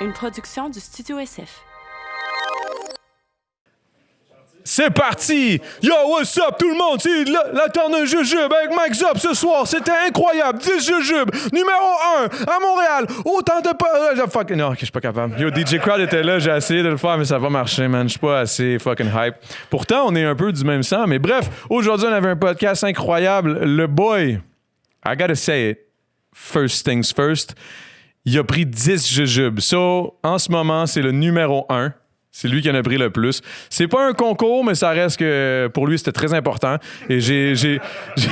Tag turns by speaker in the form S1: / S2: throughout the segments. S1: une production du Studio SF.
S2: C'est parti! Yo, what's up tout le monde? C'est la, la Terne de Jujube avec Max Up ce soir. C'était incroyable. 10 Jujubes, numéro 1 à Montréal. Autant de pas. euh, fucking. Non, ok, je suis pas capable. Yo, DJ Crowd était là, j'ai essayé de le faire, mais ça va marcher, man. Je suis pas assez fucking hype. Pourtant, on est un peu du même sang, mais bref, aujourd'hui, on avait un podcast incroyable. Le boy, I gotta say it, first things first, il a pris 10 jujubes. So, en ce moment, c'est le numéro 1. C'est lui qui en a pris le plus. C'est pas un concours, mais ça reste que pour lui, c'était très important. Et j'ai. j'ai- j'ai-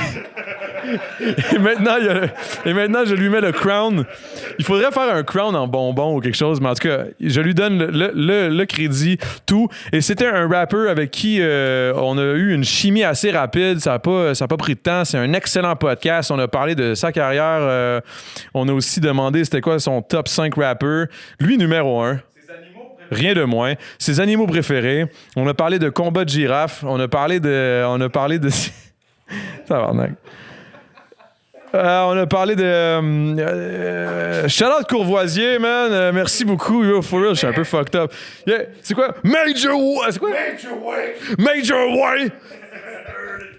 S2: Et maintenant, il y a le- et maintenant, je lui mets le crown. Il faudrait faire un crown en bonbon ou quelque chose, mais en tout cas, je lui donne le, le- le- le crédit, tout. Et c'était un rappeur avec qui euh, on a eu une chimie assez rapide. Ça n'a pas, ça a pas pris de temps. C'est un excellent podcast. On a parlé de sa carrière. euh, on a aussi demandé c'était quoi son top 5 rappeurs. Lui, numéro 1. Rien de moins. Ses animaux préférés. On a parlé de combat de girafe. On a parlé de. On a parlé de. Tabarnak. Euh, on a parlé de. euh, euh, Charlotte Courvoisier, man. Euh, merci beaucoup. Yo, for real, je suis un peu fucked up. Yeah, C'est quoi? Major Way. C'est quoi?
S3: Major Way,
S2: Major Way.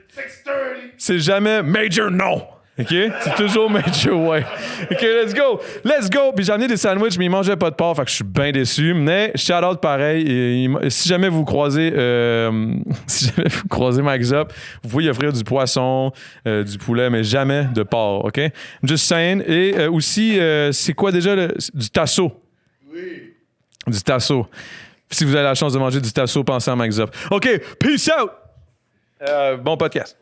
S3: 630.
S2: C'est jamais Major Non. OK? C'est toujours Major Way. OK, let's go. Let's go. Puis j'ai amené des sandwichs, mais ils mangeaient pas de porc, fait que je suis bien déçu. Mais shout out pareil. Et, il- si jamais vous croisez, euh, si jamais vous croisez Max Up, vous pouvez y offrir du poisson, euh, du poulet, mais jamais de porc. OK? Just saying. Et euh, aussi, euh, c'est quoi déjà le- du tasso? Oui. Du tasso. Si vous avez la chance de manger du tasso, pensez à Max Up. OK, peace out. Euh, bon podcast.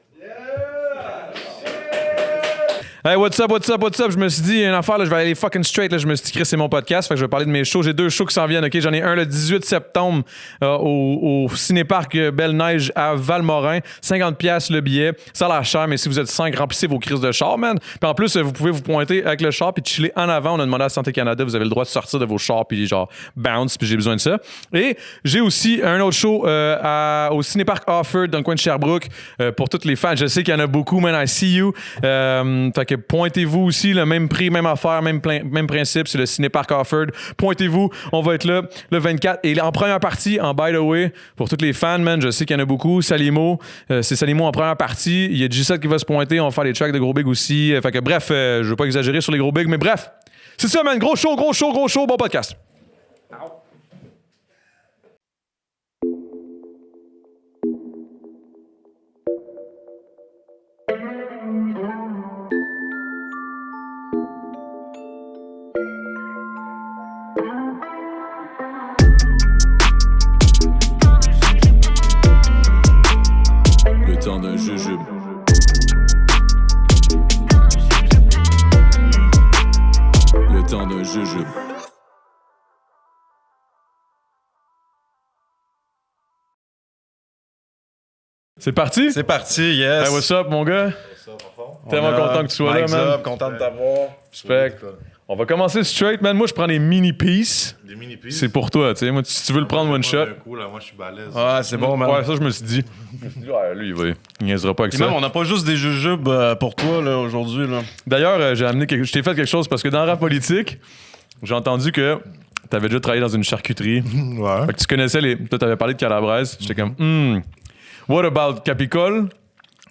S2: Hey, what's up, what's up, what's up? Je me suis dit, une affaire, là, je vais aller fucking straight. Là. Je me suis dit, Chris, c'est mon podcast. Fait que je vais parler de mes shows. J'ai deux shows qui s'en viennent. OK, j'en ai un le 18 septembre euh, au, au Cinéparc euh, Belle-Neige à Valmorin. 50$ piastres le billet. Ça a l'air cher, mais si vous êtes 5, remplissez vos crises de char, man. Puis en plus, euh, vous pouvez vous pointer avec le char puis chiller en avant. On a demandé à Santé Canada, vous avez le droit de sortir de vos chars puis genre bounce, puis j'ai besoin de ça. Et j'ai aussi un autre show euh, à- au Cinéparc Offord dans le coin de Sherbrooke euh, pour toutes les fans. Je sais qu'il y en a beaucoup, man. I see you. Euh, fait que pointez-vous aussi, le même prix, même affaire, même, plein- même principe, c'est le Cinéparc Offord. Pointez-vous, on va être là le 24. Et en première partie, en by the way, pour toutes les fans, man, je sais qu'il y en a beaucoup. Salimo, euh, c'est Salimo en première partie. Il y a G7 qui va se pointer, on va faire les tracks de gros big aussi. Euh, fait que bref, euh, je veux pas exagérer sur les gros bigs, mais bref, c'est ça, man. Gros show, gros show, gros show, bon podcast.
S4: Le temps d'un jujube. Le temps d'un jujube.
S2: C'est parti?
S5: C'est parti, yes.
S2: Hey, what's up, mon gars? Tellement
S5: On a
S2: content que tu sois là,
S5: Mike's
S2: man.
S5: up, content de t'avoir.
S2: Respect. On va commencer straight, man. Moi, je prends les mini pieces.
S3: Des mini pieces.
S2: C'est pour toi, tu sais. Moi, si tu veux le Ah, prendre one shot.
S3: Un coup, là, moi, je suis balèze.
S5: Ah, c'est bon, man.
S2: Ouais, ça, je me suis dit. Je me suis dit, ouais, lui, il, va, il niaisera pas avec
S5: Puis
S2: ça.
S5: même, on n'a pas juste des jujubes euh, pour toi, là, aujourd'hui, là.
S2: D'ailleurs, euh, j'ai amené quelque... je t'ai fait quelque chose parce que dans Rap Politique, j'ai entendu que t'avais déjà travaillé dans une charcuterie.
S5: Ouais.
S2: Fait que tu connaissais les. Toi, t'avais parlé de calabrese. J'étais comme, hmm, what about capicole?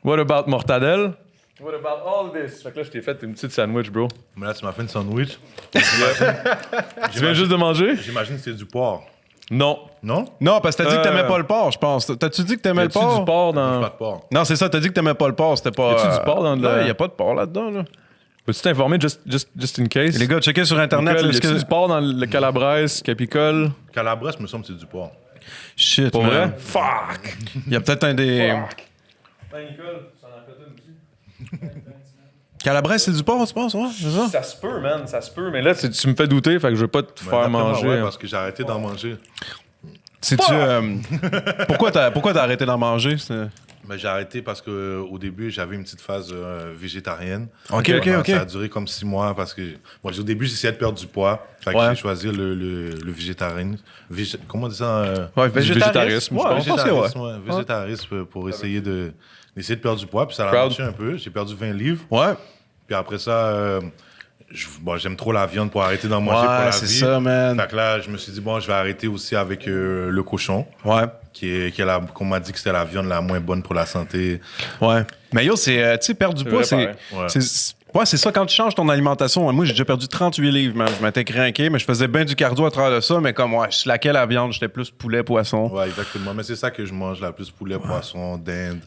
S2: What about mortadelle? What about all this? Fait que là, je t'ai fait une petite sandwich, bro.
S3: Mais là, tu m'as fait une sandwich.
S2: Tu viens juste de manger?
S3: J'imagine que c'est du porc.
S2: Non.
S3: Non?
S5: Non, parce que t'as dit que
S2: Euh.
S5: t'aimais pas le porc, je pense. T'as-tu dit que
S2: Y
S5: t'aimais le
S2: a-tu
S5: porc?
S2: du porc
S3: Pas
S2: dans.
S3: de porc.
S5: Non, c'est ça, t'as dit que t'aimais pas le porc, c'était pas...
S2: Y a-tu du
S5: euh,
S2: porc dans le-
S5: Non, y a pas de porc là-dedans, là.
S2: Peux-tu t'informer, just, just, just in case?
S5: Les gars, checkez sur Internet,
S2: Nicole,
S5: là,
S2: y
S5: parce
S2: a-tu
S5: que...
S2: du porc dans le calabrese, capicole?
S3: Calabres, me semble que c'est du porc.
S5: Shit,
S2: Pour
S5: man.
S2: vrai? Fuck!
S5: Y a peut-être un des...
S2: Ben,
S5: Calabrese, c'est du porc, tu penses, ouais? C'est ça?
S2: Ça se peut, man, ça se peut. Mais là, tu, tu me fais douter, fait que je veux pas te faire
S3: Exactement,
S2: manger. hein.
S5: hein.
S3: ouais, parce que j'ai arrêté d'en manger.
S5: C'est-tu... euh, pourquoi t'as pourquoi t'as arrêté d'en manger? c'est-
S3: Mais j'ai arrêté parce que euh, au début, j'avais une petite phase euh, végétarienne.
S5: Ok, ok,
S3: Pendant-
S5: ok.
S3: Ça a duré comme six mois parce que. Moi, au début, j'essayais de perdre du poids. Fait que
S5: Ouais.
S3: j'ai choisi le, le, le végétarien. Vég- Comment on dit ça? euh,
S5: Ouais,
S2: végétarisme,
S5: Ouais,
S2: je pense.
S5: je pense que ouais.
S3: végétarisme, ouais, végétarisme pour essayer de d'essayer de perdre du poids puis ça a
S2: Proud.
S3: marché un peu j'ai perdu 20 livres
S5: Ouais.
S3: puis après ça euh, je- bon, j'aime trop la viande pour arrêter d'en manger pour la
S5: c'est
S3: vie.
S5: ça, man.
S3: Fait que là, je me suis dit, bon, je vais arrêter aussi avec euh, le cochon,
S5: Ouais.
S3: qui est, qui est la- qu'on m'a dit que c'était la viande la moins bonne pour la santé.
S5: Ouais. Mais yo, c'est, euh, tu sais, perdre du poids,
S2: vrai,
S5: c'est.
S2: pareil.
S3: Ouais.
S5: c'est- c'est- Ouais, c'est ça, quand tu changes ton alimentation. Moi, j'ai déjà perdu 38 livres, man. Je m'étais craqué, mais je faisais bien du cardio à travers de ça, mais comme, ouais, je slaquais la viande, j'étais plus poulet, poisson.
S3: Ouais, exactement. Mais c'est ça que je mange la plus poulet, poisson, dinde,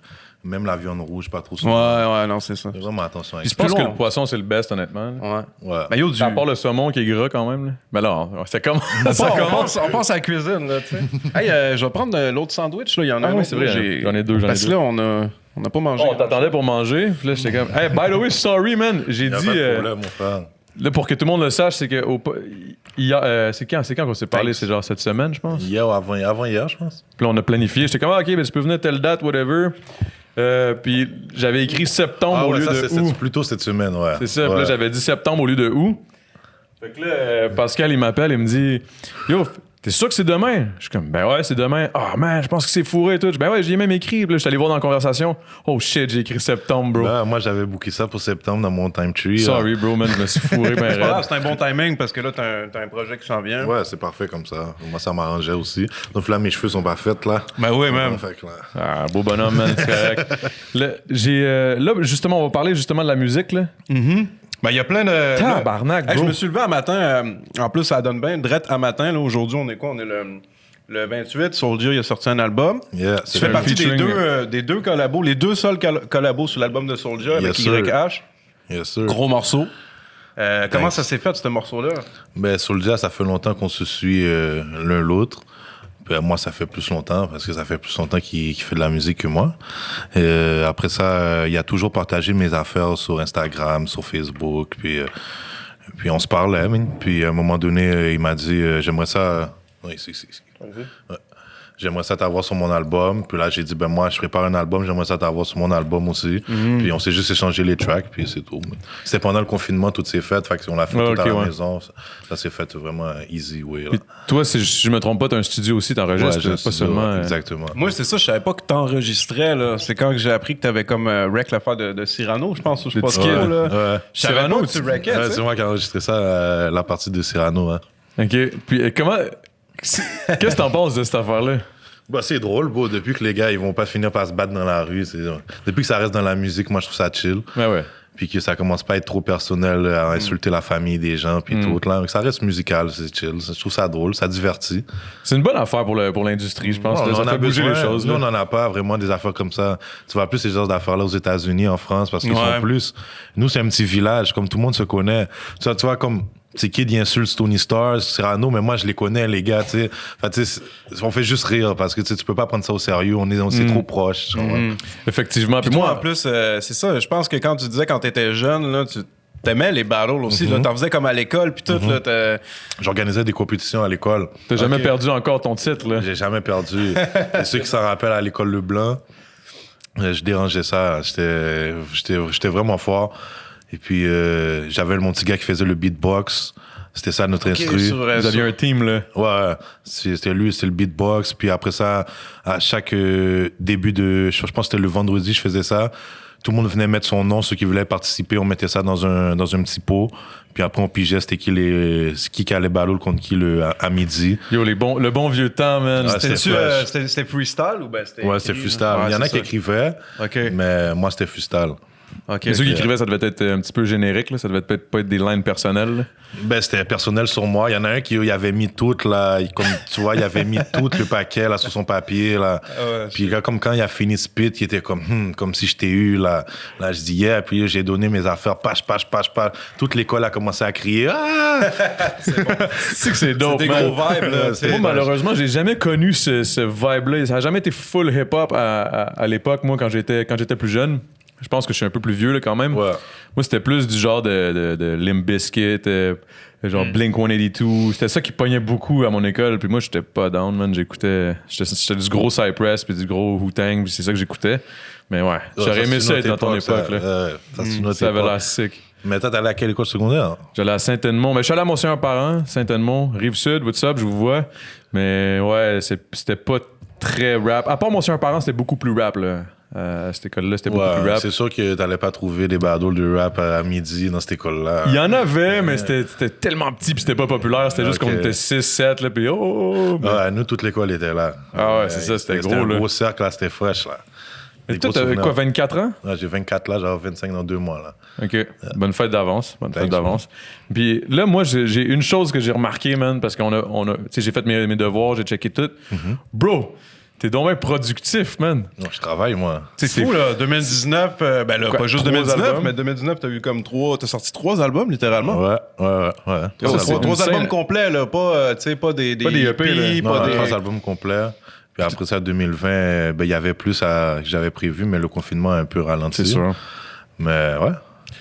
S3: même la viande rouge, pas trop
S5: Ouais,
S3: souvent.
S5: ouais, non, c'est ça.
S3: Fais Vraiment attention avec
S5: Puis
S2: Je
S3: ça.
S2: pense
S5: Plus
S2: que
S5: long.
S2: le poisson, c'est le best, honnêtement. là.
S5: Ouais.
S3: Ouais.
S5: Mais yo, du.
S2: À part le saumon qui est gras quand même. là. Mais là, on- ça commence. ça
S5: on,
S2: commence.
S5: pense, on pense à la cuisine, là, tu sais. hey, euh, je vais prendre euh, l'autre sandwich, là. Il y en a
S2: Ah
S5: un.
S2: oui,
S5: autre,
S2: c'est vrai,
S5: là,
S2: j'en ai deux, j'en ai
S5: Parce que
S2: deux.
S5: là, on a, on a pas mangé.
S2: On t'attendait pour manger. Puis là, j'étais comme, hey, by the way, sorry, man. J'ai
S3: Il y a
S2: dit,
S3: pas de
S2: euh,
S3: problème, mon frère.
S2: là, pour que tout le monde le sache, c'est que, au po- hier, euh, c'est quand, c'est quand qu'on s'est parlé? C'est genre cette semaine, je pense.
S3: Hier ou avant, avant hier, je pense.
S2: Puis là, on a planifié. J'étais comme, ah, ok, ben, tu peux venir telle date, whatever. Euh, puis j'avais écrit septembre
S3: Ah
S2: au
S3: ouais,
S2: lieu
S3: ça,
S2: de
S3: c'est
S2: août.
S3: c'est plutôt cette semaine, ouais.
S2: C'est ça. Puis là,
S3: Ouais.
S2: j'avais dit septembre au lieu de août. Fait que là, euh, Pascal, il m'appelle, il me dit Yo, f- t'es sûr que c'est demain Je suis comme Ben ouais, c'est demain. Ah man, je pense que c'est fourré et tout. Je dis, Ben ouais, j'y ai même écrit. Puis là, je suis allé voir dans la conversation. Oh shit, j'ai écrit septembre, bro.
S3: Là, moi, j'avais booké ça pour septembre dans mon time tree.
S2: Sorry, bro, man, je me suis fourré, ben
S5: C'est pas
S2: raide.
S5: grave, c'est un bon timing parce que là, t'as un, t'as un projet qui s'en vient.
S3: Ouais, c'est parfait comme ça. Moi, ça m'arrangeait aussi. Donc là, mes cheveux sont pas faits, là.
S5: Ben oui,
S3: Ouais,
S5: même.
S3: fait que là-
S2: Ah, beau bonhomme, man, c'est correct. Là, j'ai, euh, là, justement, on va parler justement de la musique, là.
S5: Ben, il y a plein de.
S2: Tabarnak,
S5: Hey, je
S2: bro.
S5: me suis levé un matin. euh, en plus, ça donne bien. Drette à matin, là, aujourd'hui, on est quoi On est le, le 28. Soldier, il a sorti un album.
S3: Yeah,
S5: Tu
S3: c'est
S5: fais
S2: un
S3: vrai.
S5: partie des
S2: featuring.
S5: deux, euh, des deux collabos, les deux seuls col- collabos sur l'album de Soldier
S3: Yes,
S5: avec
S3: sir.
S5: YH.
S3: Yes, sir.
S5: Gros morceau. Euh, comment
S3: Thanks.
S5: ça s'est fait, ce morceau-là
S3: Ben, Soulja, ça fait longtemps qu'on se suit euh, l'un l'autre. Ben, moi, ça fait plus longtemps, parce que ça fait plus longtemps qu'il qu'il fait de la musique que moi. Euh, après ça, euh, il a toujours partagé mes affaires sur Instagram, sur Facebook. Puis, euh, puis on se parlait. man. Puis à un moment donné, euh, il m'a dit euh, J'aimerais ça. Oui, c'est, c'est, c'est. Ouais. J'aimerais ça t'avoir sur mon album. Puis là, j'ai dit, ben moi, je prépare un album, j'aimerais ça t'avoir sur mon album aussi.
S2: Mhm.
S3: Puis on s'est juste échangé les tracks, puis c'est tout. C'était pendant le confinement, toutes ces fêtes. Fait qu'on l'a fait
S2: Ah,
S3: tout
S2: ok,
S3: à la
S2: ouais.
S3: maison. Ça, ça s'est fait vraiment easy way. là.
S2: Puis toi, si je je me trompe pas, t'as un studio aussi,
S3: Ouais,
S2: t'enregistres,
S3: j'ai un
S2: pas
S3: studio,
S2: seulement. euh,
S3: Exactement.
S5: Moi, c'est ça, je savais pas que t'enregistrais, là. C'est quand que j'ai appris que t'avais comme euh, rec l'affaire de, de Cyrano, je pense, ou je sais
S2: Le
S5: pas
S2: ticket,
S5: trop, là.
S3: Ouais.
S5: Je savais
S2: Cyrano,
S5: pas que tu
S2: tu-
S5: rackais,
S3: Ouais,
S5: tu sais.
S3: c'est moi qui ai enregistré ça, euh, la partie de Cyrano. hein.
S2: Ok. Puis euh, comment. Qu'est-ce que t'en penses de cette affaire-là
S3: Bah, c'est drôle, bro. Depuis que les gars, ils vont pas finir par se battre dans la rue. c'est- Depuis que ça reste dans la musique, moi, je trouve ça chill.
S2: Ben ouais.
S3: puis que ça commence pas à être trop personnel, euh, à insulter la famille des gens,
S2: Mm.
S3: puis tout. Là, ça reste musical, c'est chill. Je trouve ça drôle, ça divertit.
S2: C'est une bonne affaire pour, le, pour l'industrie, je pense.
S3: Non,
S2: là, ça fait bouger
S3: besoin.
S2: les choses.
S3: Nous,
S2: là.
S3: on n'en a pas vraiment des affaires comme ça. Tu vois plus ces genres d'affaires-là aux États-Unis, en France, parce qu'ils
S5: Ouais.
S3: sont plus. Nous, c'est un petit village, comme tout le monde se connaît. Tu vois, tu vois comme. Ces kids, ils insultent Tony Starr, Cyrano, mais moi, je les connais, les gars, tu sais. Fait, tu sais, c'est- on fait juste rire parce que tu sais, tu peux pas prendre ça au sérieux. On est, on,
S2: Mm.
S3: c'est trop proche. tu comprends?
S2: Effectivement. Puis
S5: Puis moi, en
S2: moi,
S5: plus, euh, c'est ça. Je pense que quand tu disais quand t'étais jeune, là, tu t'aimais les battles aussi. là. T'en faisais comme à l'école, puis tout. là, t'as-
S3: J'organisais des compétitions à l'école.
S2: t'as jamais
S5: ok.
S2: perdu encore ton titre. Là.
S3: J'ai jamais perdu. Et ceux qui s'en rappellent à l'école Leblanc, euh, je dérangeais ça. J'étais, j'étais, j'étais vraiment fort. Et puis, euh, j'avais mon petit gars qui faisait le beatbox. C'était ça notre instru.
S5: sur, euh,
S2: Vous aviez un team. Là.
S3: Ouais, ouais. C'est- c'était lui, c'était le beatbox. Puis après ça, à chaque euh, début de, je je pense que c'était le vendredi, je faisais ça. Tout le monde venait mettre son nom, ceux qui voulaient participer, on mettait ça dans un dans un petit pot. Puis après, on pigeait c'était qui les qui qui allait baller contre qui le à, à midi.
S2: Yo, les bons, le bon vieux temps, man.
S3: Ah,
S2: C'était-
S5: C'était-tu,
S3: c'était
S5: euh,
S3: fresh.
S5: c'était- c'était freestyle ou ben c'était.
S3: Ouais, c'était
S5: écrit, là?
S3: Fustal.
S5: Ouais,
S3: Il y en a
S5: c'est
S3: qui écrivaient,
S5: ça. OK.
S3: mais moi, c'était Fustal.
S5: OK.
S2: Mais ceux qui
S5: ok.
S2: écrivaient, ça devait être euh, un petit peu générique. Là. Ça devait peut-être pas être des lines personnelles. là.
S3: Ben, c'était personnel sur moi. Il y en a un qui il avait mis tout, là, il- comme tu vois, il avait mis tout le paquet, là, sur son papier, là.
S5: Ah, ouais,
S3: puis, là, comme quand il a fini Spit, il était comme, Hum, comme si je t'ai eu, là. Là, je dis, yeah, puis j'ai donné mes affaires, page, page, page, page. Toute l'école a commencé à crier, ah!
S2: C'est que c'est dope,
S5: des
S2: man.
S5: gros vibes, là, tu sais.
S2: Moi, malheureusement, j'ai jamais connu ce, ce vibe-là. Ça a jamais été full hip-hop à, à, à l'époque, moi, quand j'étais, quand j'étais plus jeune. Je pense que je suis un peu plus vieux, là, quand même.
S3: Ouais.
S2: Moi, c'était plus du genre de, de, de Limp Bizkit, euh, genre Blink 182. C'était ça qui pognait beaucoup à mon école. Puis moi, j'étais pas down, man. J'écoutais. J'étais j'étais du gros Cypress, puis du gros Wu-Tang, puis c'est ça que j'écoutais. Mais ouais,
S3: Ah,
S2: j'aurais aimé ça être dans ton époque, là. Mm,
S3: Ça, c'est une autre
S2: Ça avait
S3: époque.
S2: l'air sick.
S3: Mais toi, t'allais à quelle école secondaire?
S2: J'allais à Saint-Edmond. Mais je suis allé à Monseigneur Parent, Saint-Edmond, Rive-Sud, what's up, je vous vois. Mais ouais, c'est- c'était pas très rap. À part Monseigneur Parent, c'était beaucoup plus rap, là. euh, à cette école-là. C'était beaucoup plus
S3: Ouais,
S2: rap.
S3: c'est sûr que t'allais pas trouver des battles de rap à à midi dans cette école-là.
S2: Il y en avait, mais c'était c'était tellement petit puis c'était pas populaire. C'était juste
S3: Ok. Ah,
S2: qu'on était 6-7, là, puis oh, oh, oh. Mais-
S3: Ouais, à nous, toute l'école était là. Euh,
S2: Ah ouais, c'est ça, c'était gros,
S3: un
S2: là.
S3: gros cercle, là, c'était fresh, là.
S2: Mais
S3: Des
S2: toi,
S3: gros
S2: t'avais
S3: souvenirs.
S2: quoi, 24 ans?
S3: Ouais, J'ai 24 là, j'aurai 25 dans deux mois, là.
S2: OK. Bonne fête d'avance. Bonne fête
S3: Thanks, man.
S2: d'avance. Puis là, moi, j'ai j'ai une chose que j'ai remarqué, man, parce qu'on a, on a, tu sais, j'ai fait mes, mes devoirs, j'ai checké tout.
S3: Mm-hmm.
S2: Bro, t'es donc bien productif, man.
S3: Non, je travaille, moi.
S2: Tu sais,
S5: C'est fou,
S2: t'es-
S5: là. 2019, euh, ben là,
S2: Quoi,
S5: pas juste
S2: trois
S5: 2019,
S2: albums?
S5: mais 2019, t'as eu comme trois. T'as sorti trois albums, littéralement.
S3: Ouais, ouais, ouais.
S5: Trois,
S2: Ça, c'est
S5: trois- trois
S2: insane.
S5: albums complets, là. Pas, euh, tu sais, pas des, des.
S2: Pas des EP,
S5: hippies,
S3: Non,
S5: pas des.
S3: trois albums complets. Puis après ça, 2020, euh, ben, il y avait plus à, que j'avais prévu, mais le confinement a un peu ralenti.
S2: C'est sûr.
S3: Mais ouais,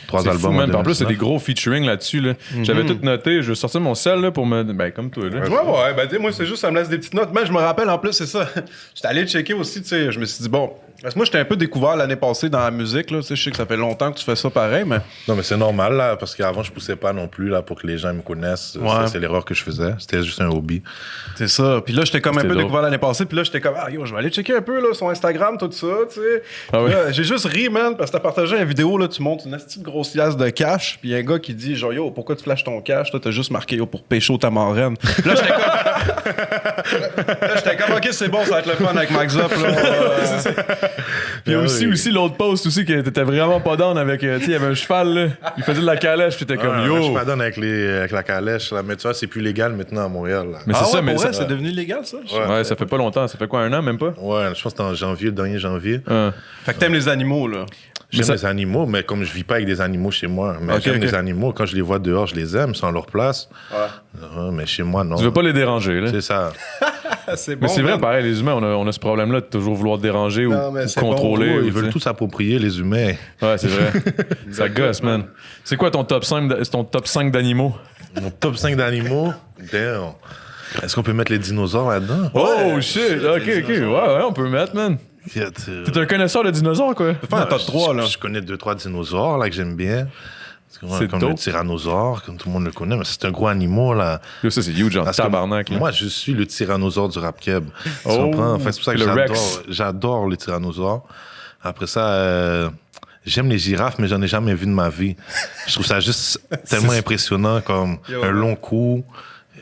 S3: trois
S2: C'est
S3: albums.
S2: fou, man. Puis En plus, c'est des
S3: 2019.
S2: gros featuring là-dessus. Là. J'avais
S3: Mm-hmm.
S2: tout noté. Je sortais mon sel là, pour me. Ben, comme toi. Là.
S5: Ouais, ouais, ben, tu sais, moi, c'est juste, ça me laisse des petites notes. Mais je me rappelle, en plus, c'est ça. J'étais allé checker aussi, tu sais, je me suis dit, bon. Parce que moi, j'étais un peu découvert l'année passée dans la musique, là. Tu sais, je sais que ça fait longtemps que tu fais ça pareil, mais.
S3: Non, mais c'est normal, là, parce qu'avant, je poussais pas non plus, là, pour que les gens me connaissent. Ça, C'est l'erreur que je faisais. C'était juste un hobby.
S5: C'est ça. Puis là, j'étais comme un peu
S2: C'était drôle.
S5: découvert l'année passée. Puis là, j'étais comme, ah, yo, je vais aller checker un peu, là, son Instagram, tout ça, tu sais.
S2: Ah
S5: Puis
S2: ouais.
S5: là, J'ai juste ri, man, parce que t'as partagé une vidéo, là, tu montes une petite grosse liasse de cash. Puis y a un gars qui dit, genre, yo, pourquoi tu flashes ton cash? Toi, t'as juste marqué, yo, pour pécho ta marraine. Puis là, j'étais comme, là, j'étais comme, ok, c'est bon, ça va être le fun avec Max Up, là. Euh,
S2: Puis
S3: Ah
S2: aussi,
S3: oui.
S2: aussi l'autre post aussi, que t'étais vraiment pas down avec. euh, Tu sais, il y avait un cheval, là. Il faisait de la calèche, puis t'étais comme
S3: Ah, moi, Je
S2: yo.
S3: suis pas donne avec, les, avec la calèche, là. Mais tu vois, c'est plus légal maintenant à Montréal, là.
S2: Mais
S5: ah
S2: c'est ça,
S5: ouais,
S2: mais
S5: pour
S2: ça-
S5: vrai, c'est devenu légal, ça?
S3: Ouais.
S2: Ouais, ça fait pas longtemps. Ça fait quoi, un an, même pas?
S3: Ouais, je pense que c'était en janvier, le dernier janvier.
S2: Ah.
S5: Fait que t'aimes les animaux, là.
S3: J'aime
S2: ça-
S3: les animaux, mais comme je vis pas avec des animaux chez moi, mais
S5: Ok,
S3: j'aime
S5: ok.
S3: les animaux. Quand je les vois dehors, je les aime, sans leur place. Ouais, mais chez moi, non.
S2: Tu veux pas les déranger, là.
S3: C'est ça.
S5: Ah, c'est
S2: Mais c'est vrai,
S5: man.
S2: pareil, les humains, on a, on a ce problèmes-là de toujours vouloir déranger ou,
S5: Non, mais
S2: ou
S5: c'est bon,
S2: contrôler. ou,
S3: ils veulent
S2: tu
S3: tout s'approprier, les humains.
S2: sais. Ouais, c'est vrai. ça gosse, man. C'est quoi ton top 5 d'a- ton top 5 d'animaux?
S3: Mon top 5 d'animaux, damn. Est-ce qu'on peut mettre les dinosaures là-dedans?
S2: Oh shit! Ok, ok. Ouais, ouais, on peut mettre, man.
S3: Yeah, t'es-
S2: T'es un connaisseur de dinosaures, quoi.
S5: Fais un top
S3: Je-
S5: 3,
S3: je-
S5: là.
S3: Je connais deux, trois dinosaures, là, que j'aime bien. Parce que, ouais,
S2: C'est
S3: comme
S2: dope.
S3: le tyrannosaure, comme tout le monde le connaît, mais c'est un gros animal, là.
S2: Yo, ça, c'est huge en
S3: Parce que
S2: tabarnak, là. Oh,
S3: Moi, je suis le tyrannosaure du rap keb. Tu comprends? Enfin, c'est pour ça que
S2: le Rex.
S3: j'adore, j'adore le tyrannosaure. Après ça, euh, j'aime les girafes, mais j'en ai jamais vu de ma vie. Je trouve ça juste tellement impressionnant, comme
S5: Yo.
S3: un long cou.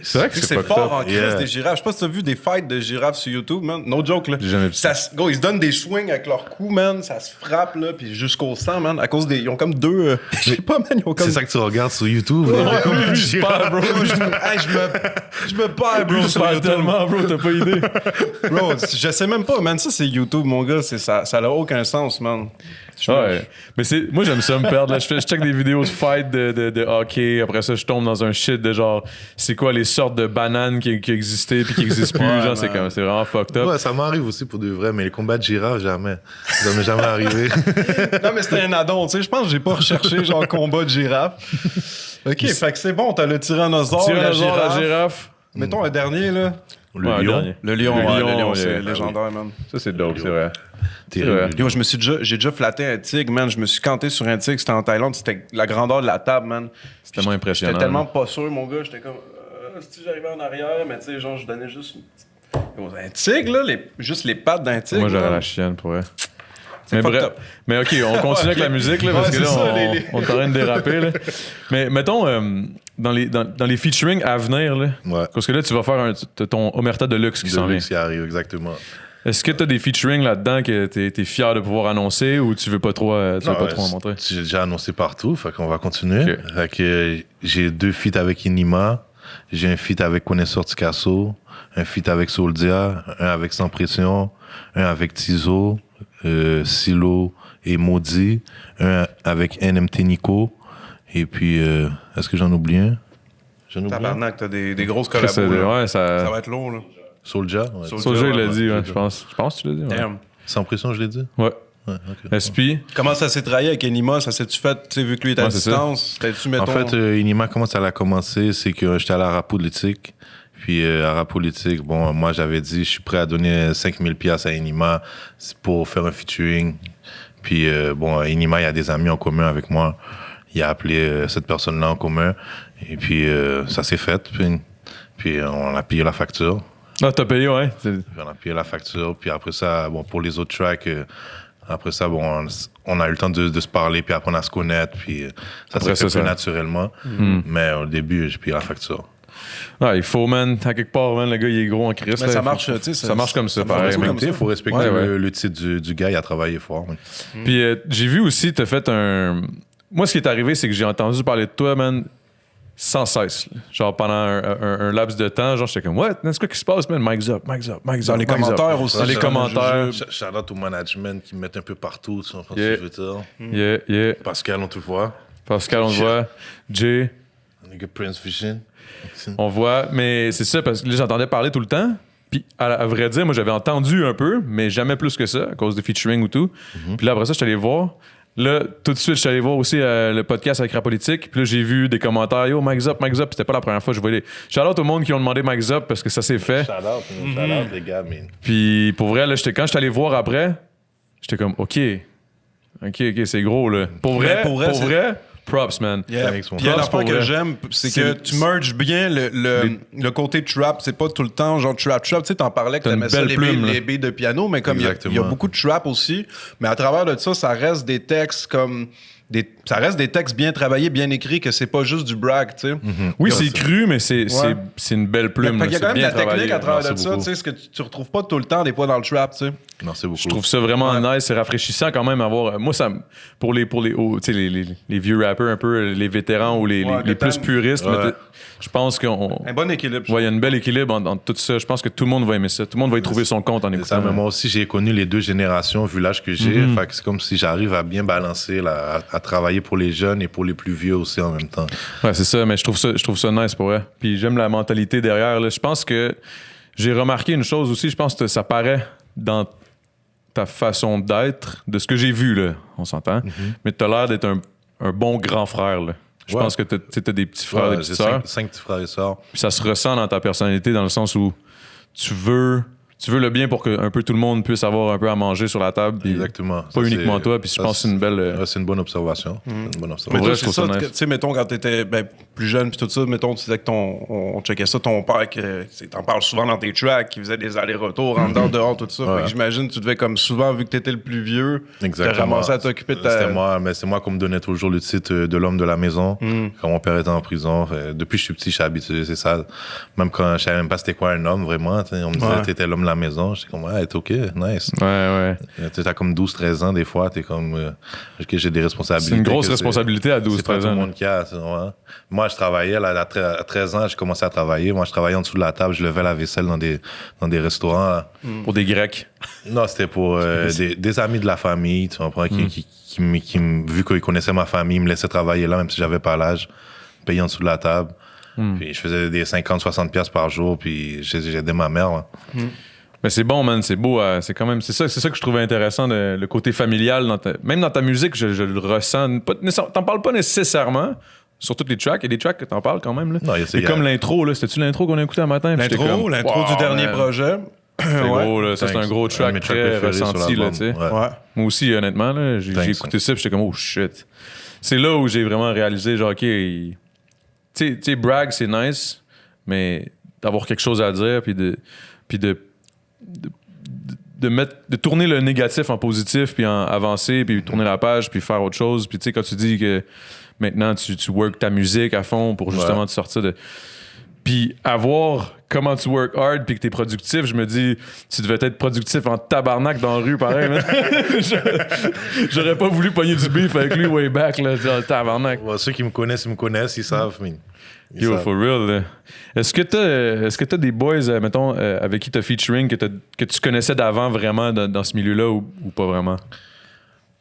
S3: C'est
S2: vrai que
S5: C'est
S2: fucked up.
S5: fort en crise
S3: Yeah.
S5: des girafes. Je sais pas si t'as vu des fights de girafes sur YouTube, man. No joke, là.
S2: J'ai jamais vu
S5: ça. se- Gros, ils se donnent des swings avec leur cou, man. Ça se frappe, là, puis jusqu'au sang, man. À cause des. Ils ont comme deux. euh, Je sais pas, man. Ils ont comme.
S3: C'est ça que tu regardes sur YouTube. là, comme une girafe.
S2: Ah, bro,
S5: je, me... Hey, je me. Je me perds, bro.
S2: bro, je
S5: sur
S2: parle
S5: YouTube.
S2: tellement, bro, t'as pas idée.
S5: Bro, je sais même pas, man. Ça, c'est YouTube, mon gars. C'est ça. Ça n'a aucun sens, man. Je me-
S2: Ouais. Mais c'est, moi, j'aime ça me perdre. Là. Je, fais- je check des vidéos de fight de, de, de hockey. Après ça, je tombe dans un shit de genre, c'est quoi les sortes de bananes qui, qui existaient puis qui existent plus. genre, c'est, comme, c'est vraiment fucked up.
S3: Ouais, ça m'arrive aussi pour de vrai, mais les combats de girafes, jamais. Ça m'est jamais arrivé.
S5: Non, mais c'était un addon, tu sais. Je pense que j'ai pas recherché, genre, combat de girafe. Ok, fait que c'est bon. T'as le tyrannosaure,
S2: Tyrannosaure,
S5: la
S2: Oh, la
S5: girafe.
S2: girafe.
S5: Mettons un dernier, là.
S3: Le
S2: Ouais,
S3: lion.
S2: dernier.
S5: Le lion, ouais, le lion,
S2: il est-
S5: c'est légendaire, man.
S2: Ça, c'est dope, c'est vrai.
S3: Terrible.
S2: Ouais.
S5: Yo, je me suis déjà, j'ai déjà flatté un tigre, man. Je me suis canté sur un tigre. C'était en Thaïlande. C'était la grandeur de la table, man.
S2: C'est tellement impressionnant.
S5: J'étais tellement pas sûr, mon gars. J'étais comme, euh, si j'arrivais en arrière, mais tu sais, genre, je donnais juste une petite- Yo, Un tigre, là, les- juste les pattes d'un tigre.
S2: Moi, j'aurais
S5: man.
S2: la chienne pour vrai. Mais
S5: fucked
S2: bref.
S5: up.
S2: Mais ok, on continue avec la musique, là, parce
S5: Ouais,
S2: que là,
S5: c'est ça,
S2: on,
S5: les- les-
S2: on est en train de déraper. Là. Mais mettons, euh, dans, les, dans, dans les featuring à venir, là,
S3: Ouais.
S2: parce que là, tu vas faire un- t'as ton Omerta Deluxe qui
S3: De
S2: s'en vient.
S3: luxe qui arrive, exactement.
S2: Est-ce que t'as des featuring là-dedans que t'es es fier de pouvoir annoncer ou tu veux pas trop, euh, tu veux
S3: Non,
S2: pas
S3: Ah ouais,
S2: trop en montrer?
S3: c'est- J'ai déjà annoncé partout, fait qu'on va continuer.
S2: Ok.
S3: Fait que euh, j'ai deux feats avec Inima, j'ai un feat avec Connaisseur Ticasso, un feat avec Soldia, un avec Sans Pression, un avec Tizo, euh, Silo et Maudit, un avec NMT Nico, et puis euh, est-ce que j'en oublie un? J'en oublie un?
S5: Tabarnak, t'as des, des grosses
S2: hein. Ça, c'est-
S5: collabos. là.
S2: ouais,
S5: Ça
S2: ça.
S5: va être long, là.
S3: Soldia? ouais.
S5: Soulja.
S2: Soulja, il l'a
S5: ouais,
S2: dit, ouais, je pense. Je pense que tu l'as dit. Ouais.
S5: Damn.
S3: Sans Pression, je l'ai dit?
S2: Ouais.
S3: Ouais, ok.
S2: SP.
S5: Comment ça s'est trahi avec Enima? Ça s'est-tu fait, tu sais, vu que lui est à
S2: Ouais, c'est ça.
S5: distance? T'as-tu, mettons...
S3: En fait, euh, Inima, comment ça l'a commencé, c'est que j'étais allé à la politique. Puis euh, à la politique, bon, moi j'avais dit, je suis prêt à donner 5000 pièces à Inima pour faire un featuring. Puis euh, bon, Inima, il y a des amis en commun avec moi. Il a appelé euh, cette personne-là en commun. Et puis euh, ça s'est fait. Puis, puis euh, on a payé la facture.
S2: Ah, t'as payé, ouais. C'est-
S3: Puis on a payé la facture. Puis après ça, bon, pour les autres tracks, euh, Après ça, bon, on, on a eu le temps de, de se parler, puis apprendre à se connaître, puis euh, ça
S2: Après
S3: s'est fait
S2: ça,
S3: plus
S2: ça-
S3: naturellement.
S2: Hmm.
S3: Mais au début, j'ai payé la facture.
S2: Ah, il faut, man. À quelque part, man, le gars, il est gros en crise. là,
S5: Mais ça
S2: il faut-
S5: marche, tu sais, ça-
S2: Ça marche comme ça,
S5: ça marche
S2: pareil.
S5: beaucoup
S2: man.
S5: comme ça.
S3: Il faut respecter
S2: Ouais, ouais.
S3: Le, le titre du, du gars, il a travaillé fort. oui.
S2: Puis euh, j'ai vu aussi, t'as fait un. Moi, ce qui est arrivé, c'est que j'ai entendu parler de toi, man, sans cesse. là. Genre pendant un, un- un laps de temps, genre j'étais comme, what? C'est quoi qui se passe, man? Mike's up, Mike's up, Mike's up.
S5: Dans les
S2: Mike's up.
S5: commentaires aussi. hein,
S2: Dans les
S3: Shout-
S2: commentaires.
S3: shout- Shout-out au management qui me mettent un peu partout, tu comprends ce
S2: Yeah.
S3: que je veux dire.
S2: Yeah, yeah.
S3: Pascal, on te voit.
S2: Pascal, on te voit. Jay,
S3: On est Prince Vision.
S2: on voit. Mais c'est ça, parce que là, j'entendais parler tout le temps. Puis, à, à vrai dire, moi, j'avais entendu un peu, mais jamais plus que ça, à cause de featuring ou tout.
S5: Mhm.
S2: Puis là, après ça, je suis allé voir. Là, tout de suite, je suis allé voir aussi euh, le podcast avec La Politique. Puis là, j'ai vu des commentaires. Yo, Mike's up, Mike's up. Puis C'était pas la première fois que je voyais. Shout-out au monde qui ont demandé Mike's up parce que ça s'est fait.
S3: Shout-out,
S2: Mm-hmm.
S3: man. shout-out, les gars, mais
S2: Puis pour vrai, là, j'étais- quand j'étais allé voir après, j'étais comme, OK, OK, OK, c'est gros, là. Pour
S5: Mais
S2: vrai,
S5: pour
S2: pour
S5: vrai,
S2: vrai,
S5: c'est-
S2: props, man.
S5: Yeah.
S3: Thanks,
S5: Puis
S3: mon
S5: il y a une
S2: frère.
S5: affaire
S2: Pour
S5: que
S2: vrai.
S5: j'aime, c'est
S2: C'est-
S5: que tu merges bien le, le, le côté trap. C'est pas tout le temps genre trap trap. Tu sais, t'en parlais que
S2: T'as une
S5: t'aimais ça,
S2: belle
S5: les,
S2: plume,
S5: billes,
S2: là.
S5: les billes de piano, mais comme il y a- il y, a
S3: Exactement.
S5: beaucoup de trap aussi. Mais à travers de ça, ça reste des textes comme. Des, ça reste des textes bien travaillés, bien écrits, que c'est pas juste du brag, tu sais.
S2: Oui, c'est cru, mais c'est c'est- c'est une belle Mhm. plume.
S5: Fait qu'il y
S2: là,
S5: a quand
S2: c'est
S5: même de
S2: bien
S5: la technique
S2: travaillé.
S5: à travers
S2: Merci
S5: de ça,
S2: beaucoup.
S5: tu sais, ce que tu, tu retrouves pas tout le temps, des fois, dans le trap, tu sais.
S3: merci beaucoup.
S2: Je trouve ça vraiment nice, c'est rafraîchissant quand même à voir. euh, Moi, ça, me- pour les pour les, oh, tu sais, les, les- les vieux rappeurs un peu, les vétérans ou les,
S5: Ouais,
S2: les-
S5: que
S2: les plus
S5: t'aimes.
S2: puristes, mais
S3: Ouais.
S2: t- je pense qu'on
S5: Un bon équilibre.
S2: ouais, il y a une belle équilibre entre, entre tout ça. Je pense que tout le monde va aimer ça. Tout le monde va y trouver son compte en
S3: C'est ça,
S2: écoutant.
S3: mais moi aussi, j'ai connu les deux générations, vu l'âge que j'ai.
S2: Mhm.
S3: Fait que c'est comme si j'arrive à bien balancer, là, à, à travailler pour les jeunes et pour les plus vieux aussi en même temps.
S2: Ouais, c'est ça, mais je trouve ça, je trouve ça nice pour vrai. Puis j'aime la mentalité derrière. là. Je pense que j'ai remarqué une chose aussi, je pense que ça paraît dans ta façon d'être, de ce que j'ai vu, là, on s'entend, mais tu as l'air d'être un, un bon grand frère. Là. Je
S3: Mhm. Ouais.
S2: pense que tu as des petits frères,
S3: Ouais,
S2: des
S3: j'ai
S2: petites sœurs,
S3: cinq, cinq petits frères et sœurs.
S2: puis ça se ressent dans ta personnalité dans le sens où tu veux, tu veux le bien pour que un peu tout le monde puisse avoir un peu à manger sur la table. puis
S3: Exactement.
S2: Pas uniquement toi, puis je pense que c'est une belle. euh, Mhm.
S3: Ouais, c'est une bonne observation. C'est une bonne
S5: Mais
S3: observation.
S2: Pour
S5: toi,
S2: vrai,
S5: c'est
S2: je trouve
S5: ça,
S2: ça
S5: que-
S2: nice.
S5: tu sais, mettons, quand t'étais ben, plus jeune, puis tout ça, mettons, tu disais que ton, on, on checkait ça, ton père, que, tu sais, t'en parles souvent dans tes tracks, qui faisait des allers-retours, en dedans, dehors, tout ça. Fait que j'imagine, tu devais, comme souvent, vu que t'étais le plus vieux, te ramasser à t'occuper de ta.
S3: C'était moi, mais c'est moi qui me donnais toujours le titre euh, de l'homme de la maison.
S2: Mhm.
S3: Quand mon père était en prison, euh, depuis que je suis petit, je suis habitué, c'est ça. Même quand je savais même pas c'était quoi un homme, vraiment, tu sais, on me disait,
S5: Ouais.
S3: t'étais l'homme de la maison. J'étais comme, ouais, t'es OK, nice.
S2: Ouais, ouais.
S3: Euh, Tu sais, t'as comme 12-13 ans, des fois, t'es comme, euh, OK, j'ai des responsabilités.
S2: C'est une grosse
S3: que
S2: responsabilité à
S3: C'est pas
S2: 12-13
S3: tout le
S2: ans.
S3: monde qui a, tu vois, hein. Moi, je travaillais, là, à tre- à 13 ans, j'ai commencé à travailler. Moi, je travaillais en dessous de la table, je levais la vaisselle dans des, dans des restaurants, là.
S2: là, Pour des Grecs.
S3: Non, c'était pour euh, des, des amis de la famille, tu comprends,
S2: Mm.
S3: qui, qui, qui, me- qui me- vu qu'ils connaissaient ma famille, ils me laissaient travailler là, même si j'avais pas l'âge, payé en dessous de la table.
S2: Mm.
S3: Puis je faisais des 50, 60 piastres par jour, puis j'ai- j'aidais ma mère. là.
S2: Mais c'est bon, man, c'est beau. euh, c'est quand même, c'est ça, c'est ça que je trouvais intéressant, le, le côté familial. Dans ta- même dans ta musique, je, je le ressens. Pas nécessaire- T'en parles pas nécessairement sur toutes les tracks. Il y a des tracks que t'en parles quand même. Là.
S3: Non, il y a- euh,
S2: c'est
S3: il y a-
S2: comme l'intro, là. C'était-tu l'intro qu'on a écouté un matin? Puis j'étais
S5: L'intro,
S2: comme,
S5: l'intro
S2: wow,
S5: du dernier
S2: man.
S5: projet.
S2: C'est
S5: Ouais.
S2: gros, là. Ça, c'est
S3: Thanks.
S2: un gros
S3: de
S2: track
S3: mes tracks
S2: très
S3: préférés sur
S2: ressenti, là,
S3: l'album.
S2: tu sais.
S3: Ouais.
S5: Ouais.
S2: Moi aussi, honnêtement, là, j'ai
S3: Thanks.
S2: j'ai écouté ça, puis j'étais comme, oh shit. C'est là où j'ai vraiment réalisé, genre, ok, il- tu sais- tu sais, brag, c'est nice, mais d'avoir quelque chose à dire, puis de. Puis de, de de mettre de tourner le négatif en positif puis en avancer puis tourner la page puis faire autre chose puis tu sais quand tu dis que maintenant tu tu work ta musique à fond pour justement te sortir de puis avoir comment tu work hard puis que t'es productif je me dis tu devais être productif en tabarnak dans la rue pareil man. Je- j'aurais pas voulu pogner du beef avec lui way back là dans le tabarnak
S3: Ouais, ceux qui me connaissent, ils me connaissent, ils savent. mais ils
S2: Yo,
S3: savent.
S2: for real. là. Est-ce que t'as est-ce que t'as des boys, euh, mettons, euh, avec qui t'as featuring que, t'as- que tu connaissais d'avant vraiment dans, dans ce milieu-là ou, ou pas vraiment?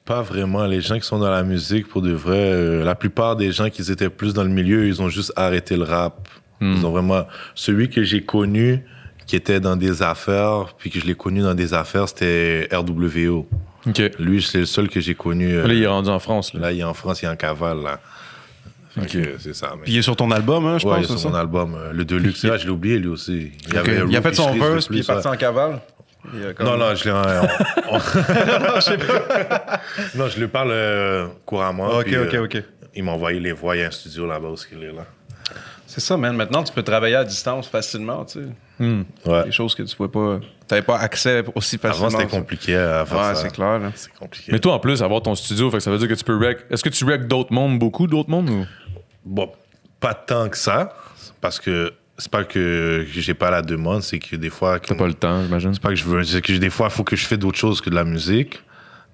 S3: Pas vraiment. Les gens qui sont dans la musique, pour de vrai, euh, la plupart des gens qui étaient plus dans le milieu, ils ont juste arrêté le rap.
S5: Hmm.
S3: Ils ont vraiment. Celui que j'ai connu, qui était dans des affaires, puis que je l'ai connu dans des affaires, c'était RWO.
S2: OK.
S3: Lui, c'est le seul que j'ai connu. euh,
S2: Là, il est rendu en France. Là.
S3: là, il est en France, il est en cavale, là. Fait
S2: Ok.
S3: que C'est ça. mais-
S5: Puis il est sur ton album, hein, je
S3: Ouais, il est
S5: pense,
S3: sur
S5: c'est ça.
S3: mon album. euh, Le Deluxe, là, je l'ai oublié, lui aussi. Il,
S5: Ok. Il a
S3: Ruby
S5: fait son
S3: Shreeze de
S5: verse, puis il est
S3: plus, ouais.
S5: parti en cavale. Il a comme-
S3: Non, non, je l'ai. euh, on- on- non, je lui parle euh, couramment.
S5: Ok,
S3: puis,
S5: ok,
S3: euh,
S5: ok.
S3: Il m'a envoyé les voix. Il y a un studio là-bas où il est là.
S5: C'est ça, man. Maintenant, tu peux travailler à distance facilement, tu sais.
S3: Hmm. Ouais.
S5: Des choses que tu pouvais pas. T'avais pas accès aussi facilement.
S3: Avant, c'était compliqué à faire
S5: Ouais,
S3: ça.
S5: c'est clair. là.
S3: C'est compliqué.
S2: Mais toi, en plus, avoir ton studio, fait que ça veut dire que tu peux rec. Est-ce que tu rec d'autres mondes, beaucoup d'autres mondes ou.
S3: Bon, pas tant que ça, parce que c'est pas que j'ai pas la demande, c'est que des fois.
S2: T'as pas le temps, j'imagine.
S3: C'est pas que je veux. C'est que des fois, il faut que je fasse d'autres choses que de la musique.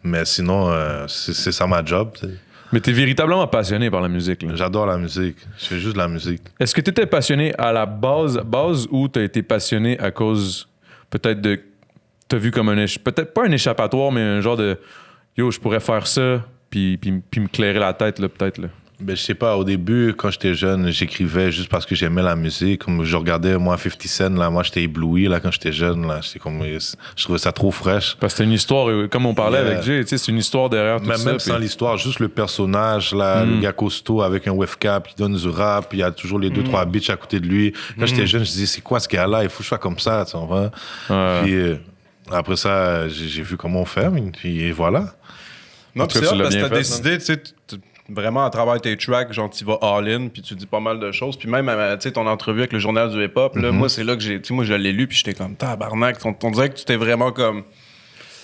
S3: Mais sinon, euh, c'est c'est ça ma job. tu sais.
S2: Mais t'es véritablement passionné par la musique. là.
S3: J'adore la musique. Je fais juste de la musique.
S2: Est-ce que t'étais passionné à la base, base ou t'as été passionné à cause peut-être de. T'as vu comme un. éch- Peut-être pas un échappatoire, mais un genre de. Yo, je pourrais faire ça, puis, puis, puis me clairer la tête, là, peut-être. là.
S3: Ben, je sais pas, au début, quand j'étais jeune, j'écrivais juste parce que j'aimais la musique. Comme je regardais, moi, 50 Cent, là, moi, j'étais ébloui, là, quand j'étais jeune, là. J'étais comme, euh, je trouvais ça trop fraîche.
S2: Parce que c'est une histoire, euh, comme on parlait
S3: Yeah.
S2: avec Jay, tu sais, c'est une histoire derrière tout
S3: Mais
S2: ça.
S3: même
S2: puis- Hmm.
S3: sans l'histoire, juste le personnage, là, le gars costaud avec un wave cap qui donne du rap, puis il y a toujours les deux,
S2: Hmm.
S3: trois bitches à côté de lui. Quand j'étais jeune, je disais, c'est quoi ce gars-là? Il faut que je sois comme ça, tu vois.
S2: Ouais.
S3: Puis euh, après ça, j'ai j'ai vu comment on fait, mais- puis voilà.
S5: Non,
S2: En tout
S5: puis
S2: cas,
S5: c'est
S2: tu
S5: hot
S2: l'as
S5: parce que
S2: bien
S5: t'as
S2: fait,
S5: décidé, tu sais, tu- tu- vraiment à travers tes tracks, genre, tu vas all-in, puis tu dis pas mal de choses. Puis même, euh, tu sais, ton entrevue avec le journal du hip-hop,
S2: Mm-hmm.
S5: là, moi, c'est là que j'ai, tu sais, moi, je l'ai lu, puis j'étais comme, tabarnak, on, on dirait que tu t'es vraiment comme.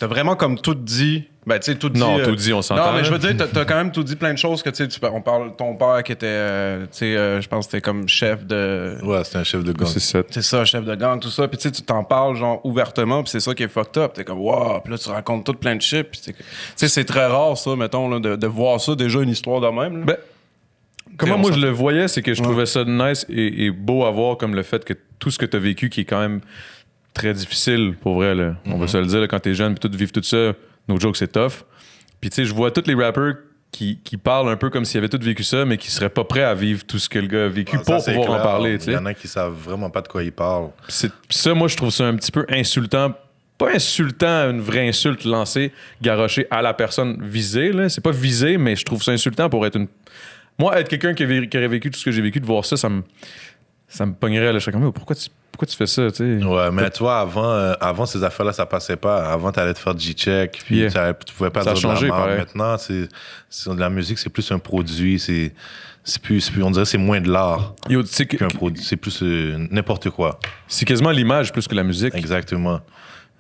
S5: T'as vraiment comme tout dit. Ben, tu sais, tout dit.
S2: Non,
S5: euh,
S2: tout dit, on s'entend,
S5: Non, mais je
S2: là.
S5: veux dire, t'as- t'as quand même tout dit plein de choses que, tu sais, tu- on parle, ton père qui était, euh, tu sais, euh, je pense que t'es comme chef de.
S3: Ouais, c'était un chef de gang.
S2: C'est ça.
S5: C'est ça, chef de gang, tout ça. Puis tu sais, tu t'en parles genre ouvertement, puis c'est ça qui est fucked up. T'es comme, wow, puis là, tu racontes tout plein de shit. Puis t'es- tu sais, c'est très rare, ça, mettons, là, de, de voir ça, déjà une histoire de même. là.
S2: Ben, comment
S5: on
S2: moi
S5: s'en-
S2: je le voyais, c'est que je trouvais ça nice et, et beau à voir comme le fait que tout ce que tu as vécu qui est quand même très difficile pour vrai. là. On
S3: Mhm.
S2: va se le dire, là, quand t'es jeune, puis tout vivre tout ça, nos jokes c'est tough. Puis tu sais, je vois tous les rappers qui, qui parlent un peu comme s'ils avaient tous vécu ça, mais qui seraient pas prêts à vivre tout ce que le gars a vécu
S3: Ça,
S2: pour
S3: c'est
S2: pouvoir en
S3: clair.
S2: parler. tu
S3: Il y
S2: sais.
S3: en a qui savent vraiment pas de quoi ils parlent.
S2: Puis c'est- puis ça, moi, je trouve ça un petit peu insultant. Pas insultant, une vraie insulte lancée, garochée à la personne visée. Là. C'est pas visé, mais je trouve ça insultant pour être une. Moi, être quelqu'un qui, a vé- qui aurait vécu tout ce que j'ai vécu, de voir ça, ça me, ça me pognerait. Là. Je serais comme, Mais pourquoi tu, pourquoi tu fais ça? tu sais?
S3: Ouais, mais toi, avant, euh, avant ces affaires-là, ça passait pas. Avant, t'allais te faire G-check, puis
S2: Yeah.
S3: t'allais- tu pouvais pas
S2: Ça a
S3: dire de la
S2: changé,
S3: merde.
S2: pareil.
S3: Maintenant, c'est, c'est- la musique, c'est plus un produit. C'est, c'est plus, c'est plus- on dirait que c'est moins de l'art
S2: Yo, tu sais que-
S3: qu'un produit. C'est plus euh, n'importe quoi.
S2: c'est quasiment l'image plus que la musique.
S3: Exactement.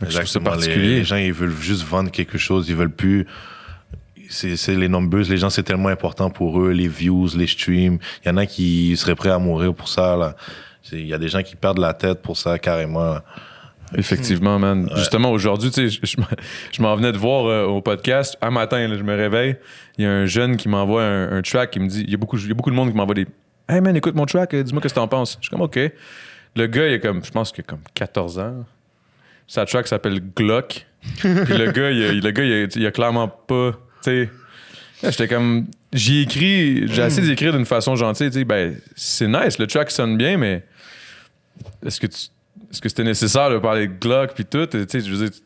S2: je trouve ça
S3: Exactement. Les-
S2: particulier.
S3: Les, gens, ils veulent juste vendre quelque chose. Ils veulent plus. C'est, c'est les numbers. Les gens, c'est tellement important pour eux. Les views, les streams. Il y en a qui seraient prêts à mourir pour ça. là. C'est- Il y a des gens qui perdent la tête pour ça, carrément. là.
S2: Effectivement, man. Justement, aujourd'hui, tu sais, je- je, m'en- je m'en venais de voir euh, au podcast. Un matin, là, je me réveille, il y a un jeune qui m'envoie un, un track qui me dit il y, a beaucoup, il y a beaucoup de monde qui m'envoie des Hey man, écoute mon track, euh, dis-moi qu'est-ce que t'en penses. Je suis comme OK. Le gars, il a comme, je pense qu'il a comme 14 ans. Sa track s'appelle Glock. Puis le gars, il a, le gars, il a, il a clairement pas. Tu sais, Là, j'étais comme. J'y ai écrit, j'ai essayé d'écrire d'une façon gentille. Tu sais, ben, c'est nice, le track sonne bien, mais est-ce que tu. Est-ce que c'était nécessaire de parler de Glock puis tout? Tu sais, je veux dire,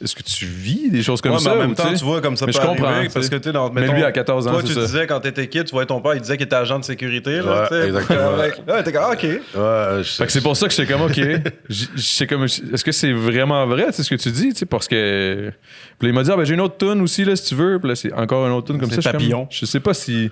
S2: est-ce que tu vis des choses comme
S5: Ouais,
S2: ça?
S5: mais en
S2: ou,
S5: même temps,
S2: sais?
S5: tu vois, comme ça
S2: Mais
S5: peut
S2: je comprends,
S5: arriver,
S2: tu
S5: parce
S2: sais.
S5: que, tu sais, dans-
S2: Mais
S5: mettons,
S2: lui, à 14 ans,
S5: Toi,
S2: c'est
S5: tu
S2: ça.
S5: disais, quand t'étais kid, tu voyais ton père, il disait qu'il était agent de sécurité, là,
S3: Ouais,
S5: tu sais.
S3: exactement.
S5: Ouais, t'es comme, ah, OK.
S3: Ouais, je-
S2: Fait que c'est pour ça que j'étais comme, OK. J- j'étais comme, est-ce que c'est vraiment vrai, tu sais, ce que tu dis? Tu sais, parce que. Puis là, il m'a dit, ah, ben, j'ai une autre tune aussi, là, si tu veux. Puis là, c'est encore une autre tune comme ça.
S5: C'est
S2: Je suis comme,
S5: papillon.
S2: je sais pas si.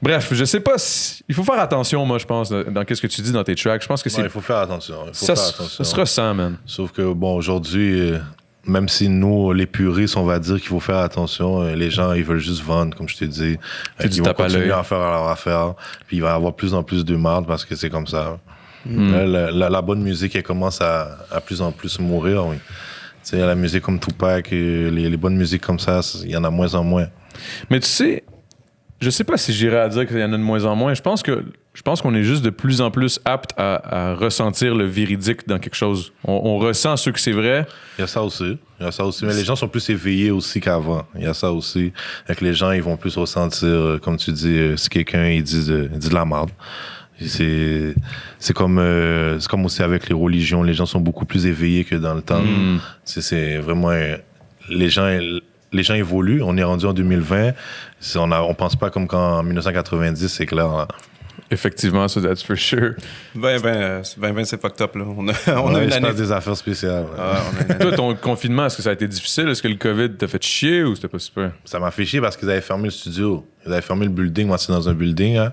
S2: Bref, je sais pas si. Il faut faire attention, moi, je pense, dans, dans qu'est-ce que tu dis dans tes tracks. Je pense que
S3: Ouais,
S2: c'est.
S3: il faut faire attention. il faut
S2: ça,
S3: faire
S2: se-
S3: attention.
S2: ça se ressent, man.
S3: Sauf que, bon, aujourd'hui, euh, même si nous, les puristes, on va dire qu'il faut faire attention, euh, les gens, ils veulent juste vendre, comme je te dis.
S2: C'est du
S3: ils vont
S2: tape à l'œil.
S3: continuer à faire leur affaire. Puis il va y avoir plus en plus de marde parce que c'est comme ça.
S2: Hmm.
S3: Là, la, la- la bonne musique, elle commence à, à plus en plus mourir, oui. Tu sais, la musique comme Tupac, euh, les, les bonnes musiques comme ça, c'est- il y en a moins en moins.
S2: Mais tu sais, je sais pas si j'irais à dire qu'il y en a de moins en moins. Je pense que je pense qu'on est juste de plus en plus apte à, à ressentir le véridique dans quelque chose. On, on ressent ce que c'est vrai.
S3: Il y a ça aussi. Il y a ça aussi. Mais les gens sont plus éveillés aussi qu'avant. Il y a ça aussi. Fait que les gens, ils vont plus ressentir, euh, comme tu dis, euh, si quelqu'un, il dit de, il dit de la merde. C'est, c'est comme, euh, c'est comme aussi avec les religions. Les gens sont beaucoup plus éveillés que dans le temps.
S5: Hmm.
S3: C'est, c'est vraiment, euh, les gens, euh, les gens évoluent. On est rendu en 2020. C'est- on a, on pense pas comme quand en 1990, c'est clair. là.
S2: Effectivement, ça, that's for sure.
S5: 20, 20, euh, 20, 20, c'est fucked up, là. On a, on
S3: Ouais,
S5: a
S3: il
S5: une
S3: se
S5: année.
S3: passe des affaires spéciales. ouais.
S5: Ah, on a une année.
S2: Toi, ton confinement, est-ce que ça a été difficile? Est-ce que le COVID t'a fait chier ou c'était pas super?
S3: ça m'a fait chier parce qu'ils avaient fermé le studio. Ils avaient fermé le building. Moi, c'est dans un building. hein.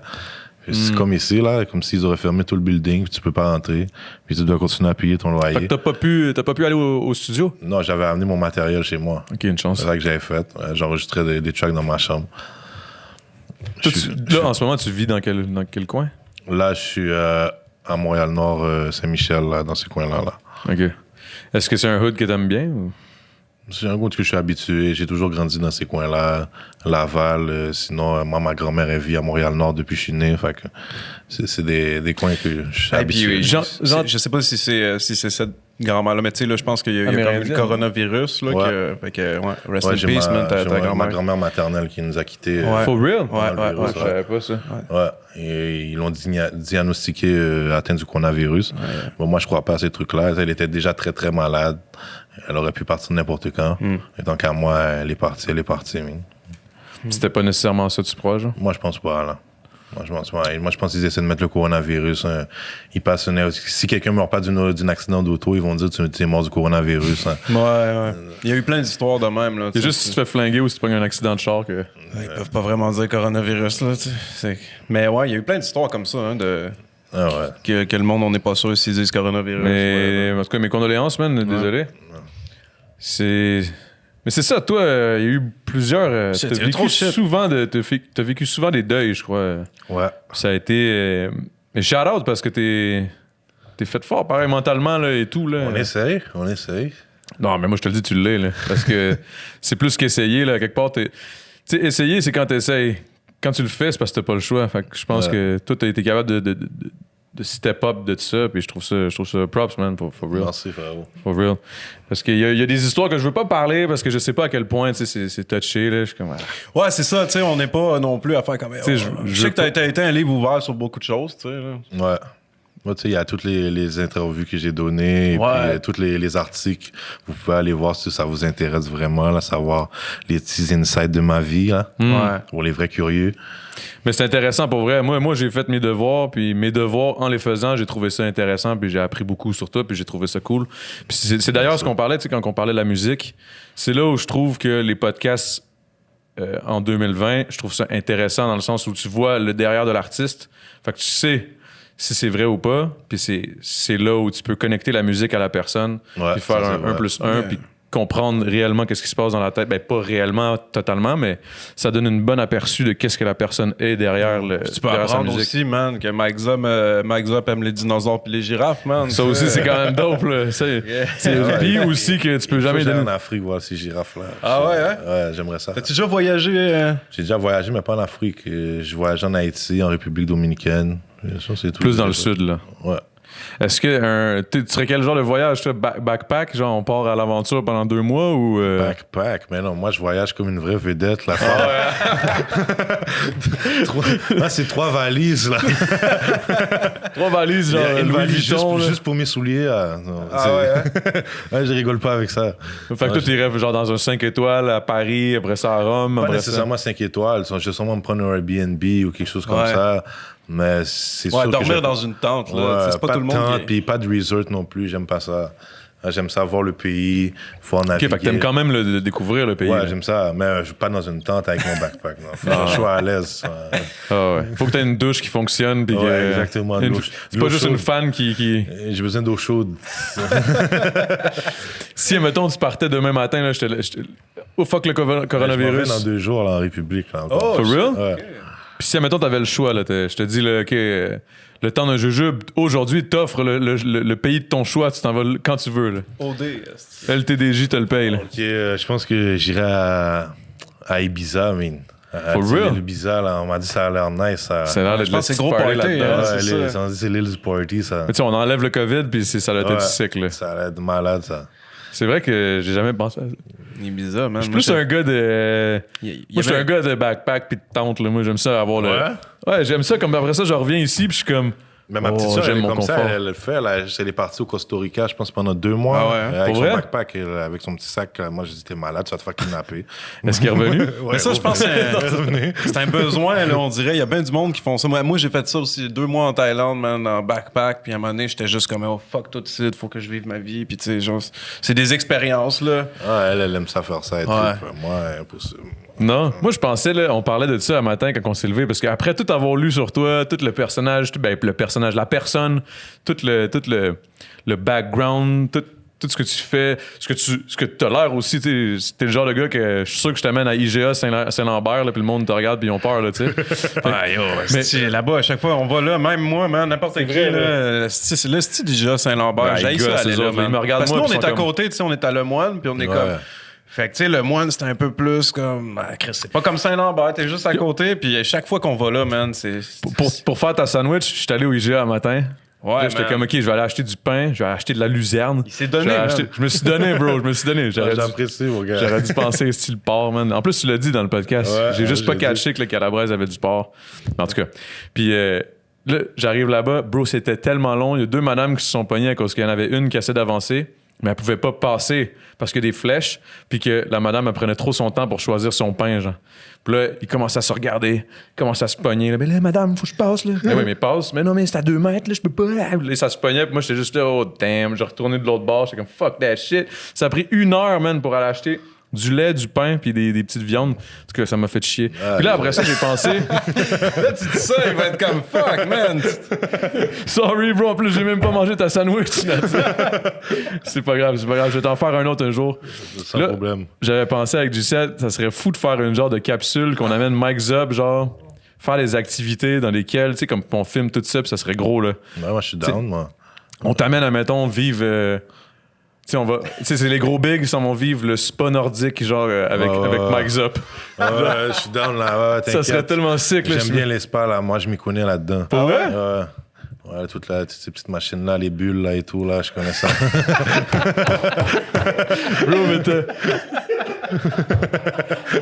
S3: C'est
S2: Hmm.
S3: comme ici, là, comme s'ils auraient fermé tout le building, puis tu peux pas rentrer, puis tu dois continuer à payer ton
S2: Fait que
S3: loyer.
S2: t'as pas pu, t'as pas pu aller au, au studio.
S3: Non, j'avais amené mon matériel chez moi.
S2: Ok, une chance.
S3: C'est ça que j'avais fait. Euh, J'enregistrais des, des tracks dans ma chambre.
S2: Toi,
S3: Je
S2: tu-
S3: suis-
S2: là, en ce moment, tu vis dans quel, dans quel coin
S3: Là, je suis euh, à Montréal-Nord, euh, Saint-Michel, là, dans ces coins-là. Là.
S2: Ok. Est-ce que c'est un hood que t'aimes bien ou-
S3: C'est un goût que je suis habitué. J'ai toujours grandi dans ces coins-là, Laval. euh, sinon, euh, moi, ma grand-mère, elle vit à Montréal-Nord depuis que je suis né. Fait que c'est c'est des, des coins que je suis
S5: Et Ah, puis,
S3: habitué.
S5: oui,
S2: Jean-
S5: c'est-
S2: Jean-
S5: je sais pas si c'est euh, si c'est cette grand-mère-là, mais tu sais, là, je pense qu'il y a, il y a comme eu
S2: Amérindienne.
S5: le coronavirus, là,
S3: Ouais.
S5: que, fait que, ouais, rest
S3: Ouais,
S5: in
S3: j'ai
S5: peace,
S3: ma,
S5: man, ta,
S3: j'ai
S5: ta
S3: ma- ma
S5: grand-mère.
S3: grand-mère maternelle qui nous a quittés. euh,
S5: Ouais.
S2: For real
S5: Ouais,
S3: Ouais,
S5: ouais,
S3: le
S5: ouais.
S3: virus, ouais.
S2: pas ça.
S3: Ouais, et ils l'ont digna- diagnostiqué euh, atteinte du coronavirus. Bon, moi, je crois pas à ces trucs-là. Elle était déjà très, très malade. Elle aurait pu partir n'importe quand.
S5: Hmm.
S3: Et donc, à moi, elle est partie, elle est partie. mais
S2: C'était pas nécessairement ça, tu crois, genre
S3: Moi, je pense pas, là. Moi, je pense pas. Et Moi, je pense qu'ils essaient de mettre le coronavirus. hein. Ils passent une- Si quelqu'un meurt pas d'une d'un accident d'auto, ils vont dire tu tu es mort du coronavirus. hein.
S5: Ouais, ouais. Il y a eu plein d'histoires de même, là.
S2: C'est
S5: tu sais,
S2: juste si tu te fais flinguer ou si tu prends un accident de char que.
S5: Ouais, Ils peuvent pas vraiment dire coronavirus, là, tu sais. C'est- Mais ouais, il y a eu plein d'histoires comme ça, hein, de...
S3: Ah ouais.
S5: que, que le monde, on n'est pas sûr s'ils disent coronavirus.
S2: Mais en tout cas, mes condoléances, man. Désolé. C'est. Mais c'est ça, toi, euh, il y a eu plusieurs. euh,
S5: Shit,
S2: T'as
S5: il y a trop
S2: vécu,
S5: de shit.
S2: souvent de- t'as fait- t'as vécu souvent des deuils, je crois.
S3: Ouais.
S2: Ça a été. euh, Mais shout out parce que t'es. T'es fait fort, pareil, mentalement là, et tout. Là.
S3: On essaye, on essaye.
S2: Non, mais moi, je te le dis, tu l'es. Là, parce que c'est plus qu'essayer. Là, quelque part, t'es- tu sais, essayer, c'est quand tu essayes. Quand tu le fais, c'est parce que t'as pas le choix. Fait que je pense
S3: Ouais.
S2: que toi, t'as été capable de, de, de- de step up de tout ça. Puis je trouve ça, je trouve ça props, man, for, for real.
S3: Merci, frérot.
S2: For real. Parce qu'il y, a- il y a des histoires que je veux pas parler parce que je sais pas à quel point tu sais, c'est c'est touché. Là. Je suis comme. ah.
S5: Ouais, c'est ça, tu sais, on n'est pas euh, non plus à faire comme... oh,
S2: sais, je-
S5: je,
S2: je
S5: sais
S2: veux
S5: que t'as t'as été un livre ouvert sur beaucoup de choses, tu sais, là.
S3: Ouais. Moi, tu sais, il y a toutes les, les interviews que j'ai données, et
S5: Ouais.
S3: puis euh, tous les, les articles. Vous pouvez aller voir si ça vous intéresse vraiment, là, savoir les petits insights de ma vie, là,
S5: Ouais.
S3: pour les vrais curieux.
S2: Mais c'est intéressant pour vrai. Moi, moi j'ai fait mes devoirs, puis mes devoirs, en les faisant, j'ai trouvé ça intéressant, puis j'ai appris beaucoup sur toi, puis j'ai trouvé ça cool. Puis c'est c'est d'ailleurs ce qu'on parlait, tu sais, quand on parlait de la musique. C'est là où je trouve que les podcasts euh, en 2020, je trouve ça intéressant dans le sens où tu vois le derrière de l'artiste. Fait que tu sais si c'est vrai ou pas, puis c'est c'est là où tu peux connecter la musique à la personne,
S3: Ouais,
S2: puis faire
S3: ça,
S2: un
S3: c'est
S2: 1
S3: vrai.
S2: plus 1,
S5: Ouais.
S2: puis comprendre réellement qu'est-ce qui se passe dans la tête. Ben, pas réellement, totalement, mais ça donne une bonne aperçu de qu'est-ce que la personne est derrière, le,
S5: Tu peux
S2: derrière sa
S5: apprendre
S2: musique.
S5: aussi, man, que Mike Zop, euh, Mike Zop aime les dinosaures puis les girafes, man.
S2: Ça aussi, c'est quand même dope. Là. Ça, C'est
S3: Ouais.
S2: puis aussi que tu peux
S3: Faut que
S2: jamais
S3: j'aille
S2: donner...
S3: en Afrique voir ces girafes-là.
S5: Ah ouais, hein?
S3: Ouais, j'aimerais ça.
S5: T'as-tu déjà voyagé... euh,
S3: J'ai déjà voyagé, mais pas en Afrique. Euh, Je voyage en Haïti, en République dominicaine. Bien sûr, c'est tout. Euh,
S2: Plus dans le sud, là.
S3: Ouais.
S2: Est-ce que un- tu tu serais quel genre de voyage, toi? Back- backpack, genre on part à l'aventure pendant deux mois ou... euh,
S3: Backpack, mais non, moi je voyage comme une vraie vedette, là. Trois- Là, c'est trois valises, là.
S2: Trois valises,
S3: Il y
S2: genre
S3: a une
S2: Louis
S3: valise juste,
S2: Vuitton. là.
S3: juste pour mes souliers. là. Non, c'est- Ouais, je rigole pas avec ça.
S2: Fait que toi, t'irais genre dans un 5 étoiles à Paris, après ça à Rome,
S3: Pas
S2: après ça...
S3: nécessairement 5 étoiles. Je vais sûrement me prendre un Airbnb ou quelque chose comme
S5: Ouais.
S3: ça. Mais c'est
S5: Ouais,
S3: sûr que
S5: dormir
S3: je-
S5: dans une tente,
S3: Ouais,
S5: là. tu sais, c'est pas, tout le
S3: de
S5: monde
S3: tente,
S5: qui... est-
S3: puis pas de resort non plus. J'aime pas ça. Euh, J'aime ça voir le pays. Faut en
S2: Ok,
S3: naviguer.
S2: fait que t'aimes quand même le, le découvrir le pays. là.
S3: Ouais, j'aime ça. Mais euh, je suis pas dans une tente avec mon backpack. Non. Faut que Je suis à l'aise. ouais.
S2: Ah ouais. Faut que t'aies une douche qui fonctionne. puis
S3: Ouais,
S2: que-
S3: exactement, de
S2: une-
S3: l'eau-
S2: C'est
S3: de
S2: pas
S3: l'eau
S2: juste
S3: chaude.
S2: une fan qui. qui-
S3: Euh, J'ai besoin d'eau chaude.
S2: Si, mettons, tu partais demain matin, là, je te. je te- Oh fuck le covo-
S3: Je m'en vais dans
S2: coronavirus.
S3: deux jours là, en République. là, encore.
S5: Oh,
S2: For real?
S3: Ouais.
S2: Puis si, mettons, t'avais le choix, là, t'es- je te dis, là, OK, euh, le temps d'un jujube, aujourd'hui, t'offres le, le- le- le pays de ton choix, tu t'en vas l- quand tu veux. Là.
S5: OD, est-ce que-
S2: LTDJ te le paye. Là.
S3: Ok, euh, je pense que j'irai à, à Ibiza, man. À- à
S2: For
S3: l'île
S2: real?
S3: Ibiza, là, on m'a dit ça a l'air nice. Ça...
S2: Ça a l'air
S5: Je
S2: de
S5: pense que c'est
S2: le petit
S5: gros
S2: party
S5: party,
S2: là-dedans.
S5: hein.
S3: Ouais,
S5: c'est
S3: l'île-
S5: ça.
S3: on dit c'est l'île du party, ça.
S2: Mais tu sais, on enlève le COVID, puis c'est- ça l'a été
S3: Ouais.
S2: du cycle. là.
S3: Ça a l'air de malade, ça.
S2: C'est vrai que j'ai jamais pensé à ça.
S5: Ibiza, man.
S2: Je suis plus un gars de.
S5: Il y a- il y
S2: Moi, je suis
S5: avait-
S2: un gars de backpack puis de tente. Là. Moi, j'aime ça avoir le. Ouais, j'aime ça. Comme après ça, je reviens ici puis je suis comme.
S3: Mais ma
S2: Oh,
S3: petite soeur,
S2: j'aime
S3: elle est
S2: mon
S3: comme ça,
S2: confort.
S3: elle, elle le fait. là. Elle est partie au Costa Rica, je pense, pendant deux mois.
S5: Ah ouais, hein?
S3: euh, avec
S2: Pour
S3: son
S2: vrai?
S3: backpack, elle, avec son petit sac. euh, Moi, je dis, t'es malade, tu vas te faire kidnapper.
S2: Est-ce qu'il est revenu?
S5: Mais ça, je pense que
S3: Revenez.
S5: c'est un besoin, là, on dirait. Il y a bien du monde qui font ça. Moi, moi, j'ai fait ça aussi deux mois en Thaïlande, man, en backpack. Puis à un moment donné, j'étais juste comme, oh fuck tout de suite, faut que je vive ma vie. Puis tu sais, genre, c'est des expériences, là.
S3: Ah, elle, elle aime ça faire ça et
S5: Ouais.
S3: tout. Puis Moi, impossible.
S2: Non, moi je pensais, là, on parlait de ça un matin quand on s'est levé, parce qu'après tout avoir lu sur toi, tout le personnage, tout, ben, le personnage, la personne, tout le, tout le, le background, tout, tout ce que tu fais, ce que tu ce que as l'air aussi, tu sais, t'es le genre de gars que je suis sûr que je t'amène à IGA Saint- Saint-Lambert, là, puis le monde te regarde puis ils ont peur, là, tu sais.
S5: Ah, yo, esti, là-bas, à chaque fois, on va là, même moi, man, n'importe qui,
S2: oh, vrai,
S5: là, esti, c'est le style déjà Saint-Lambert.
S2: Ben,
S5: J'haïs
S2: les gars,
S5: ça, aller
S2: ces
S5: là,
S2: autres,
S5: man.
S2: ils me regardent
S5: Parce que
S2: moi,
S5: nous,
S2: puis
S5: on est
S2: ils
S5: à
S2: sont comme-
S5: côté, tu sais, on est à Lemoine, puis on est
S3: Ouais.
S5: comme... Fait que, tu sais, Lemoine, c'était un peu plus comme... Ah, Chris, c'est pas comme Saint-Lambert, t'es juste à côté, puis à chaque fois qu'on va là, man, c'est...
S2: pour, pour faire ta sandwich, je suis allé au IGA un matin.
S5: Ouais,
S2: Là, j'étais
S5: man.
S2: comme, OK, je vais aller acheter du pain, je vais acheter de la luzerne.
S5: Il s'est donné,
S2: Je vais
S5: man.
S2: acheter- Je me suis donné, bro, je me suis donné. J'aurais dû-
S3: J'apprécie, mon gars.
S2: J'aurais dû penser style porc, man. En plus, tu l'as dit dans le podcast.
S3: Ouais,
S2: j'ai
S3: ouais,
S2: juste pas
S3: j'ai
S2: catché que le Calabrese avait du porc. En tout cas. Puis euh, là, j'arrive là-bas. Bro, c'était tellement long. Il y a deux madames qui se sont pognées à cause qu'il y en avait une qui essayait d'avancer, mais elle pouvait pas passer parce que des flèches. Puis que la madame, elle prenait trop son temps pour choisir son pain, genre. Puis là, ils commencent à se regarder, ils commencent à se pogner. Là, mais là, madame, faut que je passe, là. mais oui, mais passe. Mais non, mais c'est à deux mètres, là, je peux pas. Là, ça se pognait. Puis moi, j'étais juste là, oh damn. Je retourné de l'autre bord. J'étais comme fuck that shit. Ça a pris une heure, man, pour aller acheter du lait, du pain, puis des, des petites viandes. En tout cas, ça m'a fait chier. puis là, après ça, j'ai pensé,
S5: Là, tu dis ça, il va être comme « Fuck, man!
S2: sorry bro, en plus, j'ai même pas mangé ta sandwich. c'est pas grave, c'est pas grave, je vais t'en faire un autre un jour.
S3: Sans
S2: Là,
S3: problème.
S2: J'avais pensé avec G7, ça serait fou de faire une genre de capsule qu'on amène Mike Zub, genre faire des activités dans lesquelles, tu sais, comme on filme tout ça, puis ça serait gros, là.
S3: Ouais, moi, je suis down, moi.
S2: On t'amène, admettons, vivre. euh, tu sais, on va. Tu sais, c'est les gros bigs, ça, on va vivre le spa nordique, genre, euh, avec,
S3: Ouais, ouais,
S2: avec
S3: ouais.
S2: Mike Zop.
S3: Ouais, ouais, je suis down, là. Ouais,
S2: Ça
S3: t'inquiète.
S2: serait tellement sick, là.
S3: J'aime bien l'espace, là. Moi, je m'y connais là-dedans.
S2: Pour vrai?
S3: Ouais. Ouais, toute la- toutes ces petites machines-là, les bulles, là, et tout, là, je connais ça.
S2: Bro, mais t'as-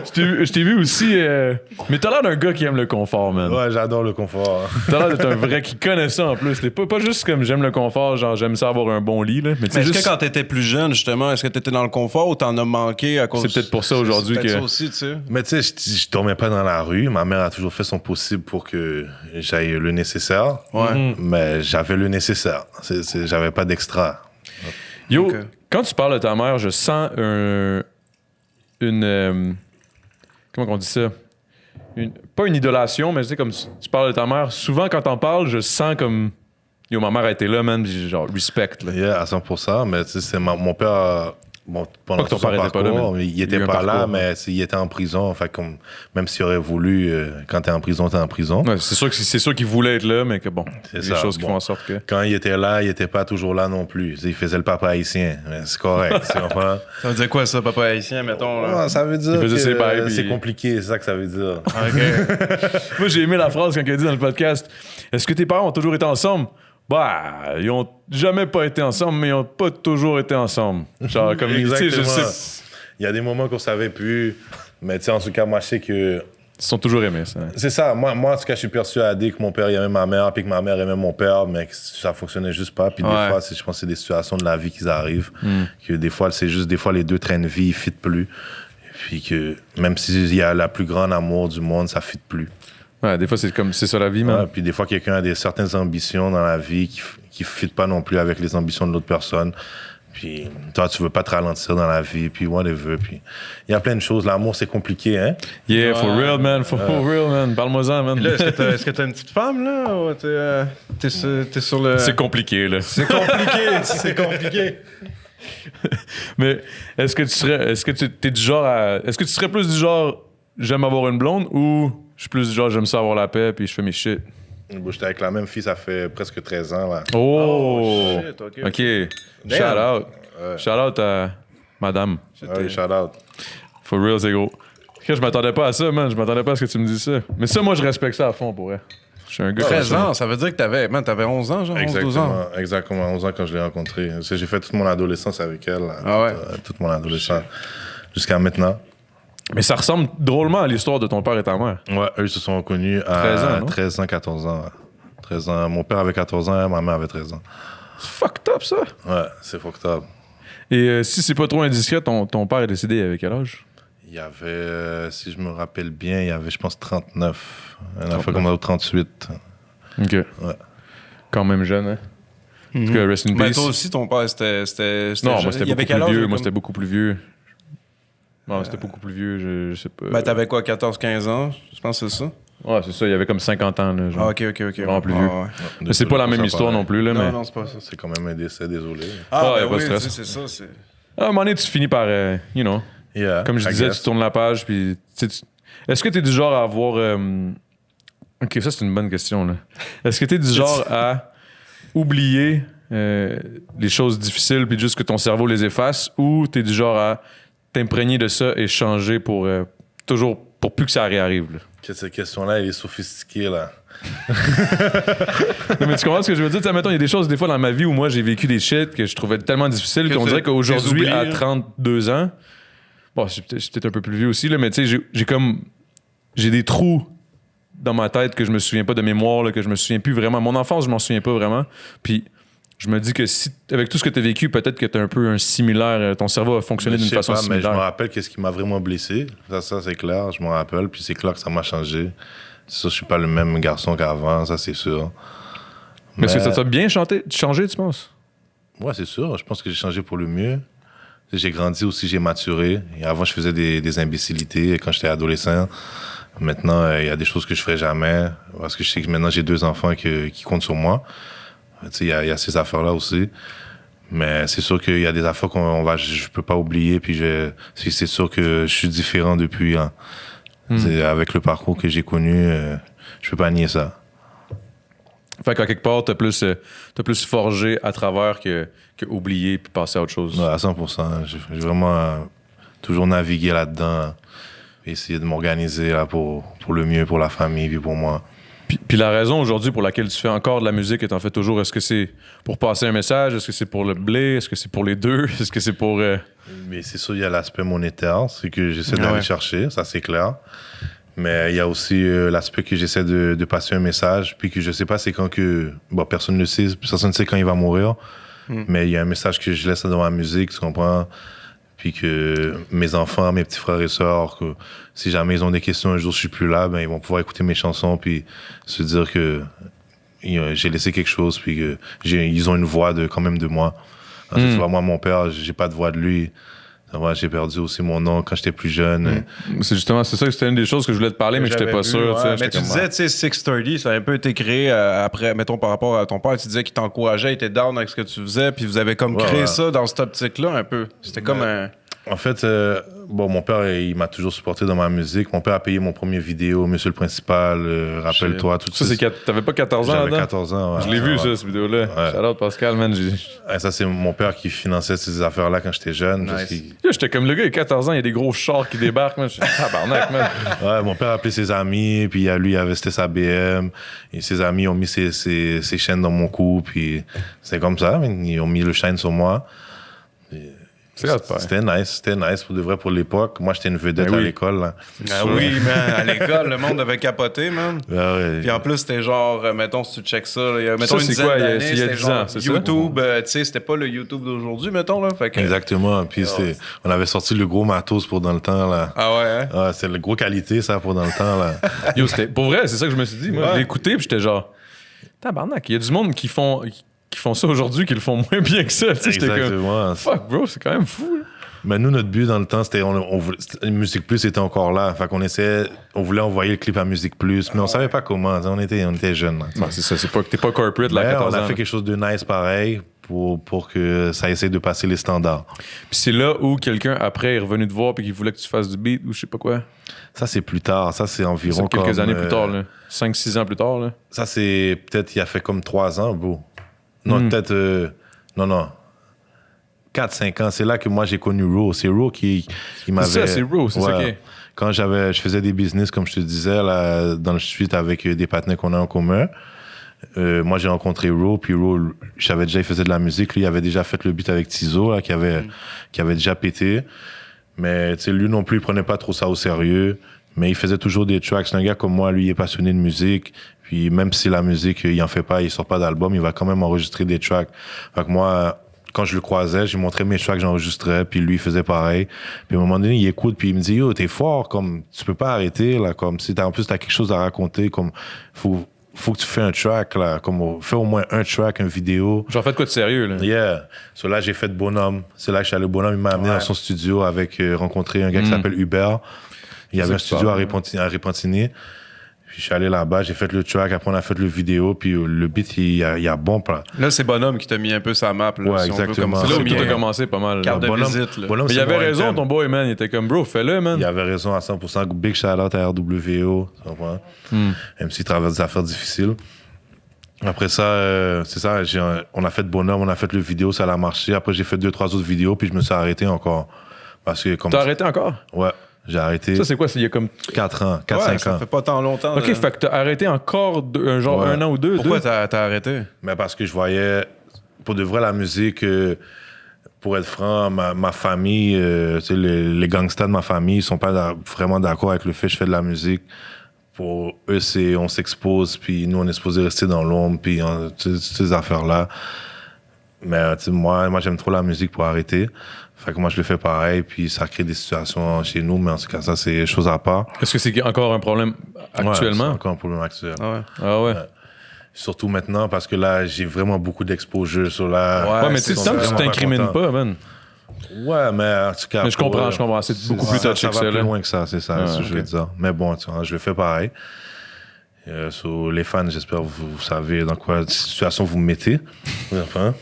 S2: Je t'ai- je t'ai vu aussi. euh, Mais t'as l'air d'un gars qui aime le confort, man.
S3: ouais, j'adore le confort.
S2: T'as l'air d'être un vrai qui connaît ça en plus. T'es Pas, pas juste comme j'aime le confort, genre j'aime ça avoir un bon lit, là. Mais, tu sais,
S5: Mais est-ce
S2: juste-
S5: que quand t'étais plus jeune, justement, est-ce que t'étais dans le confort ou t'en as manqué à cause
S2: C'est peut-être pour ça aujourd'hui
S5: C'est peut-être
S2: que-
S5: ça aussi, tu sais.
S3: Mais tu sais, je, je dormais pas dans la rue. Ma mère a toujours fait son possible pour que j'aille le nécessaire.
S5: Ouais.
S3: Mais j'avais le nécessaire. C'est- c'est- J'avais pas d'extra.
S2: Yo,
S5: Ok.
S2: quand tu parles de ta mère, je sens un, une. euh, comment on dit ça? Une- pas une idolation, mais tu sais, comme tu, tu parles de ta mère, souvent quand t'en parles, je sens comme. Yo, ma mère a été là, man, puis j'ai genre respect, là.
S3: Yeah, à 100%. Mais tu sais, c'est ma- mon père. euh, Bon, pendant
S2: Pas que ton
S3: tout son
S2: père était pas là,
S3: parcours,
S2: mais
S3: il
S2: il y a eu
S3: était
S2: un
S3: pas là,
S2: parcours,
S3: mais c'est- il était en prison. Enfin, comme, même s'il aurait voulu, euh, quand t'es en prison, t'es en prison.
S2: Ouais, c'est sûr que- c'est sûr qu'il voulait être là, mais que bon,
S3: C'est
S2: des
S3: ça,
S2: choses qui
S3: bon.
S2: font en sorte que.
S3: Quand il était là, il était pas toujours là non plus. Tu sais, Il faisait le papa haïtien. Mais C'est correct. tu comprends?
S5: Ça veut dire quoi, ça, papa haïtien, mettons? Là?
S3: Ouais, ça veut dire
S2: Il
S3: que
S2: faisait ses bails,
S3: euh,
S2: puis-
S3: c'est compliqué. C'est ça que ça veut dire.
S2: Moi, j'ai aimé la phrase quand elle dit dans le podcast Est-ce que tes parents ont toujours été ensemble Bah, ils ont jamais pas été ensemble, mais ils ont pas toujours été ensemble. Genre, comme tu sais, je
S3: Exactement.
S2: sais.
S3: Il y a des moments qu'on savait plus. Mais tu sais, en tout cas, moi, je sais que.
S2: Ils se sont toujours aimés, ça.
S3: C'est ça. Moi, moi, en tout cas, je suis persuadé que mon père aimait ma mère, puis que ma mère aimait mon père, mais que ça fonctionnait juste pas. Puis
S5: Ouais.
S3: des fois, c'est- je pense que c'est des situations de la vie qui arrivent. Que des fois, c'est juste des fois, les deux trains de vie, ils fitent plus. Puis que même s'il y a la plus grande amour du monde, ça fit plus.
S2: Ouais, des fois, c'est comme c'est ça la vie, man.
S3: Ouais, puis des fois, quelqu'un a des certaines ambitions dans la vie qui f- qui ne fitent pas non plus avec les ambitions de l'autre personne. Puis toi, tu veux pas te ralentir dans la vie, puis whatever. Puis il y a plein de choses. L'amour, c'est compliqué, hein?
S2: Yeah, for real, man. For real, man. Parle-moi-en, man.
S5: Là, est-ce que t'as- est-ce que t'as une petite femme, là? Ou t'es, euh, t'es sur, t'es sur le...
S2: c'est compliqué, là.
S5: C'est compliqué, c'est compliqué.
S2: Mais est-ce que tu serais. Est-ce que tu es du genre à. Est-ce que tu serais plus du genre j'aime avoir une blonde ou je suis plus du genre j'aime ça avoir la paix puis je fais mes shit
S3: Bon, J'étais avec la même fille, ça fait presque 13 ans, là.
S2: Oh!
S5: shit, ok.
S2: ok. Shout out. Shout out à madame.
S3: Ouais, shout out.
S2: For real, c'est gros. Ok, Je m'attendais pas à ça, man. Je m'attendais pas à ce que tu me dises ça. Mais ça, moi, je respecte ça à fond pour vrai. Je suis un gars.
S5: 13 ans, ça veut dire que t'avais, man, t'avais 11 ans, genre, 11, 12 ans.
S3: Exactement, exactement, 11 ans quand je l'ai rencontrée. Tu sais, J'ai fait toute mon adolescence avec elle. là.
S5: Ah ouais?
S3: Toute, euh, toute mon adolescence. Jusqu'à maintenant.
S2: Mais ça ressemble drôlement à l'histoire de ton père et ta mère.
S3: Ouais, eux se sont reconnus à
S2: 13 ans,
S3: 13
S2: non?
S3: ans, 14 ans. ouais. 13 ans. Mon père avait 14 ans, ma mère avait 13 ans.
S2: C'est fucked up, ça.
S3: Ouais, c'est fucked up.
S2: Et euh, si c'est pas trop indiscret, ton, ton père est décédé avec quel âge?
S3: Il y avait, euh, si je me rappelle bien, il y avait, je pense, 39. Elle a
S2: 39.
S3: fait comme au 38.
S2: Ok.
S3: Ouais.
S2: Quand même jeune, hein. En tout
S5: Mhm.
S2: cas, rest in
S5: Hmm. Mais
S2: peace.
S5: toi aussi, ton père, c'était. c'était, c'était
S2: non,
S5: jeune.
S2: moi, c'était
S5: Il avait
S2: beaucoup
S5: quel
S2: plus
S5: âge,
S2: vieux.
S5: comme-
S2: Moi, c'était beaucoup plus vieux. Ouais, c'était beaucoup plus vieux, je, je sais pas.
S5: Ben, t'avais quoi, 14-15 ans? Je pense que c'est ça.
S2: Ouais, c'est ça, il y avait comme 50 ans, là. Genre.
S5: Ah, ok, ok, ok.
S2: Vraiment plus
S5: Ah,
S2: vieux.
S5: ouais.
S2: Mais c'est pas la même histoire non plus, là, mais.
S5: Non, non, c'est pas ça.
S3: C'est quand même un décès, désolé.
S5: Ah,
S2: Ah, y a
S5: ben
S2: pas de
S5: oui, tu
S2: stress.
S5: sais, c'est ça. c'est-
S2: Ah, À un moment donné, tu finis par, euh, you know,
S3: Yeah,
S2: comme je
S3: I
S2: disais,
S3: guess.
S2: tu tournes la page, puis tu sais, tu- Est-ce que t'es du genre à avoir... euh, Ok, ça, c'est une bonne question, là. Est-ce que t'es du genre à oublier euh, les choses difficiles, puis juste que ton cerveau les efface, ou t'es du genre à t'imprégner de ça et changer pour... euh, toujours pour plus que ça réarrive, là?
S3: Que cette question-là, elle est sophistiquée, là.
S2: Non, mais tu comprends ce que je veux dire? Tu sais, mettons, il y a des choses, des fois, dans ma vie où moi, j'ai vécu des shit que je trouvais tellement difficiles
S3: Que
S2: qu'on
S3: tu-
S2: dirait qu'aujourd'hui,
S3: t'es oublié,
S2: à
S3: hein.
S2: 32 ans, bon, je suis peut-être je suis peut-être un peu plus vieux aussi, là, mais tu sais, j'ai- j'ai comme. J'ai des trous dans ma tête que je me souviens pas de mémoire, là, que je me souviens plus vraiment. Mon enfance, je m'en souviens pas vraiment. Puis. Je me dis que si, avec tout ce que tu as vécu, peut-être que tu un peu un similaire, euh, ton cerveau a fonctionné
S3: Je
S2: d'une
S3: sais
S2: façon
S3: pas, mais je me
S2: similaire.
S3: rappelle qu'est-ce qui m'a vraiment blessé. Ça, ça c'est clair, je m'en rappelle. Puis c'est clair que ça m'a changé. Ça, je suis pas le même garçon qu'avant, ça, c'est sûr.
S2: Mais est-ce que
S3: Mais-
S2: ça t'a bien chanté, changé, tu penses?
S3: Ouais, c'est sûr. Je pense que j'ai changé pour le mieux. J'ai grandi aussi, j'ai maturé. Et avant, je faisais des, des imbécilités quand j'étais adolescent. Maintenant, euh, il y a des choses que je ferai jamais parce que je sais que maintenant j'ai deux enfants que- qui comptent sur moi. Euh, Tu sais, il y a, il y a ces affaires-là aussi. Mais c'est sûr qu'il y a des affaires qu'on on va, je peux pas oublier. Puis je, c'est c'est sûr que je suis différent depuis. hein. C'est- Avec le parcours que j'ai connu, euh, je peux pas nier ça.
S2: Fait qu'à quelque part, t'as plus, euh, t'as plus forgé à travers que, que oublié puis passé à autre chose.
S3: Ouais, à 100%. J'ai j'ai vraiment euh, toujours navigué là-dedans. hein. Essayer de m'organiser là pour, pour le mieux, pour la famille, puis pour moi.
S2: Puis, puis la raison aujourd'hui pour laquelle tu fais encore de la musique et t'en fais toujours, est-ce que c'est pour passer un message? Est-ce que c'est pour le blé? Est-ce que c'est pour les deux? Est-ce que c'est pour. euh,
S3: Mais c'est sûr, il y a l'aspect monétaire, c'est que j'essaie d'aller
S5: Ouais.
S3: chercher, ça c'est clair. Mais il y a aussi euh, l'aspect que j'essaie de, de passer un message, puis que je sais pas c'est quand que. Bon, personne ne le sait, personne ne sait quand il va mourir. Mais il y a un message que je laisse dans ma musique, tu comprends? Puis que mes enfants, mes petits frères et sœurs, que si jamais ils ont des questions un jour, je suis plus là, ben ils vont pouvoir écouter mes chansons, puis se dire que euh, j'ai laissé quelque chose, puis que j'ai- ils ont une voix de, quand même de moi. Parce que
S2: Mm.
S3: tu vois, moi, mon père, j'ai pas de voix de lui. Ça va, j'ai perdu aussi mon oncle quand j'étais plus jeune.
S2: C'est justement, c'est ça que c'était une des choses que je voulais te parler, mais que j'étais
S5: J'avais
S2: pas
S5: vu,
S2: sûr.
S5: ouais,
S2: tu sais,
S5: mais
S2: j'étais
S5: tu
S2: comme,
S5: disais, tu sais, 630, ça a un peu été créé euh, après, mettons, par rapport à ton père. Tu disais qu'il t'encourageait, il était down avec ce que tu faisais, puis vous avez comme
S3: Ouais,
S5: créé
S3: ouais.
S5: ça dans cette optique-là un peu. C'était comme un.
S3: En fait, euh, bon, mon père, il m'a toujours supporté dans ma musique. Mon père a payé mon premier vidéo, Monsieur le Principal, euh, rappelle-toi, tout
S2: ah, Ça, c'est
S3: ça.
S2: quat- T'avais pas 14 ans
S3: J'avais
S2: là
S3: 14 ans. ouais.
S2: Je l'ai vu,
S3: Ouais.
S2: ça, cette vidéo-là.
S3: Ouais.
S2: Shout out Pascal, man. j'ai-
S3: Ouais, ça, c'est mon père qui finançait ces affaires-là quand j'étais jeune. parce qu'il-
S2: Yo, J'étais comme le gars, il a 14 ans, il y a des gros chars qui débarquent, man. Je suis tabarnak, man.
S3: Ouais, mon père a appelé ses amis, puis à lui, il avait c'était sa BM. Et ses amis ont mis ses, ses- ses chaînes dans mon cou, puis c'est comme ça. Ils ont mis le chaîne sur moi.
S2: C'est hot, père.
S3: C'était nice, c'était nice pour de vrai pour l'époque. Moi, j'étais une vedette
S2: Ben oui.
S3: à l'école. là.
S5: Ah oui, man, à l'école, le monde avait capoté, man.
S3: Ah ouais.
S5: Puis en plus, c'était genre, euh, mettons, si tu checks ça, là, il y a, mettons,
S2: c'est
S5: une dizaine
S2: quoi, il y a-
S5: d'années,
S2: il y a
S5: c'était
S2: 10 ans,
S5: genre
S2: c'est ça?
S5: YouTube, euh, tu sais, c'était pas le YouTube d'aujourd'hui, mettons, là. Fait que-
S3: Exactement.
S2: Ah
S3: Puis c'est, on avait sorti le gros matos pour dans le temps là.
S5: Ah ouais, hein?
S3: Ah, c'est le gros qualité ça pour dans le temps là.
S2: Yo, c'était pour vrai, c'est ça que je me suis dit. Moi, je
S5: Ouais.
S2: l'ai écouté, puis j'étais genre, tabarnak, il y a du monde qui font, qui font ça aujourd'hui, qui le font moins bien que ça. Tu sais, j'étais comme,
S3: Exactement.
S2: fuck, bro, c'est quand même fou. là.
S3: Mais nous notre but dans le temps c'était on, on voulait- c'était- Musique Plus était encore là. Fait qu'on essayait on voulait envoyer le clip à Musique Plus
S2: Ah
S3: mais on savait pas comment. On était on était jeunes. là.
S2: Bah, c'est ça, c'est pas que t'es pas corporate là, à
S3: Mais Ben, on
S2: 14
S3: a
S2: ans.
S3: fait
S2: là.
S3: quelque chose de nice pareil pour pour que ça essaye de passer les standards.
S2: Puis c'est là où quelqu'un après est revenu te voir puis qu'il voulait que tu fasses du beat ou je sais pas quoi.
S3: Ça c'est plus tard. Ça c'est
S2: C'est
S3: environ
S2: quelques
S3: comme,
S2: années plus
S3: euh,
S2: tard, là. 5-6 ans plus tard, là.
S3: Ça, c'est peut-être il y a fait comme trois ans, bro. Non,
S2: Hmm.
S3: peut-être. euh, non, non. 4-5 ans, c'est là que moi j'ai connu Raw. C'est Raw qui, qui m'avait.
S2: ça, c'est Raw, c'est ça qui est.
S3: Quand j'avais, je faisais des business, comme je te disais, là, dans le suite avec euh, des partenaires qu'on a en commun, euh, moi j'ai rencontré Raw, puis Raw, je savais déjà, il faisait de la musique. Lui, il avait déjà fait le beat avec Tizo, là, qui, avait,
S2: Hmm.
S3: qui avait déjà pété. Mais tu sais, lui non plus, il prenait pas trop ça au sérieux. Mais il faisait toujours des tracks. C'est un gars comme moi, lui, il est passionné de musique. Puis même si la musique, il en fait pas, il sort pas d'album, il va quand même enregistrer des tracks. Fait que moi, quand je le croisais, j'ai montré mes tracks que j'enregistrais, puis lui, il faisait pareil. Puis à un moment donné, il écoute, puis il me dit, yo, t'es fort, comme, tu peux pas arrêter, là, comme, si t'as, en plus, t'as quelque chose à raconter, comme, faut, faut que tu fasses un track, là. Comme, au- fais au moins un track, une vidéo.
S2: J'en fais de quoi de sérieux, là.
S3: Yeah. So là, j'ai fait de Bonhomme. C'est là que je suis allé au Bonhomme. Il m'a amené dans son studio avec, euh, rencontrer un gars qui s'appelle Hubert. Il y avait un
S2: sais Mm. pas.
S3: studio à Repentigny. À Repentigny. Puis je suis allé là-bas, j'ai fait le track, après on a fait le vidéo, puis euh, le beat, il y a, il y a bon plan.
S5: Là, c'est Bonhomme qui t'a mis un peu sa map.
S3: Ouais,
S5: Là, si on veut,
S3: exactement.
S5: comme
S2: C'est
S5: ça.
S2: là où
S5: Puis,
S2: tout a
S5: euh,
S2: commencé pas mal. là.
S5: Carte de
S3: Bonhomme-
S5: visite, là.
S3: Bonhomme,
S2: Mais il
S3: c'est
S2: avait
S3: mon
S2: raison,
S3: anthem.
S2: ton boy, man. Il était comme, bro, fais-le, man.
S3: Il avait raison à 100%. Big shout out à RWO. Tu comprends?
S2: Mm.
S3: Même s'il traverse des affaires difficiles. Après ça, euh, c'est ça, j'ai un- on a fait Bonhomme, on a fait le vidéo, ça l'a marché. Après, j'ai fait deux, trois autres vidéos, puis je me suis arrêté encore. Parce que, comme.
S2: T'as arrêté encore?
S3: Ouais, j'ai arrêté
S2: Ça, c'est quoi? c'est- Il y a comme.
S3: 4 ans, 4,
S5: Ouais,
S3: 5
S5: ça
S3: ans.
S5: fait pas tant longtemps.
S2: Ok,
S5: là.
S2: fait que t'as arrêté encore deux- un genre
S3: Ouais.
S2: un an ou deux.
S5: Pourquoi
S2: deux?
S5: t'as t'as arrêté?
S3: Mais parce que je voyais, pour de vrai, la musique, euh, pour être franc, ma, ma famille, euh, tu sais, les, les gangsters de ma famille, ils sont pas d'a- vraiment d'accord avec le fait que je fais de la musique. Pour eux, c'est on s'expose, puis nous, on est supposé rester dans l'ombre, puis on- tu sais, ces affaires-là. Mais euh, tu sais, moi, moi j'aime trop la musique pour arrêter. Fait que moi, je le fais pareil, puis ça crée des situations chez nous, mais en tout cas, ça, c'est chose à part.
S2: Est-ce que c'est encore un problème
S3: Ouais,
S2: actuellement?
S3: c'est encore un problème actuel.
S5: Ah ouais.
S2: ah ouais.
S3: Surtout maintenant, parce que là, j'ai vraiment beaucoup d'exposure sur la.
S2: Ouais, mais tu
S3: c'est
S2: sais, tant que tu
S3: vraiment
S2: t'incrimines
S3: important.
S2: pas, man.
S3: Ouais, mais en tout cas.
S2: Mais je
S3: pour
S2: comprends,
S3: eux,
S2: je comprends. C'est beaucoup
S3: c'est-
S2: plus
S3: ça-
S2: touché
S3: Ça
S2: que
S3: va
S2: ça,
S3: plus
S2: là.
S3: loin que ça, c'est ça,
S2: Ah,
S3: c'est ce que je
S2: ok.
S3: veux dire. Mais bon, tu vois, je le fais pareil. Euh, so, les fans, j'espère vous, vous savez dans quoi situation vous me mettez. Enfin,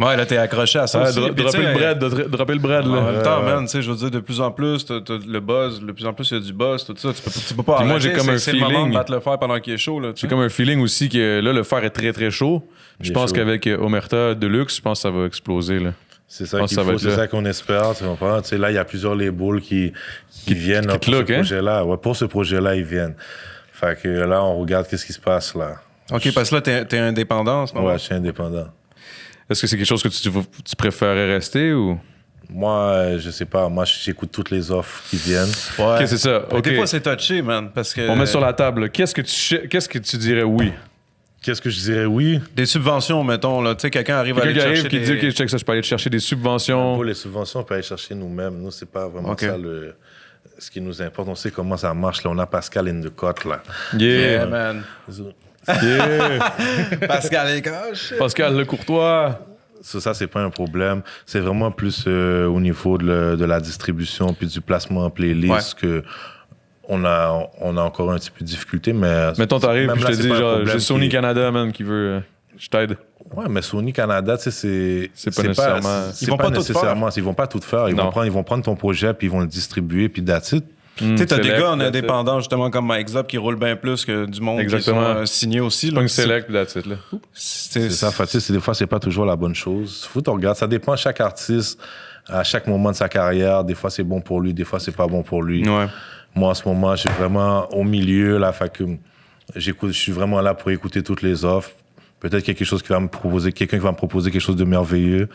S5: Ouais, là, t'es accroché à
S2: Ah,
S5: ça. aussi.
S2: dro-
S5: Puis, tu
S2: Dropper
S5: sais,
S2: le bread, dro- dropper le bread,
S5: En
S2: là.
S5: même temps, man, tu sais, je veux dire, de plus en plus, t'as, t'as le buzz, de plus en plus, il y a du buzz, tout ça. Tu peux, tu peux pas
S2: Puis moi,
S5: arrêter,
S2: j'ai comme
S5: c'est-
S2: un
S5: C'est le moment de
S2: feeling.
S5: battre le fer pendant qu'il est chaud, là. tu
S2: J'ai
S5: sais.
S2: comme un feeling aussi que là, le fer est très très chaud.
S3: Il
S2: Je
S3: est
S2: pense
S3: chaud.
S2: qu'avec euh, Omerta Deluxe, je pense que ça va exploser. Là.
S3: c'est ça
S2: Je pense
S3: qu'il
S2: que ça va
S3: faut,
S2: être
S3: c'est
S2: là.
S3: ça qu'on espère. Tu comprends? Tu sais, là, il y a plusieurs labels qui, qui, viennent
S2: qui
S3: là,
S2: te
S3: pour,
S2: look,
S3: ce
S2: hein?
S3: projet-là. Ouais, pour ce projet-là, ils viennent. Fait que là, on regarde qu'est-ce qui se passe là.
S5: Ok, parce que là, t'es, t'es indépendant, en ce moment.
S3: Ouais, je suis indépendant.
S2: Est-ce que c'est quelque chose que tu, tu préférais rester ou.
S3: Moi, euh, je sais pas. Moi, j'écoute toutes les offres qui viennent.
S5: Ouais.
S2: Ok, c'est ça.
S5: Mais
S2: Ok.
S5: Euh, Des fois, c'est euh, touché, man, parce que.
S2: On met sur la table. là. Qu'est-ce que tu ch- qu'est-ce que tu dirais oui?
S3: Qu'est-ce que je dirais oui
S5: Des subventions, mettons, là. Tu sais, quelqu'un arrive à
S2: Quelqu'un
S5: aller
S2: qui arrive
S5: chercher
S2: qui dit
S5: des-
S2: ok, check ça, je peux aller te chercher des subventions.
S3: Pour les subventions, on peut aller chercher nous-mêmes. Nous, c'est pas vraiment
S5: Ok.
S3: ça le, ce qui nous importe. On sait comment ça marche. Là, on a Pascal Endecotte, là.
S5: Yeah,
S2: Yeah.
S5: man.
S2: yeah.
S5: Pascal oh, Écoche.
S2: Pascal Le Courtois.
S3: Ça, ça c'est pas un problème. C'est vraiment plus euh, au niveau de, le- de la distribution puis du placement en playlist que on a, on a encore un petit peu de difficulté. Mais
S2: Mettons, t'arrives
S3: même
S2: puis je
S3: là,
S2: te
S3: c'est
S2: dis
S3: pas un
S2: genre,
S3: problème
S2: j'ai Sony
S3: qui-
S2: Canada, man, qui veut. euh, je t'aide.
S3: Ouais, mais Sony Canada, tu sais, c'est.
S2: C'est pas nécessairement-
S3: Ils vont pas,
S5: tout faire.
S3: nécessairement. Ils vont pas tout faire. Ils
S2: Non.
S3: vont, prendre, ils vont prendre ton projet puis ils vont le distribuer puis that's it.
S5: Tu sais, t'as des
S2: Hmm, Select,
S5: gars en
S2: that's it.
S5: indépendant, justement, comme Mike Zop, qui roule bien plus que du monde
S2: Exactement.
S5: qui sont euh, signés aussi. là.
S2: Punk Select, that's it. Là.
S5: C'est,
S3: C'est ça, fait, tu sais, c'est- des fois, c'est pas toujours la bonne chose. Faut qu'on regarde. Ça dépend de chaque artiste à chaque moment de sa carrière. Des fois, c'est bon pour lui, des fois, c'est pas bon pour lui.
S5: Ouais.
S3: Moi, en ce moment, je suis vraiment au milieu, là, fait que j'écoute, je suis vraiment là pour écouter toutes les offres. Peut-être quelque chose qui va me proposer, quelqu'un qui va me proposer quelque chose de merveilleux.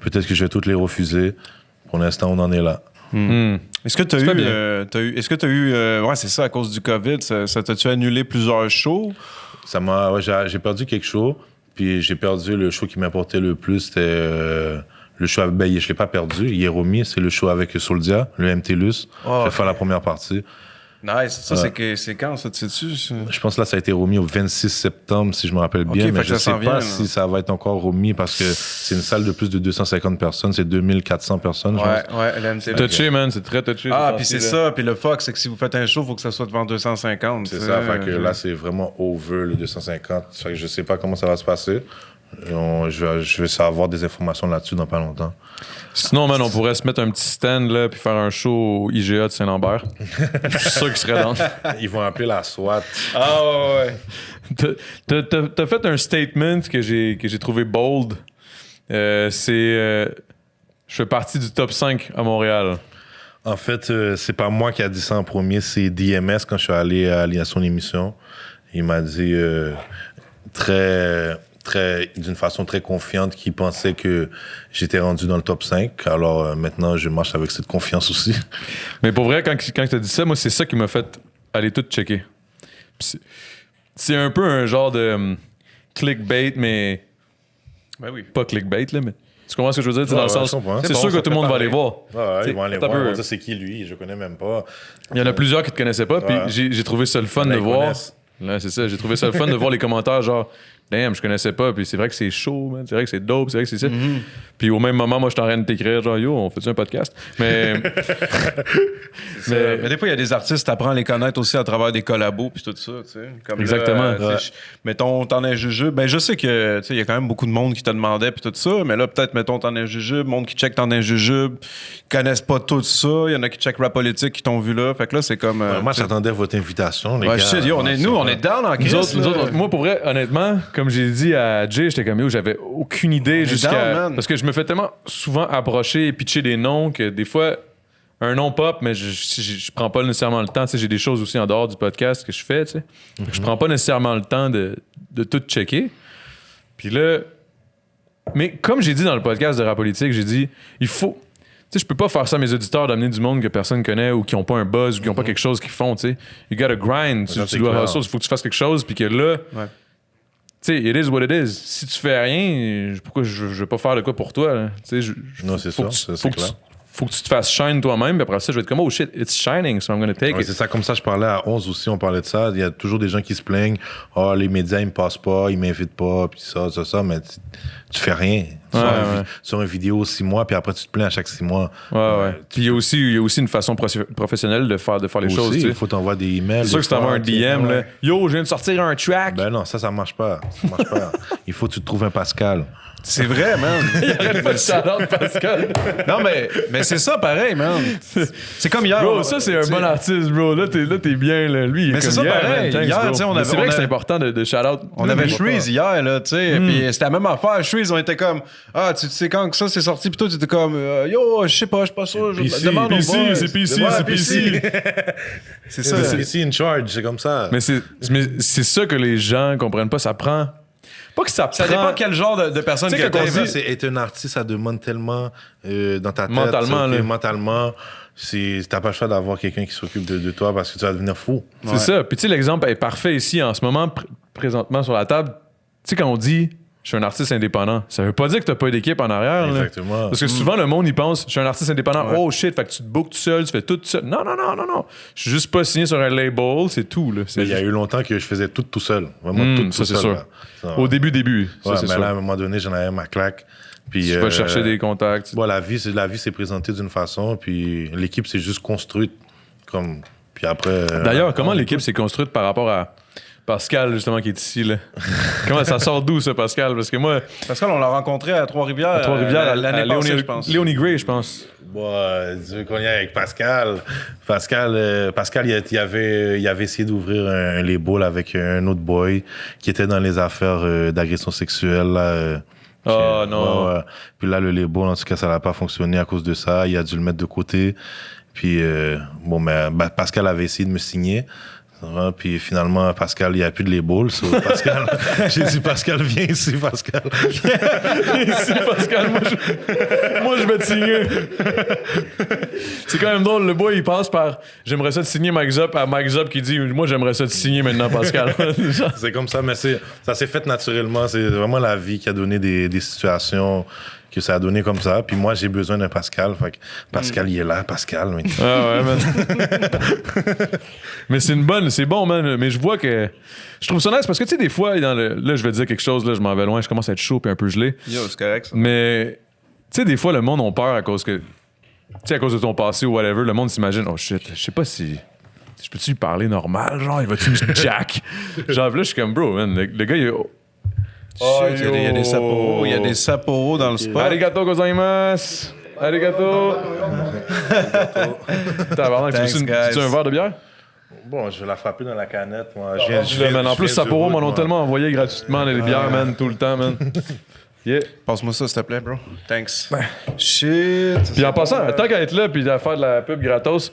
S3: Peut-être que je vais toutes les refuser. Pour l'instant, on en est là.
S2: Hmm.
S5: Est-ce que t'as
S2: C'est
S5: eu,
S2: pas bien.
S5: euh, t'as eu, est-ce que t'as eu, euh, ouais, c'est ça, à cause du COVID, ça, ça t'a-tu annulé plusieurs shows?
S3: Ça m'a, ouais, j'ai j'ai perdu quelque chose. Puis j'ai perdu le show qui m'importait le plus, c'était euh, le show avec, ben, il- je l'ai pas perdu, il est remis, c'est le show avec Soldia, le MTLUS.
S5: Oh,
S3: je vais
S5: ok.
S3: faire la première partie.
S5: Nice. Ça, c'est, que, c'est quand, ça, tu sais-tu? ça?
S3: Je pense que là, ça a été remis au 26 septembre, si je me rappelle bien,
S5: fait
S3: mais
S5: que
S3: je
S5: ça
S3: sais
S5: s'en
S3: pas
S5: vient, là.
S3: si ça va être encore remis parce que c'est une salle de plus de 250 personnes, c'est 2400 personnes, je pense.
S5: Ouais, ouais, la MTV.
S2: Touché, man, c'est très touché.
S5: Ah,
S2: cette
S5: puis c'est
S2: partie-là.
S5: ça. Puis le fuck, c'est que si vous faites un show, faut que ça soit devant 250.
S3: C'est
S5: tu
S3: ça,
S5: sais.
S3: fait que là, c'est vraiment over le 250. Fait que je sais pas comment ça va se passer. On- je, vais, je vais savoir des informations là-dessus dans pas longtemps.
S2: Sinon, man, on pourrait se mettre un petit stand là, puis faire un show au IGA de Saint-Lambert. Je suis sûr qu'il serait dans.
S3: Ils vont appeler la SWAT.
S5: Ah, ouais, ouais.
S2: T'as- t'as- T'as t'as fait un statement que j'ai que j'ai trouvé bold. Euh, c'est. euh, je fais partie du top 5 à Montréal.
S3: En fait, euh, c'est pas moi qui a dit ça en premier, c'est DMS quand je suis allé à, à son émission. Il m'a dit euh, très, très, d'une façon très confiante qu'il pensait que j'étais rendu dans le top 5. Alors euh, maintenant, je marche avec cette confiance aussi.
S2: Mais pour vrai, quand, quand t'as dit ça, moi, c'est ça qui m'a fait aller tout checker. Puis c'est- C'est un peu un genre de hum, clickbait, mais
S5: Ben oui.
S2: pas clickbait, là, mais. Tu comprends ce que je veux dire? tu sais,
S3: Ouais,
S2: dans le
S3: ouais,
S2: sens.
S3: je comprends.
S2: C'est
S3: C'est
S2: sûr
S3: bon,
S2: que
S3: ça
S2: tout le
S3: fait
S2: monde va
S3: parler.
S2: aller voir.
S3: Ouais,
S2: T'sais,
S3: ils vont aller
S2: attends
S3: voir,
S2: un peu.
S3: ils vont dire c'est qui lui, je connais même pas.
S2: Il y en a plusieurs qui te connaissaient pas, puis
S3: Ouais.
S2: j'ai j'ai trouvé ça le fun
S3: Là,
S2: de
S3: ils
S2: voir.
S3: connaissent.
S2: Là, c'est ça. J'ai trouvé ça le fun de voir les commentaires, genre, damn, je connaissais pas. Puis c'est vrai que c'est chaud, man. C'est vrai que c'est dope. C'est vrai que c'est ça.
S3: Mm-hmm.
S2: Puis au même moment, moi, je suis en train de t'écrire, genre, yo, on fait un podcast? Mais.
S5: Mais,
S2: mais-
S5: mais des fois, il y a des artistes, t'apprends à les connaître aussi à travers des collabos puis tout ça, tu sais. Comme là,
S2: Exactement,
S5: euh, tu sais,
S2: ouais.
S5: je- mettons, t'en es jujube. Ben, je sais que, tu sais, il y a quand même beaucoup de monde qui te demandait puis tout ça, mais là, peut-être, mettons, t'en es jujube, monde qui check t'en es jujube, qui connaissent pas tout ça. Il y en a qui check rap politique qui t'ont vu là. Fait que là, c'est comme. euh,
S3: Moi,
S5: tu sais,
S3: j'attendais votre invitation, les
S5: ouais,
S3: gars.
S5: je sais, yo, on est, nous, on est down en crise.
S2: Nous autres, nous
S5: là.
S2: autres, moi, pour vrai, honnêtement, comme j'ai dit à Jay, j'étais comme yo, j'avais aucune idée
S5: est down,
S2: jusqu'à.
S5: man.
S2: Parce que je me fais tellement souvent approcher et pitcher des noms que des fois, un nom pop, mais je, je, je- je prends pas nécessairement le temps. Tu sais, j'ai des choses aussi en dehors du podcast que je fais, tu sais. Fait que Je prends pas nécessairement le temps de, de tout checker. Puis là, mais comme j'ai dit dans le podcast de Rap Politique, j'ai dit, il faut. Tu sais, je peux pas faire ça à mes auditeurs d'amener du monde que personne connaît ou qui ont pas un buzz ou qui ont pas quelque chose qu'ils font, tu sais. You gotta grind, tu,
S3: Non,
S2: tu
S3: Mhm. c'est
S2: dois
S3: clair.
S2: hustle, il faut que tu fasses quelque chose, puis que là,
S5: Ouais.
S2: tu sais, it is what it is. Si tu fais rien, je- pourquoi je, je vais pas faire de quoi pour toi, là? Tu sais, je- je-
S3: Non, c'est
S2: faut
S3: ça,
S2: que tu-
S3: ça, c'est
S2: faut que tu-
S3: clair.
S2: Faut que tu te fasses shine toi-même, puis après ça, je vais être comme, oh shit, it's shining, so I'm gonna take
S3: Ouais,
S2: it.
S3: c'est ça, comme ça, je parlais à 11 aussi, on parlait de ça. Il y a toujours des gens qui se plaignent. Ah, les médias, ils me passent pas, ils m'invitent pas, puis ça, ça, ça, mais tu, tu fais rien. Tu
S2: Ouais,
S3: sors un vi-
S2: ouais.
S3: tu sors une vidéo six mois, puis après, tu te plains à chaque six mois.
S2: Ouais, ouais. Puis il y a aussi, il y a aussi une façon profe- professionnelle de faire, de faire les
S3: Aussi,
S2: choses, tu sais.
S3: il faut t'envoyer des emails.
S2: C'est sûr
S3: des
S2: que si t'envoies un
S3: fois, tu sais,
S2: DM,
S3: ouais.
S2: là, yo, je viens de sortir un track.
S3: Ben non, ça, ça marche pas. Ça marche pas. Il faut que tu te trouves un Pascal.
S5: C'est vrai, man.
S2: Arrête pas de shout-out Pascal.
S5: non, mais, mais c'est ça, pareil, man. C'est comme hier. on-
S2: Bro, ça, c'est un
S5: tu sais,
S2: bon artiste, bro. Là, t'es, là, t'es bien, là. Lui, il est
S5: Mais
S2: comme
S5: c'est ça,
S2: yeah,
S5: pareil.
S2: man, thanks,
S5: Hier,
S2: bro.
S5: tu sais, on
S2: Mais
S5: avait-
S2: C'est vrai
S5: on
S2: que c'est
S5: avait-
S2: important de, de shout-out.
S5: On avait Shreeze hier, là, tu sais.
S2: Mm.
S5: Puis c'était la même affaire. Shreeze, on était comme, ah, tu tu sais quand que ça c'est sorti. Puis toi, tu étais comme, euh, yo, je sais pas, je suis pas sûr. Je
S3: PC,
S5: demande au
S2: PC,
S5: boys.
S2: c'est PC,
S5: Ouais,
S2: c'est PC.
S5: C'est ça.
S3: C'est ici in charge, c'est comme ça.
S2: Mais c'est, mais c'est ça que les gens comprennent pas. Ça prend. Pas que ça,
S5: Ça
S2: prend.
S5: dépend quel genre de, de personne
S2: Tu sais,
S5: que
S2: quand on
S5: t'es,
S2: dit-
S5: man.
S3: Ça, c'est être un artiste, ça demande tellement euh, dans ta tête.
S2: Mentalement,
S3: c'est, ok,
S2: là.
S3: Mentalement, c'est, t'as pas le choix d'avoir quelqu'un qui s'occupe de, de toi parce que tu vas devenir fou.
S2: C'est ça. Puis tu sais, l'exemple est parfait ici en ce moment, pr- présentement sur la table. Tu sais, quand on dit je suis un artiste indépendant, ça veut pas dire que t'as pas d'équipe en arrière. là.
S3: Exactement.
S2: Ah. Parce que souvent, le monde, il pense je suis un artiste indépendant. Oh shit, fait que tu te bookes tout seul, tu fais tout seul. Non, non, non, non, non. Je suis juste pas signé sur un label, c'est tout. Là. C'est
S3: Il y a eu longtemps que je faisais tout tout seul. Vraiment
S2: Hmm,
S3: tout, tout
S2: ça, c'est
S3: seul.
S2: sûr.
S3: là. Ça,
S2: Au début, début. Ça,
S3: ouais,
S2: c'est
S3: mais
S2: sûr.
S3: là, à un moment donné, j'en avais ma claque. Puis,
S2: tu
S3: euh,
S2: vas chercher des contacts.
S3: Bon, la vie, c'est la vie s'est présentée d'une façon, puis l'équipe s'est juste construite. Comme, puis après. euh,
S2: D'ailleurs, comment l'équipe s'est construite par rapport à Pascal, justement, qui est ici? Là? comment ça sort d'où, ça, Pascal? Parce que moi,
S5: Parce que là, on l'a rencontré à Trois-Rivières.
S2: à Trois-Rivières,
S5: euh,
S2: à- à
S5: l'année
S2: Léonie,
S5: passée, je pense.
S2: Léonie Gray, je pense.
S3: Bon, euh, tu veux qu'on y aille avec Pascal. Pascal, euh, Pascal, il, a- il avait, il avait essayé d'ouvrir un, un label avec un autre boy qui était dans les affaires euh, d'agression sexuelle. là, euh, qui-
S2: Ah, non.
S3: ouais, ouais. Puis là, le label, en tout cas, ça n'a pas fonctionné à cause de ça. Il a dû le mettre de côté. Puis euh, bon, mais bah, Pascal avait essayé de me signer. Ça va, Puis finalement, Pascal, il n'y a plus de label. so, Pascal, j'ai dit, Pascal, viens ici, Pascal.
S2: Ici, Pascal, moi, je, moi, je vais te signer. C'est quand même drôle. Le boy, il passe par J'aimerais ça te signer Mike Zop à Mike Zop qui dit Moi, j'aimerais ça te signer maintenant, Pascal. Genre,
S3: C'est comme ça, mais c'est, ça s'est fait naturellement. C'est vraiment la vie qui a donné des, des situations que ça a donné comme ça. Puis moi, j'ai besoin d'un Pascal. Fait que
S2: Mm.
S3: Pascal, il est là, Pascal. mais-
S2: Ah ouais, man. mais c'est une bonne, c'est bon, man. Mais je vois que. Je trouve ça nice parce que, tu sais, des fois, dans le- là, je vais dire quelque chose, là, je m'en vais loin, je commence à être chaud puis un peu gelé.
S5: Yo, c'est correct, ça.
S2: Mais, tu sais, des fois, le monde a peur à cause que. Tu sais, à cause de ton passé ou whatever, le monde s'imagine, oh shit, je sais pas si. Je peux-tu lui parler normal? Genre, il va-tu me jack? genre, là, je suis comme, bro, man, le, le gars, il est.
S5: Oh, il y a des- il y a des Sapporo, il y a des Sapporo dans le spot.
S2: Arigato gozaimasu! Arigato! Tabarnak, tu
S5: Thanks,
S2: veux-tu une-
S5: guys.
S2: tu veux un verre de bière?
S3: Bon, je vais la frapper dans la canette. Moi. Je viens, je
S2: Là,
S3: viens-
S2: man, Ah, en
S3: je
S2: plus,
S3: viens du
S2: Sapporo
S3: route,
S2: m'en ont
S3: moi.
S2: tellement envoyé gratuitement les
S3: Ah.
S2: bières, man, tout le temps, man. Yeah.
S5: Passe-moi ça, s'il te plaît, bro. Thanks. Shit.
S2: Puis en passant, tant qu'à être là, puis à faire de la pub gratos,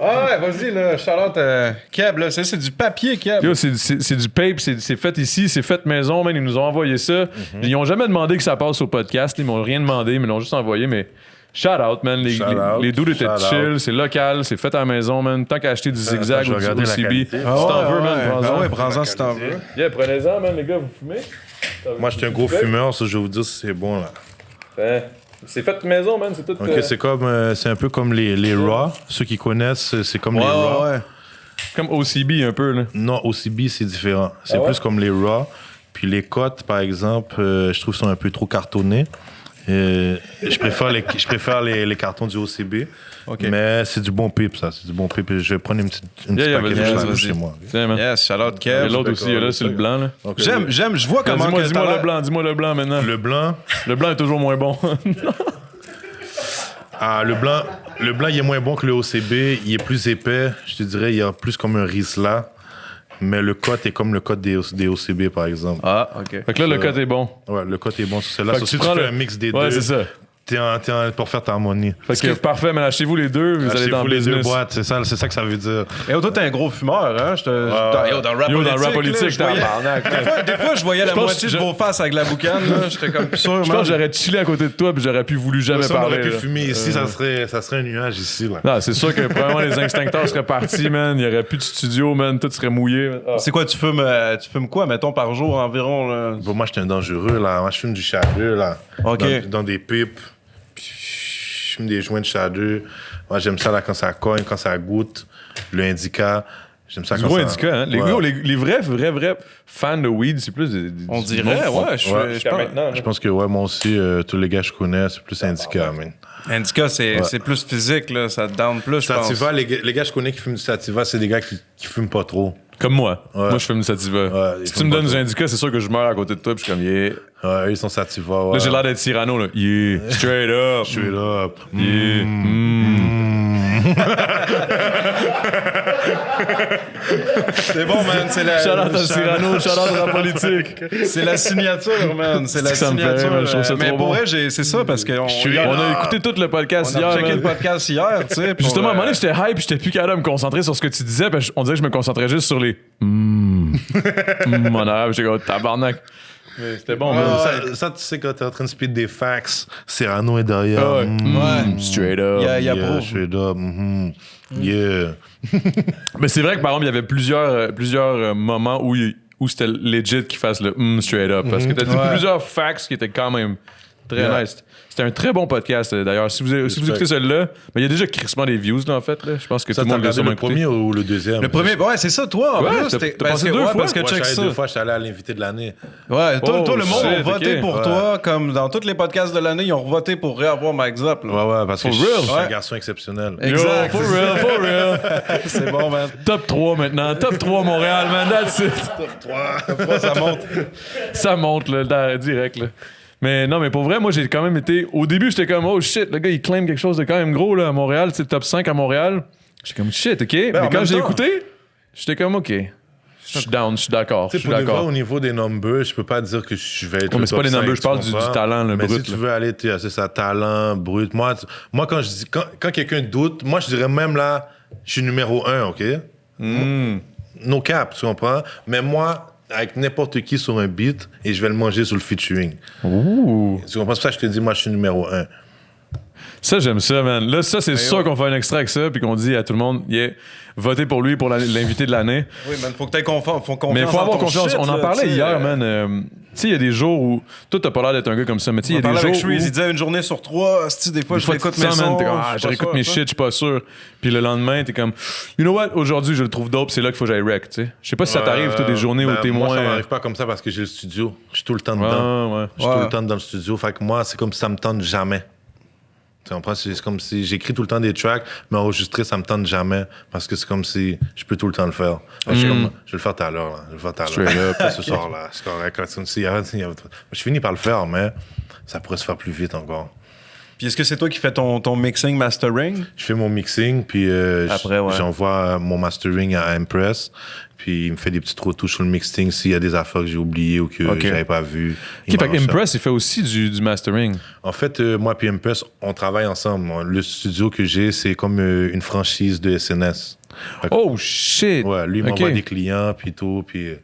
S5: Ah ouais, vas-y, là, Charlotte. euh, Keb, là, ça, c'est du papier, Keb.
S2: yo, c'est, c'est- c'est du pape, c'est, c'est fait ici, c'est fait maison, man, ils nous ont envoyé ça.
S3: Mm-hmm.
S2: Ils ont jamais demandé que ça passe au podcast, ils m'ont rien demandé, mais ils l'ont juste envoyé, mais shout out, man. Les,
S3: Shout
S2: les,
S3: out,
S2: les dudes étaient
S3: shout
S2: chill,
S3: out.
S2: c'est local, c'est fait à la maison, man. Tant qu'à acheter du zigzag
S3: Euh, je
S2: ou
S3: vais
S2: du
S3: regarder la
S2: OCB,
S3: qualité.
S2: si
S5: Ah
S2: t'en
S5: ouais,
S2: veux, man,
S5: ouais.
S2: prends-en.
S5: Ah ouais, prends-en si t'en veux.
S2: Yeah, prenez-en, man, les gars, vous fumez.
S3: Moi, je suis un gros fumeur, ça, je vais vous dire si c'est bon. là.
S2: Ben, c'est fait maison, man, c'est tout.
S3: Ok,
S2: euh,
S3: c'est, comme, euh, c'est un peu comme les, les Raw. Ceux qui connaissent, c'est comme les
S5: Ouais,
S3: Raw.
S5: ouais.
S2: comme OCB un peu, là.
S3: Non, OCB, c'est différent. C'est
S2: Ah
S3: plus comme les Raw. Puis les cotes, par exemple, euh, je trouve sont un peu trop cartonnés. je préfère les, je préfère les, les cartons du OCB. Mais c'est du bon pipe, ça. C'est du bon pipe. Je vais prendre une petite, une petite
S2: Yeah, yeah,
S3: paquet
S2: vas-y,
S3: de
S2: vas-y,
S3: choses
S2: vas-y.
S3: chez moi.
S2: Tiens, man.
S5: Yes, shout-out
S2: Il y a
S5: Kev.
S2: l'autre aussi, il y a là, c'est le blanc, là.
S3: Ok.
S5: J'aime, j'aime, je vois comment
S2: euh, ben, Dis-moi
S5: que
S2: dis-moi
S5: t'as
S2: le
S5: l'air-
S2: blanc, dis-moi le blanc maintenant.
S3: Le blanc,
S2: Le blanc est toujours moins bon.
S3: ah, le blanc, le blanc, il est moins bon que le OCB. Il est plus épais. Je te dirais, il y a plus comme un Risla. Mais le cote est comme le cote des, O- des OCB, par exemple.
S2: ah, OK. Fait que là, le code est bon.
S3: Ouais, le cote est bon sur celle-là.
S2: Fait
S3: Sauf
S2: que
S3: Si
S2: tu
S3: tu
S2: prends
S3: fais
S2: le-
S3: un mix des
S2: Ouais,
S3: deux,
S2: c'est ça.
S3: t'es en- t'es en- pour faire ta harmonie.
S2: Fait que parfait, mais achetez-vous les deux, vous allez dans
S3: Achetez-vous
S2: le
S3: les deux
S2: business.
S3: boîtes, c'est ça, c'est ça que ça veut dire.
S5: Et toi, t'es un gros fumeur, hein? Je te- dans- yo, dans le rap
S2: Ah, ben, Yo, dans le rap
S5: politique,
S2: politique,
S5: là, je voyais-
S2: tabarnak.
S5: Des fois- Des fois, je voyais la
S2: pense
S5: moitié
S2: que
S5: de
S2: je-
S5: vos faces avec la boucane, là. J'étais comme sûr,
S2: Je pense que j'aurais chillé à côté de toi puis j'aurais pu voulu jamais
S3: Si on
S2: parler.
S3: aurait pu
S2: là. Euh,
S3: fumer ici, ça, serait, ça serait un nuage ici. Là.
S2: Non, c'est sûr que probablement les instincteurs seraient partis, man. Il n'y aurait plus de studio, man. Tout serait mouillé. man. Ah.
S5: C'est quoi, tu fumes, euh, tu fumes quoi, mettons, par jour environ, là?
S3: Bon, moi, j'étais un dangereux, là. Moi, je fume du chadeux, là.
S5: Ok.
S3: Dans, dans des pipes. Puis, je fume des joints de chadeux. Moi, j'aime ça, là, quand ça cogne, quand ça goûte. Le indica. J'aime ça
S2: Du
S3: quand
S2: gros
S3: ça...
S2: indica, hein. Les,
S3: Ouais.
S2: gros, les, les vrais, vrais, vrais fans de weed, c'est plus des. des-
S5: On
S2: du
S5: dirait,
S2: monde.
S5: ouais, je suis.
S3: Ouais.
S5: je
S2: Jusqu'à
S5: pense-
S2: maintenant.
S3: Je
S2: là.
S3: pense que, ouais, moi aussi, euh, tous les gars que je connais, c'est plus
S5: Ah,
S3: indica, man.
S5: Indica, c'est c'est plus physique, là. Ça te down plus, je pense.
S3: Sativa, les, gars- les gars que je connais qui fument du sativa, c'est des gars qui, qui fument pas trop.
S2: Comme moi.
S3: Ouais.
S2: Moi, je fume du sativa.
S3: Ouais, il
S2: si tu
S3: fume
S2: me
S3: pas
S2: donnes du
S3: trop.
S2: indica, c'est sûr que je meurs à côté de toi puis je suis comme, yeah.
S3: Ouais, eux, ils sont sativa, ouais.
S2: Là, j'ai l'air d'être Cyrano, là. Yeah. Straight up.
S3: Je suis là.
S2: Yeah.
S3: Mm.
S5: C'est bon, man. C'est la,
S2: Shout out à Cyrano, shout out à la politique.
S5: c'est la signature, man. C'est la
S2: C'est que ça me fait rire,
S5: signature.
S2: man, je trouve ça
S5: euh, mais
S2: trop
S5: pour
S2: bon.
S5: vrai, j'ai- c'est ça, parce qu'on
S2: On a écouté tout le podcast
S5: on a
S2: hier.
S5: checké
S2: man.
S5: le podcast hier, tu sais.
S2: Puis
S5: pour,
S2: justement, à un moment
S5: euh,
S2: donné, j'étais hype, puis j'étais plus capable de me concentrer sur ce que tu disais, parce que on dirait que je me concentrais juste sur les. Mmm. Mon arabe, j'étais comme tabarnak. Mais c'était bon, man.
S3: Ah, ça, ça, tu sais, quand t'es en train de speed des fax, Serrano est derrière.
S2: Ah ouais.
S3: Mhm.
S2: Mm, Straight up.
S5: Yeah, yeah,
S3: Yeah,
S5: bro.
S3: je suis là. mhm.
S5: Mm.
S3: Yeah.
S2: Mais c'est vrai que par exemple, il y avait plusieurs, euh, plusieurs euh, moments où, il- où c'était legit qu'ils fassent le mm, straight up. Parce que t'as dit
S5: Ouais.
S2: plusieurs facts qui étaient quand même très
S3: Mm-hmm. Yeah.
S2: nice. C'était un très bon podcast euh, d'ailleurs. Si vous, si vous écoutez celui-là, mais il y a déjà crissement des views là, en fait. Là. Je pense que
S3: Ça,
S2: tout
S3: t'as
S2: le monde l'a
S3: regardé
S2: sûrement
S3: le
S2: écouté.
S3: premier ou le deuxième?
S5: Le premier, ouais, c'est ça, toi, en
S2: Ouais,
S5: plus.
S2: t'as-
S5: t'es-
S2: t'as
S5: parce
S2: passé
S5: que-
S2: deux
S5: ouais,
S2: fois.
S5: Parce que
S3: Moi,
S5: check
S3: j'allais
S5: ça.
S3: deux fois, j'étais allé à l'invité de l'année.
S5: Ouais, toi,
S2: Oh,
S5: toi, le monde a
S2: shit,
S5: voté
S2: ok.
S5: pour toi, comme dans tous les podcasts de l'année, ils ont voté pour réavoir Max Up.
S3: Ouais, ouais, parce que
S2: For
S3: je je
S2: real?
S3: suis un
S5: Ouais.
S3: garçon exceptionnel.
S2: Yo,
S5: Exact.
S2: for real, for real.
S5: C'est bon, man.
S2: Top 3 maintenant. Top 3 Montréal, man. That's it.
S5: Après, ça monte.
S2: Ça monte, là, dans- direct, là. Mais non, mais pour vrai, moi, j'ai quand même été. Au début, j'étais comme, oh shit, le gars, il claim quelque chose de quand même gros, là, à Montréal. C'est le top 5 à Montréal. J'étais comme, shit, OK. mais
S5: Ben, en
S2: quand
S5: même
S2: j'ai
S5: temps-
S2: écouté, j'étais comme, OK. Je suis down, je suis d'accord. Je
S3: Tu sais,
S2: suis
S3: pour de vrai,
S2: d'accord.
S3: au niveau des numbers, je peux pas dire que je vais être.
S2: Non, mais
S3: le
S2: c'est pas les
S3: top
S2: numbers,
S3: cinq,
S2: je parle
S3: tu
S2: du- du
S3: comprends?
S2: talent, le
S3: mais
S2: brut,
S3: Si tu
S2: là.
S3: veux aller, tu sais, c'est ça, talent, brut. Moi, tu- moi quand je dis, quand, quand quelqu'un doute, moi, je dirais même là, je suis numéro un, OK?
S2: Hmm.
S3: No cap, tu comprends? Mais moi, avec n'importe qui sur un beat, et je vais le manger sur le featuring.
S2: Ouh.
S3: Tu comprends? C'est pour ça que je te dis, moi, je suis numéro un.
S2: Ça, j'aime ça, man. Là, ça,
S5: Ben
S2: c'est sûr qu'on fait un extrait avec ça, puis qu'on dit à tout le monde, yeah, votez pour lui pour la- l'invité de l'année.
S5: Oui, man, faut que t'aies confiance. Faut confiance
S2: Mais il faut
S5: en
S2: avoir
S5: ton
S2: confiance.
S5: shit,
S2: on en
S5: là,
S2: parlait
S5: tu sais,
S2: hier,
S5: euh,
S2: man. euh, tu sais, il y a des jours où. Toi, t'as pas l'air d'être un gars comme ça, mais tu sais, il
S5: On
S2: y a
S5: parlait
S2: des
S5: avec
S2: jours. où...
S5: Shreeze, il disait une journée sur trois, hostie, des fois,
S2: Des
S5: je
S2: fois,
S5: réécoute
S2: tu te
S5: mes
S2: sens, man,
S5: sons.
S2: t'es comme, ah,
S5: je suis
S2: je
S5: pas
S2: réécoute
S5: sûr,
S2: mes
S5: ça.
S2: shit, je suis pas sûr. Puis le lendemain, t'es comme, you know what, aujourd'hui, je le trouve dope, c'est là qu'il faut que j'aille rec, tu sais. Je sais pas si ça t'arrive, toi, des journées
S3: où
S2: où t'es moins.
S3: Euh, ben, Moi, ça m'arrive pas comme ça parce que j'ai le studio. Je suis tout le temps dedans.
S2: Ouais, ouais.
S3: Je suis tout
S5: Ouais.
S3: le temps dans le studio. Fait que moi, c'est comme si ça me tente jamais. Tu comprends? C'est c'est comme si j'écris tout le temps des tracks, mais enregistrer, ça me tente jamais. Parce que c'est comme si je peux tout le temps le faire. Fait que Je, suis
S2: Mm.
S3: comme, je vais le faire tout à l'heure. là. Je vais le faire tout à l'heure. Pas ce soir-là. C'est correct. C'est comme si- Je finis par le faire, mais ça pourrait se faire plus vite encore.
S5: Puis est-ce que c'est toi qui fais ton, ton mixing, mastering?
S3: Je fais mon mixing, puis euh, j-
S5: Après, ouais.
S3: j'envoie euh, mon mastering à Impress. Puis il me fait des petites retouches sur le mixing s'il y a des affaires que j'ai oubliées ou que
S2: Ok.
S3: j'avais pas vues. Il
S2: Ok, fait que
S3: m'arrange ça.
S2: Impress, il fait aussi du, du mastering.
S3: En fait, euh, moi et Impress, on travaille ensemble. On- Le studio que j'ai, c'est comme euh, une franchise de SNS.
S2: Oh shit!
S3: Ouais, lui, il m'envoie
S2: Ok.
S3: des clients, puis tout, puis... euh,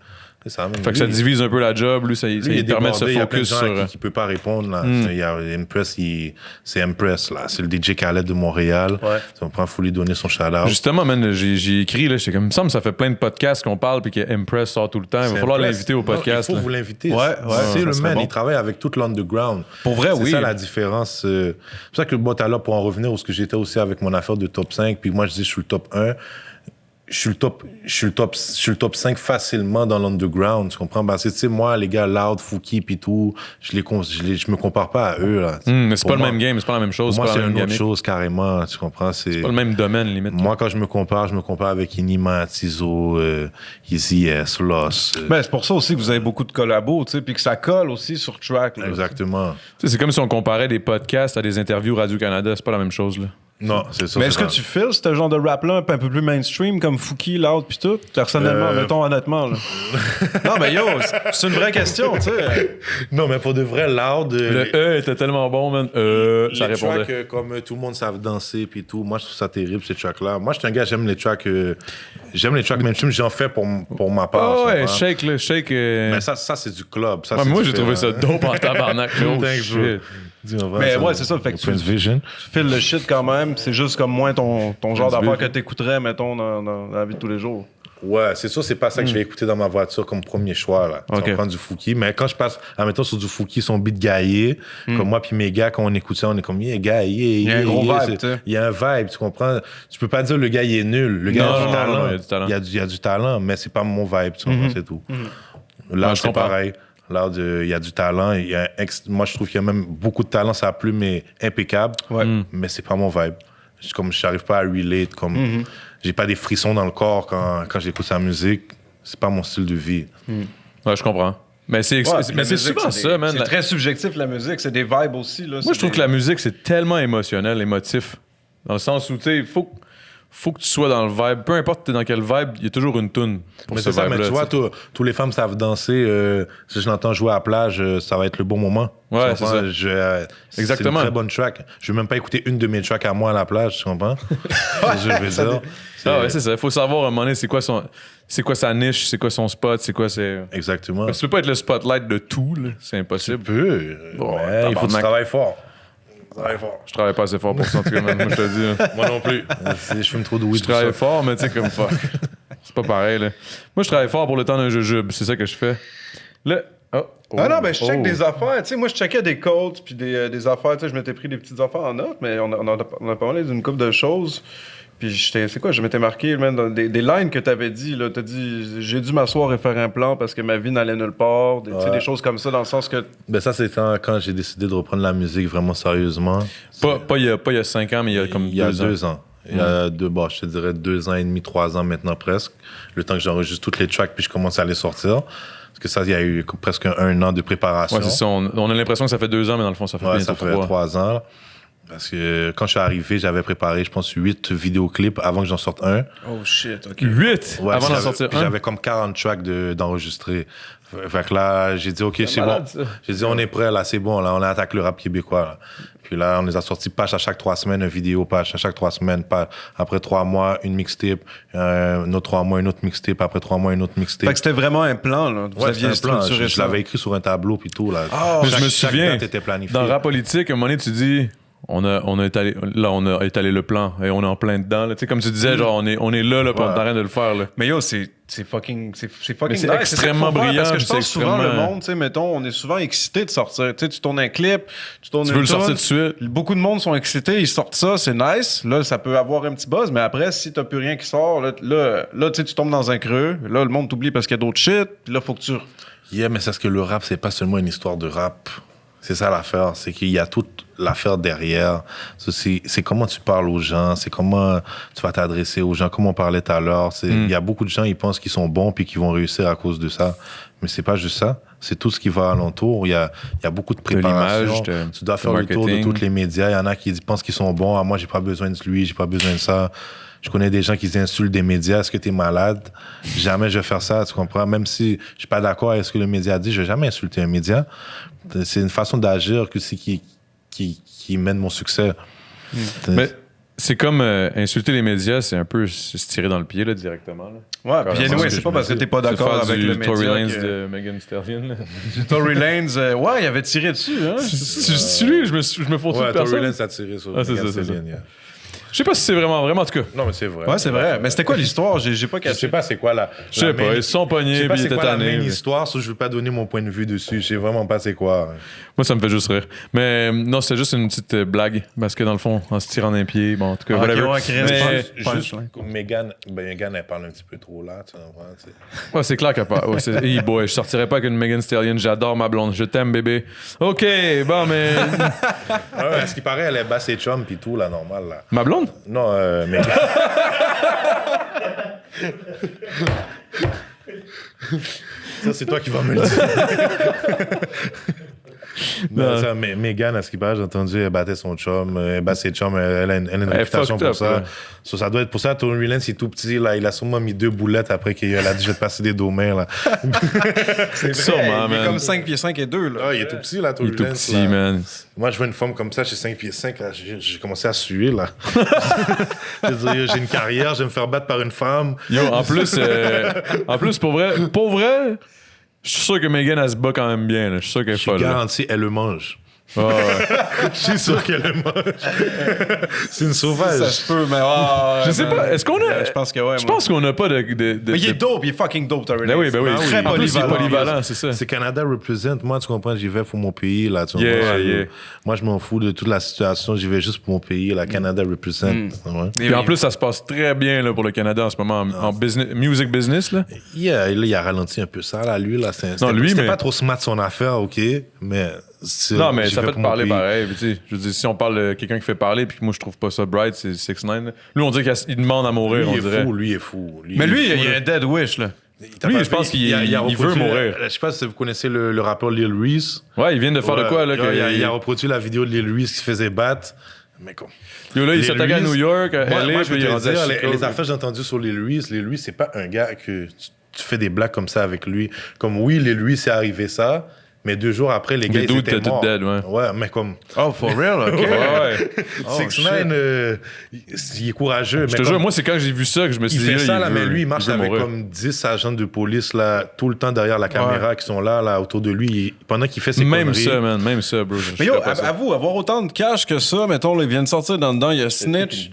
S3: c'est ça, même
S2: Fait que ça
S3: lui,
S2: divise un peu la job, lui, ça, ça
S3: lui, il est
S2: lui permet de se
S3: débordé, il y a plein de
S2: focus
S3: gens
S2: sur. euh, Hmm.
S3: à qui, qui peut pas répondre, là. Il y a Impress, il- c'est Impress, là. C'est le DJ Khaled de Montréal.
S5: Ouais.
S3: Ça me prend, faut lui donner son shout-out.
S2: Justement, man, j'ai j'ai écrit, là, j'étais comme, il me semble que ça fait plein de podcasts qu'on parle, puis que Impress sort tout le temps. Il va
S3: C'est
S2: falloir
S3: Impress.
S2: l'inviter au
S3: Non,
S2: podcast.
S3: il
S2: là.
S3: faut vous l'inviter.
S5: Ouais, ouais,
S3: c'est
S5: ça
S3: le
S5: serait
S3: man.
S5: bon.
S3: Il travaille avec tout l'underground.
S5: Pour vrai, oui.
S3: C'est ça la différence. euh, C'est pour ça que, bon, t'as là, pour en revenir où ce que j'étais aussi avec mon affaire de top 5, puis moi, je dis, je suis le top 1. je suis le top, je suis le top, je suis le top 5 facilement dans l'underground, tu comprends? Parce que, tu sais, moi, les gars, Loud, Fouki, pis tout, je les, con- je les- je me compare pas à eux, là.
S2: Hum, mais c'est
S3: Pour
S2: pas le
S3: moi-
S2: même game, c'est pas la même chose.
S3: Pour moi,
S2: pas
S3: c'est
S2: la même
S3: une autre
S2: gamique,
S3: chose, carrément, tu comprends? C'est,
S2: pas le même domaine, limite.
S3: moi, quand je me compare, je me compare avec Inima, Tizo, euh, Easy S, Loss. euh,
S5: Ben, c'est pour ça aussi que vous avez beaucoup de collabos, tu sais, puis que ça colle aussi sur track. là.
S3: exactement.
S2: Tu sais, C'est comme si on comparait des podcasts à des interviews Radio-Canada, c'est pas la même chose, là.
S3: Non, c'est ça.
S5: Mais
S3: c'est
S5: est-ce que
S3: pas-
S5: tu files ce genre de rap-là un peu un peu plus mainstream, comme Fouki, Loud, puis tout? Personnellement,
S3: Euh,
S5: mettons honnêtement. là. non, mais yo, c'est- c'est une vraie question, tu sais.
S3: Non, mais pour de vrai, Loud, euh,
S2: Le E était tellement bon, man. Euh, ça
S3: les
S2: répondait.
S3: tracks euh, comme euh, tout le monde savent danser puis tout. Moi, je trouve ça terrible ces tracks là. Moi, je suis un gars j'aime les tracks euh, j'aime les tracks mainstream, j'en fais pour m- pour ma part.
S2: Ah
S3: tu
S2: ouais,
S3: comprends?
S2: shake, là, shake. euh,
S3: Mais ça ça c'est du club, ça
S2: ouais,
S3: c'est
S2: moi, j'ai
S3: différent.
S2: trouvé ça dope en tabarnak. Oh,
S3: Thanks,
S2: shit.
S3: bro. Dis, on va,
S5: Mais ouais, c'est ça, fait que tu-
S3: Prince Vision.
S5: Tu files le shit quand même, c'est juste comme moins ton, ton genre
S2: Petit
S5: d'affaires que
S2: peu.
S5: t'écouterais, mettons, dans, dans la vie de tous les jours.
S3: Ouais, c'est sûr, c'est pas ça que je vais écouter dans ma voiture comme premier choix. Là.
S2: Hmm. Ok.
S3: Tu comprends, du Fouki. Mais quand je passe, admettons, sur du Fouki, son beat gaillé,
S2: Hmm.
S3: comme moi, puis mes gars, quand on écoute ça, on est comme, yeah, gaillé.
S5: Il y a un
S3: yeah,
S5: gros
S3: yeah,
S5: vibe,
S3: c'est-
S5: tu sais.
S3: Il y a un vibe, tu comprends? Tu peux pas dire le gars, il est nul. Le gars,
S2: Non,
S3: a du
S2: non, non,
S3: talent.
S2: non, il y a du talent. Hmm.
S3: Il y a du, il y a du talent, mais c'est pas mon vibe, tu comprends, c'est tout. Là,
S2: Ouais, je
S3: c'est
S2: comprends.
S3: pareil. Là, de- il y a du talent. il y a un ex- moi, je trouve qu'il y a même beaucoup de talent. Ça plume est impeccable,
S5: Ouais.
S2: Mm.
S3: mais c'est pas mon vibe. Je- Comme je n'arrive pas à relate, comme j'ai pas des frissons dans le corps quand, quand j'écoute sa musique. C'est pas mon style de vie.
S2: Ouais, je comprends. Mais c'est
S5: Ouais,
S2: c'est-
S5: puis
S2: mais
S5: la
S2: c'est
S5: musique,
S2: souvent
S5: c'est
S2: ça,
S5: des-
S2: man.
S5: C'est
S2: La-
S5: très subjectif, la musique. C'est des vibes aussi. Là,
S2: Moi, je trouve que la musique, c'est tellement émotionnel, émotif. Dans le sens où, tu sais, il faut, que- faut que tu sois dans le vibe. Peu importe t'es dans quel vibe, il y a toujours une tune pour
S3: mais
S2: ce
S3: c'est ça, mais
S2: vibe-là.
S3: tu vois,
S2: tu sais.
S3: tous- tous les femmes savent danser. euh, si je l'entends jouer à la plage, euh, ça va être le bon moment. Tu
S2: Ouais, c'est
S3: comprends?
S2: ça.
S3: Je, euh, c'est
S2: Exactement.
S3: une très bonne track. Je vais même pas écouter une de mes tracks à moi à la plage, tu comprends? C'est ce que je veux dire.
S2: Ah ouais, c'est ça. Faut savoir à un moment donné, c'est quoi, son... c'est quoi sa niche, c'est quoi son spot, c'est quoi ses...
S3: Exactement.
S2: Tu peux pas être le spotlight de tout, là. C'est impossible.
S3: peu.
S2: Bon,
S3: mais il faut que tu
S2: tabarnak.
S3: travailles fort. Travaille fort.
S2: Je travaille pas assez fort pour ça, en tout cas, man. Moi, je te le dis. là.
S3: Moi non plus. Ah, je fume trop de weed.
S2: Je travaille fort, mais tu sais, comme fuck. C'est pas pareil, là. Moi, je travaille fort pour le temps d'un jujube. C'est ça que je fais. Là. Oh.
S5: Ah non, ben je check
S2: Oh.
S5: des affaires. Tu sais, moi, je checkais des codes puis des, euh, des affaires. Tu sais, je m'étais pris des petites affaires en note, mais on a, on a- on a parlé d'une couple de choses. Puis j'étais, c'est quoi, je m'étais marqué, man, dans des, des lines que t'avais dit, là. T'as dit, j'ai dû m'asseoir et faire un plan parce que ma vie n'allait nulle part. Des, tu sais,
S3: Ouais.
S5: des choses comme ça, dans le sens que.
S3: Ben ça, c'est quand, quand j'ai décidé de reprendre la musique vraiment sérieusement.
S2: Pas, pas il y a, pas il y a cinq ans, mais il y a comme
S3: il y a
S2: deux, ans. Hmm.
S3: deux ans. Il y a deux, bon, je te dirais deux ans et demi, trois ans maintenant presque. Le temps que j'enregistre toutes les tracks puis je commence à les sortir. Parce que ça, il y a eu presque un an de préparation.
S2: Ouais, c'est ça. On, on a l'impression que ça fait deux ans, mais dans le fond, ça fait
S3: Ouais,
S2: bientôt
S3: ça fait
S2: trois.
S3: trois ans. là. Parce que quand je suis arrivé, j'avais préparé, je pense, huit vidéoclips avant que j'en sorte un.
S5: Oh shit, ok.
S2: Huit
S3: Ouais,
S2: avant
S3: puis
S2: d'en
S3: j'avais-
S2: sortir
S3: puis
S2: un.
S3: J'avais comme 40 tracks de- d'enregistrer. Fait- fait que là, j'ai dit, OK, c'est bon.
S2: malade, ça.
S3: J'ai dit, on est prêt, là, c'est bon, là, on attaque le rap québécois. là. Puis là, on les a sortis patch à chaque trois semaines, une vidéo patch à chaque trois semaines. patch. Après trois mois, une mixtape. Euh, un autre trois mois, une autre mixtape. Après trois mois, une autre mixtape.
S5: Fait que c'était vraiment un plan, là. Vous
S3: Ouais,
S5: aviez
S3: c'était un plan.
S5: structuré
S3: Je, je
S5: ça.
S3: l'avais écrit sur un tableau, puis tout. Là.
S2: Mais Ah, je me
S3: Oh, chaque
S2: souviens,
S3: date était planifiée.
S2: dans Rap Politique, à un moment donné, tu dis, on a, on a étalé, là, on a étalé le plan et on est en plein dedans. là. Tu sais, comme tu
S3: Mm.
S2: disais, genre, on est, on est là, là, puis on est en train de le faire. Là.
S5: Mais yo, c'est c'est fucking. C'est c'est fucking
S2: Mais c'est
S5: nice,
S2: extrêmement
S5: ça qu'il faut faire,
S2: brillant,
S5: Parce que je
S2: puis
S5: pense
S2: c'est
S5: souvent, le
S2: extrêmement-
S5: monde, tu sais, mettons, on est souvent excité de sortir. Tu sais, tu tournes un clip, tu tournes
S2: Tu
S5: une
S2: veux le
S5: tune,
S2: sortir tout de suite.
S5: Beaucoup de monde sont excités, ils sortent ça, c'est nice. Là, ça peut avoir un petit buzz, mais après, si t'as plus rien qui sort, là, là, là, tu sais, tu tombes dans un creux. Là, le monde t'oublie parce qu'il y a d'autres shit. Puis là, faut que tu.
S3: Yeah, mais c'est parce que le rap, c'est pas seulement une histoire de rap. C'est ça l'affaire, c'est qu'il y a toute l'affaire derrière. Ça, C'est c'est comment tu parles aux gens, c'est comment tu vas t'adresser aux gens, comme on parlait tout à l'heure. C'est-
S2: Mm.
S3: Il y a beaucoup de gens, ils pensent qu'ils sont bons puis qu'ils vont réussir à cause de ça. Mais c'est pas juste ça, c'est tout ce qui va alentour. Il y a, il y a beaucoup de préparation.
S2: l'image, de-
S3: tu dois
S2: du
S3: faire le tour de
S2: marketing.
S3: tous les médias. Il y en a qui pensent qu'ils sont bons. Ah, moi, j'ai pas besoin de lui, j'ai pas besoin de ça. Je connais des gens qui insultent des médias. Est-ce que t'es malade? Jamais je vais faire ça, tu comprends? Même si je suis pas d'accord avec ce que le média dit, je vais jamais insulter un média. C'est une façon d'agir que c'est qui, qui, qui mène mon succès.
S2: Hmm. Mais c'est comme euh, insulter les médias, c'est un peu se se tirer dans le pied là, directement. Là.
S5: Ouais,
S2: Carrément,
S5: puis anyway,
S3: c'est ce
S5: c'est
S3: que
S5: pas
S3: je
S5: parce
S3: me dis.
S5: que t'es pas
S2: Se
S5: d'accord
S2: faire
S5: avec
S2: du
S5: le
S2: Tory
S5: média.
S2: Lanez
S5: que-
S2: de Megan Thee Stallion. là.
S5: Tory Lanez, euh, ouais, il avait tiré dessus, hein.
S2: C'est c'est lui, je me, suis- je me fous
S3: Ouais,
S2: de personne.
S3: a tiré sur
S2: Ah, c'est ça, c'est ça. Je sais pas si c'est vraiment vrai, mais en tout cas.
S3: Non, mais c'est vrai.
S5: Ouais, c'est vrai. Mais c'était quoi l'histoire? J'ai j'ai pas
S3: Je
S5: capté.
S3: sais pas c'est quoi la.
S2: Je sais
S3: la
S2: pas,
S3: main-
S2: ils se sont
S3: Je sais
S2: pognés,
S3: pas
S2: puis ils
S3: c'est
S2: étaient
S3: quoi la
S2: tannés.
S3: main
S2: mais-
S3: histoire, ça, je veux pas donner mon point de vue dessus. Je sais vraiment pas c'est quoi.
S2: Moi, ça me fait juste rire. Mais euh, non, c'était juste une petite euh, blague, parce que dans le fond, en se tirant d'un pied, bon, en tout cas, whatever.
S5: Ah, Ok, ouais, Chris,
S2: Mais-
S5: punch, punch,
S3: Juste,
S5: ouais.
S3: Megan, ben, Megan, elle parle un petit peu trop là, tu comprends? tu sais.
S2: Ouais, c'est clair qu'à part. Ouais, c'est- hey boy, je sortirais pas avec une Megan Stallion. J'adore ma blonde. Je t'aime, bébé. OK, bon, mais.
S3: Ah ouais, à ce qui paraît, elle est basse et chum, pis tout, là, normal, là.
S2: ma blonde?
S3: Non, euh, Megan. Ça, c'est toi qui vas me le dire. non,
S2: Non.
S3: ça, mais Megan, à ce qui paraît, j'ai entendu, elle battait son chum, euh, elle bat ses chums, elle, elle a une, elle a une
S2: Elle est
S3: réputation
S2: fucked
S3: pour
S2: up,
S3: ça.
S2: là.
S3: So, ça doit être pour ça, Tony Relance, il est tout petit, là, il a sûrement mis deux boulettes après qu'il a dit, je vais te passer des domaines, là.
S5: C'est vrai,
S2: Sûrement,
S5: il est
S2: man.
S5: comme 5 pieds 5 et 2, là.
S3: Ah, il est tout petit, là, Tony
S2: Il est tout
S3: Relance,
S2: petit,
S3: là.
S2: man.
S3: Moi, je vois une forme comme ça, j'ai 5 pieds 5, là, j'ai j'ai commencé à suer, là. Je veux dire, j'ai une carrière, je vais me faire battre par une femme.
S2: Yo, en plus, euh, en plus, pour vrai, pour vrai, je suis sûr que Megan, elle se bat quand même bien. là. Je suis sûr qu'elle est
S3: Je suis
S2: folle. là.
S3: garanti, elle le mange.
S2: Ouais, ouais.
S3: Je suis sûr qu'elle le mange. C'est une
S5: Ça
S3: sauvage.
S5: se peut, mais. ah, ouais,
S2: Je sais
S5: man.
S2: pas, est-ce qu'on a.
S5: Je pense que ouais.
S2: Je
S5: moi.
S2: pense qu'on n'a pas de. de, de-
S5: Mais il est
S2: de-
S5: dope, il est fucking dope, Terry.
S2: Ben oui, ben oui.
S5: Lance. Très
S2: en plus, il est
S5: polyvalent.
S2: polyvalent, c'est ça.
S3: C'est Canada represent. Moi, tu comprends, j'y vais pour mon pays, là. Tu
S2: Yeah,
S3: comprends?
S2: yeah.
S3: Moi, je m'en fous de toute la situation, j'y vais juste pour mon pays, là. Canada represent.
S2: Mm.
S3: Ouais.
S5: Et
S2: Puis en
S5: oui.
S2: plus, ça se passe très bien là, pour le Canada en ce moment, en, en business, music business. Là.
S3: Yeah, et là, il a ralenti un peu ça, là, lui, là. C'est- C'était
S2: lui,
S3: c'était
S2: mais-
S3: pas trop smart son affaire, OK, mais... c'est-
S2: Non, mais
S3: j'y
S2: ça
S3: vais
S2: fait
S3: pour mon
S2: parler
S3: pays.
S2: pareil. puis tu sais, je veux dire, si on parle de quelqu'un qui fait parler, puis que moi je trouve pas ça bright, c'est 6 9 Lui, on dirait qu'il demande à mourir,
S3: Lui,
S2: on
S3: il est
S2: dirait.
S3: fou, lui, il est fou.
S5: Mais lui,
S3: est fou,
S5: il y a
S3: là.
S5: un dead wish, là.
S3: T'as
S2: lui,
S3: pas
S2: je
S3: vu,
S2: pense qu'il-
S3: a- a
S2: il veut
S3: reproduit-
S2: mourir.
S3: Je sais pas si vous connaissez le, le rappeur Lil Reese.
S2: Ouais, il vient de faire de
S3: Ouais,
S2: quoi, là?
S3: ouais,
S2: que-
S3: il, a, il a reproduit la vidéo de Lil Reese qui se faisait battre. Mais con.
S2: Yo, là, il
S3: Lil
S2: s'attaquait à
S3: Reese-
S2: New York, à
S3: Moi,
S2: LA,
S3: moi, je
S2: puis il Euh, est
S3: veux te
S2: rendu à
S3: dire, les,
S2: Chicago.
S3: les affaires que j'ai entendues sur Lil Reese, Lil Reese, c'est pas un gars que tu, tu fais des blagues comme ça avec lui. Comme oui, Lil Reese, c'est arrivé ça, mais deux jours après, les gars, ils
S2: dudes
S3: étaient
S2: étaient
S3: morts.
S2: dead, ouais.
S3: Ouais, mais comme...
S5: Oh, for real,
S2: Ouais, ouais.
S3: 6 9 euh, il est
S2: Je
S3: courageux.
S2: te
S3: mais
S2: jure,
S3: comme-
S2: moi, c'est quand j'ai vu ça que je me suis
S3: Il
S2: dit.
S3: fait ça, là,
S2: veut-
S3: mais lui, il marche
S2: veut
S3: avec
S2: mourir.
S3: comme 10 agents de police, là, tout le temps derrière la caméra, qui sont là, là, autour de lui, il- pendant qu'il fait ses
S2: Même
S3: conneries.
S2: ça, man. Même ça, bro. je- je
S5: Mais yo,
S2: ferais pas ça.
S5: avoue, avoir autant de cash que ça, mettons, là, il vient de sortir dans dedans, il y a Snitch.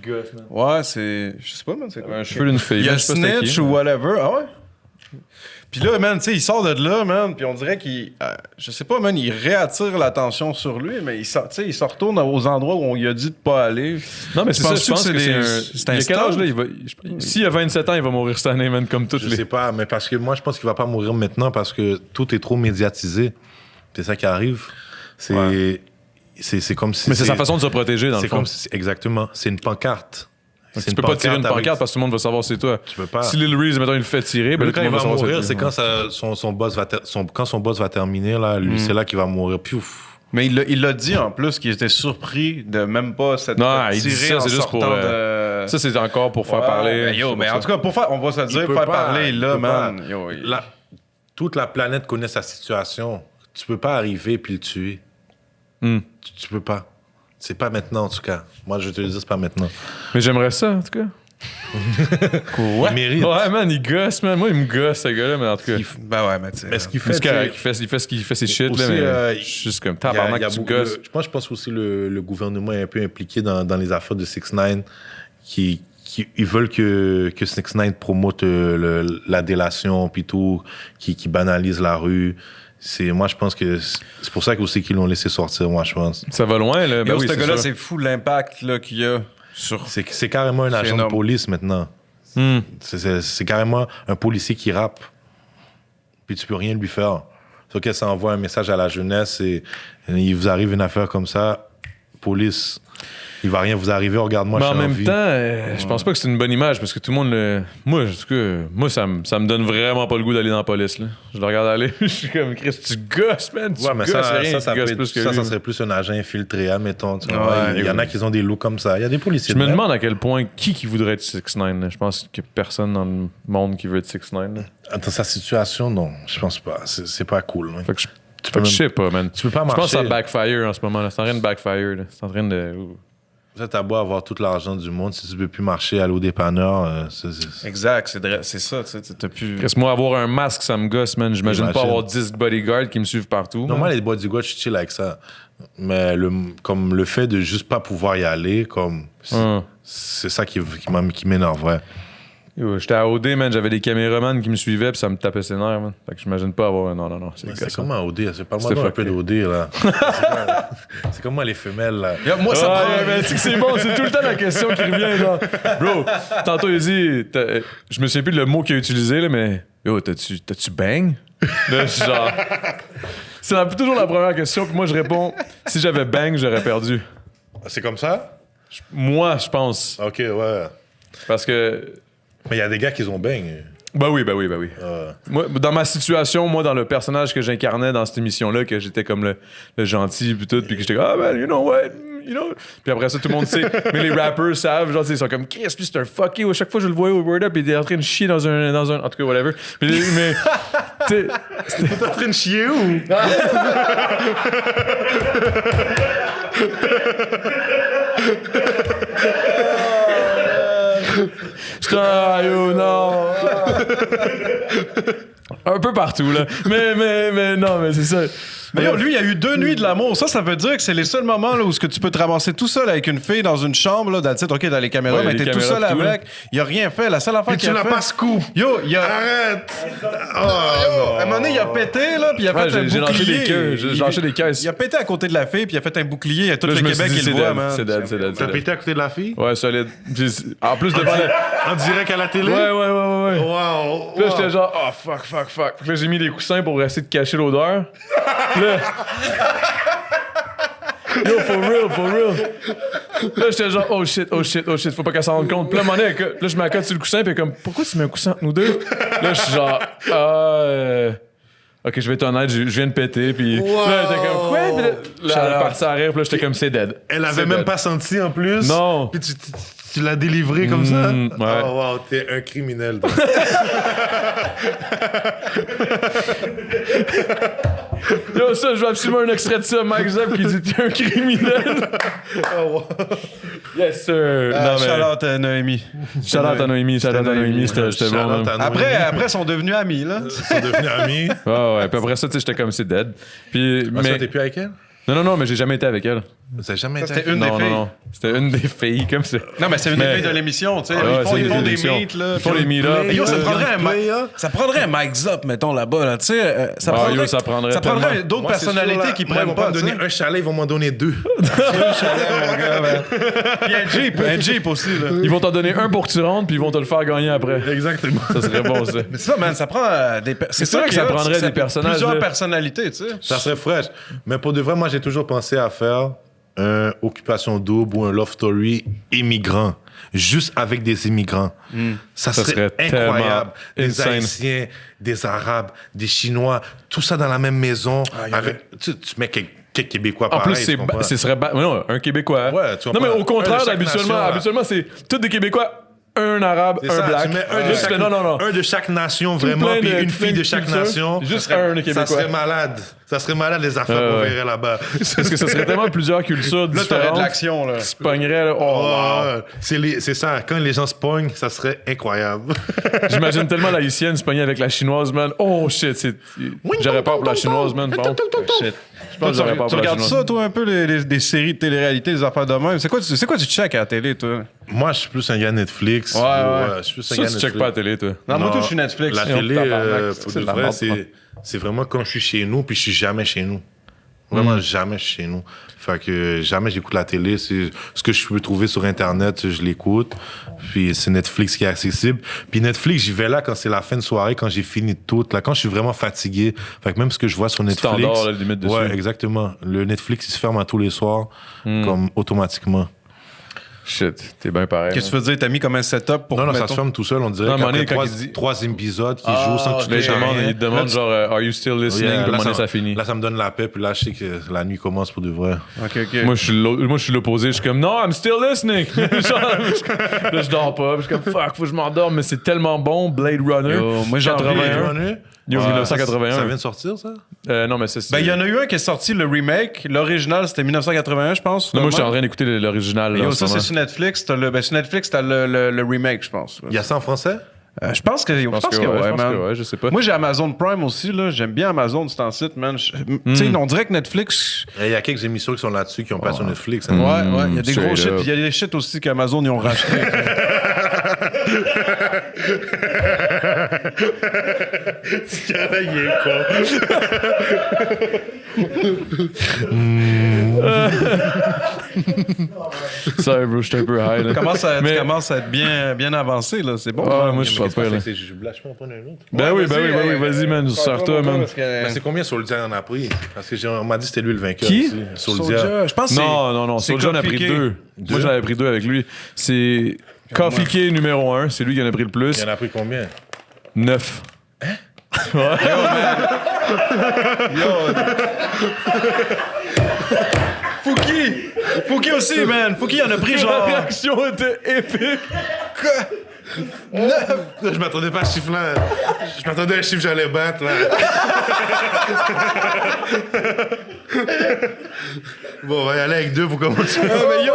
S5: Ouais, c'est. Je sais pas, man, c'est quoi.
S2: Un cheveu d'une fille.
S5: Il y
S2: man,
S5: a
S2: je sais pas c'était
S5: Snitch
S2: qui.
S5: ou whatever. Ah ouais? Puis là, man, tu sais, il sort de là, man, puis on dirait qu'il. euh, je sais pas, man, il réattire l'attention sur lui, mais il, sort- tu sais, il se retourne aux endroits où on lui a dit de pas aller.
S2: Non, mais c'est ça,
S5: Penses-tu
S2: je pense
S5: que c'est
S2: que c'est un.
S5: des- c'est un
S2: Il a quel âge,
S5: stunt?
S2: là? il va- je- S'il a 27 ans, il va mourir cette année, man, comme toutes
S3: Je
S2: les.
S3: sais pas, mais parce que moi, je pense qu'il va pas mourir maintenant parce que tout est trop médiatisé. C'est ça qui arrive. C'est c'est c'est comme si.
S2: Mais c'est
S3: c'est-
S2: sa façon de se protéger, dans le
S3: C'est
S2: fond.
S3: comme si- exactement. C'est une pancarte.
S2: Donc,
S3: C'est
S2: tu peux pas tirer une
S3: avec-
S2: pancarte parce que tout le monde va savoir c'est toi.
S3: Tu peux pas.
S2: Si Lil Reese, mettons, il le fait tirer, ben,
S3: Le
S2: là, tout
S3: quand
S2: le
S3: il
S2: monde va
S3: va
S2: savoir
S3: mourir,
S2: toi.
S3: c'est quand sa- son, son boss va ter- son- quand son boss va terminer là,
S2: Hmm.
S3: lui, c'est là qu'il va mourir. Piouf.
S5: Mais il l'a- il l'a dit en plus qu'il était surpris de même pas s'être
S2: Non,
S5: fait
S2: il dit
S5: tirer
S2: ça,
S5: en
S2: c'est juste pour,
S5: sortant de.
S2: euh, Ça, c'est encore pour faire
S5: Ouais,
S2: parler.
S3: ben,
S5: Mais Ah, ben, yo, mais en tout cas, pour faire, on va se le dire,
S3: peut
S5: faire
S3: pas,
S5: parler,
S3: il
S5: là,
S3: peut
S5: man.
S3: pas.
S5: Yo, il-
S3: La- toute la planète connaît sa situation. Tu peux pas arriver puis le tuer.
S2: Hmm.
S3: Tu, tu peux pas. C'est pas maintenant, en tout cas. Moi, je te le dis, c'est pas maintenant.
S2: Mais j'aimerais ça, en tout cas.
S3: Il mérite.
S2: Ouais, man, il gosse, man. Moi, il me gosse, ce gars-là, mais en tout cas.
S5: il f- Ben ouais, mais tu sais.
S3: Mais ce qu'il
S2: Mais
S3: fait,
S2: c'est correct,
S3: tu
S2: Il
S3: sais,
S2: fait, il fait ce qu'il fait, ses shit, là,
S3: Aussi,
S2: mais
S3: euh,
S2: je suis juste comme
S3: il y a- il y a
S2: tabarnak, tu
S3: beaucoup-
S2: gosses.
S3: le- je pense, je pense aussi le, le gouvernement est un peu impliqué dans, dans les affaires de 6 9 qui, qui ils veulent que, que 6 9 promote euh, le- la délation puis tout, qui, qui banalise la rue. C'est moi, je pense que c'est c'est pour ça qu'aussi qu'ils l'ont laissé sortir. Moi, je pense.
S2: Ça va loin, là. Ben
S5: Yo,
S2: oui,
S5: ce
S2: c'est
S5: gars-là,
S2: ça.
S5: c'est fou l'impact là, qu'il y a sur.
S3: C'est c'est carrément un agent de
S5: énorme.
S3: police maintenant.
S2: Hmm.
S3: C'est- C'est c'est carrément un policier qui rappe. Puis tu peux rien lui faire. Sauf que ça envoie un message à la jeunesse et il vous arrive une affaire comme ça, police, il va rien vous arriver, regarde-moi,
S2: Mais
S3: je
S2: en
S3: suis en
S2: même
S3: vie.
S2: temps, euh, je pense pas que c'est une bonne image parce que tout le monde le. Moi, en tout cas, moi ça, me- ça me donne vraiment pas le goût d'aller dans la police. Là. Je le regarde aller, je suis comme Chris, tu gosses, man. Tu
S3: Ouais, mais
S2: gosses,
S3: ça,
S2: rien,
S3: ça,
S2: tu
S3: ça, peut
S2: gosses
S3: être-
S2: plus que
S3: ça,
S2: lui.
S3: ça serait plus un agent infiltré, admettons. tu vois.
S5: Ouais,
S3: il y en a
S5: oui.
S3: qui ont des looks comme ça. Il y a des policiers.
S2: Je me
S3: de même.
S2: demande à quel point qui qui voudrait être 6 9 Je pense que personne dans le monde qui veut être 6 9
S3: Attends, sa situation, non, je pense pas. C'est c'est pas cool. hein.
S2: Fait que je, tu peux
S3: peux même-
S2: je sais pas, man.
S3: Tu peux pas
S2: Je
S3: marcher.
S2: pense que ça backfire en ce moment. là. C'est en train de backfire. là. C'est en train de. ouh.
S3: Ça, T'as beau avoir tout l'argent du monde, si tu peux plus marcher, aller au dépanneur, euh, c'est- c'est-
S5: Exact, c'est dra- c'est ça, tu sais, t'as plus.
S2: Chris, moi, avoir un masque, ça me gosse, man. J'imagine pas
S3: Imagine.
S2: avoir 10 bodyguards qui me suivent partout.
S3: Non,
S2: man.
S3: moi, les bodyguards, je suis chill avec ça. Mais le, comme le fait de juste pas pouvoir y aller, comme. c'est-
S2: Hein.
S3: C'est ça qui, qui m'a- qui m'énerve, ouais.
S2: Yo, J'étais à OD, man. J'avais des caméramans qui me suivaient, puis ça me tapait ses nerfs, man. Fait que j'imagine pas avoir un. Non, non, non. C'est
S3: C'est
S2: ça.
S3: comment OD? C'est pas moi
S2: C'est
S3: un
S2: fucké.
S3: peu d'OD, là. C'est quoi- C'est comment les femelles, là?
S2: Moi, ça c'est bon, c'est tout le temps la question qui revient, genre. Bro, tantôt, il dit. t'as- euh, Je me souviens plus le mot qu'il a utilisé, là, mais. Yo, t'as-tu t'as-tu bang? Là, je suis genre. C'est la- toujours la première question, puis moi, je réponds si j'avais bang, j'aurais perdu.
S3: C'est comme ça?
S2: Moi, je pense.
S3: Ok, ouais.
S2: Parce que.
S3: Mais il y a des gars qui ont baigne.
S2: Ben oui, ben oui, ben oui.
S3: Ah.
S2: Moi, dans ma situation, moi, dans le personnage que j'incarnais dans cette émission-là, que j'étais comme le, le gentil, puis tout, puis que j'étais comme, ah, ben, you know what, you know. Puis après ça, tout le monde sait. Mais les rappers savent, genre, tu sais, ils sont comme, Chris, lui, c'est un fucké. À chaque fois, je le voyais au Word Up, il était en train de chier dans un. Dans un en tout cas, whatever. Puis, mais, tu sais,
S4: T'es en train de chier ou?
S2: J'étais ah, yo, non. Un peu partout, là. Mais, mais, mais, non, mais c'est ça.
S5: Mais yo, lui, il y a eu deux nuits de l'amour. Ça, ça veut dire que c'est les seuls moments là, où ce que tu peux te ramasser tout seul avec une fille dans une chambre, là, dans, le titre, OK, dans les caméras,
S2: Ouais,
S5: mais
S2: les
S5: t'es tout
S2: caméras
S5: seul
S2: pis tout,
S5: avec. Il a rien fait. La seule affaire
S4: Puis
S5: qu'il
S4: tu
S5: a
S4: l'as
S5: fait...
S4: pas scoop.
S5: Yo, il a...
S3: Arrête! Oh,
S5: Yo, à un moment donné, il a pété, là, puis il a
S2: Oh. Ouais,
S5: fait un
S2: j'ai- j'ai lâché
S5: bouclier.
S2: des queues, j'ai
S5: Il-
S2: lâché des caisses.
S5: Il a pété à côté de la fille, puis il a fait un bouclier. Il y a tout
S2: Là,
S5: le
S2: je me suis
S5: Québec
S2: dit,
S5: qui
S2: c'est
S5: le voit,
S2: dead,
S5: man.
S2: c'est dead, c'est dead,
S3: T'as
S2: c'est dead.
S3: pété à côté de la fille?
S2: Ouais, solide. Puis, en plus, devant la...
S3: En direct à la télé?
S2: Ouais, ouais, ouais, ouais, ouais.
S3: Wow!
S2: Puis là, j'étais genre, oh fuck, fuck, fuck. Puis là, j'ai mis les coussins pour essayer de cacher l'odeur. Puis là. Yo, for real, for real. Puis Là, j'étais genre, oh shit, oh shit, oh shit, faut pas qu'elle s'en rende compte. Puis là, à un moment donné, elle- là, je m'accote sur le coussin, puis elle est comme, pourquoi tu mets un coussin entre nous deux? Là, je suis genre, ah. euh, Ok, je vais être honnête, je je viens de péter, puis là, elle était comme, quoi? Puis là, là, elle est partie à rire, puis là, j'étais comme, c'est dead.
S3: Elle
S2: C'est
S3: avait même
S2: dead.
S3: pas senti en plus.
S2: Non.
S3: Puis tu, tu- tu l'as délivré comme ça.
S2: Mm, ouais.
S3: Oh wow, t'es un criminel. toi.
S2: Yo, ça, je veux absolument un extrait de ça, Mike Zapp qui dit, t'es un criminel.
S3: Oh, wow.
S2: Yes, sir.
S5: Ah,
S2: mais-
S5: Charlotte, euh, Noémie.
S2: Shout out à Noémie, shout out à Noémie, c'était c'était bon. hein.
S3: Charlotte,
S2: man.
S3: Anoui,
S5: Après, après, ils sont devenus amis, là.
S3: ils sont devenus amis.
S2: Ah ouais, puis après ça, tu sais, j'étais comme c'est dead. Puis,
S5: Ah,
S3: Mais...
S2: mais...
S3: t'es plus avec elle?
S2: Non, non, non, mais j'ai jamais été avec elle.
S3: Ça a jamais été
S5: c'était
S3: avec-
S5: une- des
S2: non, non,
S5: filles.
S2: non. C'était une des filles, comme ça.
S5: Non, mais c'est une
S2: Mais-
S5: des filles de l'émission, tu sais.
S2: Ah ouais,
S5: ils font,
S2: c'est
S5: ils
S2: une
S5: font
S2: des
S5: des
S2: émissions.
S5: meets, là.
S2: Ils font les meet
S5: Et yo, ça
S3: Play,
S5: prendrait, un
S3: play,
S5: mic-
S3: hein?
S5: ça prendrait un Mike Zop, mettons, là-bas, là, tu sais. euh, ça,
S2: Ah,
S5: prendrait,
S2: yo, ça prendrait tellement.
S5: d'autres
S3: Moi, c'est sûr,
S5: personnalités
S3: là,
S5: qui
S3: moi,
S5: prennent
S3: ils vont
S5: pas,
S3: me
S5: tu sais.
S3: donner un chalet, ils vont m'en donner deux.
S5: Puis un Jeep, un Jeep aussi, là.
S2: Ils vont t'en donner un pour que tu rentres, puis ils vont te le faire gagner après.
S3: Exactement.
S2: Ça serait bon, ça.
S5: Mais c'est ça, man, ça prend euh, des. per-
S2: C'est vrai que
S5: qui
S2: ça
S5: est hot,
S2: prendrait
S5: c'est que
S2: des
S5: fait
S2: personnages,
S5: Plusieurs
S2: là.
S5: personnalités, tu sais.
S3: Ça serait fraîche. Mais pour de vrai, moi, j'ai toujours pensé à faire un Occupation Double ou un Love Story immigrant. Juste avec des immigrants. Ça,
S2: Hmm. Ça
S3: serait,
S2: serait
S3: incroyable.
S2: tellement
S3: Des
S2: insane.
S3: Haïtiens, des Arabes, des Chinois, tout ça dans la même maison. avec, tu, tu mets quelques, quelques Québécois
S2: En
S3: pareil,
S2: plus, c'est
S3: tu comprends?
S2: ba- ce serait ba- mais non, un Québécois.
S3: Ouais, tu
S2: non, mais
S3: comprends.
S2: au
S3: Un
S2: contraire,
S3: de chaque
S2: habituellement,
S3: nation, là.
S2: habituellement, c'est tous des Québécois, un Arabe,
S3: C'est
S2: un
S3: ça,
S2: Black.
S3: tu mets
S2: Là,
S3: un, de
S2: tu
S3: chaque,
S2: fais, non, non, non.
S3: un de chaque nation, vraiment,
S2: plein
S3: puis
S2: de-
S3: une
S2: plein
S3: fille
S2: de
S3: de chaque
S2: cultures,
S3: nation.
S2: juste
S3: Ça serait-
S2: un Québécois.
S3: Ça serait malade. Ça serait malade, les affaires
S2: Ouais,
S3: qu'on
S2: ouais.
S3: verrait là-bas.
S2: Parce que ça serait tellement plusieurs cultures
S5: Là, t'aurais de
S2: différentes.
S5: l'action, là.
S2: qui se pogneraient, là. Oh, wow.
S3: Oh, c'est les- c'est ça, quand les gens se pognent, ça serait incroyable.
S2: J'imagine tellement la haïtienne se pogner avec la chinoise, man. Oh shit, c'est. J'aurais peur pour la chinoise, man. Bon. Shit. Je pense que
S5: Toi,
S2: j'aurais
S5: tu
S2: peur
S5: tu
S2: pour la
S5: regardes
S2: chinoise.
S5: ça, toi, un peu, les, les- des séries de télé-réalité, des affaires de même. C'est quoi, tu- c'est quoi tu check à la télé, toi?
S3: Moi, je suis plus un gars Netflix. euh,
S5: ouais.
S3: je suis plus
S2: Ça,
S3: un gars
S2: tu
S3: Netflix.
S2: checkes pas la télé, toi.
S5: Non, moi,
S3: Non,
S5: tout, je suis Netflix.
S3: La
S5: Yo,
S3: télé,
S5: tabarnak,
S3: euh,
S5: c'est
S3: pour
S5: de
S3: de
S5: la
S3: vrai,
S5: merde,
S3: c'est- c'est vraiment quand je suis chez nous, puis je suis jamais chez nous. Vraiment
S2: Hmm.
S3: jamais chez nous. Fait que jamais j'écoute la télé. C'est ce que je peux trouver sur Internet, je l'écoute. Puis c'est Netflix qui est accessible. Puis Netflix, j'y vais là quand c'est la fin de soirée, quand j'ai fini tout. Là, quand je suis vraiment fatigué. Fait que même ce que je vois sur Netflix.
S2: t'endors, là, limite, dessus.
S3: Ouais, exactement. Le Netflix, il se ferme à tous les soirs,
S2: Hmm.
S3: comme automatiquement.
S2: Shit, t'es bien pareil.
S5: Qu'est-ce que tu veux dire? T'as mis comme un setup pour.
S3: Non, non, ça
S5: mettons-
S3: se ferme tout seul. On dirait
S2: Non, mais on
S3: qu'après
S2: est quand
S3: trois,
S2: il dit-
S3: trois épisodes qui jouent sans que tu
S2: Là, il
S3: touches à
S2: demande,
S3: rien.
S2: il demande
S3: Là, tu-
S2: genre, euh, Are you still listening?
S3: Yeah,
S2: Puis à un moment donné,
S3: ça,
S2: ça finit.
S3: Là, ça me donne la paix, puis là, je sais que la nuit commence pour de vrai.
S5: Ok, ok.
S2: Moi, je suis l'au- moi, je suis l'opposé. Je suis comme, non, I'm still listening. Genre, je- là, je dors pas. puis Je suis comme, fuck, faut que je m'endorme, mais c'est tellement bon, Blade Runner.
S5: Yo, moi, j'en
S2: 81. Yo,
S3: Ouais.
S2: 1981.
S3: Ça vient de sortir, ça?
S2: Euh, non, mais ça, c'est.
S5: Ben, il y en a eu un qui est sorti, le remake. L'original, c'était 1981, je pense.
S2: Non, moi, je suis en
S5: finalement.
S2: train d'écouter l'original. là,
S5: Yo,
S2: en ce
S5: ça, c'est
S2: moment.
S5: sur Netflix. T'as le, ben, sur Netflix, t'as le, le, le remake, je pense.
S3: Il y a ça en français?
S5: Euh, je pense que, je pense que, ouais,
S2: je pense
S5: man.
S2: que ouais, je sais pas.
S5: Moi, j'ai Amazon Prime aussi, là. J'aime bien Amazon, c'est un site, man. Je- Tu
S2: Hmm.
S5: sais, on dirait que Netflix.
S3: Eh, Il y a quelques émissions qui sont là-dessus qui ont passé sur Netflix. hein.
S2: Mm.
S5: Ouais, ouais. Il y a des
S2: Hmm. straight
S5: gros shit.
S2: up.
S5: puis Il y a des shit aussi qu'Amazon, ils ont racheté.
S4: Ce gars-là, il est con.
S2: Sorry, bro, j'étais un peu high. Là.
S5: Tu commences à, tu
S2: Mais-
S5: commences à être bien, bien avancé, là. C'est bon.
S2: Ah,
S5: man.
S2: moi, je
S3: Mais
S2: suis pas
S3: qu'est-ce que
S2: prêt, là.
S3: c'est, c'est jujubes-là? Je peux en prendre un autre.
S2: Ben oui, ben oui, ben oui, vas-y, man, sors-toi, man.
S5: euh, Parce que-
S3: Mais c'est combien Soldier en a pris? Parce que j'ai- on m'a dit que c'était lui le vainqueur.
S2: Qui?
S3: aussi. Soldier.
S5: Soldier, je pense que
S2: Non, non, non.
S5: c'est
S2: Soulja en a pris
S5: compliqué.
S2: deux. Moi, j'en avais pris deux avec lui. C'est Coffee K numéro un. C'est lui qui en a pris le
S3: Il
S2: plus.
S3: en a pris combien?
S2: Neuf.
S5: Hein? c'est- Fouki aussi, man. Fouki en a pris genre. Ah,
S2: réaction était épique.
S3: Je m'attendais pas à ce chiffre-là. Je m'attendais à un chiffre que j'allais battre. Là. bon, on va y aller avec deux pour commencer.
S5: mais yo,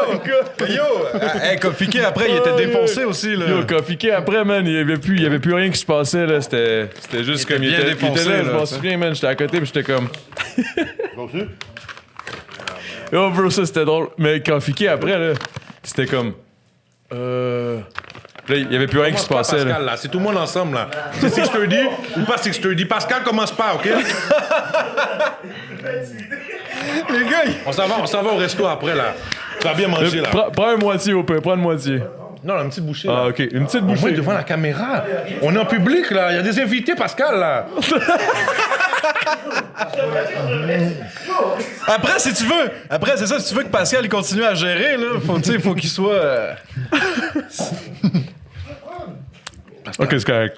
S5: yo. Ah, hey, Kofiké, après, il était défoncé aussi, là.
S2: Yo, Coffee K, après, man, il y avait plus, il y avait plus rien qui se passait, là. C'était, c'était juste
S5: était
S2: comme il
S5: bien
S2: était, il
S5: défoncé,
S2: était là,
S5: là,
S2: Je m'en
S5: ça.
S2: souviens, man. J'étais à côté, puis j'étais comme. Yo, bro, ça, c'était drôle. Mais Coffee K, après, là, c'était comme. Euh. Là, il y avait plus rien qui se passait, là.
S3: Pascal, là. C'est tout le monde ensemble, là. C'est 630 ou pas 630. Pascal commence pas, OK? On s'en va, on s'en va au resto après, là. Tu vas bien manger, là.
S2: Prends, prends une moitié au pire, prends une moitié.
S3: Non, une petite bouchée,
S2: Ah,
S3: là.
S2: ok. Une petite
S3: Au moins
S2: bouchée.
S3: devant la caméra. On est en public, là. Il y a des invités, Pascal, là.
S5: Après, si tu veux, après, c'est ça, si tu veux que Pascal il continue à gérer, là, faut, tu sais, faut qu'il soit. euh,
S2: Ok, c'est correct.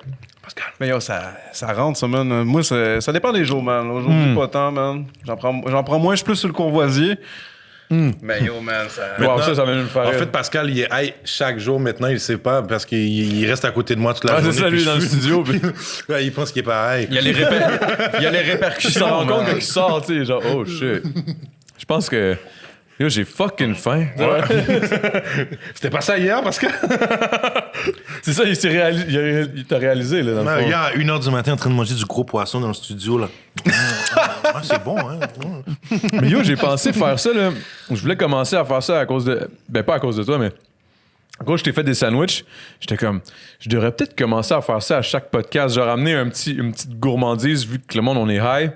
S5: Mais yo, ça, ça rentre, ça, man. Moi, ça, ça dépend des jours, man.
S2: Hmm.
S5: Aujourd'hui, pas tant, man. J'en prends, j'en prends moins, je suis plus sur le courvoisier. Mais yo, man, ça.
S2: Wow, ça, ça m'a même fait
S3: En
S2: rire.
S3: fait, Pascal, il est high chaque jour maintenant, il sait pas, parce qu'il il reste à côté de moi toute
S2: Ah,
S3: la
S2: c'est
S3: journée.
S2: ça, lui,
S3: puis
S2: dans le
S3: je-
S2: studio. Puis
S3: Ouais, il pense qu'il est pas high.
S5: Il y a les, réper- il y a les
S2: il
S5: répercussions.
S2: s'en rend compte
S5: man.
S2: quand il sort, tu sais, genre, oh shit. Je pense que. Yo, j'ai fucking faim.
S3: C'était pas ça hier, Pascal?
S2: C'est ça, il s'est réalisé. Il, a ré- il t'a réalisé, là, dans
S3: Non,
S2: le fond.
S3: hier, à 1h du matin, en train de manger du gros poisson dans le studio, là. Ah, c'est bon, hein? Mm.
S2: Mais yo, j'ai pensé faire ça, là. Je voulais commencer à faire ça à cause de. Ben, pas à cause de toi, mais. En gros, je t'ai fait des sandwichs. J'étais comme, je devrais peut-être commencer à faire ça à chaque podcast. Genre, amener un petit, une petite gourmandise vu que le monde, on est high.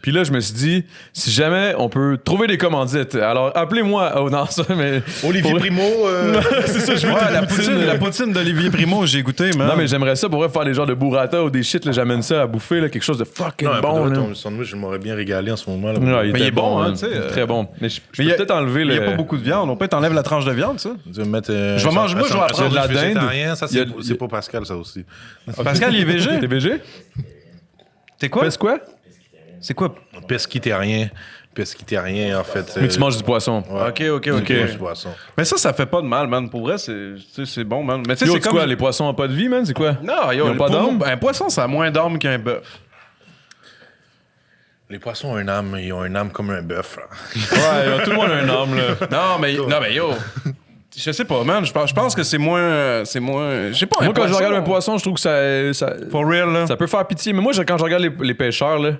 S2: Puis là, je me suis dit, si jamais on peut trouver des commandites, alors appelez-moi. Oh non, ça, mais.
S3: Olivier
S2: pour-
S3: Primo, euh,
S2: C'est ça, je veux
S5: Ouais,
S2: tes
S5: la
S2: poutines,
S5: poutine,
S2: euh.
S5: la poutine d'Olivier Primo, j'ai goûté, man.
S2: Non, mais j'aimerais ça pour vrai, faire des genres de burrata ou des shit, là, j'amène ça à bouffer, là, quelque chose de fucking
S3: non,
S2: bon.
S3: bon,
S2: là.
S3: ton sandwich, je m'aurais bien régalé en ce moment, là.
S2: Ouais,
S5: Mais il
S2: était
S5: est bon, hein, tu sais,
S2: il est
S5: euh.
S2: Très bon. Mais je, je
S5: Mais il y
S2: peux
S5: a-
S2: peut-être enlever
S5: il n'y
S2: le.
S5: a pas beaucoup de viande. On peut t'enlever la tranche de viande, ça.
S3: Tu veux mettre, euh,
S5: Je vais manger- moi, je vais
S3: un
S5: apprendre
S2: de la
S3: sandwich
S2: dinde.
S3: végétarien, Ça,
S2: Il y
S3: c'est
S2: a-
S3: pour- c'est pour Pascal, ça aussi.
S5: Pascal, il est végé.
S2: T'es végé?
S5: T'es quoi?
S2: Pèse quoi?
S5: C'est quoi?
S3: Pesquitérien. Pesquitérien, en fait. euh,
S2: Mais tu manges du poisson.
S5: Ok, ok, ok.
S3: Du poisson.
S5: Mais ça, ça fait pas de mal, man. Pour vrai, c'est tu sais, c'est bon, man. Mais tu sais,
S2: Yo,
S5: c'est
S2: c'est
S5: comme...
S2: quoi? Les poissons n'ont pas de vie, man? C'est quoi?
S5: Non, yo,
S2: Ils ont
S5: le-
S2: pas
S5: pour
S2: d'âme?
S5: nous, Un poisson, ça a moins d'âme qu'un bœuf.
S3: Les poissons ont une âme, ils ont une âme comme un bœuf. là.
S2: Ouais, yo, tout le monde a un homme, là.
S5: Non, mais, non, mais yo. Je sais pas, man. Je pense, je pense que c'est moins. euh, C'est moins. Je sais pas. un
S2: Moi, quand je
S5: poisson-
S2: regarde un poisson, je trouve que ça, ça,
S5: For real, là.
S2: ça peut faire pitié. Mais moi, je- quand je regarde les, les pêcheurs, là,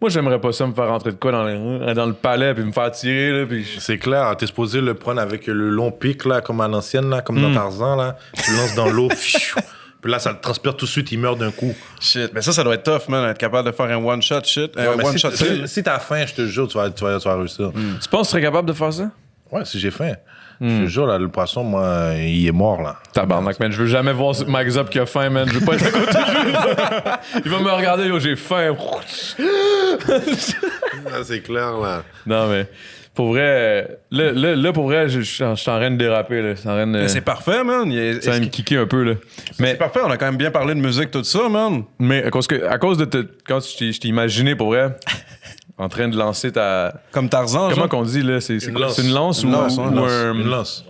S2: moi, j'aimerais pas ça me faire rentrer de quoi dans, les- euh, dans le palais, puis me faire tirer, là, puis je-
S3: C'est clair, hein, t'es supposé le prendre avec le long pic, là, comme à l'ancienne, là, comme
S2: Hmm.
S3: dans Tarzan, là. Tu le lances dans l'eau, pfiou. puis là, ça le transpire tout de suite, il meurt d'un coup.
S5: Shit. Mais ça, ça doit être tough, man. Être capable de faire un one-shot shit. Un
S3: Ouais, mais si
S5: one-shot
S3: t-
S5: shit.
S3: si si t'as faim, je te jure, tu vas, tu vas, tu vas réussir.
S2: Tu penses que tu serais capable de faire ça?
S3: Ouais, si j'ai faim.
S2: Hmm.
S3: Je te jure, là, le poisson, moi, il est mort, là.
S2: Tabarnak, man. Je veux jamais voir ce- Max Up qui a faim, man. Je veux pas être à côté de lui. Il va me regarder, yo, j'ai faim.
S3: Ah, c'est clair, là.
S2: Non, mais pour vrai, euh, là, là, là, pour vrai, je je suis en je suis en train de déraper, là. Je suis en train de.
S5: Mais C'est parfait, man. Il est-
S2: ça va
S5: est-ce
S2: me
S5: qu'il-
S2: kicker un peu, là.
S5: C'est
S2: Mais,
S5: parfait. On a quand même bien parlé de musique, tout ça, man.
S2: mais à, cause que, à cause de. te- quand je t'ai- je t'ai imaginé, pour vrai, en train de lancer ta.
S5: Comme Tarzan.
S2: Comment
S5: genre.
S2: qu'on dit, là C'est c'est
S3: Une
S2: quoi?
S3: lance.
S2: C'est une lance,
S5: Une
S2: ou,
S5: lance, hein,
S2: ou
S5: une lance.
S2: un.
S3: Une lance.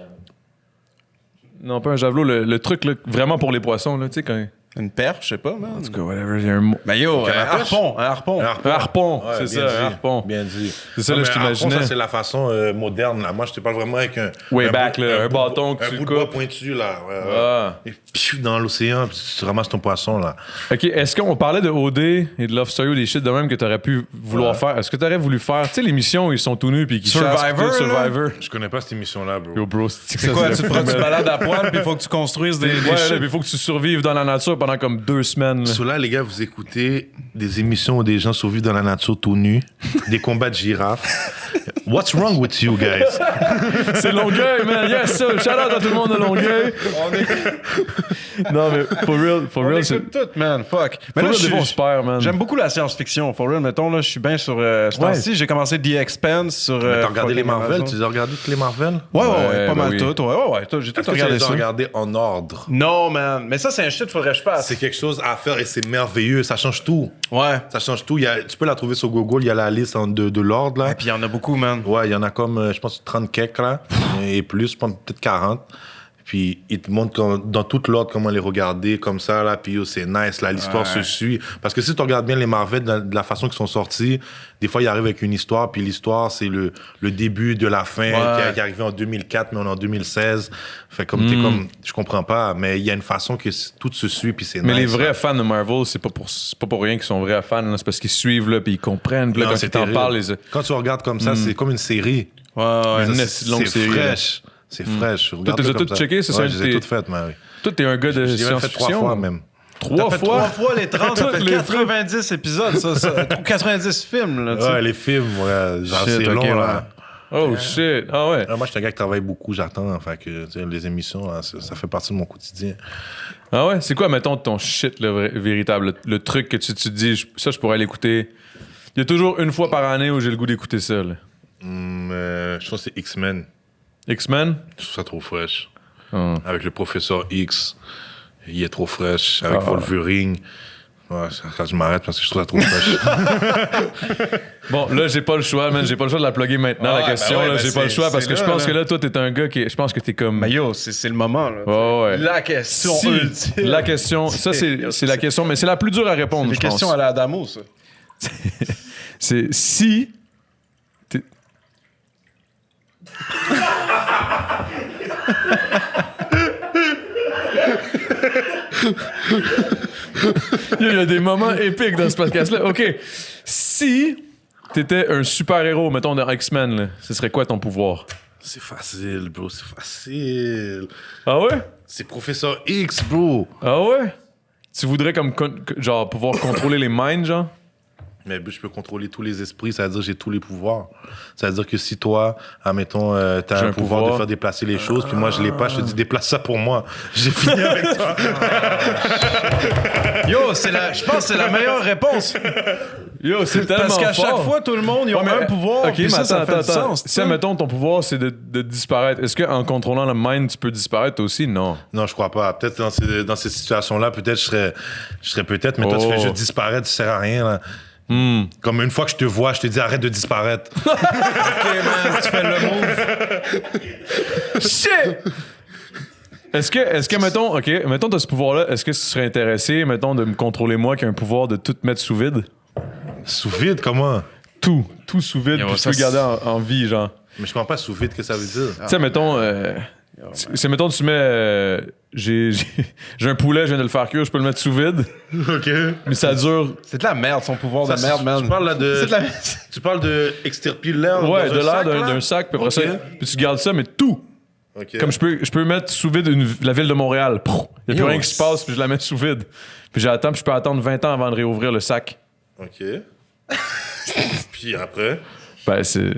S2: Non, pas un javelot, le, le truc, là, vraiment pour les poissons, là, tu sais, quand.
S5: Une perche, je sais pas, man.
S2: En tout cas, whatever. Il y a un mot.
S5: Mais yo,
S3: Quelle
S5: un
S3: perche?
S5: harpon, un harpon.
S3: Un
S2: Un harpon,
S3: Ouais,
S2: c'est
S3: bien
S2: ça, un
S3: dit.
S2: harpon.
S3: Bien dit.
S2: C'est ça, là,
S3: Non,
S2: je
S3: mais un harpon,
S2: t'imaginais.
S3: Ça, c'est la façon euh, moderne, là. Moi, je te parle vraiment avec un.
S2: Way
S3: un
S2: back,
S3: bout-
S2: là, un
S3: bout de-
S2: bâton que
S3: un
S2: tu
S3: bout de bois
S2: coupes.
S3: pointu, là. ouais, ouais.
S2: Ah.
S3: Et piou, dans l'océan, puis tu ramasses ton poisson, là.
S2: OK, est-ce qu'on parlait de OD et de Love Story ou des shit de même que t'aurais pu vouloir faire? Est-ce que t'aurais voulu faire, tu sais, l'émission où ils sont tout nus puis qui chassent, puis tout,
S5: Survivor, là?
S2: Survivor.
S3: Je connais pas cette émission-là, bro.
S2: Yo, bro,
S5: C'est quoi, tu te prends- tu te balades à poil, puis il faut que tu construises des, des
S2: Ouais,
S5: shit.
S2: là, il faut que tu survives dans la nature pendant comme deux semaines. là.
S3: Sur là, les gars, vous écoutez des émissions où des gens survivent dans la nature tout nus, des combats de girafes. What's wrong with you guys?
S2: C'est Longueuil, man. Yes, sir. Shout out à tout le monde de Longueuil. non, mais for real, for
S5: On
S2: real, c'est.
S5: écoute tout, man, fuck.
S2: For
S5: Mais là,
S2: real,
S5: je
S2: des fois, on
S5: suis-
S2: se perd, man.
S5: J'aime beaucoup la science-fiction, for real. Mettons, là, je suis bien sur. Euh, ce temps-ci, j'ai commencé The Expanse sur.
S3: Mais
S5: euh,
S3: T'as regardé les
S5: fucking
S3: Marvel?
S5: Amazon.
S3: Tu les as regardés toutes les Marvel?
S5: Ouais, ouais, ouais,
S2: Ouais,
S5: pas
S2: bah
S5: mal
S2: oui.
S5: tout. Ouais, ouais, ouais, tout, j'ai tout
S3: Est-ce que tu
S5: regardé
S3: les as
S5: ça.
S3: regardés en ordre?
S5: Non, man. Mais ça, c'est un shit, faudrait que je fasse.
S3: C'est quelque chose à faire et c'est merveilleux. Ça change tout.
S5: Ouais.
S3: Ça change tout. Il y a- tu peux la trouver sur Google. Il y a la liste en- de, de l'ordre, là.
S5: Puis il y en a beaucoup, man.
S3: Ouais, il y en a comme, euh, je pense, 30 quelques, là. et plus, je pense, peut-être 40. Puis, ils te montrent comme- dans toute l'ordre comment les regarder, comme ça, là. Puis, yo, c'est nice, là. L'histoire se suit. Parce que si tu regardes bien les Marvel, de la, de la façon qu'ils sont sortis, des fois, ils arrivent avec une histoire. Puis, l'histoire, c'est le, le début de la fin qui, a- qui est arrivé en 2004, mais on est en 2016. Fait comme,
S2: Hmm.
S3: t'es comme, je comprends pas. Mais il y a une façon que c- tout se suit, puis c'est nice.
S2: Mais les
S3: là.
S2: vrais fans de Marvel, c'est pas pour, c'est pas pour rien qu'ils sont vrais fans. là. C'est parce qu'ils suivent, là, puis ils comprennent. Puis là,
S3: Non,
S2: quand
S3: c'est
S2: ils t'en
S3: terrible.
S2: parlent, les. Hmm.
S3: Quand tu regardes comme ça, c'est comme une série.
S5: Ouais, ouais.
S2: une
S3: Ça,
S2: esti de longue
S3: c'est
S2: série, là.
S3: fraîche. C'est fraîche. Regarde
S2: t'as
S3: ça
S2: tout
S3: comme ça.
S2: checké, c'est ça,
S3: Ouais, je les ai
S2: t'es-
S3: toutes faites, mais oui.
S2: Toi, t'es un gars de Ah,
S3: Je les ai même fait
S2: science-fiction.
S3: trois fois, même.
S2: Trois
S5: T'as fait
S2: fois?
S5: trois fois les 30, ça
S2: Toutes
S5: fait
S2: les
S5: 90 épisodes, ça, ça. 90 films, là, tu sais.
S3: Ouais, les films, ouais, genre,
S5: Shit,
S3: c'est
S5: ok,
S3: long,
S5: ouais.
S3: là.
S2: Oh shit. Ah ouais.
S3: Ah, Moi, je suis un gars qui travaille beaucoup, j'attends. Fait que, tu sais, les émissions, là, ça, ça fait partie de mon quotidien.
S2: Ah ouais? C'est quoi, mettons, ton shit, le vrai- véritable, le, le truc que tu tu te dis, je- ça, je pourrais l'écouter. Il y a toujours une fois par année où j'ai le goût d'écouter ça. là.
S3: Hum, euh, je trouve que c'est X-Men.
S2: X-Men?
S3: Je trouve ça trop fraîche.
S5: Hmm.
S2: Ah.
S3: Avec le professeur X, il est trop fraîche. Avec
S2: Ah.
S3: Wolverine. Ouais, ça- ça, je m'arrête parce que je trouve ça trop fraîche.
S2: Bon, là, j'ai pas le choix, man. J'ai pas le choix de la plugger maintenant,
S5: Ah,
S2: la
S5: ben
S2: question.
S5: ouais,
S2: là,
S5: ben
S2: j'ai pas le
S5: c'est-
S2: choix parce
S5: c'est
S2: que je
S5: là,
S2: pense
S5: là.
S2: que là, toi, t'es un gars qui. Je pense que t'es comme.
S5: Mais yo, c'est c'est le moment, là.
S2: Ouais, ouais.
S5: La question
S2: Si.
S5: ultime.
S2: La question. Ça, c'est c'est la question, mais c'est la plus dure à répondre,
S5: Les
S2: je pense.
S5: questions à la Adamo, ça.
S2: C'est si. t'es- Il y a- il y a des moments épiques dans ce podcast-là. OK. Si t'étais un super-héros, mettons, dans X-Men, là, ce serait quoi ton pouvoir?
S3: c'est facile, bro, c'est facile.
S2: Ah ouais?
S3: C'est professeur X, bro.
S2: Ah ouais? Tu voudrais comme con- que- genre pouvoir contrôler les minds, genre?
S3: Mais je peux contrôler tous les esprits, ça veut dire que j'ai tous les pouvoirs. Ça veut dire que si toi, admettons, euh, t'as
S2: J'ai
S3: un,
S2: un
S3: pouvoir,
S2: pouvoir.
S3: de faire déplacer les choses, puis moi je l'ai pas, je te dis déplace ça pour moi. J'ai fini avec toi.
S5: Yo, c'est la, je pense que c'est la meilleure réponse.
S2: Yo, c'est tellement
S5: Parce qu'à chaque
S2: fort.
S5: fois, tout le monde, ils
S2: Ouais,
S5: ont
S2: mais-
S5: un pouvoir.
S2: Ok,
S5: puis
S2: mais
S5: ça, ça
S2: attends,
S5: fait du
S2: attends,
S5: sens.
S2: attends. Si, admettons, ton pouvoir, c'est de, de disparaître, est-ce qu'en contrôlant le mind, tu peux disparaître toi aussi? Non.
S3: Non, je crois pas. Peut-être dans ces, dans ces situations-là, peut-être je serais, je serais peut-être, mais toi tu
S2: Oh. Hmm.
S3: fais juste disparaître, tu sers à rien. là. Comme une fois que je te vois, je te dis arrête de disparaître.
S5: tu fais le move.
S2: Shit! Est-ce que, est-ce que, mettons, ok, mettons, t'as ce pouvoir-là, est-ce que tu serais intéressé, mettons, de me contrôler moi qui a un pouvoir de tout mettre sous vide?
S3: sous vide, comment
S2: Tout, tout sous vide,
S5: Yo,
S2: puis tu
S5: ça,
S2: peux le garder en, en vie, genre.
S3: Mais je comprends pas sous vide que ça veut dire.
S5: Ah,
S2: Tu sais, mettons, euh, tu- c'est, mettons, tu mets, euh, j'ai, j'ai, j'ai un poulet, je viens de le faire cuire, je peux le mettre sous vide,
S3: ok.
S2: mais ça dure.
S5: C'est de la merde, son pouvoir
S3: Ça,
S5: de
S3: c'est-
S5: ah, merde, man.
S3: Tu parles là de.
S5: C'est de la
S3: Tu parles de extirper l'air.
S2: Ouais,
S3: dans
S2: de
S3: un
S2: l'air
S3: sac,
S2: d'un,
S3: là?
S2: d'un sac, puis après
S3: Ok.
S2: ça, puis tu gardes ça, mais tout.
S3: Ok.
S2: Comme je peux, je peux mettre sous vide une- la ville de Montréal. Il n'y a
S5: Yo,
S2: plus rien qui se passe, puis je la mets sous vide. Puis j'attends, puis je peux attendre 20 ans avant de réouvrir le sac.
S3: OK. Puis après.
S2: Ben, c'est.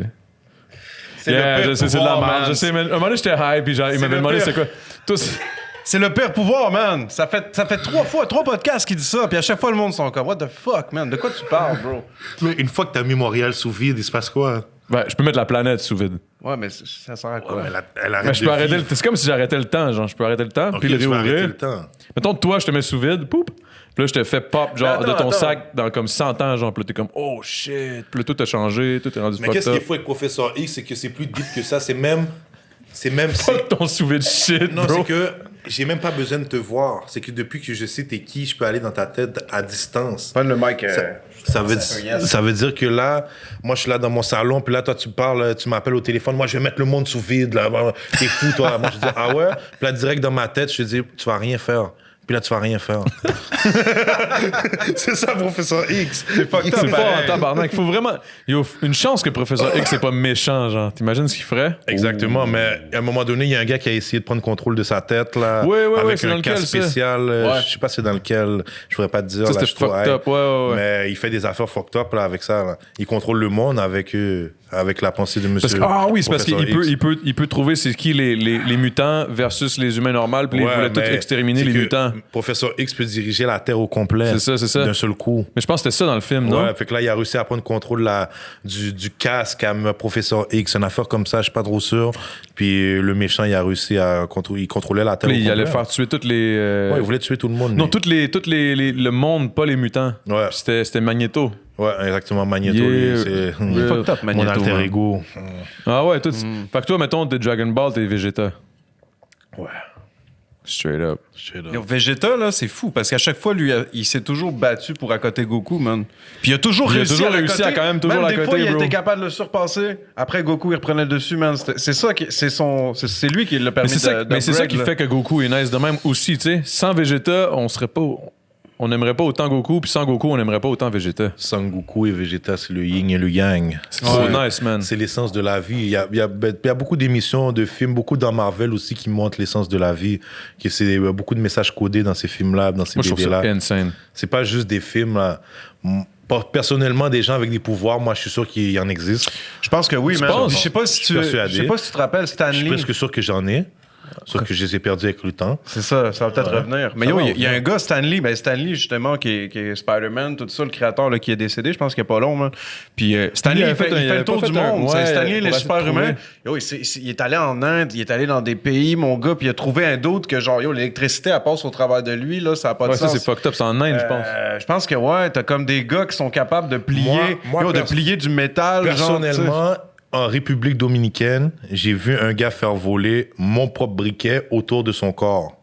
S5: C'est
S2: Yeah,
S5: le
S2: je
S5: pire
S2: sais, c'est de la
S5: pouvoir,
S2: merde.
S5: man.
S2: Je sais, mais un moment donné, j'étais high, puis genre, il
S5: C'est
S2: m'avait
S5: le
S2: demandé
S5: pire.
S2: c'est quoi. Tous.
S5: C'est le pire pouvoir, man. Ça fait, ça fait trois fois, trois podcasts qui disent ça, puis à chaque fois, le monde sont comme, what the fuck, man, de quoi tu parles, bro?
S3: une fois que t'as mis Montréal sous vide, il se passe quoi?
S2: Ben, je peux mettre la planète sous vide.
S5: Ouais, mais c'est- ça sert à quoi?
S3: elle, a- elle arrête
S2: Ben, je
S3: de
S2: peux arrêter le...
S3: vivre.
S2: C'est comme si j'arrêtais le temps, genre. Je peux arrêter le temps,
S3: Ok,
S2: puis le
S3: tu peux arrêter
S2: réouvrir.
S3: le temps.
S2: Mettons, toi, je te mets sous vide, poup. Puis là, je te fais pop, genre,
S5: Mais
S2: de
S5: attends,
S2: ton
S5: attends.
S2: sac dans comme 100 ans, genre. Puis là, t'es comme, oh shit. Puis là, tout a changé, tout est rendu
S3: Mais qu'est-ce qu'il
S2: fucked
S3: faut avec Professeur X, c'est que c'est plus deep que ça, c'est même. C'est même.
S2: up. Ton sous vide shit,
S3: Non, c'est
S2: bro.
S3: que J'ai même pas besoin de te voir. C'est que depuis que je sais t'es qui, je peux aller dans ta tête à distance.
S5: Prends le mic.
S3: Ça,
S5: euh,
S3: ça veut,
S5: ça fait yes.
S3: ça veut dire que là, moi, je suis là dans mon salon, puis là, toi, tu parles, euh, tu m'appelles au téléphone, moi, je vais mettre le monde sous vide, là, Bon, t'es fou, toi. moi, je dis, ah ouais? Puis là, direct dans ma tête, je te dis, tu vas rien faire. Puis là, tu vas rien faire. c'est ça, professeur X. C'est pas
S2: C'est fort en tabarnak. Faut vraiment. Yo, f- une chance que Professeur X, c'est pas méchant, genre. T'imagines ce qu'il ferait?
S3: Exactement, mais à un moment donné, il y a un gars qui a essayé de prendre contrôle de sa tête, là.
S2: Oui, oui, oui,
S3: avec
S2: c'est
S3: un
S2: dans lequel,
S3: cas
S2: ça?
S3: spécial. euh,
S2: Ouais.
S3: Je sais pas c'est dans lequel. Je pourrais pas te dire.
S2: Ça,
S3: là,
S2: c'était
S3: je suis trop
S2: fucked
S3: hype.
S2: up, ouais, ouais, ouais.
S3: Mais il fait des affaires fucked up, là, avec ça, là. Il contrôle le monde avec, euh, avec la pensée de
S2: Parce
S3: monsieur.
S2: que- ah oui, c'est parce qu'il
S3: Professeur
S2: peut,
S3: X.
S2: il peut, il peut trouver c'est qui les, les, les mutants versus les humains normaux, puis
S3: Ouais,
S2: il voulait tous
S3: mais
S2: exterminer
S3: c'est
S2: les
S3: que
S2: mutants.
S3: Professeur X peut diriger la Terre au complet.
S2: C'est ça, c'est ça.
S3: D'un seul coup.
S2: Mais je pense que c'était ça dans le film, non?
S3: Ouais, fait que là, il a réussi à prendre contrôle de la, du, du casque à m- professeur X, une affaire comme ça, je suis pas trop sûr. Puis euh, le méchant, il a réussi à contrôler, il contrôlait la Terre.
S2: Puis
S3: au
S2: il allait
S3: complet.
S2: faire tuer toutes les. euh,
S3: Ouais, il voulait tuer tout le monde.
S2: Non,
S3: lui.
S2: toutes les, toutes les, les- le monde, pas les mutants.
S3: Ouais.
S2: C'était, c'était Magneto.
S3: Ouais, exactement, Magneto,
S2: Yeah.
S3: lui, c'est
S2: Il est fucked up,
S3: mon
S2: Magneto,
S3: alter
S2: hein.
S3: ego.
S2: Ah ouais, tout. Fait que toi, mettons, t'es Dragon Ball, t'es Vegeta.
S3: Mm. Ouais.
S2: Straight up.
S5: Yo, Vegeta, là, c'est fou, parce qu'à chaque fois, lui, il s'est toujours battu pour accoter Goku, man. Puis il a toujours
S2: Il a
S5: réussi
S2: toujours
S5: à
S2: réussi
S5: l'accoter.
S2: à quand même toujours
S5: des
S2: l'accoter,
S5: fois, il
S2: bro.
S5: était capable de le surpasser. Après, Goku, il reprenait le dessus, man. C'était- C'est ça qui... C'est son... C'est c'est lui qui l'a
S2: Mais
S5: permis
S2: c'est ça,
S5: de-
S2: mais c'est ça
S5: d'upgrade,
S2: qui
S5: là.
S2: fait que Goku est nice de même aussi, tu sais. Sans Vegeta, on serait pas. On n'aimerait pas autant Goku, puis sans Goku, on n'aimerait pas autant Vegeta.
S3: Sangoku et Vegeta, c'est le yin et le yang.
S2: C'est trop nice, man.
S3: C'est l'essence de la vie. Il y a, il y a- ben, il y a beaucoup d'émissions, de films, beaucoup dans Marvel aussi qui montrent l'essence de la vie. Que c'est euh, beaucoup de messages codés dans ces films-là, dans ces
S2: Moi, je trouve ça
S3: BD-là.
S5: hein.
S2: insane.
S3: C'est pas juste des films. là. M- pas- Personnellement, des gens avec des pouvoirs, moi, je suis sûr qu'il y en existe.
S5: Je pense que oui, man.
S2: penses?
S5: Je sais pas si
S3: Je
S5: tu...
S3: suis
S5: Je
S3: persuadé.
S5: sais pas si tu te rappelles,
S3: Je suis
S5: Stanley.
S3: presque sûr que j'en ai, sauf que je les ai perdus avec le temps.
S5: C'est ça, ça va peut-être revenir. Mais
S3: Ça
S5: yo,
S3: va
S5: il y a- il y, a un
S3: revenir.
S5: gars, Stanley, ben Stanley justement, qui est, qui est Spider-Man, tout ça, le créateur là, qui est décédé, je pense qu'il n'est pas long. man. Puis euh, Stanley,
S2: Lui, il
S5: il,
S2: avait
S5: fait,
S2: fait un-
S5: il
S2: il
S5: fait
S2: avait
S5: le tour
S2: pas
S5: du
S2: fait un-
S5: monde.
S2: ouais,
S5: c'est Stanley,
S2: pour
S5: les
S2: essayer de
S5: super-humains.
S2: trouver.
S5: Yo, il, s'est- il s'est- il est allé en Inde, il est allé dans des pays, mon gars, puis il a trouvé un doute que genre, yo, l'électricité, elle passe au travers de lui, là, ça n'a pas
S2: Ouais,
S5: de
S2: ça,
S5: sens.
S2: c'est fucked up. C'est en Inde, je pense.
S5: Euh, je pense que ouais, t'as comme des gars qui sont capables de plier,
S3: Moi- moi,
S5: yo, de
S3: perso-
S5: plier du métal. genre, tu sais.
S3: Personnellement, en République dominicaine, j'ai vu un gars faire voler mon propre briquet autour de son corps.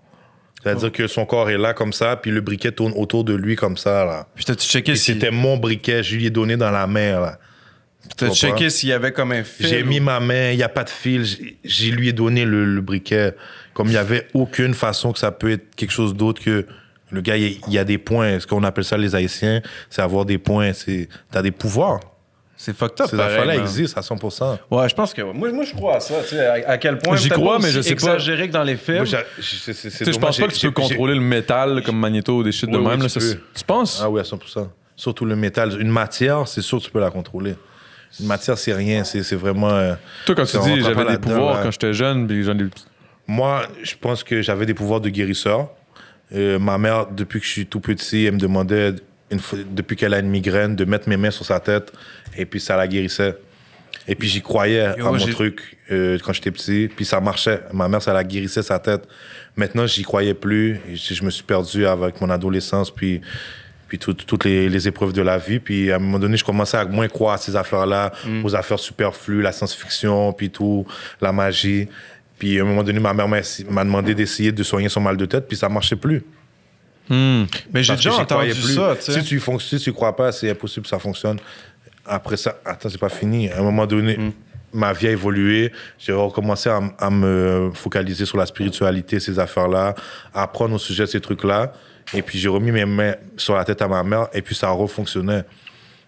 S3: C'est-à-dire que son corps est là comme ça, puis le briquet tourne autour de lui comme ça. Là.
S5: Puis t'as-tu checké
S3: Et
S5: si-
S3: c'était mon briquet, je lui ai donné dans la mer. Là.
S5: t'as-tu
S3: comprends?
S5: checké s'il y avait comme un fil?
S3: J'ai
S5: ou-
S3: mis ma main, il n'y a pas de fil, j'ai- j'ai lui ai donné le, le briquet. Comme il n'y avait aucune façon que ça peut être quelque chose d'autre que le gars, il il y a des points. Ce qu'on appelle ça les Haïtiens, c'est avoir des points. c'est T'as des pouvoirs.
S5: C'est fucked up.
S3: Ces
S5: pareil,
S3: affaires-là
S5: man.
S3: existent à 100%.
S5: Ouais, je pense que moi, moi je crois à ça, tu sais, à, à quel point
S2: J'y
S5: peut-être
S2: crois,
S5: pas
S2: mais
S5: aussi
S2: je sais pas.
S5: exagéré que dans les films.
S3: Moi, j'ai- c'est-
S2: Tu
S3: c'est- c'est
S2: sais, je pense
S3: dommage,
S2: pas que tu
S3: j'ai-
S2: peux
S3: j'ai-
S2: contrôler le métal comme Magneto ou des shit de
S3: Oui, oui,
S2: même.
S3: tu
S2: là, ça,
S3: peux.
S2: c'est- tu penses?
S3: Ah oui, à 100%. Surtout le métal. Une matière, c'est sûr que tu peux la contrôler. Une matière, c'est rien. C'est c'est vraiment... euh,
S2: Toi, quand tu
S3: ça, on
S2: dis
S3: rentre
S2: j'avais
S3: pas
S2: des
S3: là-dedans,
S2: pouvoirs
S3: là.
S2: quand j'étais jeune, puis j'en ai.
S3: Moi, je pense que j'avais des pouvoirs de guérisseur. Euh, ma mère, depuis que je suis tout petit, elle me demandait, une fois- depuis qu'elle a une migraine, de mettre mes mains sur sa tête. Et puis, ça la guérissait. Et puis, j'y croyais
S5: Yo,
S3: à mon
S5: j'ai-
S3: truc euh, quand j'étais petit. Puis, ça marchait. Ma mère, ça la guérissait sa tête. Maintenant, j'y croyais plus. Et Je, je me suis perdu avec mon adolescence. Puis, puis tout- toutes les, les épreuves de la vie. Puis, à un moment donné, je commençais à moins croire à ces affaires-là, aux affaires superflues, la science-fiction, puis tout, la magie. Puis, à un moment donné, ma mère m'a essi- m'a demandé d'essayer de soigner son mal de tête, puis ça marchait plus.
S5: mais j'ai
S3: Parce que
S5: déjà
S3: j'y
S5: entendu
S3: croyais plus.
S5: ça, tu sais.
S3: Si tu, fonc- si tu crois pas, c'est impossible que ça fonctionne. Après ça, attends, c'est pas fini. À un moment donné,
S2: Hmm.
S3: ma vie a évolué. J'ai recommencé à, m- à me focaliser sur la spiritualité, ces affaires-là, à apprendre au sujet de ces trucs-là. Et puis j'ai remis mes mains sur la tête à ma mère, et puis ça refonctionnait.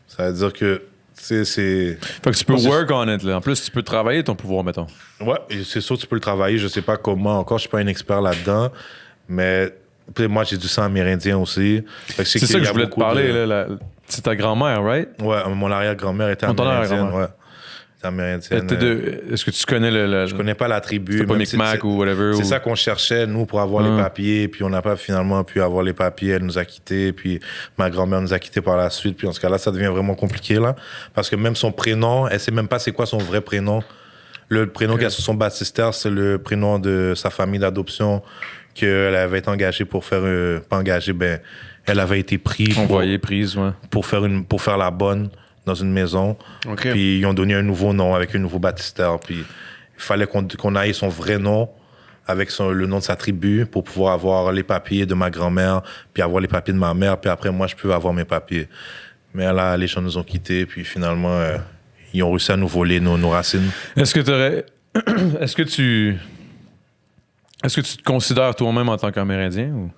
S3: Ça veut dire que, tu sais, c'est.
S2: Fait que tu peux work on it. Là. En plus, tu peux travailler ton pouvoir, mettons.
S3: Ouais, et c'est sûr, tu peux le travailler. Je sais pas comment encore, je suis pas un expert là-dedans. Mais puis moi, j'ai du sang amérindien aussi. Fait que je
S2: C'est
S3: sais qu'il
S2: ça que
S3: y a
S2: je voulais te
S3: beaucoup de-
S2: parler. là, la- C'est ta grand-mère, right?
S3: Ouais, mon arrière-grand-mère était
S2: Ton
S3: amérindienne.
S2: arrière-grand-mère.
S3: Ouais. Était amérindienne.
S2: T'es
S3: Euh,
S2: de- Est-ce que tu connais le. le-
S3: Je connais pas la tribu.
S2: C'était pas
S3: même si-
S2: Micmac
S3: c'est-
S2: ou whatever,
S3: C'est
S2: ou-
S3: ça qu'on cherchait, nous, pour avoir
S2: Ah.
S3: les papiers. Puis on n'a pas finalement pu avoir les papiers. Elle nous a quittés. Puis ma grand-mère nous a quittés par la suite. Puis en ce cas-là, ça devient vraiment compliqué, là. Parce que même son prénom, elle sait même pas c'est quoi son vrai prénom. Le prénom qu'elle a sur son baptistère, c'est le prénom de sa famille d'adoption qu'elle avait été engagée pour faire. euh, pas engagée, ben, elle avait été prise. pour-
S2: Envoyé, prise, ouais.
S3: pour faire une pour faire la bonne dans une maison.
S5: Ok.
S3: hein. Puis ils ont donné un nouveau nom avec un nouveau baptistère. Puis il fallait qu'on qu'on aille son vrai nom avec son- le nom de sa tribu pour pouvoir avoir les papiers de ma grand-mère, puis avoir les papiers de ma mère, puis après, moi, je peux avoir mes papiers. Mais là, les gens nous ont quittés, puis finalement, euh, ils ont réussi à nous voler nos, nos racines.
S2: Est-ce que t'aurais. Est-ce que tu. Est-ce que tu te considères toi-même en tant qu'Amérindien ou.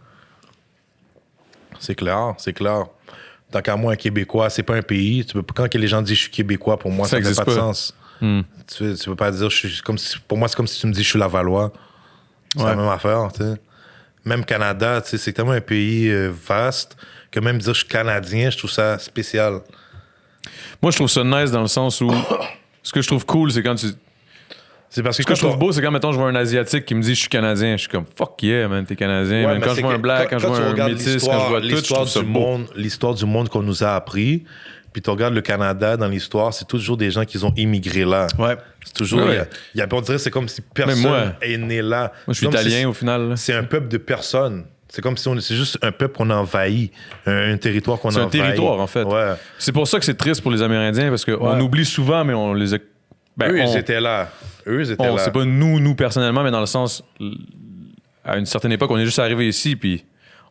S3: C'est clair, c'est clair. Tant qu'à moi, un Québécois, c'est pas un pays. Tu peux, quand que les gens disent je suis Québécois, pour moi,
S2: Ça
S3: ça n'a
S2: existe
S3: pas, de
S2: pas. Hmm.
S3: sens. Tu, tu peux pas dire, je suis comme si- pour moi, c'est comme si tu me dis je suis Lavallois. C'est la
S2: Ouais.
S3: même affaire, tu sais. Même Canada, tu sais, c'est tellement un pays euh, vaste que même dire je suis Canadien, je trouve ça spécial.
S2: Moi, je trouve ça nice dans le sens où. ce que je trouve cool, c'est quand tu.
S3: C'est parce que,
S2: Ce que je trouve
S3: on-
S2: beau, c'est quand, mettons, je vois un Asiatique qui me dit je suis Canadien. Je suis comme fuck yeah, man, t'es Canadien.
S3: Ouais,
S2: man.
S3: mais
S2: Quand je
S3: c'est
S2: vois
S3: que
S2: un black, quand, je
S3: tu
S2: vois un
S3: regardes
S2: métis, quand je
S3: l'histoire-
S2: vois tout, je
S3: l'histoire
S2: trouve ça
S3: du
S2: beau.
S3: monde, l'histoire du monde qu'on nous a appris, puis tu regardes le Canada dans l'histoire, c'est toujours des gens qui ont immigré là.
S5: Ouais.
S3: C'est toujours.
S2: Ouais.
S3: il y a- il y a- on dirait que c'est comme si personne
S2: moi-
S3: est né
S2: Moi,
S3: là.
S2: je suis
S3: Comme si
S2: italien
S3: c'est-
S2: au final. là.
S3: C'est un peuple de personnes. C'est comme si on, c'est juste un peuple qu'on a envahi, un, un territoire qu'on a
S2: C'est un
S3: envahi.
S2: territoire, en fait.
S3: Ouais.
S2: C'est pour ça que c'est triste pour les Amérindiens parce qu'on
S5: Ouais.
S2: oublie souvent, mais on les a. Ben,
S3: Eux,
S2: on-
S3: ils étaient là. Eux, ils étaient
S2: on-
S3: là.
S2: c'est pas nous, nous personnellement, mais dans le sens, l- à une certaine époque, on est juste arrivé ici, puis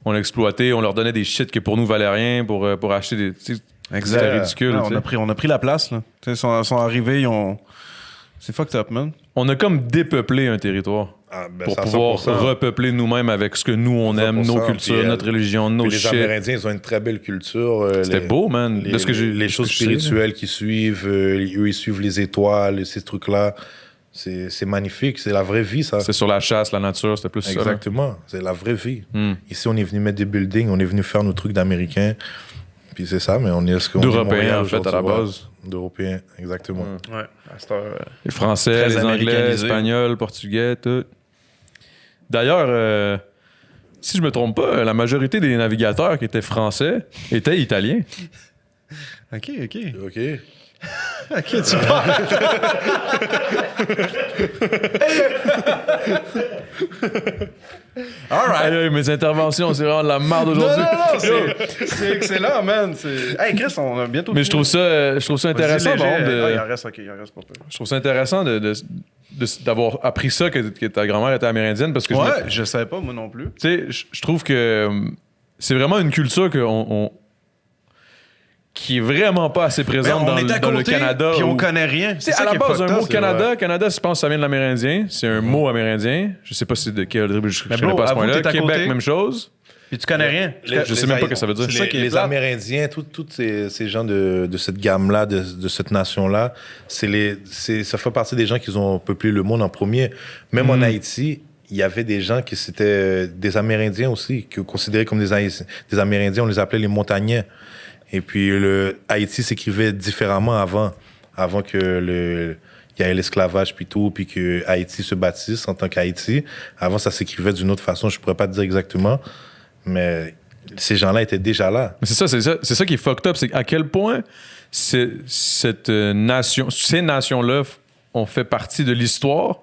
S2: on l'exploitait, on leur donnait des shit que pour nous valait rien, pour, euh, pour acheter des. tu sais, C'était ridicule.
S5: Ouais,
S2: tu sais.
S5: Ah, on, a pris, on a pris la place, là. Tu sais, Ils sont, ils sont arrivés, ils ont. C'est fucked up, man.
S2: comme dépeuplé un territoire
S3: Ah, ben,
S2: pour
S3: ça,
S2: pouvoir
S3: 100%.
S2: repeupler nous-mêmes avec ce que nous on aime, nos
S3: 100%,
S2: cultures,
S3: puis, euh,
S2: notre religion, nos
S3: Puis les
S2: shit.
S3: Amérindiens, ils ont une très belle culture. euh,
S2: C'était
S3: les-
S2: beau, man.
S3: Les,
S2: de ce que j'ai-
S3: les
S2: de ce
S3: choses
S2: que je sais, là.
S3: spirituelles qui suivent, euh, eux, ils suivent les étoiles, ces trucs-là. C'est c'est magnifique. C'est la vraie vie, ça.
S2: C'est sur la chasse, la nature, c'était plus ça. là.
S3: Exactement. C'est la vraie vie.
S2: Hmm.
S3: Ici, on est venu mettre des buildings, on est venu faire nos trucs d'Américains. Puis c'est ça, mais on est ce qu'on est
S2: D'Européens,
S3: Montréal
S2: en fait, à la
S3: aujourd'hui, ouais.
S2: base. Hum.
S3: D'Européens, exactement.
S4: Ouais. À cette heure, euh,
S2: Les Français,
S4: Très
S2: les Anglais,
S4: américanisé.
S2: Espagnols, Portugais, tout. D'ailleurs, euh, si je me trompe pas, la majorité des navigateurs qui étaient français étaient italiens.
S5: Ok, ok.
S3: OK.
S5: Ok, tu parles. All right.
S2: Aïe, aïe, mes interventions, c'est vraiment de la merde
S5: Non, non,
S2: aujourd'hui.
S5: non, c'est- c'est excellent, man. c'est- Hey, Chris, on a bientôt.
S2: Mais je trouve ça, euh, je trouve ça intéressant, par contre, de-
S5: Ah, il en reste, ok, il en reste pas peu.
S2: je trouve ça intéressant de- de- de- d'avoir appris ça que, que ta grand-mère était amérindienne parce que je me-
S5: Ouais, je savais pas, moi non plus.
S2: tu sais, je- je trouve que hum, c'est vraiment une culture que on, on- qui est vraiment pas assez présente
S5: Mais
S2: dans, le- dans le Canada.
S5: Puis on
S2: où-
S5: connaît rien.
S2: Tu sais, à la base, hein. un mot Canada, Canada, je pense que ça vient de l'amérindien. C'est un mot amérindien. Je sais pas si de quelle tribu, je, je
S5: Mais
S2: connais
S5: bro,
S2: pas à ce
S5: avoue,
S2: point-là.
S5: t'es à
S2: Québec,
S5: côté.
S2: même chose.
S5: Puis tu connais rien.
S2: Je sais même pas ce que ça veut dire.
S3: Les,
S5: C'est ça qui est
S3: les
S5: plate.
S3: Amérindiens, tous ces, ces gens de, de cette gamme-là, de, de cette nation-là, c'est les, c'est- ça fait partie des gens qui ont peuplé le monde en premier. Même
S2: Hmm.
S3: en Haïti, il y avait des gens qui c'était euh, des Amérindiens aussi, qui considérés comme des, Haïti- des Amérindiens, on les appelait les Montagnais. Et puis le Haïti s'écrivait différemment avant, avant que le il y ait l'esclavage puis tout, puis que Haïti se bâtisse en tant qu'Haïti. Avant, ça s'écrivait d'une autre façon. Je pourrais pas te dire exactement, mais ces gens-là étaient déjà là.
S2: Mais c'est ça, c'est ça, c'est ça qui est fucked up. C'est à quel point c'est- cette euh, nation, ces nations-là f- ont fait partie de l'histoire,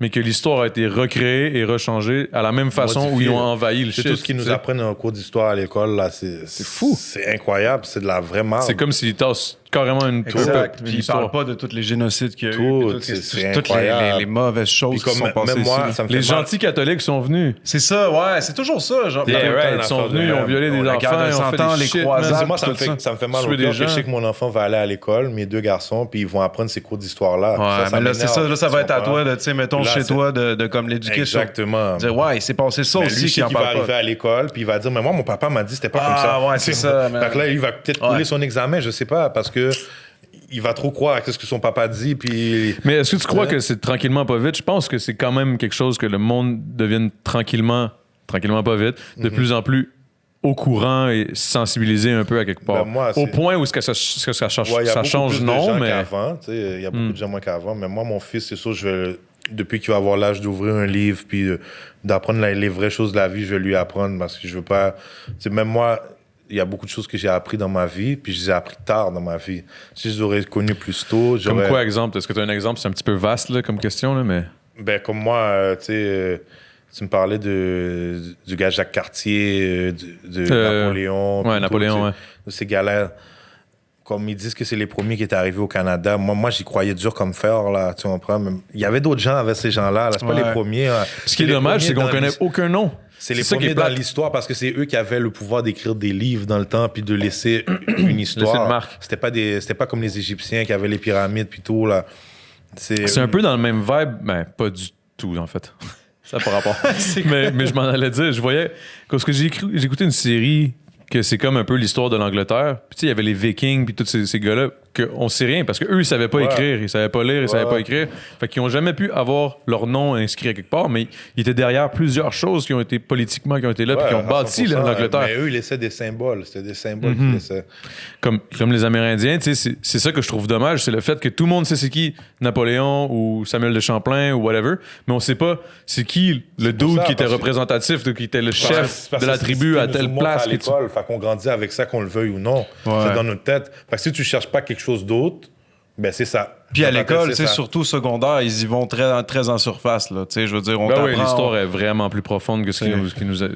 S2: mais que l'histoire a été recréée et rechangée à la même façon où ils
S3: Modifiée.
S2: ont envahi le
S3: C'est
S2: shit.
S3: tout ce qu'ils
S2: tu
S3: nous
S2: sais.
S3: apprennent en cours d'histoire à l'école là. C'est
S2: fou.
S3: C'est incroyable. C'est de la vraie marde.
S2: C'est comme s'ils tassent carrément une troupe.
S5: Exact.
S2: puis
S5: Puis
S2: une
S5: ils parlent
S2: histoire.
S5: pas de tous les génocides qu'il y a eu.
S3: Tout,
S5: puis toutes
S3: c'est-
S5: les-
S3: c'est
S5: toutes les,
S3: incroyable.
S5: les- les mauvaises
S3: Puis
S5: choses qui
S3: comme-
S5: sont passées
S3: même moi,
S5: ici.
S3: ça me fait
S2: Les
S3: mal.
S2: gentils catholiques sont venus.
S5: C'est ça, ouais, c'est toujours ça. Genre,
S2: Yeah,
S5: Putain,
S2: right.
S3: une
S2: Ils sont
S3: affaire de
S2: venus, ils ont
S3: même.
S2: violé des
S5: On a
S2: enfants,
S5: gardé
S2: ils ont fait
S5: 100 ans,
S2: des
S5: les
S2: shit,
S5: croisades.
S2: man.
S5: Zap,
S3: moi, ça me,
S5: tout
S3: fait,
S5: ça.
S3: ça me fait mal au
S2: Tuer des
S3: cœur. que Je
S2: gens.
S3: sais que mon enfant va aller à l'école, mes deux garçons, puis ils vont apprendre ces cours d'histoire-là.
S5: Ouais, mais là, c'est ça, là, ça va être à toi, de, tu sais, mettons,
S3: Là,
S5: chez
S3: c'est-
S5: toi, de, de comme l'éduquer sur.
S3: Exactement.
S5: Dire, ouais, il s'est passé ça
S3: Mais lui,
S5: aussi
S3: je sais
S5: qui en
S3: qu'il va
S5: parle
S3: arriver
S5: pas.
S3: à l'école, puis il va dire, mais moi, mon papa m'a dit, c'était pas
S5: Ah,
S3: comme ça.
S5: ouais, c'est ça, man.
S3: Fait que là, il va peut-être couler
S5: Ouais.
S3: son examen, je sais pas, parce que il va trop croire à ce que son papa dit, puis...
S2: Mais est-ce que tu crois
S3: Ouais.
S2: que c'est tranquillement pas vite? Je pense que c'est quand même quelque chose que le monde devienne tranquillement, tranquillement pas vite,
S3: Mhm.
S2: de plus en plus au courant et sensibilisé un peu à quelque part.
S3: Ben, moi,
S2: au
S3: c'est-
S2: point où est-ce que ça, ce que ça, change-
S3: Ouais, il y a
S2: ça
S3: beaucoup
S2: change,
S3: plus de
S2: non,
S3: gens
S2: mais Hmm.
S3: qu'avant, tu sais, il y a beaucoup de gens moins qu'avant, mais moi, mon fils, c'est sûr, je vais... le- Depuis qu'il va avoir l'âge d'ouvrir un livre, puis euh, d'apprendre la- les vraies choses de la vie, je vais lui apprendre, parce que je veux pas... Tu sais, même moi... Il y a beaucoup de choses que j'ai appris dans ma vie, puis je les ai appris tard dans ma vie. Si je les aurais connues plus tôt,
S2: comme
S3: j'aurais...
S2: quoi, exemple? Est-ce que tu as un exemple? C'est un petit peu vaste là, comme question, là, mais
S3: Ben, comme moi, euh, tu sais, euh, tu me parlais de, du gars Jacques Cartier, euh, du- de,
S2: Euh,
S3: Napoléon.
S2: ouais,
S3: puis
S2: Napoléon,
S3: tout,
S2: ouais.
S3: tu sais, De ces gars-là. Comme ils disent que c'est les premiers qui est arrivé au Canada. Moi, moi j'y croyais dur comme fer, là. Tu comprends? Mais Il y avait d'autres gens avec ces gens-là. là. C'est pas
S5: Ouais.
S3: les premiers. hein.
S2: Ce qui est
S3: les
S2: dommage, c'est
S3: premiers
S2: qu'on
S3: dans
S2: connaît
S3: l'his-
S2: aucun nom.
S3: C'est les
S2: ça qui
S3: premiers
S2: est
S3: dans
S2: plate.
S3: l'histoire parce que c'est eux qui avaient le pouvoir d'écrire des livres dans le temps puis de laisser une
S2: Laisser une
S3: histoire.
S2: marque.
S3: C'était pas des, c'était pas comme les Égyptiens qui avaient les pyramides puis tout là.
S2: C'est un peu dans le même vibe, mais pas du tout, en fait. Ça par rapport. mais, mais je m'en allais dire, je voyais. Parce que j'ai écrit- j'ai écouté une série que c'est comme un peu l'histoire de l'Angleterre. Puis tu sais, il y avait les Vikings, puis tous ces, ces gars-là, qu'on sait rien, parce qu'eux, ils savaient pas écrire, ils savaient pas lire, ils savaient pas écrire. Fait qu'ils ont jamais pu avoir leur nom inscrit à quelque part, mais ils étaient derrière plusieurs choses qui ont été politiquement, qui ont été là, puis qui ont bâti là, Mhm. l'Angleterre.
S3: Mais eux ils laissaient des symboles, c'était des symboles qu'ils laissaient.
S2: comme, comme les Amérindiens, tu sais, c'est c'est ça que je trouve dommage, c'est le fait que tout le monde sait c'est qui Napoléon ou Samuel de Champlain ou whatever, mais on sait pas c'est qui le
S3: pour
S2: dude
S3: ça,
S2: qui était
S3: parce que-
S2: représentatif, de- qui était le chef
S3: Parce- parce
S2: de la
S3: que c'est
S2: tribu
S3: ce
S2: à
S3: que
S2: telle
S3: nous
S2: place.
S3: montre
S2: que
S3: à
S2: tu-
S3: l'école, fait qu'on grandit avec ça qu'on le veuille ou non. C'est dans notre tête. Fait que si tu cherches pas quelque chose d'autre, ben c'est ça.
S5: Puis à
S3: Dans ta tête,
S5: l'école, tu sais,
S3: ça.
S5: surtout au secondaire, ils y vont très, très en surface, là. Tu sais, je veux dire, on
S2: Ben
S5: t'apprend...
S2: oui, l'histoire est vraiment plus profonde que ce qui nous, ce qui nous a-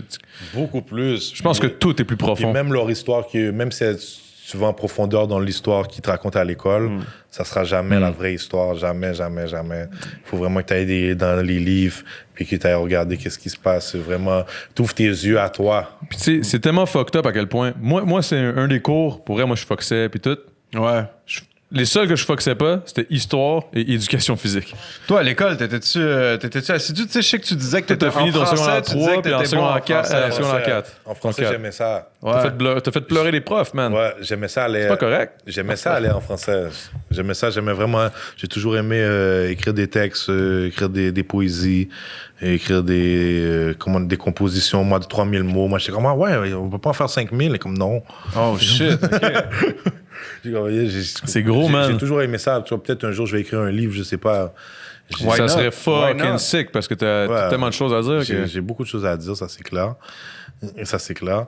S3: beaucoup plus.
S2: Je pense que tout est plus
S3: Puis
S2: profond.
S3: même leur histoire, qui, même si tu vas en profondeur dans l'histoire qu'ils te racontent à l'école,
S2: Mm.
S3: ça sera jamais la vraie histoire. Jamais, jamais, jamais. Il faut vraiment que tu ailles dans les livres puis que tu ailles regarder qu'est-ce qui se passe. C'est Vraiment, tu tes yeux à toi.
S2: Puis tu sais, c'est tellement fucked up à quel point. Moi, moi c'est un, un des cours, pour vrai, moi je foxais puis tout.
S5: Ouais.
S2: Les seuls que je foxais pas, c'était histoire et éducation physique.
S5: Toi, à l'école, t'étais-tu euh, t'étais-tu assidu? Tu sais, je sais que tu disais que t'étais
S2: T'as
S5: en
S2: fini ton
S5: français,
S2: secondaire
S5: tu disais
S2: 3
S5: que
S2: puis en
S5: t'étais bon
S2: secondaire 4.
S5: français.
S2: euh, secondaire
S3: français,
S2: 4.
S3: En français,
S2: j'aimais
S3: j'aimais ça.
S5: Ouais.
S2: T'as fait, bleu- t'as fait pleurer les profs, man.
S3: Ouais, j'aimais ça aller.
S2: C'est pas correct.
S3: J'aimais ça aller en français. J'aimais ça, j'aimais vraiment. J'ai toujours aimé euh, écrire des textes, euh, écrire des, des poésies, euh, écrire des, euh, comment, des compositions, moi, de 3000 mots. Moi, j'étais comme, ah ouais, on peut pas en faire 5000. Et comme, non.
S5: Oh, shit.
S3: J'ai- j'ai- j'ai-
S2: C'est gros,
S3: j'ai-
S2: man.
S3: J'ai toujours aimé ça. Tu vois, peut-être un jour, je vais écrire un livre, je sais pas. J'ai-
S2: ça
S5: not?
S2: serait
S5: Why
S2: fucking
S5: not?
S2: sick parce que t'as
S3: Ouais.
S2: t'as tellement de choses à dire.
S3: J'ai
S2: Que...
S3: j'ai beaucoup de choses à dire, ça, c'est clair. Ça, c'est clair.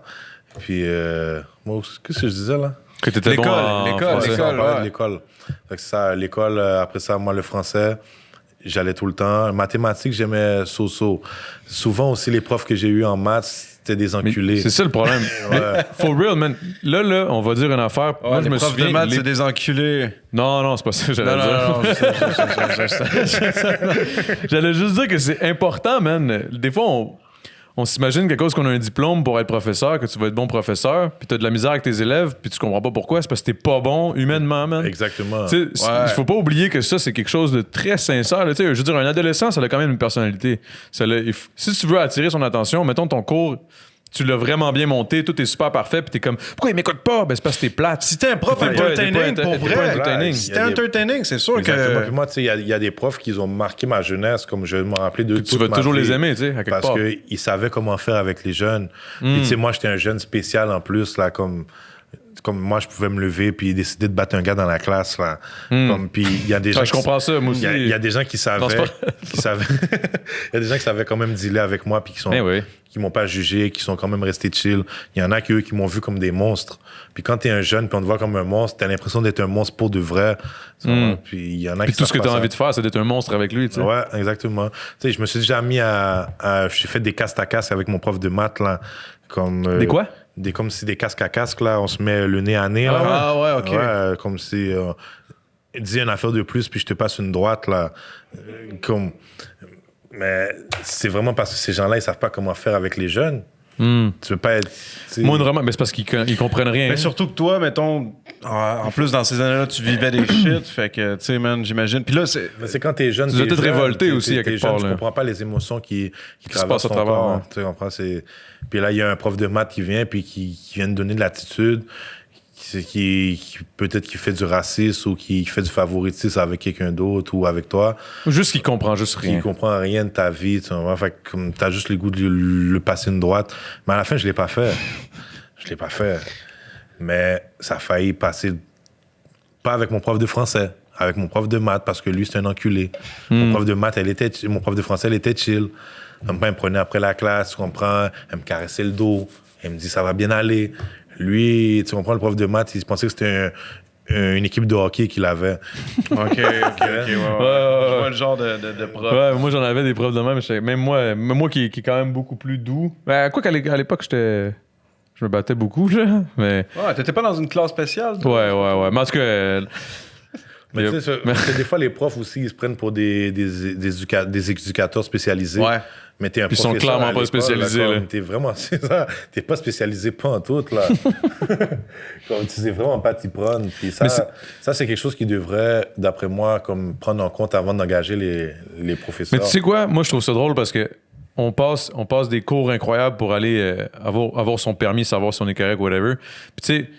S3: Puis, euh, moi, qu'est-ce que je disais, là?
S2: Que t'étais bon
S5: L'école,
S2: en
S5: l'école,
S2: français.
S5: l'école.
S3: On parlait
S5: ouais.
S3: de l'école. Fait que ça, l'école, euh, après ça, moi, le français, j'allais tout le temps. Mathématiques, j'aimais so-so. Souvent aussi, les profs que j'ai eu en maths, c'était des
S2: Mais
S3: enculés.
S2: C'est ça le problème. Mais for real, man. Là, là, on va dire une affaire.
S5: Ouais,
S2: Moi,
S5: Ah, les
S2: je me
S5: profs
S2: souviens.
S5: de maths,
S2: les-
S5: c'est des enculés.
S2: Non, non, c'est pas ça que j'allais
S5: Non, non,
S2: dire.
S5: non, je sais, je sais, je sais, je sais.
S2: J'allais juste dire que c'est important, man. Des fois, on, on s'imagine qu'à cause qu'on a un diplôme pour être professeur, que tu vas être bon professeur, puis t'as de la misère avec tes élèves, puis tu comprends pas pourquoi. C'est parce que t'es pas bon humainement, man.
S3: Exactement.
S2: Tu sais,
S5: Ouais.
S2: Il faut pas oublier que ça, c'est quelque chose de très sincère. là. Tu sais, Je veux dire, un adolescent, ça a quand même une personnalité. Ça l'a- il f- si tu veux attirer son attention, mettons ton cours, tu l'as vraiment bien monté, tout est super parfait, puis t'es comme, pourquoi il m'écoute pas? Ben, c'est parce que t'es plate.
S5: Si t'es un prof
S2: T'es pas- t'es pas
S5: entertaining,
S2: inter-
S5: pour
S2: t'es pas
S5: vrai,
S2: entertaining.
S5: si
S3: Il y
S5: t'es
S3: a des-
S5: entertaining, c'est sûr
S3: Exactement.
S5: que...
S3: Puis moi, tu sais, il y a- il y, a des profs qui ont marqué ma jeunesse, comme je vais me rappeler de
S2: tu
S3: toute
S2: vas
S3: ma
S2: toujours
S3: vie.
S2: les aimer, tu sais, à quelque
S3: Parce
S2: part. Hmm.
S3: qu'ils savaient comment faire avec les jeunes. Puis, tu sais, moi, j'étais un jeune spécial en plus, là, comme. Comme moi, je pouvais me lever puis décider de battre un gars dans la classe. Là. Comme, puis il y a des gens
S2: Ah,
S3: qui-
S2: je comprends ça, moi
S3: Il
S2: aussi.
S3: y, a- il y a des gens qui
S2: Non, c'est
S3: savaient, qui savaient, il y a des gens qui savaient quand même dealer avec moi puis qui sont,
S2: Eh oui.
S3: qui m'ont pas jugé, qui sont quand même restés chill. Il y en a qui eux qui m'ont vu comme des monstres. Puis quand t'es un jeune puis on te voit comme un monstre, t'as l'impression d'être un monstre pour de vrai. Puis il y en a
S2: Hmm. Puis
S3: qui
S2: tout ce que
S3: savent
S2: t'as
S3: pas ça.
S2: envie de faire, c'est d'être un monstre avec lui, tu sais.
S3: Ouais, exactement. Tu sais, je me suis déjà mis à, à- j'ai fait des casques à casque avec mon prof de maths là, comme euh,
S2: Des quoi?
S3: Des comme si des casques à casque là, on se met le nez à nez là.
S5: Ah ouais, ok.
S3: Ouais, euh, comme si euh, dis une affaire de plus puis je te passe une droite là, Euh, comme. Mais c'est vraiment parce que ces gens-là ils savent pas comment faire avec les jeunes. Tu peux pas être. tu sais-
S2: Hmm. Moi, une remarque, mais c'est parce qu'ils con- ils comprennent rien.
S5: Mais surtout que toi, mettons, en en plus, dans ces années-là, tu vivais des shit, fait que, tu sais, man, j'imagine. Puis là, c'est...
S3: Mais c'est quand t'es jeune.
S2: Tu dois
S3: t'es
S2: peut-être
S3: jeune,
S2: révolté
S3: t'es-
S2: aussi,
S3: t'es-
S2: à
S3: t'es
S2: quelque
S3: jeune,
S2: part,
S3: Tu
S2: là.
S3: comprends pas les émotions qui, qui,
S2: se passent
S3: traversent
S2: au
S3: ton
S2: travers, hein.
S3: corps,
S2: ouais.
S3: tu comprends, c'est- Puis là, il y a un prof de maths qui vient, puis qui, qui vient de donner de l'attitude, qui, qui, qui- peut-être qui fait du racisme ou qui fait du favoritisme avec quelqu'un d'autre ou avec toi,
S2: Juste qu'ils comprennent juste
S3: qui
S2: rien.
S3: comprend rien de ta vie, tu comprends. Fait que comme t'as juste le goût de le, le passer une droite. Mais à la fin, je l'ai pas fait. je l'ai pas fait. Mais ça a failli passer, pas avec mon prof de français, avec mon prof de maths, parce que lui, c'est un enculé. Mon prof de maths, elle était, chi- mon prof de français, elle était chill. Elle me prenait après la classe, tu comprends, elle me caressait le dos, elle me dit ça va bien aller. Lui, tu comprends, le prof de maths, il pensait que c'était un- un- une équipe de hockey qu'il avait.
S5: Ok, ok, ok, ouais, ouais. Je vois le genre de, de, de prof.
S2: Ouais, moi j'en avais des preuves de même. mais j'étais- Même moi, même moi qui, qui est quand même beaucoup plus doux. Ben, quoi qu'à l'é- à l'époque, j'étais Je me battais beaucoup, là. Mais.
S5: Ouais, t'étais pas dans une classe spéciale?
S2: Ouais,
S5: toi?
S2: ouais, ouais. Mais en tout cas, euh,
S3: Mais
S2: Yep.
S3: tu sais, ça- parce que des fois, les profs aussi, ils se prennent pour des, des, des, éduca- des éducateurs spécialisés.
S5: Ouais.
S3: Mais t'es un
S2: Puis ils sont
S3: professeur
S2: clairement
S3: à
S2: pas
S3: l'école,
S2: spécialisés,
S3: là,
S2: là.
S3: comme T'es vraiment, c'est ça. T'es pas spécialisé pas en tout, là. comme tu sais vraiment pas t'y prendre. Puis ça,
S2: Mais c'est-
S3: ça c'est quelque chose qui devrait, d'après moi, comme prendre en compte avant d'engager les, les professeurs.
S2: Mais tu sais quoi? Moi, je trouve ça drôle parce que on passe, on passe des cours incroyables pour aller euh, avoir, avoir son permis, savoir si on est correct, whatever. Puis tu sais,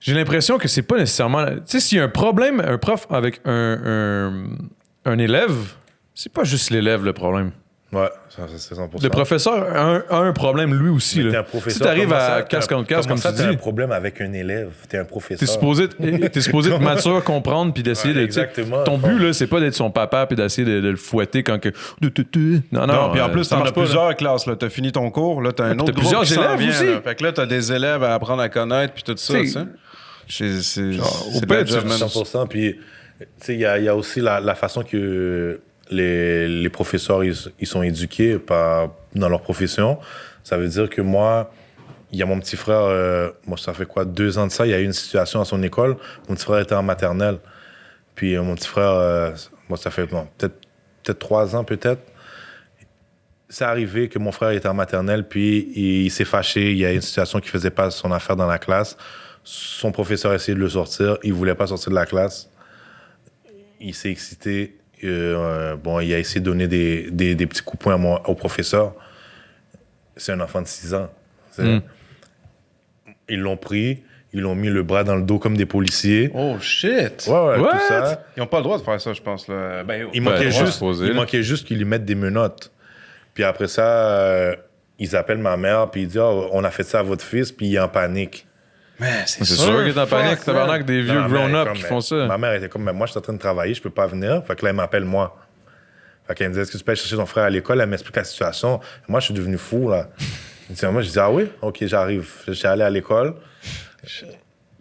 S2: j'ai l'impression que c'est pas nécessairement. Tu sais, s'il y a un problème, un prof avec un, un, un élève, c'est pas juste l'élève le problème.
S3: Ouais, ça, ça, c'est 100%.
S2: Le professeur a un, a un problème lui aussi.
S3: Mais
S2: là.
S3: t'es un professeur.
S2: si t'arrives
S3: comment ça,
S2: à
S3: t'as un-
S2: 15 contre 15,
S3: comment
S2: comme
S3: ça,
S2: tu
S3: t'as un
S2: dis,
S3: problème avec un élève. T'es un professeur.
S2: t'es supposé, eh, t'es supposé être mature, comprendre, puis d'essayer
S3: Ouais,
S2: de. tu sais,
S3: exactement.
S2: Ton but, là, c'est pas d'être son papa, puis d'essayer de, de le fouetter quand que. Non, non.
S5: Non, puis en
S2: euh,
S5: plus,
S2: ça
S5: t'en
S2: marche
S5: as
S2: pas, là.
S5: plusieurs classes. Là. T'as fini ton cours, là, Ah, t'as un
S2: puis
S5: autre
S2: t'as plusieurs
S5: groupe qui s'en
S2: élèves
S5: vient.
S2: aussi.
S5: là. Fait que là, t'as des élèves à apprendre à connaître, puis tout ça,
S2: T'sais,
S5: tu sais. C'est- C'est
S2: genre, au
S5: c'est de la
S4: Ben,
S2: pire,
S5: job,
S2: tu-
S5: man.
S3: 100%. Puis, tu sais, il y a, il y a aussi la, la façon que les, les professeurs, ils, ils sont éduqués par, dans leur profession. Ça veut dire que moi, il y a mon petit frère, euh, moi, ça fait quoi, deux ans de ça, il y a eu une situation à son école. Mon petit frère était en maternelle. Puis, euh, mon petit frère, euh, moi, ça fait bon, peut-être peut trois ans, peut-être. C'est arrivé que mon frère était en maternelle, puis il, il s'est fâché. Il y a une situation qui faisait pas son affaire dans la classe. Son professeur a essayé de le sortir. Il voulait pas sortir de la classe. Il s'est excité. Euh, euh, bon, il a essayé de donner des, des- des petits coups de poing à mon- au professeur. C'est un enfant de 6 ans. C'est-
S2: Mm.
S3: Ils l'ont pris, ils l'ont mis le bras dans le dos comme des policiers.
S5: Oh shit!
S3: Ouais, ouais,
S2: What?
S3: tout ça.
S5: Ils ont pas le droit de faire ça, je pense. Là. Ben,
S3: Il manquait,
S2: Ben,
S3: juste,
S2: supposé,
S3: il
S2: là.
S3: manquait juste qu'ils lui mettent des menottes. Puis après ça, euh, ils appellent ma mère, puis ils disent Ah, On a fait ça à votre fils, puis il est en panique.
S5: man, c'est
S2: C'est
S5: sûr.
S2: sûr qu'il est en
S5: fuck,
S2: panique, tabarnak, des vieux
S3: Ma mère est
S2: grown-up
S3: comme,
S2: qui
S3: mais-
S2: font ça.
S3: Ma mère était comme Mais Moi, je suis en train de travailler, je peux pas venir. Fait que là, elle m'appelle moi. Fait qu'elle me disait Est-ce que tu peux aller chercher ton frère à l'école Elle m'explique la situation. Moi, je suis devenu fou, là. Moi, je dis Ah oui, ok, j'arrive. J'étais allé à l'école.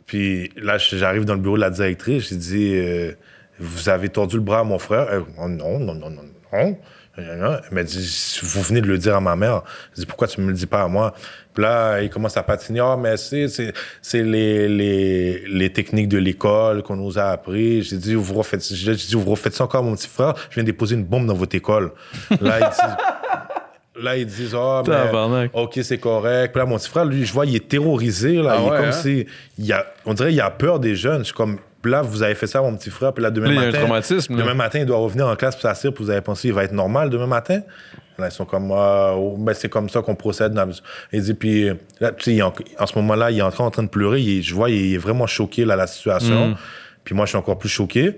S3: Puis là, je- j'arrive dans le bureau de la directrice, j'ai dit euh, Vous avez tordu le bras à mon frère Elle, Oh, Non, non, non, non, non. Elle m'a dit Vous venez de le dire à ma mère. Je dis Pourquoi tu me le dis pas à moi Puis là, il commence à patiner Ah, mais c'est, c'est, c'est les, les, les techniques de l'école qu'on nous a appris. J'ai dit Vous refaites, j'ai dit, vous refaites ça encore, mon petit frère Je viens déposer une bombe dans votre école. Là, il dit. Là, ils disent, ah, mais-
S2: Tabarnak.
S3: OK, c'est correct. Puis là, mon petit frère, lui, je vois, il est terrorisé. Là.
S5: Ah
S3: il est
S5: ouais,
S3: comme
S5: hein?
S3: si. Il a, on dirait qu'il a peur des jeunes. Je suis comme, là, vous avez fait ça à mon petit frère. Puis là, demain
S2: Là, il y a un
S3: matin.
S2: traumatisme, là.
S3: Demain matin, il doit revenir en classe pour s'asseoir. Puis vous avez pensé, il va être normal demain matin. Là, ils sont comme, ah, oh, ben, c'est comme ça qu'on procède. dans la- Il dit, puis là, tu sais, il est en, en ce moment-là, il est encore en train de pleurer. Il est- je vois, il est vraiment choqué, là, la
S2: Mm.
S3: situation. Puis moi, je suis encore plus choqué.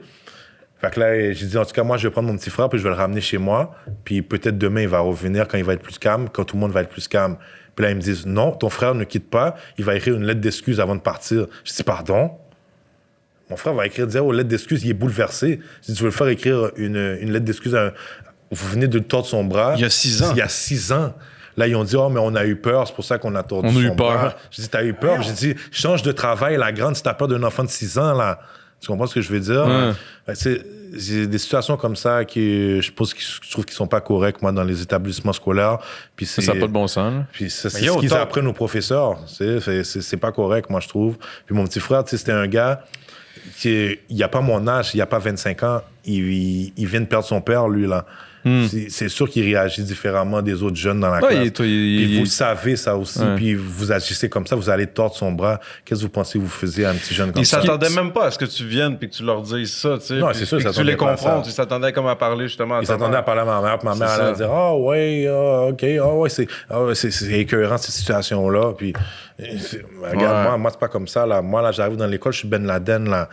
S3: Fait que là, j'ai dit, en tout cas, moi, je vais prendre mon petit frère, puis je vais le ramener chez moi. Puis peut-être demain, il va revenir quand il va être plus calme, quand tout le monde va être plus calme. Puis là, ils me disent, non, ton frère ne quitte pas, il va écrire une lettre d'excuse avant de partir. Je dis, pardon? Mon frère va écrire, dire, oh, lettre d'excuse, il est bouleversé. Je dis, tu veux le faire écrire une, une lettre d'excuse à un- Vous venez de tordre son bras.
S5: Il y a six ans.
S3: Il y a six ans. Là, ils ont dit, oh, mais on a eu peur, c'est pour ça qu'on a tordu
S2: On a eu
S3: son
S2: peur.
S3: bras. Je dis, t'as eu peur? J'ai dit, change de travail, la grande, si t'as peur d'un enfant de 6 ans, là. Tu comprends ce que je veux dire?
S2: Ouais.
S3: Fait que C'est c'est des situations comme ça qui, je pense, qu'ils- je trouve qu'ils sont pas corrects, moi, dans les établissements scolaires. Puis c'est-
S2: Ça n'a pas de bon sens. là.
S3: puis ça, c'est
S5: Mais yo,
S3: ce qu'ils
S5: t'as-
S3: apprennent aux professeurs. C'est- C'est c'est- c'est pas correct, moi, je trouve. Puis mon petit frère, tu sais, c'était un gars qui est- il n'y a pas mon âge, il n'y a pas 25 ans, il, il, il vient de perdre son père, lui, là. C'est- C'est sûr qu'il réagit différemment des autres jeunes dans la
S2: Hmm. Ouais,
S3: classe.
S2: il est- il-
S3: puis
S2: il-
S3: vous savez ça aussi,
S2: Ouais.
S3: puis vous agissez comme ça, vous allez tordre son bras. Qu'est-ce que vous pensez que vous faisiez à un petit jeune comme
S5: Ils
S3: ça?
S5: s'attendaient même pas à ce que tu viennes puis que tu leur dises ça, tu sais.
S3: Non,
S5: puis-
S3: c'est sûr,
S5: puis
S3: ils
S5: que tu les
S3: s'attendaient pas à ça.
S5: confrontes. Ils s'attendaient comme à parler justement.
S3: Il s'attendait à parler à ma mère, puis ma mère
S5: C'est
S3: allait
S5: ça.
S3: dire Ah ouais, ah, ok, ah ouais, c'est ah ouais, c'est- c'est écœurant cette situation-là. Puis, euh, c'est- regarde,
S5: Ouais.
S3: moi, moi c'est pas comme ça. Là. Moi, là, j'arrive dans l'école, je suis Ben Laden. Là.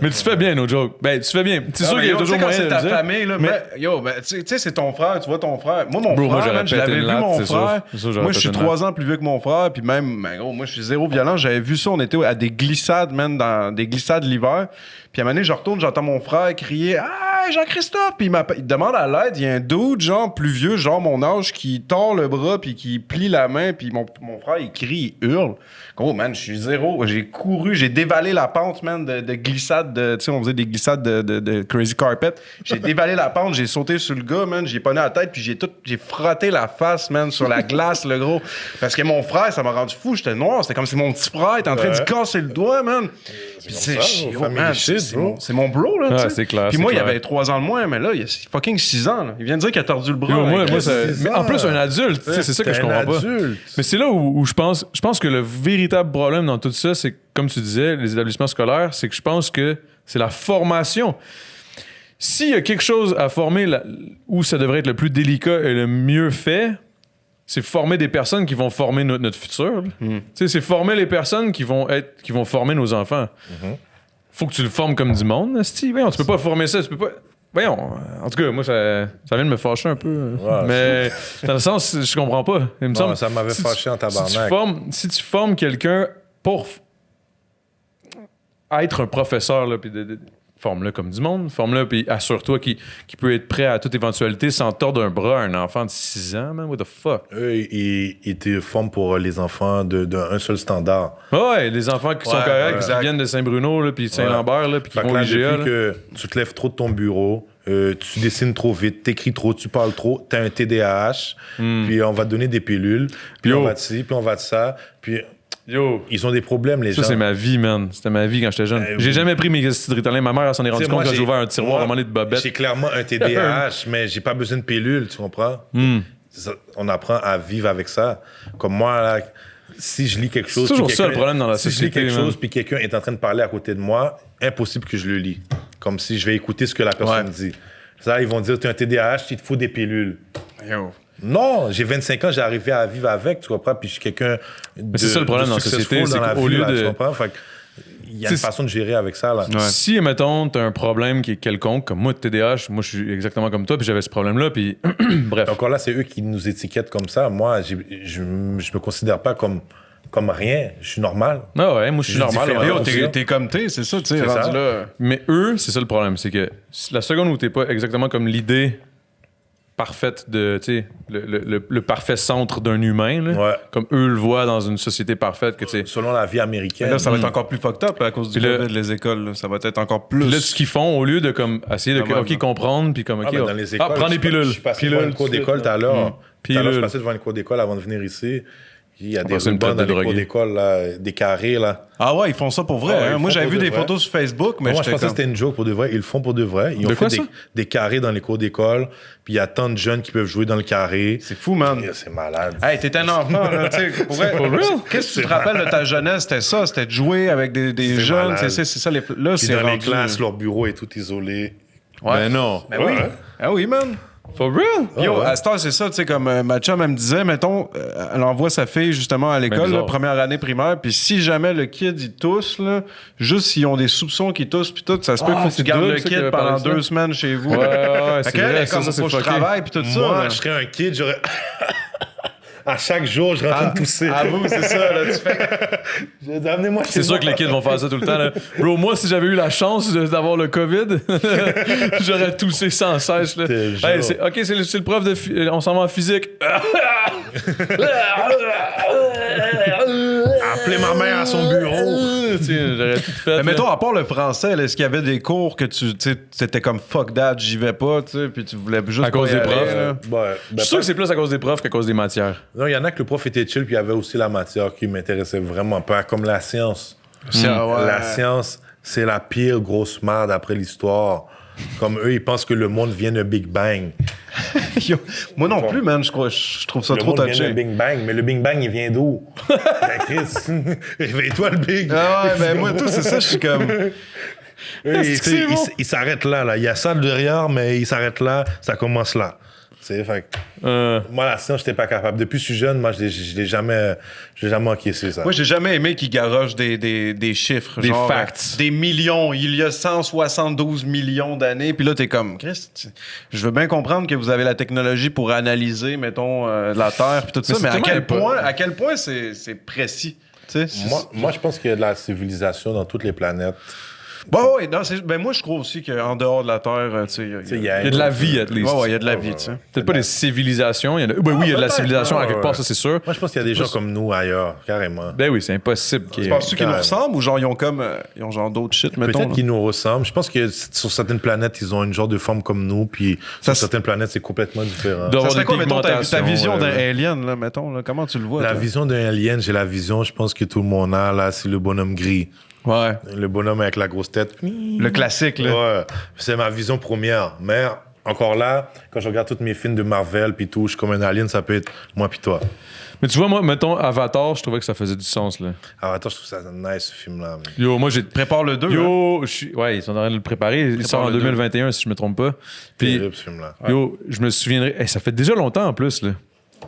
S2: Mais tu fais bien, no joke. Ben, tu fais bien. C'est
S5: C'est
S2: sûr qu'il y a toujours moyen de
S5: c'est
S2: le
S5: ta
S2: dire.
S5: famille, là. Mais yo, ben, tu sais- tu sais, c'est ton frère, tu vois ton frère. Moi, mon
S2: Bro, moi,
S5: frère,
S2: j'aurais
S5: man, je
S2: pété
S5: l'avais
S2: une
S5: vu,
S2: latte,
S5: mon
S2: c'est sûr.
S5: frère.
S2: C'est sûr, j'aurais
S5: moi, je
S2: pété
S5: suis
S2: une
S5: trois ans plus vieux que mon frère, puis même, ben, gros, moi, je suis zéro violent. J'avais vu ça, on était à des glissades, man, dans des glissades l'hiver. Puis à un moment donné, je retourne, j'entends mon frère crier Ah, Hey, Jean-Christophe! Puis il, m'appelle- il demande à l'aide. Il y a un dude, genre plus vieux, genre mon âge, qui tord le bras, puis qui plie la main, puis mon, mon frère, il crie, il hurle. Gros, man, je suis zéro. J'ai couru, j'ai dévalé la pente, man, de, de glissade. de- Tu sais, on faisait des glissades de, de- de crazy carpet. J'ai dévalé la pente, j'ai sauté sur le gars, man, j'ai pogné la tête, puis j'ai tout, j'ai frotté la face, man, sur la glace, le gros. Parce que mon frère, ça m'a rendu fou, j'étais noir. C'était comme si mon petit frère était en train de
S4: Ouais.
S5: casser le doigt, man. Puis
S4: comme
S5: c'est
S4: ça,
S5: chiant,
S4: family
S5: man,
S4: shit,
S5: c'est c'est
S4: bro.
S5: mon, c'est mon bro, là, tu sais.
S2: Ouais, c'est clair,
S5: Puis
S2: c'est
S5: moi, il
S2: clair.
S5: avait 3 ans de moins, mais là, il a fucking 6 ans, là. Il vient de dire qu'il a tordu le bras.
S2: Yo, moi,
S5: Avec-
S2: moi, ça-
S4: c'est
S2: mais
S4: ça.
S2: en plus, un adulte, tu sais, c'est ça que je comprends pas. Mais c'est là où, où je pense, je pense que le véritable problème dans tout ça, c'est que, comme tu disais, les établissements scolaires, c'est que je pense que c'est la formation. S'il y a quelque chose à former là- où ça devrait être le plus délicat et le mieux fait, c'est former des personnes qui vont former notre, notre futur. là.
S4: Hmm.
S2: Tu sais, c'est former les personnes qui vont être, qui vont former nos enfants.
S4: Mm-hmm.
S2: Faut que tu le formes comme du monde, Asti. Voyons, tu peux pas former ça, tu peux pas. Voyons, en tout cas, moi, ça, ça vient de me fâcher un peu.
S3: Ah,
S2: mais dans le sens, je comprends pas. Il me semble,
S3: ça m'avait
S2: si tu-
S3: fâché en
S2: Si tu
S3: tabarnak.
S2: formes, si tu formes quelqu'un pour f- être un professeur, là, puis de- de- forme-le comme du monde, forme-le, puis assure-toi qu'il qu'il peut être prêt à toute éventualité sans tordre un bras à un enfant de 6 ans, man. What the fuck?
S3: Eux, ils, ils te forment pour euh, les enfants d'un de, d'un seul standard.
S2: Ah Ouais, les enfants qui sont
S5: Ouais,
S2: corrects,
S5: exact.
S2: qui viennent de Saint-Bruno, là, puis de Saint-Lambert, là, puis qui
S3: Fait que
S2: vont à
S3: là,
S2: l'IGA. là.
S3: depuis que tu te lèves trop de ton bureau, euh, tu dessines trop vite, t'écris trop, tu parles trop, t'as un TDAH, puis on va te donner des pilules, puis
S2: Hmm. Yo.
S3: on va de ci, puis on va de ça, puis
S2: Yo,
S3: ils ont des problèmes, les
S2: Ça,
S3: gens.
S2: c'est ma vie, man. C'était ma vie quand j'étais jeune.
S3: Eh
S2: j'ai
S3: oui.
S2: jamais pris mes acides Ritalin. Ma mère elle s'en est
S3: Tu
S2: rendue
S3: sais,
S2: compte
S3: moi,
S2: quand j'ai
S3: j'ai-
S2: ouvert un tiroir
S3: moi,
S2: à un moment donné de
S3: J'ai
S2: bobette.
S3: clairement un TDAH, mais j'ai pas besoin de pilule, tu comprends?
S2: Hmm.
S3: Ça, on apprend à vivre avec ça. Comme moi, là, si je lis quelque chose.
S2: toujours
S3: puis
S2: ça, le
S3: quelqu'un-
S2: problème dans la
S3: si
S2: société,
S3: je lis quelque
S2: man.
S3: chose, puis quelqu'un est en train de parler à côté de moi, impossible que je le lis. Comme si je vais écouter ce que la personne
S2: Ouais.
S3: dit. Ça, ils vont dire, tu as un TDAH, il te faut des pilules.
S5: Yo.
S3: Non, j'ai 25 ans, j'ai arrivé à vivre avec, tu comprends, puis je suis quelqu'un de.
S2: c'est ça le problème
S3: de
S2: dans la
S3: successful
S2: société,
S3: dans
S2: c'est
S3: la
S2: qu'au
S3: vie,
S2: lieu
S3: là,
S2: de-
S3: Tu comprends? Fait que, il y a
S2: Tu
S3: une
S2: sais,
S3: façon de gérer avec ça, là.
S2: Si, mettons, t'as un problème qui est quelconque, comme moi, de TDAH, moi, je suis exactement comme toi, puis j'avais ce problème-là, puis bref.
S3: Encore là, c'est eux qui nous étiquettent comme ça. Moi, j'ai- je je me considère pas comme, comme rien. Je suis normal.
S2: Ah ouais, moi, je suis
S3: J'ai
S2: normal.
S3: différent.
S2: ouais.
S5: Yo,
S3: Ouais, aussi,
S5: t'es
S3: là.
S5: t'es comme t'es, c'est ça, tu sais,
S3: C'est
S5: rendu
S3: ça.
S5: là.
S2: Mais eux, c'est ça le problème, c'est que la seconde où t'es pas exactement comme l'idée parfaite de, tu sais, le, le- le- le parfait centre d'un humain, là,
S3: Ouais.
S2: comme eux le voient dans une société parfaite, que tu sais,
S3: Selon la vie américaine.
S5: Là, ça va être encore plus fucked up à cause du
S2: Puis là-
S5: COVID, les écoles. Mm. là. Ça va être encore
S2: Puis
S5: plus.
S2: Là, ce qu'ils font, au lieu de comme essayer de
S5: Ah ouais,
S2: ok,
S5: ouais.
S2: comprendre, puis comme ok,
S3: Ah, mais
S2: oh,
S3: dans les écoles,
S2: ah, prends
S3: je
S2: des
S3: suis pas-
S2: pilules.
S3: Je suis passé
S2: Pilules.
S3: devant une cour d'école tout à l'heure. Tout à l'heure, Je
S2: Pilules.
S3: suis passé devant une cour d'école avant de venir ici. Il y a des
S2: passe une
S3: rubans
S2: traite
S3: dans
S2: de
S3: les cours
S2: drogués.
S3: d'école, là, des carrés. là.
S5: Ah ouais, ils font ça pour vrai.
S3: Ah ouais,
S5: hein.
S3: ils
S5: Moi,
S3: font
S5: j'avais
S3: pour
S5: vu
S3: de
S5: des
S3: vrai.
S5: photos sur Facebook, mais
S3: Moi, je
S5: j'étais
S3: pensais que
S5: comme...
S3: c'était une joke pour de vrai. Ils le font pour de vrai. Ils ont
S2: De quoi,
S3: fait des,
S2: ça?
S3: des carrés dans les cours d'école. Puis il y a tant de jeunes qui peuvent jouer dans le carré.
S5: C'est fou, man. Ah,
S3: Yeah, C'est malade.
S5: Hey, t'étais un enfant, là, tu sais. pour vrai. Qu'est-ce que tu te rappelles de ta jeunesse? C'était ça, c'était de jouer avec des, des
S3: C'est
S5: jeunes,
S3: malade.
S5: tu sais, c'est ça. Les... Là,
S3: Puis
S5: c'est
S3: dans les
S5: rendu...
S3: classes, leur bureau est tout isolé.
S2: Mais non.
S5: Ben oui.
S3: Ouais.
S5: Ah oui, man.
S2: For real?
S3: Ah
S5: Yo,
S3: ouais.
S5: à cette heure, c'est ça, tu sais, comme euh, ma chum, elle me disait, mettons, euh, elle envoie sa fille justement à l'école,
S2: bizarre.
S5: là, première année primaire, puis si jamais le kid, il tousse, là, juste s'ils ont des soupçons qu'il tousse, puis tout, ça se peut
S2: Ah,
S5: qu'il faut que
S2: c'est
S5: tu gardes
S2: Doug,
S5: le
S2: ça, qui avait
S5: kid
S2: parlé
S5: pendant
S2: de ça.
S5: deux semaines chez vous.
S2: Ouais, ouais,
S5: Fait
S2: c'est
S5: que elle,
S2: vrai,
S5: elle,
S2: ça,
S5: comme,
S2: ça,
S5: faut
S2: c'est
S5: que
S2: fucké.
S5: je travaille, puis tout ça.
S3: Moi,
S5: là.
S3: je serais un kid, j'aurais. à chaque jour, je rentrais de tousser.
S5: À vous, c'est ça, là, tu fais...
S3: Je dis, Amenez-moi chez
S2: C'est sûr
S3: moi.
S2: que les kids vont faire ça tout le temps. là. Bro, moi, si j'avais eu la chance de- d'avoir le COVID, j'aurais toussé sans cesse. Là.
S3: te jure.
S2: Hey, c'est- ok, c'est le, c'est le prof de. phy- euh, On s'en va en physique.
S3: Appelez ma mère à son bureau.
S2: Euh, Tu sais, j'aurais tout fait.
S5: Mais
S2: là.
S5: mettons, à part le français, là, est-ce qu'il y avait des cours que tu, tu sais, t'étais comme fuck that, j'y vais pas, tu sais, puis tu voulais juste
S2: À cause
S5: pas y
S2: des
S5: aller,
S2: profs.
S5: là?
S3: Ouais,
S2: Je
S3: ben,
S2: suis sûr
S3: pas-
S2: que c'est plus à cause des profs qu'à cause des matières.
S3: Non, il y en a que le prof était chill, puis il y avait aussi la matière qui m'intéressait vraiment pas, comme la science. Mm.
S5: Ah ouais.
S3: La science, c'est la pire grosse merde après l'histoire. Comme eux, ils pensent que le monde vient d'un Big Bang.
S5: Yo, Moi non plus, man, je, crois, je trouve ça
S3: le
S5: trop
S3: monde vient
S5: touché.
S3: d'un Big Bang, mais le Big Bang, il vient d'où? Ben, Chris, réveille-toi le Big.
S5: Ah ouais, ben moi, tout, c'est ça, je suis comme.
S3: Eux, ils-
S5: Est-ce que c'est
S3: ils-
S5: bon?
S3: ils- Ils s'arrêtent là, là. Il y a ça derrière, mais ils s'arrêtent là, ça commence là. Tu sais, fait que
S2: Euh,
S3: moi, la science, j'étais pas capable. Depuis que je suis jeune, moi, je l'ai- je l'ai jamais, je l'ai jamais encaissé, ça.
S5: Moi, j'ai jamais aimé qu'ils garochent des, des, des chiffres.
S2: Des
S5: genre,
S2: facts.
S5: euh, Des millions. Il y a 172 millions d'années. Puis là, t'es comme, Chris, tu- je veux bien comprendre que vous avez la technologie pour analyser, mettons, euh, la Terre, puis tout ça,
S2: c'est
S5: mais à
S2: tellement
S5: quel,
S2: épo-
S5: point, à quel point c'est c'est précis? Tu sais, c'est-
S3: Moi, moi, je pense qu'il y a de la civilisation dans toutes les planètes.
S5: Bon, ouais, non, c'est- ben moi, je crois aussi qu'en dehors de la Terre, euh, tu sais, il y a-
S2: Il y a de la vie, at least.
S5: Ouais, ouais, il y a de la vie, tu sais.
S2: Peut-être pas des civilisations. il y en a- Ben oui, il y a de la
S3: peut-être,
S2: civilisation à
S3: ouais,
S2: quelque part,
S3: ouais.
S2: ça, c'est sûr.
S3: Moi, je pense qu'il y a des gens comme nous ailleurs, carrément.
S2: Ben oui, c'est impossible qu'il y
S5: Tu
S2: ait-
S5: penses-tu qu'ils nous
S3: Carrément.
S5: ressemblent ou genre ils ont comme. euh, ils ont genre d'autres shit, mettons?
S3: Peut-être
S5: là?
S3: qu'ils nous ressemblent. Je pense que c- sur certaines planètes, ils ont une genre de forme comme nous, puis
S5: Ça
S3: sur
S5: se-
S3: certaines planètes, c'est complètement différent.
S2: D'avoir
S5: Ça serait
S2: des
S5: quoi, mettons, ta, ta
S2: pigmentations, euh,
S5: vision
S2: ouais,
S5: d'un
S2: ouais.
S5: alien, là, mettons? Là, comment tu le vois?
S3: La
S5: toi?
S3: vision d'un alien, j'ai la vision, je pense que tout le monde a, là, c'est le bonhomme gris.
S5: Ouais.
S3: Le bonhomme avec la grosse tête.
S5: Le classique, là.
S3: Ouais, c'est ma vision première. Mais encore là, quand je regarde tous mes films de Marvel, puis tout, je suis comme un alien, ça peut être moi puis toi.
S2: Mais tu vois, moi, mettons Avatar, je trouvais que ça faisait du sens, là.
S3: Ah, attends, je trouve ça nice, ce film-là. mais-
S2: Yo, moi, j'ai.
S5: Prépare le 2.
S2: Yo,
S3: hein.
S2: je suis. Ouais, ils sont en train de le préparer. Il sort en
S5: le deux.
S2: 2021, si je me trompe pas. Puis,
S3: Terrible, ce film-là.
S2: yo, je me souviendrai. Hey, ça fait déjà longtemps en plus, là.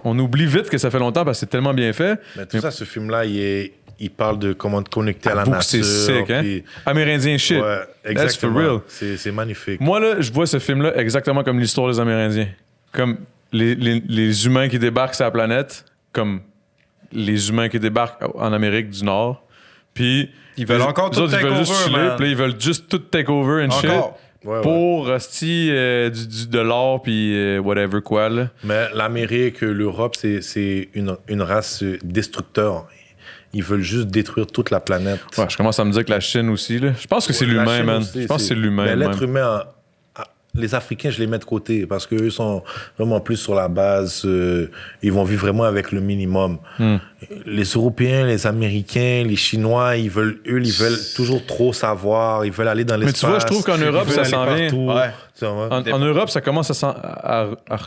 S2: On oublie vite que ça fait longtemps parce que c'est tellement bien fait.
S3: Mais tout ça, ce film-là, il, est- il parle de comment te connecter à la
S2: Avoue que c'est
S3: nature.
S2: sick, hein?
S3: puis-
S2: Amérindien shit.
S3: Ouais, exactement.
S2: for real.
S3: C'est c'est magnifique.
S2: Moi, là, je vois ce film-là exactement comme l'histoire des Amérindiens. Comme les, les- les humains qui débarquent sur la planète, comme les humains qui débarquent en Amérique du Nord. Puis.
S5: Ils veulent
S2: les-
S5: encore
S2: les
S5: tout
S2: autres, ils
S5: take
S2: veulent juste
S5: over,
S2: chiller,
S5: man.
S2: puis là, ils veulent juste tout take over and shit.
S5: Encore.
S3: Ouais, ouais.
S2: Pour hostie, euh, du, du- de l'or, puis euh, whatever quoi, là.
S3: Mais l'Amérique, l'Europe, c'est- c'est une, une race euh, destructeur. Ils veulent juste détruire toute la planète.
S2: Ouais, je commence à me dire que la Chine aussi, là. Je pense que c'est
S3: La
S2: l'humain,
S3: Chine
S2: man.
S3: aussi,
S2: je pense que c'est l'humain.
S3: Mais Ben, l'être
S2: même.
S3: humain, ah, les Africains, je les mets de côté parce qu'eux sont vraiment plus sur la base. euh, ils vont vivre vraiment avec le minimum.
S2: Hmm.
S3: Les Européens, les Américains, les Chinois, ils veulent, eux, ils veulent toujours trop savoir. Ils veulent aller dans
S2: tu
S3: l'espace.
S2: vois, je trouve qu'en
S3: ils
S2: Europe,
S3: veulent
S2: ça
S3: aller
S2: s'en vient.
S3: partout.
S5: Ouais.
S3: Tu vois,
S2: En, en Europe, ça commence à, s'en- à- à- à-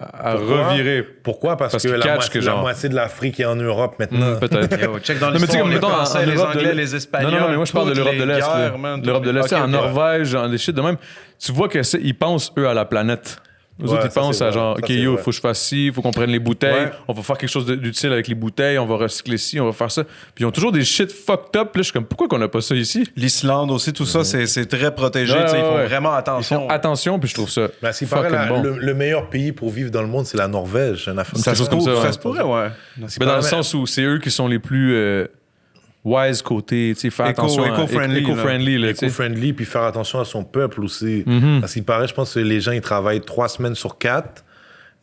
S2: à
S3: Pourquoi?
S2: revirer.
S3: Pourquoi Parce,
S2: Parce
S3: que,
S2: qu'ils
S3: la
S2: catchent
S3: moitié,
S2: que
S3: la
S2: genre-
S3: moitié de l'Afrique est en Europe maintenant.
S2: Hmm, Peut-être.
S5: Yo, check dans
S2: Non, mais tu sais,
S5: l'histoire,
S2: comme
S5: les
S2: mettons, en- en
S5: Français, les
S2: Europe de
S5: Anglais,
S2: l'E-
S5: les Espagnols.
S2: Non, non, non, mais moi, je parle de
S5: toutes
S2: l'Europe de
S5: les
S2: l'Est. là.
S5: guerres, man,
S2: L'Europe de
S5: toutes
S2: l'Est,
S5: les-
S2: en
S5: Ok, ok.
S2: Norvège, en- des shit de même. Tu vois que c'est- ils pensent, eux, à la planète. Nous
S3: Ouais,
S2: autres, ils
S3: ça,
S2: pensent
S3: c'est
S2: à
S3: vrai.
S2: genre,
S3: Ça,
S2: OK,
S3: c'est
S2: yo,
S3: vrai.
S2: faut que je fasse ci, faut qu'on prenne les bouteilles,
S5: Ouais.
S2: on va faire quelque chose de- d'utile avec les bouteilles, on va recycler ci, on va faire ça. Puis ils ont toujours des shit fucked up. Là, je suis comme, pourquoi qu'on n'a pas ça ici?
S5: L'Islande aussi, tout ça, c'est c'est très protégé.
S2: Ouais,
S5: tu sais, ils
S2: ouais,
S5: font
S2: ouais.
S5: vraiment attention.
S2: Attention, puis je trouve ça
S3: Mais à ce qui Ben, paraît,
S2: fucking
S3: la-
S2: bon.
S3: le, le meilleur pays pour vivre dans le monde, c'est la Norvège. en Afrique.
S2: Ça,
S5: se
S2: chose comme
S5: pourrait,
S2: ça, ouais.
S5: se pourrait, ouais.
S2: Mais Ben, dans le sens où c'est eux qui sont les plus euh, wise côté, tu sais, faire
S5: Éco-
S2: attention. à-
S5: éco-friendly,
S2: éco-
S5: là.
S2: éco-friendly, là, tu sais.
S3: Éco-friendly, puis faire attention à son peuple aussi.
S2: Mhm.
S3: Parce qu'il paraît, je pense que les gens, ils travaillent trois semaines sur quatre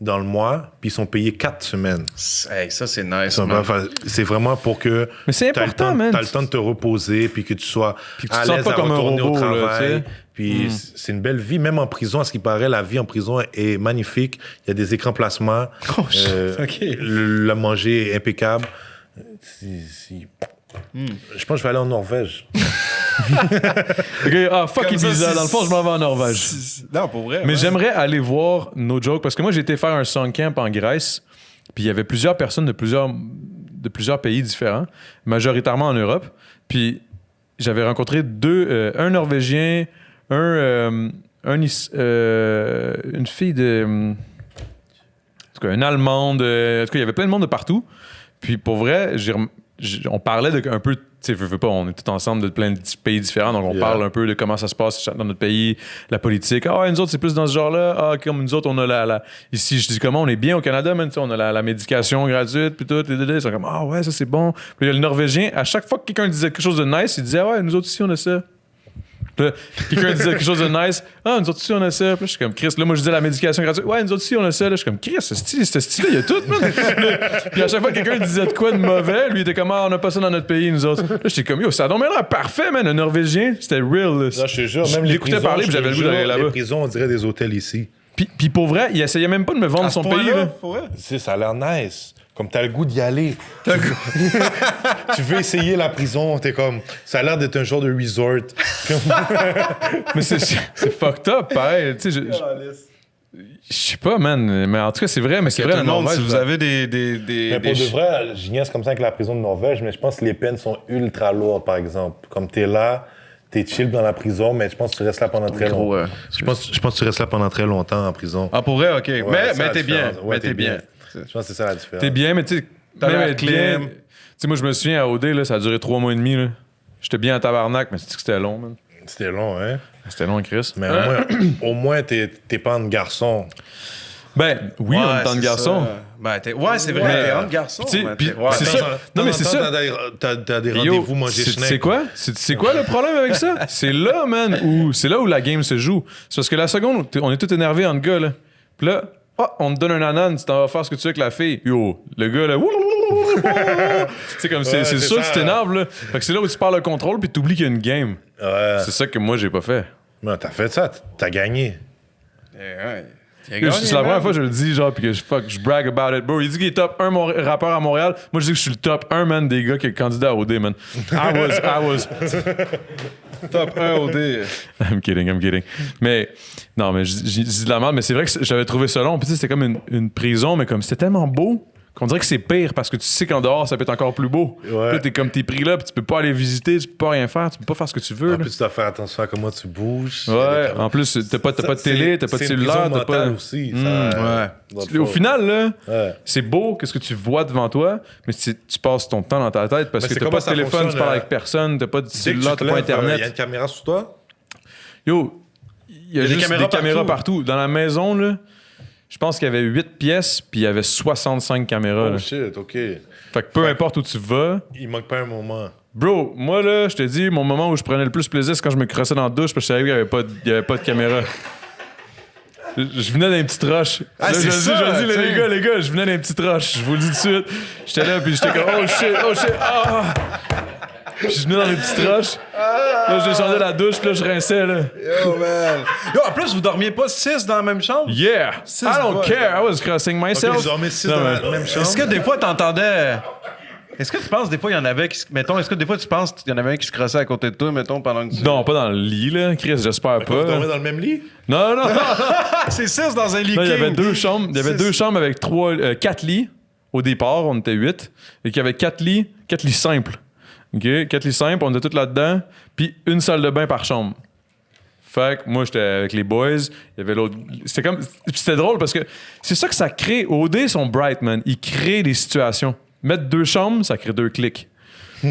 S3: dans le mois, puis ils sont payés quatre semaines.
S5: Hey, ça, c'est nice.
S3: Ça va
S5: man.
S3: faire- C'est vraiment pour que.
S2: Mais c'est
S3: t'as le
S2: important,
S3: temps-
S2: man.
S3: T'as le temps de te reposer, puis que tu sois
S2: Puis que tu
S3: à
S2: te sens
S3: l'aise
S2: pas
S3: à
S2: comme un
S3: retourner au
S2: robot, là,
S3: travail.
S2: tu sais. Mhm.
S3: puis c- c'est une belle vie, même en prison, à ce qui paraît, la vie en prison est magnifique. Il y a des écrans plasma.
S5: Oh, shit, ok.
S3: Le, le manger est impeccable. Si- si-
S2: Hmm.
S3: Je pense que je vais aller en Norvège.
S2: Ok, ah, fuck
S5: Comme ça,
S2: Ibiza.
S5: si-
S2: Dans le fond, je m'en vais en Norvège.
S5: Non, pour vrai.
S2: Mais
S5: ouais.
S2: j'aimerais aller voir No Joke parce que moi j'ai été faire un song camp en Grèce, puis il y avait plusieurs personnes de plusieurs de plusieurs pays différents, majoritairement en Europe. Puis j'avais rencontré deux, euh, un Norvégien, un, euh, un Is- euh, une fille de, hum, en tout cas, une Allemande. euh, en tout cas, il y avait plein de monde de partout. Puis pour vrai, j'ai rem- j'ai- on parlait de, un peu, tu sais, veux, veux pas, on est tous ensemble de plein de petits pays différents, donc on
S3: Yeah.
S2: parle un peu de comment ça se passe dans notre pays, la politique. Ah, ouais, nous autres, c'est plus dans ce genre-là. Ah, comme nous autres, on a la. la- Ici, je dis comment, on est bien au Canada, man, tu sais, on a la, la médication gratuite, puis tout, et tout, et tout. Ils sont comme, ah, ouais, ça, c'est bon. Puis le Norvégien, à chaque fois que quelqu'un disait quelque chose de nice, il disait, ah, ouais, nous autres, ici, on a ça. Puis là, quelqu'un disait quelque chose de nice. Ah, nous autres aussi, on a ça. Puis là, je suis comme Chris. Là, moi, je disais la médication gratuite. Ouais, nous autres aussi, on a ça. Là, je suis comme Chris, ce style, ce style, il y a tout, man. Puis à chaque fois que quelqu'un disait de quoi de mauvais, lui, il était comme, ah, on a pas ça dans notre pays, nous autres. Là, j'étais comme, yo, ça a donc bien l'air parfait, man. Un Norvégien, c'était real. là.
S3: Là, je te jure, même les
S2: l'écoutais
S3: prisons,
S2: parler, puis
S3: je te
S2: j'avais le goût
S3: jure,
S2: d'aller là-bas.
S3: Les prisons, on dirait des hôtels ici.
S2: Puis, puis pour vrai, il essayait même pas de me vendre
S5: À ce
S2: son pays,
S5: point-là,
S2: là.
S5: pour vrai.
S3: Tu sais, ça a l'air nice. Comme t'as le goût d'y aller. tu veux essayer la prison, t'es comme. Ça a l'air d'être un genre de resort.
S2: Mais c'est, c'est fucked up, pareil. Tu sais, je, je, je sais pas, man. Mais en tout cas, c'est vrai, mais c'est vrai,
S5: Tout
S2: la
S5: le monde,
S2: Norvège,
S5: si vous avez des. des,
S3: Mais
S5: des,
S3: pour
S5: des
S3: de vrai, je niaise comme ça avec la prison de Norvège, mais je pense que les peines sont ultra lourdes, par exemple. Comme t'es là, t'es chill dans la prison, mais je pense que tu restes là pendant très
S5: gros,
S3: longtemps.
S5: euh,
S3: Je pense, je pense que tu restes là pendant très longtemps en prison.
S5: Ah, pour vrai, ok.
S3: Ouais,
S5: mais
S3: c'est ça
S5: mais
S3: la
S5: t'es bien.
S3: différence. Ouais,
S5: Mais t'es bien.
S3: Je pense que c'est ça la différence.
S2: T'es bien, mais tu sais,
S5: T'as
S2: même
S5: la
S2: être
S5: clim.
S2: bien- Tu sais, moi, je me souviens à OD, là, ça a duré trois mois et demi. là. J'étais bien à tabarnak, mais c'est que c'était long, man.
S3: C'était long, hein?
S2: C'était long, Chris.
S3: Mais au moins, au moins t'es t'es pas un garçon.
S2: Ben, oui, on est tant de garçons.
S5: Ben, t'es- ouais, c'est vrai,
S2: Mais-
S5: t'es un garçon.
S2: Puis tu sais,
S5: mais
S2: puis-
S5: t'es- ouais.
S2: c'est ça. Non, mais c'est ça.
S3: T'as des, t'as- t'as des
S2: Et yo,
S3: rendez-vous manger
S2: c'est-
S3: schneck.
S2: C'est quoi? C'est c'est quoi le problème avec ça? C'est là, man, où c'est là où la game se joue. C'est parce que la seconde, où t'es- on est tout énervé en gars, là. Puis là, ah, on te donne un anan, tu t'en vas faire ce que tu veux avec la fille. Yo, le gars, là, ouh, c'est comme, c'est
S3: Ouais,
S2: c'est
S3: c'est
S2: sûr
S3: ça.
S2: que tu t'énerves, là. Fait que c'est là où tu perds le contrôle puis t'oublies qu'il y a une game.
S3: Ouais.
S2: C'est ça que moi, j'ai pas fait.
S3: Non, t'as fait ça, t- t'as gagné.
S5: Eh, ouais. T'es
S2: Yo,
S5: gagné,
S2: C'est la
S5: man.
S2: première fois que je le dis, genre, puis que je, fuck, je brag about it. Bro, il dit qu'il est top 1 mon- rappeur à Montréal. Moi, je dis que je suis le top 1, man, des gars qui est candidat à OD, man. I was, I was.
S5: Top 1 au dé.
S2: I'm kidding, I'm kidding. Mais non, mais je je- je dis de la merde, mais c'est vrai que c'est- j'avais trouvé ça long. Puis tu sais, c'était comme une, une prison, mais comme c'était tellement beau qu'on dirait que c'est pire parce que tu sais qu'en dehors, ça peut être encore plus beau. Puis là, t'es comme t'es pris là, puis tu peux pas aller visiter, tu peux pas rien faire, tu peux pas faire ce que tu veux. là.
S3: En plus, tu dois faire attention à comment tu bouges.
S2: ouais, en plus, t'as pas, t'as pas de télé, t'as pas de cellulaire, t'as pas. Hmm.
S3: aussi.
S5: ouais.
S2: Au final, là,
S3: Ouais.
S2: c'est beau, qu'est-ce que tu vois devant toi, mais c'est- tu passes ton temps dans ta tête parce
S3: Mais
S2: que t'as
S3: c'est comment
S2: pas de
S3: ça
S2: téléphone, tu
S3: fonctionne,
S2: parles
S3: euh,
S2: avec personne, t'as pas de
S3: Dès que tu
S2: cellulaire,
S3: te
S2: t'as pas
S3: lèves, euh,
S2: internet.
S3: y a une caméra sur toi?
S2: Yo, il y a,
S5: des
S2: juste des
S5: caméras
S2: caméras, partout. Dans la maison, là, je pense qu'il y avait 8 pièces, puis il y avait 65 caméras. là.
S3: Oh shit, ok.
S2: Fait que peu importe où tu vas.
S3: Il manque pas un moment.
S2: Bro, moi, là, je te dis, mon moment où je prenais le plus plaisir, c'est quand je me crossais dans la douche, parce que je savais qu'il n'y avait, pas de- il y avait pas de caméra. Je je venais d'un petit roche.
S5: Ah,
S2: je
S5: c'est
S2: le dis,
S5: ça,
S2: je le dis, là,
S5: t'sais.
S2: les gars, les gars, je venais d'un petit roche. Je vous le dis tout de suite. J'étais là, puis j'étais comme, oh shit, oh shit, ah! Puis je venais dans les petites roches. Là, je descendais la douche, puis là, je rinçais, là.
S5: Yo, man. Yo, en plus, vous dormiez pas 6 dans la même chambre?
S2: Yeah! I don't
S5: voix,
S2: care, I was crossing myself.
S3: Ils ont mis six
S2: Non,
S3: dans
S2: mais-
S3: la même chambre.
S5: Est-ce que des fois, t'entendais. Est-ce que tu penses, des fois, il y en avait qui. se- Mettons, est-ce que des fois, tu penses qu'il y en avait un qui se crossait à côté de toi, mettons, pendant que tu.
S2: Non, pas dans le lit, là. Chris, j'espère
S3: Vous
S2: pas.
S3: dormez dans le même lit?
S2: Non, non, non.
S5: C'est 6 dans un lit
S2: Non, il y
S5: king.
S2: avait deux chambres. Il y avait
S5: C'est-
S2: deux chambres avec trois, euh, quatre lits au départ. On était huit. Et qu'il y avait quatre lits, quatre lits simples. OK? Quatre lits simples. On était tous là-dedans. Puis une salle de bain par chambre. Fait que moi, j'étais avec les boys. Il y avait l'autre. C'était comme. puis C'était drôle parce que c'est ça que ça crée. OD sont bright, man. Ils créent des situations. Mettre deux chambres, ça crée deux clics. tu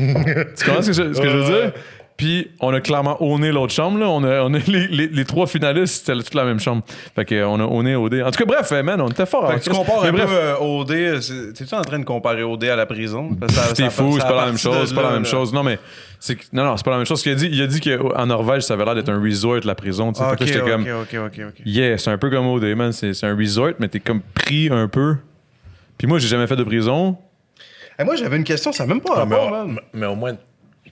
S2: comprends ce que je, ce que je veux dire? Puis on a clairement honné l'autre chambre. Là. On a, on a les, les- les trois finalistes, c'était toute la même chambre. Fait qu'on a honné OD. En tout cas, bref, eh, man, on était fort.
S5: Fait
S2: en
S5: que tu
S2: Christ.
S5: compares
S2: Mais
S5: un
S2: bref,
S5: peu euh, au dé. c'est- T'es-tu en train de comparer au dé à la prison? Parce que ça-
S2: T'es
S5: ça-
S2: fou,
S5: ça
S2: c'est pas la même
S5: partit de
S2: chose, c'est pas
S5: là,
S2: la même
S5: là.
S2: chose. Non, mais c'est que- non, non, c'est pas la même chose. Ce qu'il a dit, il a dit qu'en Norvège, ça avait l'air d'être un resort, la prison. tu sais.
S5: Ah,
S2: Fait
S5: Ok,
S2: que là, j'étais comme,
S5: ok, ok, ok. ok.
S2: Yeah, c'est un peu comme OD, man. C'est c'est un resort, mais t'es comme pris un peu. Puis moi, j'ai jamais fait de prison.
S5: Eh, Moi, j'avais une question, ça n'a même pas
S3: Ah, mais,
S5: rapport,
S3: au-
S5: man.
S3: mais au moins,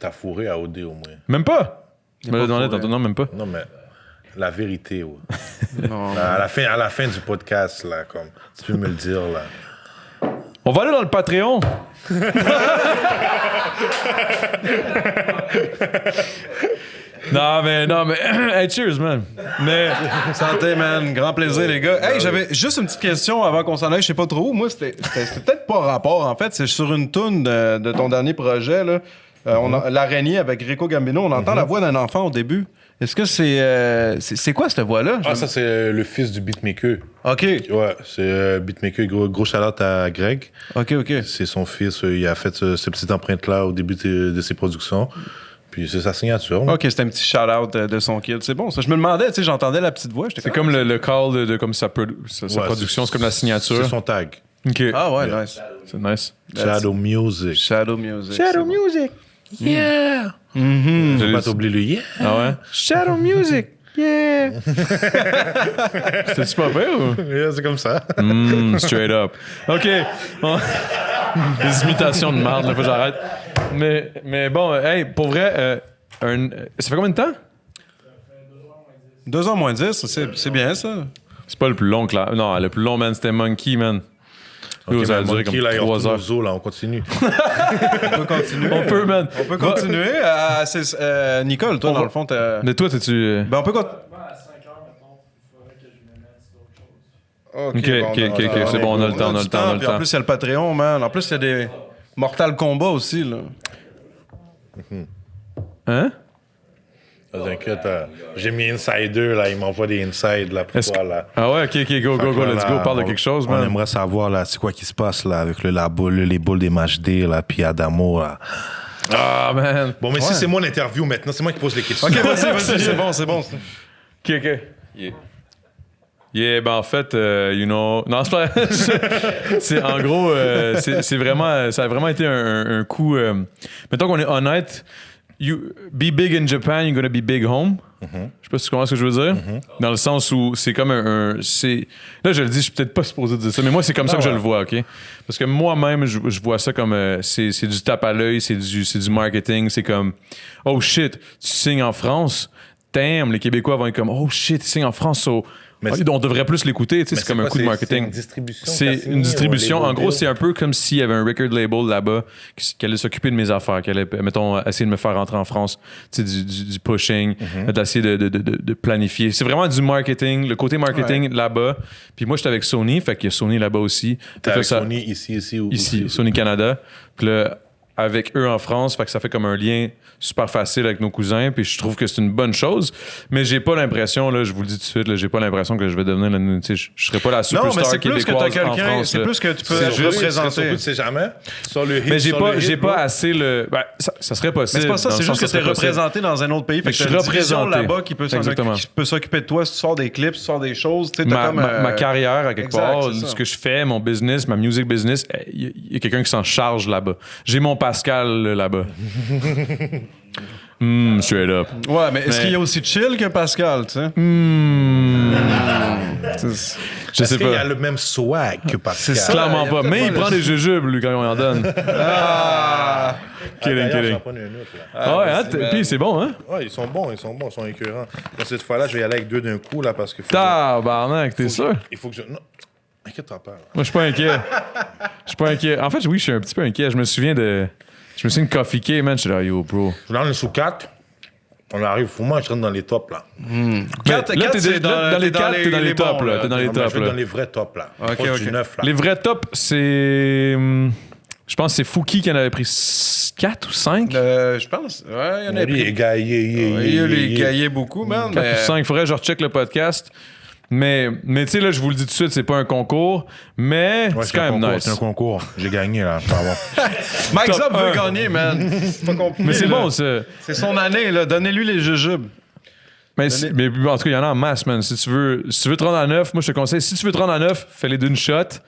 S3: t'as fourré à OD au moins.
S2: Même pas. Je me
S5: pas
S2: l'ai demandé
S5: fou,
S2: tantôt.
S5: hein.
S2: Non, même pas.
S3: Non, mais la vérité, ouais. à, la fin, à la fin du podcast, là, comme, tu peux me le dire, là.
S2: On va aller dans le Patreon. non, mais, non, mais. hey, cheers, man. Mais.
S5: Santé, man. Grand plaisir, les gars. hein.
S2: Euh,
S5: Hey, j'avais juste une petite question avant qu'on s'en aille. Je sais pas trop où. Moi, c'était c'était- c'était peut-être pas rapport, en fait. C'est sur une toune de, de ton dernier projet, là. Euh, on a- L'araignée avec Rico Gambino. On entend la
S2: Mhm.
S5: voix d'un enfant au début. Est-ce que c'est... euh, c'est c'est quoi, cette voix-là?
S3: Ah, ça, c'est le fils du beatmaker.
S5: OK.
S3: Ouais, c'est euh, beatmaker. Gros, gros shout-out à Greg.
S5: OK, OK.
S3: C'est son fils. euh, il a fait ce- cette petite empreinte-là au début de, de ses productions. Puis c'est sa signature.
S5: Ah, OK, c'était un petit shout-out de, de son kid. C'est bon, ça. Je me demandais, tu sais, j'entendais la petite voix. j'étais
S2: C'est comme le, le call de, de comme sa, produ- sa- sa
S3: Ouais,
S2: production, c'est comme la
S3: C'est
S2: signature.
S3: son tag.
S2: Ok.
S5: Ah ouais, nice.
S2: C'est nice.
S3: Shadow Music.
S5: Shadow Music. Shadow Music.
S2: Mm.
S3: Je vais pas t'oublier le yeah.
S2: Ah ouais? Shadow Music! Yeah! C'était-tu pas vrai ou?
S3: Yeah, c'est comme ça.
S2: Mm, straight up. OK. On- Des imitations de merde, là, faut que j'arrête. Mais, mais bon, euh, hey, pour vrai, euh, un- euh, ça fait combien de temps?
S5: 2 ans moins 10, c'est c'est bien, ça.
S2: C'est pas le plus long, là. Non, le plus long, man, c'était Monkey, man. Yo,
S3: Ok,
S2: ça a
S3: mais
S2: duré
S3: Monkey, là, il
S2: comme 3
S3: retourne
S2: heures.
S3: au zoo, là, on continue.
S5: On peut continuer.
S2: On peut, man.
S5: On peut continuer. Euh, c'est- euh, Nicole, toi, dans le fond, t'as...
S2: Mais toi, t'es-tu. euh,
S5: Ben, on peut continuer.
S2: Ok, ok, ok, ok, c'est bon, on a le temps, on a le
S5: du
S2: temps, on a le
S5: puis En
S2: temps.
S5: plus, il y a le Patreon, man. En plus, il y a des Mortal Kombat aussi, là.
S2: Hein?
S3: Ah, T'inquiète, euh, j'ai mis Insider, là, il m'envoie des Inside, là, pour
S2: Est-ce
S3: toi,
S2: que-
S3: là.
S2: Ah ouais, ok, ok, go, go, go,
S3: Fait que,
S2: let's
S3: là,
S2: go, parle de
S3: on-
S2: quelque chose,
S3: On
S2: man.
S3: aimerait savoir, là, c'est quoi qui se passe, là, avec le, la boule, les boules des matchs D, là, puis Adamo, là.
S2: Ah, man.
S3: Bon, mais si c'est mon interview maintenant, c'est moi qui pose les questions.
S5: Ok, vas-y, vas-y, c'est bon, c'est bon.
S2: Ok, ok. Yeah. Yeah, ben en fait, euh, you know. Non, c'est pas. c'est en gros, euh, c'est c'est vraiment. Ça a vraiment été un, un- un coup. euh, Mettons qu'on est honnête. You be big in Japan, you're gonna be big home. Je sais pas si tu comprends ce que je veux dire. Dans le sens où c'est comme un. un- c'est là, je le dis, je suis peut-être pas supposé dire ça, mais moi, c'est comme ça que je le vois, OK? Parce que moi-même, je, je vois ça comme. euh, c'est c'est du tape à l'œil, c'est du, c'est du marketing, c'est comme. Oh shit, tu signes en France, t'aimes, les Québécois vont être comme. Oh shit, tu signes en France, so-
S3: Mais
S2: oh,
S3: c'est-
S2: on devrait plus l'écouter, tu sais,
S4: Mais
S2: c'est comme
S4: quoi,
S2: un coup de
S4: c'est-
S2: marketing.
S4: C'est une distribution.
S2: C'est
S4: t'as signé,
S2: une distribution.
S4: ou un
S2: En gros,
S4: label.
S2: c'est un peu comme s'il y avait un record label là-bas qui s- qui allait s'occuper de mes affaires, qui allait, mettons, essayer de me faire rentrer en France, tu sais, du, du- du pushing,
S4: Mhm.
S2: d'essayer de, de- de- de- de planifier. C'est vraiment du marketing, le côté marketing là-bas. Puis moi, j'étais avec Sony, fait qu'il y a Sony là-bas aussi. Fait que
S3: T'as
S2: là,
S3: avec
S2: ça-
S3: Sony ici, ici ou
S2: ici,
S3: ou-
S2: Sony Canada. Puis là, avec eux en France, fait que ça fait comme un lien super facile avec nos cousins. Puis je trouve que c'est une bonne chose. Mais j'ai pas l'impression, là, je vous le dis tout de suite, là, j'ai pas l'impression que je vais devenir, le- tu sais, je, je serai pas la
S5: Non, mais
S2: superstar
S5: c'est plus que t'as
S2: québécoise en
S5: quelqu'un,
S2: France. euh,
S5: c'est
S2: là.
S5: plus que tu peux
S3: C'est juste
S5: représenter.
S3: présenter. Tu sais jamais. Sur le hit,
S2: Mais j'ai
S3: sur
S2: pas,
S3: le
S2: j'ai
S3: hit,
S2: pas
S3: bro.
S2: assez le. ben, ça, ça serait possible.
S5: Mais c'est pas ça,
S2: dans
S5: c'est
S2: le sens
S5: juste que
S2: ça
S5: t'es
S2: serait possible.
S5: représenté dans un autre pays. Fait
S2: Mais
S5: que
S2: je
S5: t'as
S2: suis
S5: une division
S2: représenté.
S5: là-bas qui peut s'en-
S2: Exactement.
S5: qui peut s'occuper de toi si tu sors des clips, si tu sors des choses. Tu sais, t'as
S2: Ma,
S5: comme.
S2: ma-
S5: euh,
S2: ma carrière à quelque
S5: exact,
S2: part,
S5: c'est ça.
S2: ce que je fais, mon business, ma music business, il y, a quelqu'un qui s'en charge là-bas. J'ai mon Pascal là, là-bas. Hum, straight up.
S5: Ouais, mais est-ce
S2: Mais-
S5: qu'il est aussi chill que Pascal, tu sais?
S2: Hmm. Je sais
S3: Est-ce qu'il y a
S2: pas.
S3: le même swag que Pascal?
S5: ça.
S2: Clairement
S5: Il y a
S2: pas.
S5: peut-être
S2: Mais
S5: pas
S2: il
S5: le-
S2: prend des jujubes, lui, quand on lui en donne.
S5: Ah!
S2: Kidding,
S3: D'ailleurs,
S2: kidding.
S3: j'en prends une autre, là.
S2: Ah ouais, hein, t- puis c'est bon, hein?
S3: Ouais, ils sont bons, ils sont bons, ils sont écœurants. Mais cette fois-là, je vais y aller avec deux d'un coup, là, parce que. faut que-
S2: Tabarnak, t'es
S3: faut que-
S2: sûr?
S3: Il faut que je. Non. Inquiète-toi pas. là.
S2: Moi, je suis pas inquiet. Je suis pas inquiet. En fait, oui, je suis un petit peu inquiet. Je me souviens de. Je me souviens de Coffee K, man. Je suis là, yo, bro.
S3: Je suis dans le sous 4. On arrive, pour moi, je rentre dans les tops, là.
S5: Quatre-
S2: là,
S5: quatre,
S2: t'es
S5: c'est
S2: dans, là, dans les
S5: t'es
S2: quatre, t'es dans les,
S5: bons,
S2: tops, là. T'es dans les
S3: Non, mais
S2: tops,
S3: Je vais
S2: là.
S3: dans les vrais tops, là.
S5: Ok,
S3: Proche
S5: ok.
S3: du 9, là.
S2: Les vrais tops, c'est. hum, Je pense que c'est Fouki qui en avait pris 4 ou 5.
S5: Euh, Je pense. Ouais, il y en a
S3: Lui, il est gaillé, il est-
S5: Il y a
S3: il est-
S5: les
S3: il est-
S5: cahiers beaucoup, man.
S2: 4
S5: mais-
S2: ou 5. Faudrait que je recheck le podcast. Mais, mais tu sais, là, je vous le dis tout de suite, c'est pas un concours, mais
S3: Ouais,
S2: c'est quand
S3: un
S2: même
S3: concours,
S2: nice.
S3: C'est un concours. J'ai gagné, là. Pardon.
S5: Mike
S2: Top
S5: Zop
S2: un.
S5: veut gagner, man. C'est pas compliqué.
S2: mais c'est
S5: là.
S2: bon, ça.
S5: C'est son année, là. Donnez-lui les jujubes.
S2: Mais, si- mais en tout cas, il y en a en masse, man. Si tu veux, si tu veux te rendre à 9, moi, je te conseille, si tu veux te rendre à 9, fais-les d'une shot.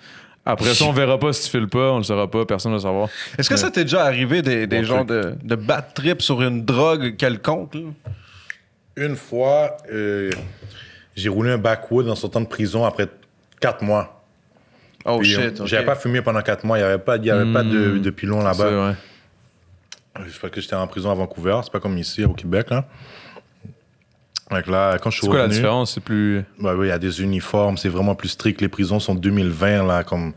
S2: Après ça, on verra pas si tu files pas, on le saura pas, personne ne va savoir.
S5: Est-ce que ça t'est déjà arrivé des, des genres de, de bad trip sur une drogue quelconque? là?
S3: Une fois, euh, j'ai roulé un backwood en sortant de prison après 4 mois.
S5: Oh
S3: Puis,
S5: shit.
S3: euh,
S5: ok.
S3: J'avais pas fumé pendant 4 mois, il n'y avait pas, il y avait pas de, de pilon
S2: Hmm. C'est
S3: là-bas.
S2: vrai.
S3: Je crois que j'étais en prison à Vancouver, c'est pas comme ici au Québec. Là. Fait que là, quand je suis
S2: C'est quoi la
S3: revenu,
S2: différence? C'est plus.
S3: bah oui, il y a des uniformes, c'est vraiment plus strict. Les prisons sont 2020, là, comme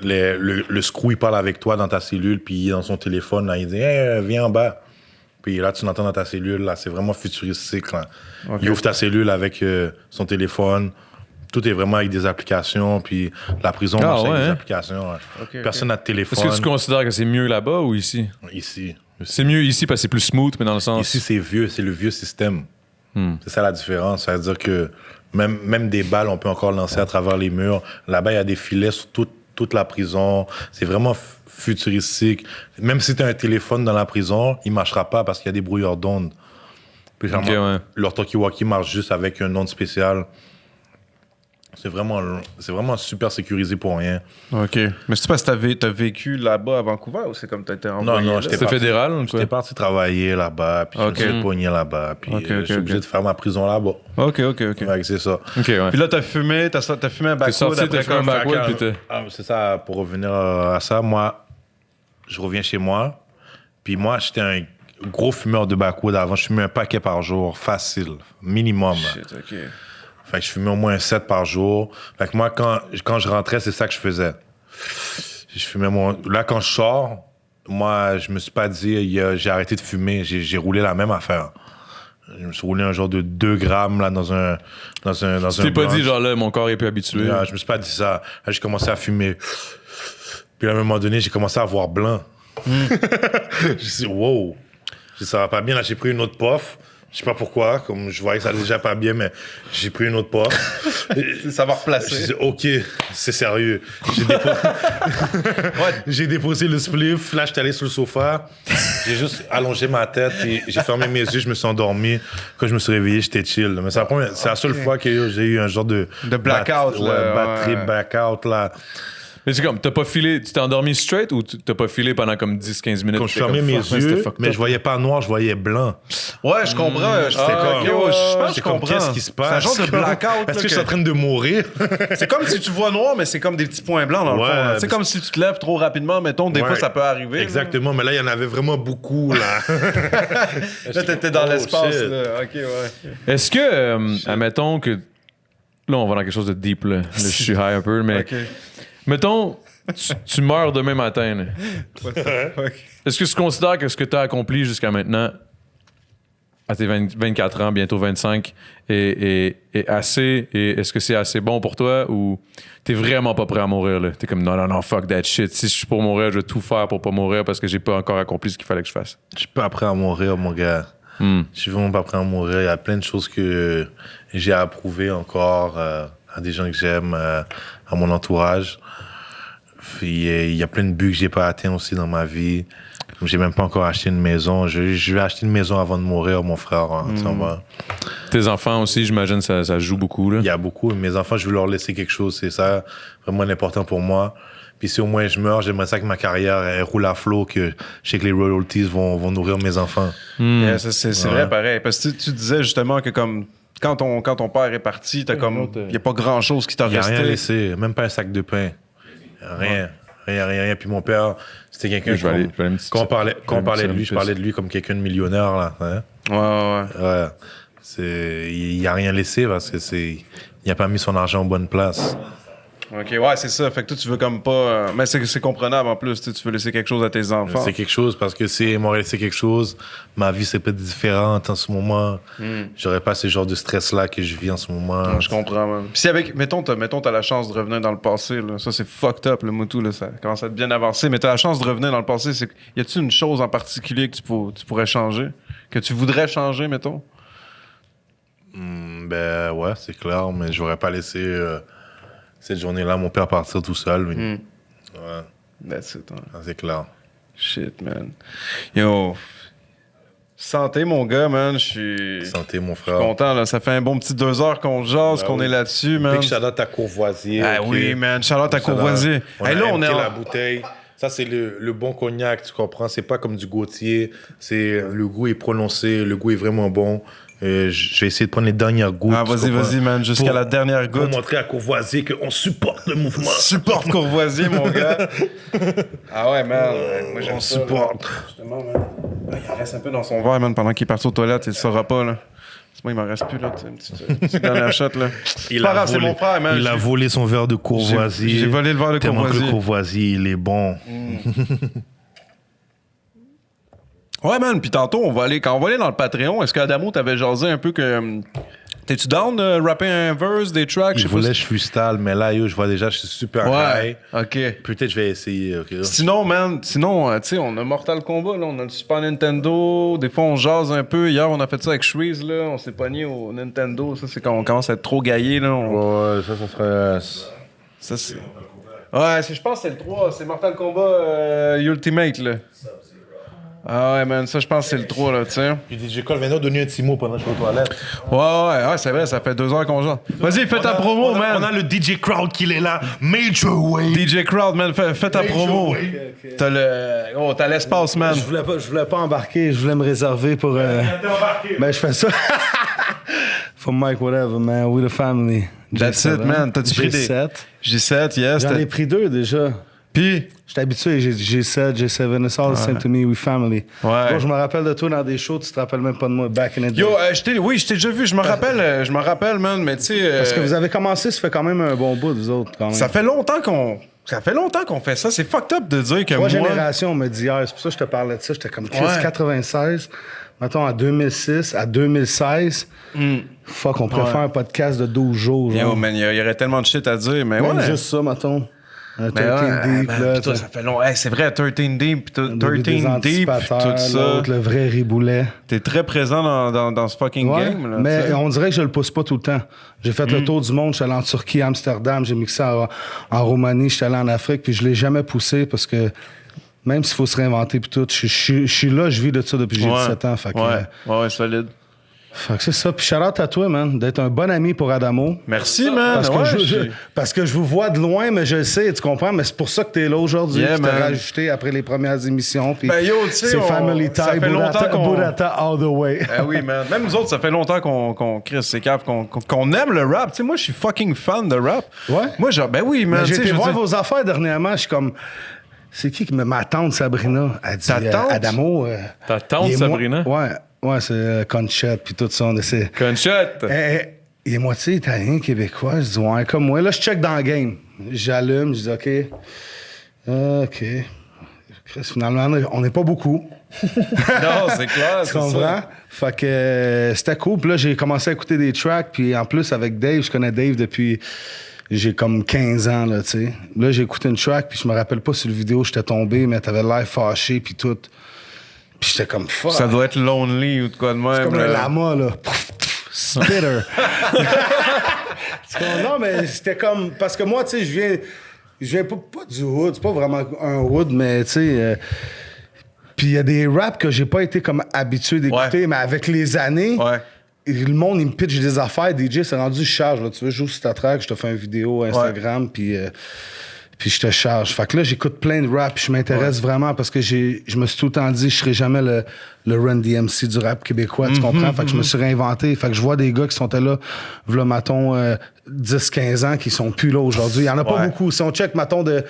S3: les- le, le screw, il parle avec toi dans ta cellule, puis il est dans son téléphone, là, il dit Hey, euh, viens en bas. Puis là, tu l'entends dans ta cellule, là, c'est vraiment futuristique. Là. Il ouvre ta cellule avec euh, son téléphone. Tout est vraiment avec des applications, puis la prison
S2: Ah,
S3: marche avec
S2: ouais,
S3: des
S2: hein?
S3: applications. ouais.
S5: Ok,
S3: Personne n'a de téléphone.
S2: Est-ce que tu considères que c'est mieux là-bas ou ici?
S3: Ici.
S2: C'est mieux ici parce que c'est plus smooth, mais dans le sens.
S3: Ici, c'est vieux, c'est le vieux système.
S5: Hmm.
S3: C'est ça la différence. C'est-à-dire que même, même des balles, on peut encore lancer à travers les murs. Là-bas, il y a des filets sur toute, toute la prison. C'est vraiment f- futuristique. Même si tu as un téléphone dans la prison, il marchera pas parce qu'il y a des brouilleurs d'ondes. Puis,
S2: Ok,
S3: genre,
S2: ouais.
S3: Leur talkie-walkie marche juste avec une onde spéciale. C'est vraiment, c'est vraiment super sécurisé pour rien.
S5: OK. Mais c'est parce que t'as vé- t'as vécu là-bas à Vancouver ou c'est comme t'as été envoyé?
S3: non,
S5: là?
S3: j'étais
S2: C'était
S3: parti.
S2: fédéral ou
S3: J'étais
S2: quoi?
S3: parti travailler là-bas, puis
S5: Ok.
S3: je me suis pogné là-bas, puis
S5: Ok,
S3: euh,
S5: ok,
S3: je suis obligé
S5: ok.
S3: de faire ma prison là-bas.
S5: OK, OK, OK.
S3: Fait que c'est ça.
S2: Ok, ouais.
S5: Puis là, t'as fumé, t'as t'as fumé un
S2: T'es
S5: backwood
S2: sorti, t'as
S5: après
S2: fait un
S5: comme...
S2: backwood,
S3: Fait
S2: puis
S3: que,
S2: t'es.
S3: ah, c'est ça, pour revenir euh, à ça, moi, je reviens chez moi. Puis moi, j'étais un gros fumeur de backwood avant. Je fumais un paquet par jour, facile, minimum.
S5: Shit, OK.
S3: Fait que je fumais au moins 7 par jour. Fait que moi, quand, quand je rentrais, c'est ça que je faisais. Je fumais mon. Là, quand je sors, moi, je me suis pas dit, il y a- j'ai arrêté de fumer. J'ai j'ai roulé la même affaire. Je me suis roulé un genre de 2 grammes là, dans un. Dans un dans
S2: Tu
S3: un
S2: t'es pas
S3: blunt.
S2: dit, genre là, mon corps est plus habitué.
S3: Là, Ah, je me suis pas dit ça. Là, j'ai commencé à fumer. Puis à un moment donné, j'ai commencé à voir blanc. j'ai dit, wow, ça va pas bien. Là, j'ai pris une autre pof. Je sais pas pourquoi, comme je voyais que ça allait déjà pas bien, mais j'ai pris une autre porte.
S5: Ça va
S3: J'ai
S5: replacer.
S3: dit, OK, c'est sérieux. J'ai dépo- J'ai déposé le spliff, là, j'étais allé sur le sofa. J'ai juste allongé ma tête et j'ai fermé mes yeux, je me suis endormi. Quand je me suis réveillé, j'étais chill. Mais c'est la, première- c'est la seule fois que j'ai eu un genre de.
S5: De blackout,
S3: bat-
S5: là,
S3: ouais, batterie,
S5: ouais.
S3: blackout, là.
S2: Mais c'est comme, t'as pas filé, tu t'es endormi straight ou tu- t'as pas filé pendant comme 10-15 minutes?
S3: Quand je
S2: T'étais
S3: fermais
S2: comme,
S3: mes
S2: fuck, man, c'était
S3: yeux,
S2: fucked
S3: mais
S2: up.
S3: je voyais pas noir, je voyais blanc.
S5: Ouais, je comprends. Je
S3: C'est
S5: ah,
S3: comme,
S5: ok, ouais, je pense que
S3: c'est
S5: je
S3: comme,
S5: comprends.
S3: qu'est-ce qui se passe?
S5: C'est un genre de blackout. là,
S3: Est-ce que
S5: que-
S3: je suis en train de mourir?
S5: C'est comme si tu vois noir, mais c'est comme des petits points blancs dans le
S3: Ouais,
S5: fond. là.
S3: mais
S5: C'est comme si tu te lèves trop rapidement, mettons. Des
S3: Ouais.
S5: fois, ça peut arriver. là.
S3: Exactement, mais là, il y en avait vraiment beaucoup, là.
S5: Là, t'étais dans
S3: Oh,
S5: l'espace.
S3: shit.
S5: là. Ok, ouais.
S2: Est-ce que, euh, admettons que. Là, on va dans quelque chose de deep, là. Là, je suis high un peu, mais.
S5: Ok.
S2: Mettons, tu, tu meurs demain matin, là.
S5: What the fuck?
S2: Est-ce que tu considères que ce que tu as accompli jusqu'à maintenant, à tes 20 24 ans, bientôt 25, est, est- est assez et est-ce que c'est assez bon pour toi ou t'es vraiment pas prêt à mourir là? T'es comme non, non, non, fuck that shit. Si je suis pour mourir, je vais tout faire pour pas mourir parce que j'ai pas encore accompli ce qu'il fallait que je fasse. Hmm.
S3: Je suis pas prêt à mourir, mon gars. Je suis vraiment pas prêt à mourir. Il y a plein de choses que j'ai à approuver encore euh, à des gens que j'aime, euh, à mon entourage. Il y, a, il y a plein de buts que j'ai pas atteints aussi dans ma vie. J'ai même pas encore acheté une maison. Je, je vais acheter une maison avant de mourir, mon frère. hein, tu vois.
S2: Tes enfants aussi, j'imagine, ça, ça joue beaucoup là.
S3: Il y a beaucoup. Mes enfants, je veux leur laisser quelque chose. C'est ça, vraiment l'important pour moi. Puis si au moins je meurs, j'aimerais ça que ma carrière elle roule à flot, que je sais que les royalties vont, vont nourrir mes enfants.
S5: Yeah, ça, Euh, c'est c'est vrai, pareil. Parce que tu, tu disais justement que comme quand ton, quand ton père est parti, t'as comme il y a pas grand chose qui t'a
S3: Il a rien
S5: resté.
S3: laissé, même pas un sac de pain. Rien. Rien, rien, rien. Puis mon père, c'était quelqu'un
S2: Je vais aller- je vais aller me
S3: qu'on-
S2: petite-
S3: qu'on parlait,
S2: je vais
S3: qu'on
S2: aller me
S3: parlait
S2: tirer
S3: de
S2: une
S3: lui, je parlais de lui comme quelqu'un de millionnaire, là. hein.
S5: Ouais, ouais.
S3: Ouais. C'est, il a rien laissé parce que c'est, il a pas mis son argent aux bonnes places.
S5: ouais. Ok, ouais, c'est ça. Fait que toi, tu veux comme pas. euh, Mais c'est c'est comprenable en plus. Tu sais, tu veux laisser quelque chose à tes enfants.
S3: C'est quelque chose parce que si il m'aurait laissé quelque chose, ma vie serait peut-être différente en ce moment.
S2: Hmm.
S3: J'aurais pas ce genre de stress-là que je vis en ce moment.
S5: Ouais, je comprends, man. Puis si avec, mettons, t'as, mettons, t'as la chance de revenir dans le passé, là. Ça, c'est fucked up, le Moutou, là. Ça commence à être bien avancé. Mais t'as la chance de revenir dans le passé. C'est... Y a-tu une chose en particulier que tu, pour- tu pourrais changer? Que tu voudrais changer, mettons?
S3: Hmm, ben ouais, c'est clair, mais j'aurais pas laissé euh, cette journée-là mon père partir tout seul.
S2: Hmm.
S3: mais-
S5: Mm.
S3: Ouais,
S5: That's it, hein.
S3: ça, c'est clair.
S5: Shit, man. Yo. Santé, mon gars, man. Je suis
S3: Santé, mon frère.
S5: content, là. Ça fait un bon petit deux heures qu'on jase,
S3: Ben
S5: qu'on
S3: oui.
S5: est là-dessus, man.
S3: Big shout out à Courvoisier.
S5: Ah
S3: ok.
S5: oui, man. Charlotte à
S3: Shout out.
S5: Courvoisier.
S3: On
S5: Hey,
S3: a
S5: là, on
S3: MK
S5: est en-
S3: la bouteille. Ça, c'est le, le bon cognac, tu comprends? C'est pas comme du Gautier. C'est, le goût est prononcé, le goût est vraiment bon. Euh, j- je vais essayer de prendre les dernières gouttes.
S5: Ah,
S3: tu
S5: vas-y,
S3: comprends?
S5: vas-y, man. Jusqu'à
S3: Pour-
S5: la dernière
S3: Pour
S5: goutte.
S3: montrer à Courvoisier qu'on supporte le mouvement.
S5: Supporte Courvoisier, mon gars. Ah ouais, man. Moi,
S3: on supporte.
S5: Justement, man. Il en reste un peu dans son verre, man, pendant qu'il est parti aux toilettes. Il le saura pas, là. C'est Moi, il m'en reste plus, là. tu sais, Une petite, une petite dernière shot, là.
S3: Il
S5: Pas
S3: a
S5: grave, c'est
S3: volé-
S5: mon frère, man.
S3: Il a
S5: J'ai-
S3: volé son verre de Courvoisier.
S5: j'ai volé le verre de
S3: Tellement que
S5: Courvoisier. Mm.
S3: le Courvoisier, il est bon.
S5: Ouais, man. Puis tantôt, on va aller, quand on va aller dans le Patreon, est-ce qu'Adamo, t'avais jasé un peu que. hum, T'es-tu down de rapper un verse, des tracks?
S3: Je
S5: sais pas
S3: voulais,
S5: si-
S3: je suis style, mais là, yo, je vois déjà, je suis super
S5: Ouais.
S3: high.
S5: Ok.
S3: Peut-être je vais essayer. ok?
S5: Sinon, man, sinon, euh, tu sais, on a Mortal Kombat, là, on a le Super Nintendo, des fois on jase un peu. Hier, on a fait ça avec Shreeze, là, on s'est pogné au Nintendo. Ça, c'est quand on commence à être trop gaillé, là. on-
S3: Ouais, ça, ça serait. euh,
S5: Ça, c'est. Ouais, c'est- je pense que c'est le 3, c'est Mortal Kombat euh, Ultimate, là. Ah ouais, man, ça, je pense que c'est le 3, là, tu sais.
S3: Puis DJ Cole, viens nous donner un petit mot pendant que je suis aux toilettes.
S5: Ouais, ouais, ouais, c'est vrai, ça fait deux heures qu'on jase. Vas-y, fais ta promo,
S3: on a,
S5: man.
S3: On a le DJ Crowd qui est là. Major Way.
S5: DJ Crowd, man, fais, fais ta promo. T'as le. Oh, t'as l'espace, man.
S6: Je voulais pas, je voulais pas embarquer, je voulais me réserver pour. Euh... Ben, je fais ça. For Mike, whatever, man. We the family.
S5: That's it, man. T'as-tu pris des-
S6: G7.
S5: J7, yes.
S6: J'en
S5: t'as-
S6: ai pris deux déjà.
S5: Puis.
S6: Je suis habitué, j'ai G7, G7, it's all the same to me, we family.
S5: Ouais.
S6: Bon, je me rappelle de toi dans des shows, tu te rappelles même pas de moi, back in the day.
S5: Yo, euh, je t'ai- oui, je t'ai déjà vu, je me rappelle, euh, je me rappelle, man, mais tu sais. euh,
S6: Parce que vous avez commencé, ça fait quand même un bon bout, vous autres, quand même.
S5: Ça fait longtemps qu'on. Ça fait longtemps qu'on fait ça. C'est fucked up de dire que
S6: Trois
S5: moi.
S6: générations, on me dit hier, c'est pour ça que je te parlais de ça, j'étais comme Chris,
S5: Ouais.
S6: 96, mettons en 2006, à 2016,
S4: Hmm.
S6: fuck, on préfère un podcast de 12 jours.
S5: Yo,
S6: genre.
S4: oh,
S5: man, il y, a- il y aurait tellement de shit à dire, mais
S6: Même
S5: ouais.
S6: juste ça, mettons. Un
S4: Mais Ben ouais,
S6: 13 Deep,
S4: Ah, man,
S6: là,
S4: putain,
S6: t'as-
S4: ça fait long. Hey, c'est vrai, 13 Deep, puis tout-
S6: le début
S4: 13
S6: des
S4: Deep, puis
S6: anticipateurs,
S4: tout ça.
S6: l'autre, Le vrai riboulet.
S4: T'es très présent dans, dans, dans ce fucking
S6: Ouais,
S4: game. Là,
S6: mais
S4: tu sais. Hmm.
S6: on dirait que je le pousse pas tout le temps. J'ai fait le tour du monde, je suis allé en Turquie, Amsterdam, j'ai mixé en, en Roumanie, je suis allé en Afrique, puis je l'ai jamais poussé parce que même s'il faut se réinventer puis tout, je, je- je suis là, je vis de ça depuis que j'ai
S4: Ouais.
S6: 17 ans. Fait que, euh,
S4: Ouais, ouais, ouais, solide.
S6: fait que c'est ça. Puis shout out à toi, man, d'être un bon ami pour Adamo.
S4: Merci, man.
S6: Parce,
S4: Ah, ouais,
S6: que je,
S4: je-
S6: je- parce que je vous vois de loin, mais je le sais, tu comprends, mais c'est pour ça que tu es là aujourd'hui.
S4: Yeah,
S6: je t'ai
S4: man.
S6: rajouté après les premières émissions. puis
S4: Ben, yo, tu sais,
S6: c'est
S4: on-
S6: Family
S4: ça
S6: Time,
S4: fait longtemps
S6: Burrata,
S4: qu'on-
S6: Burrata all the way.
S5: Eh
S4: Ah oui, man. Même nous autres, ça fait longtemps qu'on qu'on crée ces caves, qu'on qu'on- qu'on aime le rap. Tu sais, moi, je suis fucking fan de rap.
S6: Ouais.
S4: Moi, genre, ben oui, man. tu
S6: Mais j'ai
S4: sais,
S6: été
S4: je veux
S6: voir
S4: dire-
S6: vos affaires dernièrement, je suis comme... C'est qui qui me... Ma tante Sabrina, elle dit...
S4: Ta
S6: euh,
S4: tante?
S6: Adamo... euh,
S2: Ta tante
S6: il est mo-
S2: Sabrina?
S6: Ouais, ouais c'est euh, Conchette, puis tout ça, on essaie...
S2: Conchette!
S6: Eh, eh, il est moitié italien, québécois. Je dis, ouais, comme moi. Là, je check dans le game. J'allume, je dis, OK. Euh, OK. Chris, finalement, on n'est pas beaucoup.
S4: Non, c'est clair.
S6: Tu
S4: c'est
S6: comprends?
S4: ça.
S6: Fait que euh, c'était cool. Puis là, j'ai commencé à écouter des tracks. Puis en plus, avec Dave, je connais Dave depuis. J'ai comme 15 ans, là, tu sais. Là, j'ai écouté une track, puis je me rappelle pas sur le vidéo, j'étais tombé, mais t'avais l'air fâché, puis tout. Puis j'étais comme fuck.
S4: Ça doit être lonely ou de quoi de même.
S6: C'est comme le
S4: là.
S6: lama, là. Pouf, pouf, Spitter. Tu comprends? non, mais c'était comme. Parce que moi, tu sais, je viens. Je viens pas, pas du hood. C'est pas vraiment un hood, mais tu sais. euh, Puis il y a des raps que j'ai pas été comme habitué d'écouter,
S4: Ouais.
S6: mais avec les années.
S4: Ouais.
S6: et Le monde, il me pitch des affaires. DJ, c'est rendu je charge. Là. Tu veux, j'ouvre sur ta track, je te fais une vidéo Instagram, puis. euh, puis je te charge. Fait que là, j'écoute plein de rap, puis je m'intéresse vraiment parce que j'ai, je me suis tout le temps dit, je serai jamais le, le Run DMC du rap québécois,
S4: Mhm,
S6: tu comprends? Fait que je me suis réinventé. Fait que je vois des gars qui sont là, v'là, maton, 10-15 ans, qui sont plus là aujourd'hui. Il y en a pas
S4: Ouais.
S6: beaucoup. Si on check, maton, de,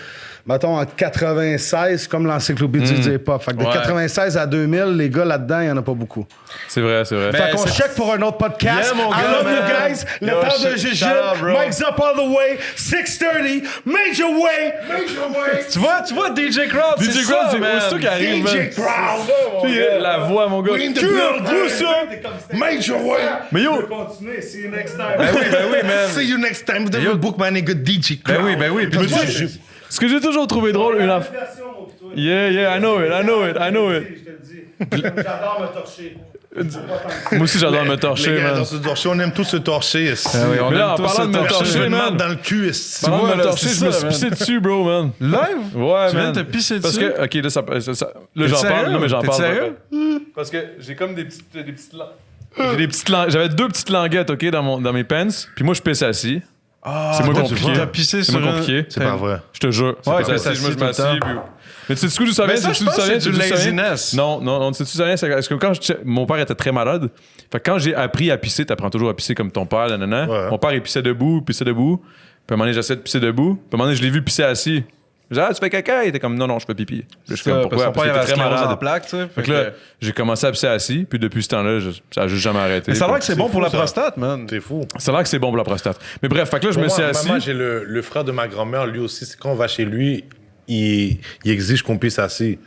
S6: mettons, en 96, comme l'encyclopédie
S4: Mhm.
S6: du hip-hop. Fait que de
S2: Ouais.
S6: 96 à 2000, les gars là-dedans, il y en a pas beaucoup.
S2: C'est vrai, c'est
S4: Euh,
S2: vrai.
S6: fait qu'on check pour un autre podcast.
S4: Yeah, mon
S6: I
S4: gars,
S6: love you
S4: man.
S6: guys. Le
S4: Yo,
S6: temps de
S4: sh-
S6: Jujube.
S4: shout out, bro.
S6: Mike's up all the way. 6.30. Major way. Major way.
S4: Tu vois, tu vois DJ Crowd, Ah, c'est
S2: DJ Crowd,
S4: ça,
S2: c'est
S4: man.
S2: aussitôt qu'il arrive, man.
S6: DJ Crowd.
S2: La voix, mon gars.
S6: Major way.
S2: Mais yo,
S6: Continuez, see you next
S4: Ben
S6: time.
S4: oui, ben oui, man.
S3: See you next time. Vous devez book my nigga DJ.
S4: Ben oui, ben oui. Puis tu-
S2: ce que j'ai toujours trouvé drôle, une affaire. Yeah, yeah, I know it, I know it, I know it.
S6: Je te le dis. J'adore me torcher.
S2: Moi aussi, j'adore me torcher,
S3: Les gars,
S2: man.
S3: dans ce torcher, on aime tous se torcher.
S4: Ah oui, on
S2: Mais là,
S4: aime
S2: en
S4: tous
S2: parlant
S4: se
S2: de me
S4: torcher,
S3: Je
S2: torcher,
S3: me
S2: man.
S3: demande dans le cul. esti.
S2: Parlant
S4: vois,
S2: de me
S4: là,
S2: torcher,
S4: c'est
S2: je me
S4: ça,
S2: suis
S4: man.
S2: pissé dessus, bro, man.
S4: Live?
S2: Ouais,
S4: Tu viens
S2: man.
S4: de te pisser
S2: Parce
S4: dessus?
S2: que, ok, là, ça, ça- ça- là j'en
S4: sérieux?
S2: parle, là, mais j'en
S4: T'es
S2: parle.
S4: sérieux?
S2: pas. Parce que j'ai comme des petites, des petites lan- J'ai des petites lan- J'avais deux petites languettes, ok, dans, mon, dans mes pants. Puis moi, je pisse assis. c'est moins
S4: Ah, toi,
S2: compliqué.
S4: tu vas pisser
S2: C'est
S4: sur
S2: moins
S4: un-
S2: compliqué.
S3: C'est pas vrai.
S2: Je te jure.
S4: Ouais,
S2: c'est
S4: je
S2: assis,
S4: m'assis
S2: moi je
S4: tout le
S2: m'assis.
S4: temps.
S2: puis- Mais tu sais, du coup, d'où ça
S4: Mais
S2: vient?
S4: ça,
S2: Sais-tu
S4: je
S2: d'où
S4: pense que
S2: vient?
S4: c'est
S2: Sais-tu
S4: du
S2: d'où ça vient?
S4: laziness.
S2: Non, non, non. Tu sais, d'où ça vient? C'est parce que quand je- mon père était très malade. Fait que quand j'ai appris à pisser, t'apprends toujours à pisser comme ton père, nanana.
S3: Ouais.
S2: Mon père, il pissait debout, pissait debout. Puis à un moment donné, j'essayais de pisser debout. Puis à un moment donné, je l'ai vu pisser assis. J'ai dit, ah, tu fais caca? Il était comme, non, non, je fais pipi. Je suis comme,
S4: Ça, parce
S2: pourquoi?
S4: qu'on
S2: Parce
S4: parle
S2: qu'il
S4: de
S2: était
S4: la
S2: très
S4: sclérose en
S2: malade.
S4: plaques, tu sais.
S2: Fait que là, j'ai commencé à pisser assis, puis depuis ce temps-là, je- ça a juste jamais arrêté.
S4: Mais ça a l'air que c'est
S3: C'est
S4: bon
S3: fou,
S4: pour la
S3: ça.
S4: prostate, man.
S3: C'est fou.
S2: Ça a l'air que c'est bon pour la prostate. Mais bref, fait que là, je me
S3: Moi,
S2: suis
S3: ma
S2: assis.
S3: Maman, j'ai le, le frère de ma grand-mère, lui aussi, c'est quand on va chez lui, il, il exige qu'on puisse assis.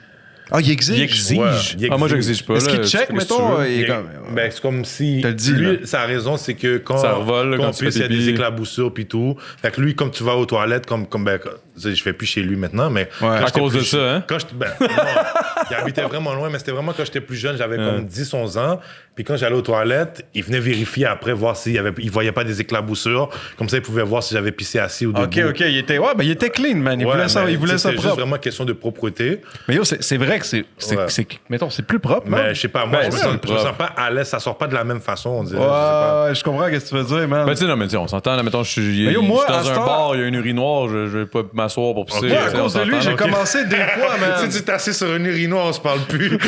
S4: Ah, il existe.
S2: Il exige.
S3: Ouais, il
S2: Ah, moi,
S3: exige.
S2: j'exige pas.
S4: Est-ce
S2: là,
S4: qu'il
S2: tu fais
S4: check,
S2: ce que tu
S4: mettons?
S2: veux.
S4: euh, il est
S3: Il-
S4: comme-
S3: ben, c'est comme si.
S4: T'as le dit,
S3: lui,
S4: là.
S3: sa raison, c'est que quand.
S2: Ça revole, là,
S3: quand
S2: quand
S3: on
S2: tu
S3: pisse,
S2: fais
S3: il y a des
S2: pipi.
S3: éclaboussures, puis tout. Fait que lui, comme tu vas aux toilettes, comme. comme ben, quand- tu sais, je fais plus chez lui maintenant, mais. quand
S2: à
S3: j'étais
S2: cause
S3: plus-
S2: de ça, hein?
S3: Quand j'étais- ben, non, il habitait vraiment loin, mais c'était vraiment quand j'étais plus jeune, j'avais comme 10, 11 ans. Puis quand j'allais aux toilettes, il venait vérifier après, voir s'il y avait. Il voyait pas des éclaboussures. Comme ça, il pouvait voir si j'avais pissé assis ou debout.
S4: Ok, ok, il était, ouais, ben, il était clean, man. Il
S3: Ouais,
S4: voulait ça,
S3: mais
S4: il voulait
S3: tu sais,
S4: ça
S3: c'est juste
S4: propre.
S3: vraiment question de propreté.
S4: Mais yo, c'est c'est vrai que c'est, c'est,
S3: Ouais.
S4: c'est- mettons, c'est plus propre, man.
S3: Mais je sais pas,
S2: Ben,
S3: moi, je, me
S2: c'est
S3: sens, je me
S2: propre.
S3: sens pas à l'aise. Ça sort pas de la même façon, on dirait.
S4: Ouais,
S3: je sais pas.
S4: ouais, je comprends ce que tu veux dire, man.
S2: Ben, tu sais, non, mais tu sais, on s'entend, là, mettons, je suis,
S4: Mais
S2: je
S4: yo,
S2: suis
S4: moi, à
S2: dans
S4: ce
S2: un
S4: temps-
S2: bar, il y a une urinoir, je, je vais pas m'asseoir pour pisser.
S3: Moi, à
S2: tu sais, on
S4: à cause de lui,
S2: s'entend,
S4: j'ai
S2: là.
S4: commencé des fois, man.
S3: Tu sais, tu t'assises sur une urinoir, on se parle plus.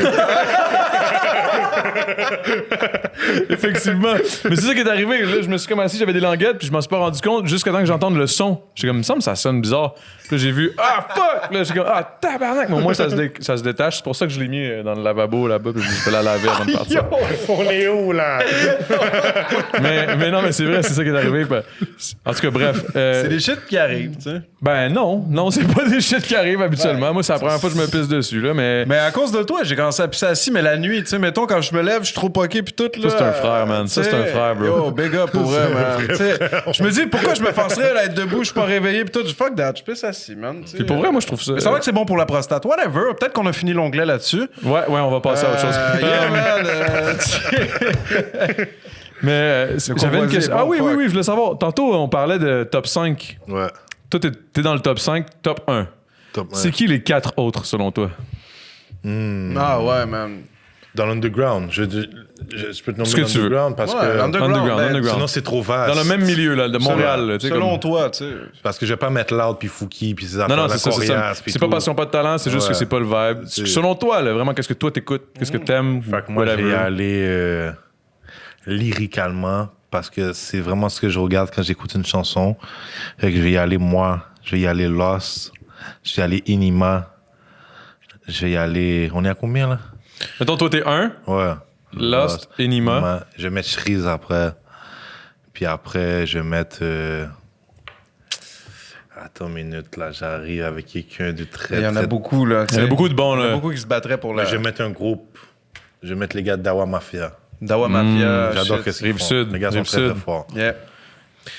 S2: Effectivement. Mais c'est ça qui est arrivé. Là, je me suis comme assis, j'avais des languettes, puis je m'en suis pas rendu compte jusqu'à temps que j'entende le son. J'ai comme, il me semble que ça sonne bizarre. Puis là, j'ai vu, ah fuck! Là, j'ai comme, ah tabarnak! Mais au moins, ça se, dé- ça se détache. C'est pour ça que je l'ai mis euh, dans le lavabo là-bas, puis je vais la laver avant de partir.
S3: Pour Léo, là.
S2: mais, mais non, mais c'est vrai, c'est ça qui est arrivé. puis- En tout cas, bref. euh,
S4: C'est des shit qui arrivent, tu sais.
S2: Ben non, non, c'est pas des shit qui arrivent habituellement. Moi, c'est la première fois que je me pisse dessus, là, mais.
S4: Mais à cause de toi, j'ai commencé à pisser assis, mais la nuit, tu sais, mettons, quand je me lève, je suis trop poqué, puis tout. Là,
S2: Ça, c'est un frère, man. Ça,
S4: t'sais,
S2: c'est un frère, bro.
S4: Yo, big up pour vrai, man. T'sais, Je me dis, pourquoi je me forcerais à être debout, je suis pas réveillé, puis tout. Je fuck that, je pisse assis, man.
S2: Puis pour vrai, moi, je trouve ça.
S4: Mais c'est vrai que c'est bon pour la prostate. Whatever, peut-être qu'on a fini l'onglet là-dessus.
S2: Ouais, ouais, on va passer à Ah, autre chose.
S4: Euh, yeah, man. euh,
S2: Mais euh, c'est- j'avais une
S4: Composé,
S2: question. Ah
S4: bon,
S2: oui, oui,
S4: fuck.
S2: oui, je voulais savoir. Tantôt, on parlait de top 5.
S3: Ouais.
S2: Toi, t'es- t'es dans le top 5, top 1.
S3: Top man.
S2: C'est qui les quatre autres, selon toi?
S4: ah ouais, man.
S3: Dans l'underground. Je, je, je- je peux te nommer
S2: Ce que tu veux.
S3: l'underground parce
S4: Ouais,
S3: que.
S4: underground,
S2: Underground,
S4: man.
S2: underground.
S3: Sinon, c'est trop vaste.
S2: Dans le même milieu, là, de Montréal. là, tu sais,
S4: Selon
S2: comme-
S4: toi, tu sais.
S3: Parce que je vais pas mettre Loud puis Fouki puis ces
S2: Non,
S3: affaires
S2: non,
S3: la
S2: c'est ça, c'est ça.
S3: coriace, puis
S2: C'est pas
S3: tout.
S2: parce qu'ils ont pas de talent, c'est juste
S3: Ouais.
S2: que c'est pas le vibe.
S3: C'est-
S2: Selon toi, là, vraiment, qu'est-ce que toi t'écoutes, qu'est-ce
S4: Mmh.
S2: que t'aimes,
S3: Fait que moi, je vais y
S2: whatever.
S3: aller euh, lyricalement parce que c'est vraiment ce que je regarde quand j'écoute une chanson. Fait que je vais y aller moi, je vais y aller Lost, je vais y aller Inima, je vais y aller. On est à combien là
S2: Mettons, toi, t'es un,
S3: Ouais.
S2: Lost, Enima.
S3: Inima. Je vais mettre Shreeze après. Puis après, je vais mettre. euh, Attends une minute là, j'arrive avec quelqu'un de très.
S4: Il y en a
S3: très-
S4: beaucoup, là.
S2: Il y en a beaucoup de bons,
S4: Il y en a
S2: là.
S4: beaucoup qui se battraient pour la
S3: Je vais mettre un groupe. Je vais mettre les gars de Dawa Mafia.
S4: Dawa
S2: Ah,
S4: Mafia.
S3: Hmm, J'adore
S4: shit.
S3: que c'est.
S2: Rive-Sud,
S3: Les gars sont très,
S2: Rive-Sud.
S3: très forts.
S4: Yeah.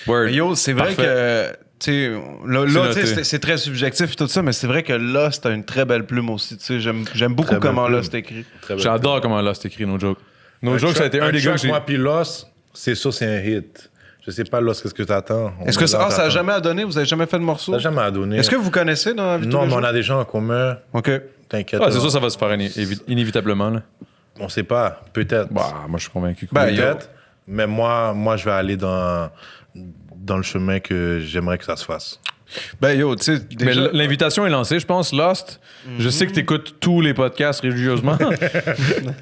S2: Word.
S4: Mais Yo, c'est vrai
S2: Parfait.
S4: que. tu sais, là,
S2: C'est
S4: là, tu sais,
S2: noté.
S4: c'est c'est très subjectif et tout ça, mais c'est vrai que Lost a une très belle plume aussi. tu sais. J'aime j'aime beaucoup
S3: Très belle
S4: comment
S3: plume.
S4: Lost est écrit.
S3: Très bien.
S2: J'adore comment Lost écrit, no joke. No joke,
S3: track-
S2: euh, ça a été un des gars que
S3: track,
S2: j'ai. Ah,
S3: Moi, puis Lost, c'est sûr, c'est un hit. Je sais pas, Lost, qu'est-ce que t'attends? On
S4: Est-ce que
S3: les
S4: ça, ah, ça a
S3: attend.
S4: jamais à donner? Vous avez jamais fait de morceau?
S3: Ça a jamais à donner.
S4: Est-ce que vous connaissez dans la vie de tous
S3: Non,
S4: les
S3: mais on
S4: jours?
S3: a des gens en commun.
S4: OK.
S3: T'inquiète.
S2: Ah, c'est
S3: là.
S2: sûr, ça va se faire iné- évi- inévitablement, là.
S3: On sait pas. Peut-être.
S2: Bah, moi, je suis convaincu. que-
S4: Ben, yo.
S3: Peut-être. Mais moi, moi, je vais aller dans, dans le chemin que j'aimerais que ça se fasse.
S4: Ben yo, tu sais,
S2: Mais
S4: déjà-
S2: l- l'invitation est lancée, je pense. Lost,
S4: Mhm.
S2: je sais que t'écoutes tous les podcasts religieusement.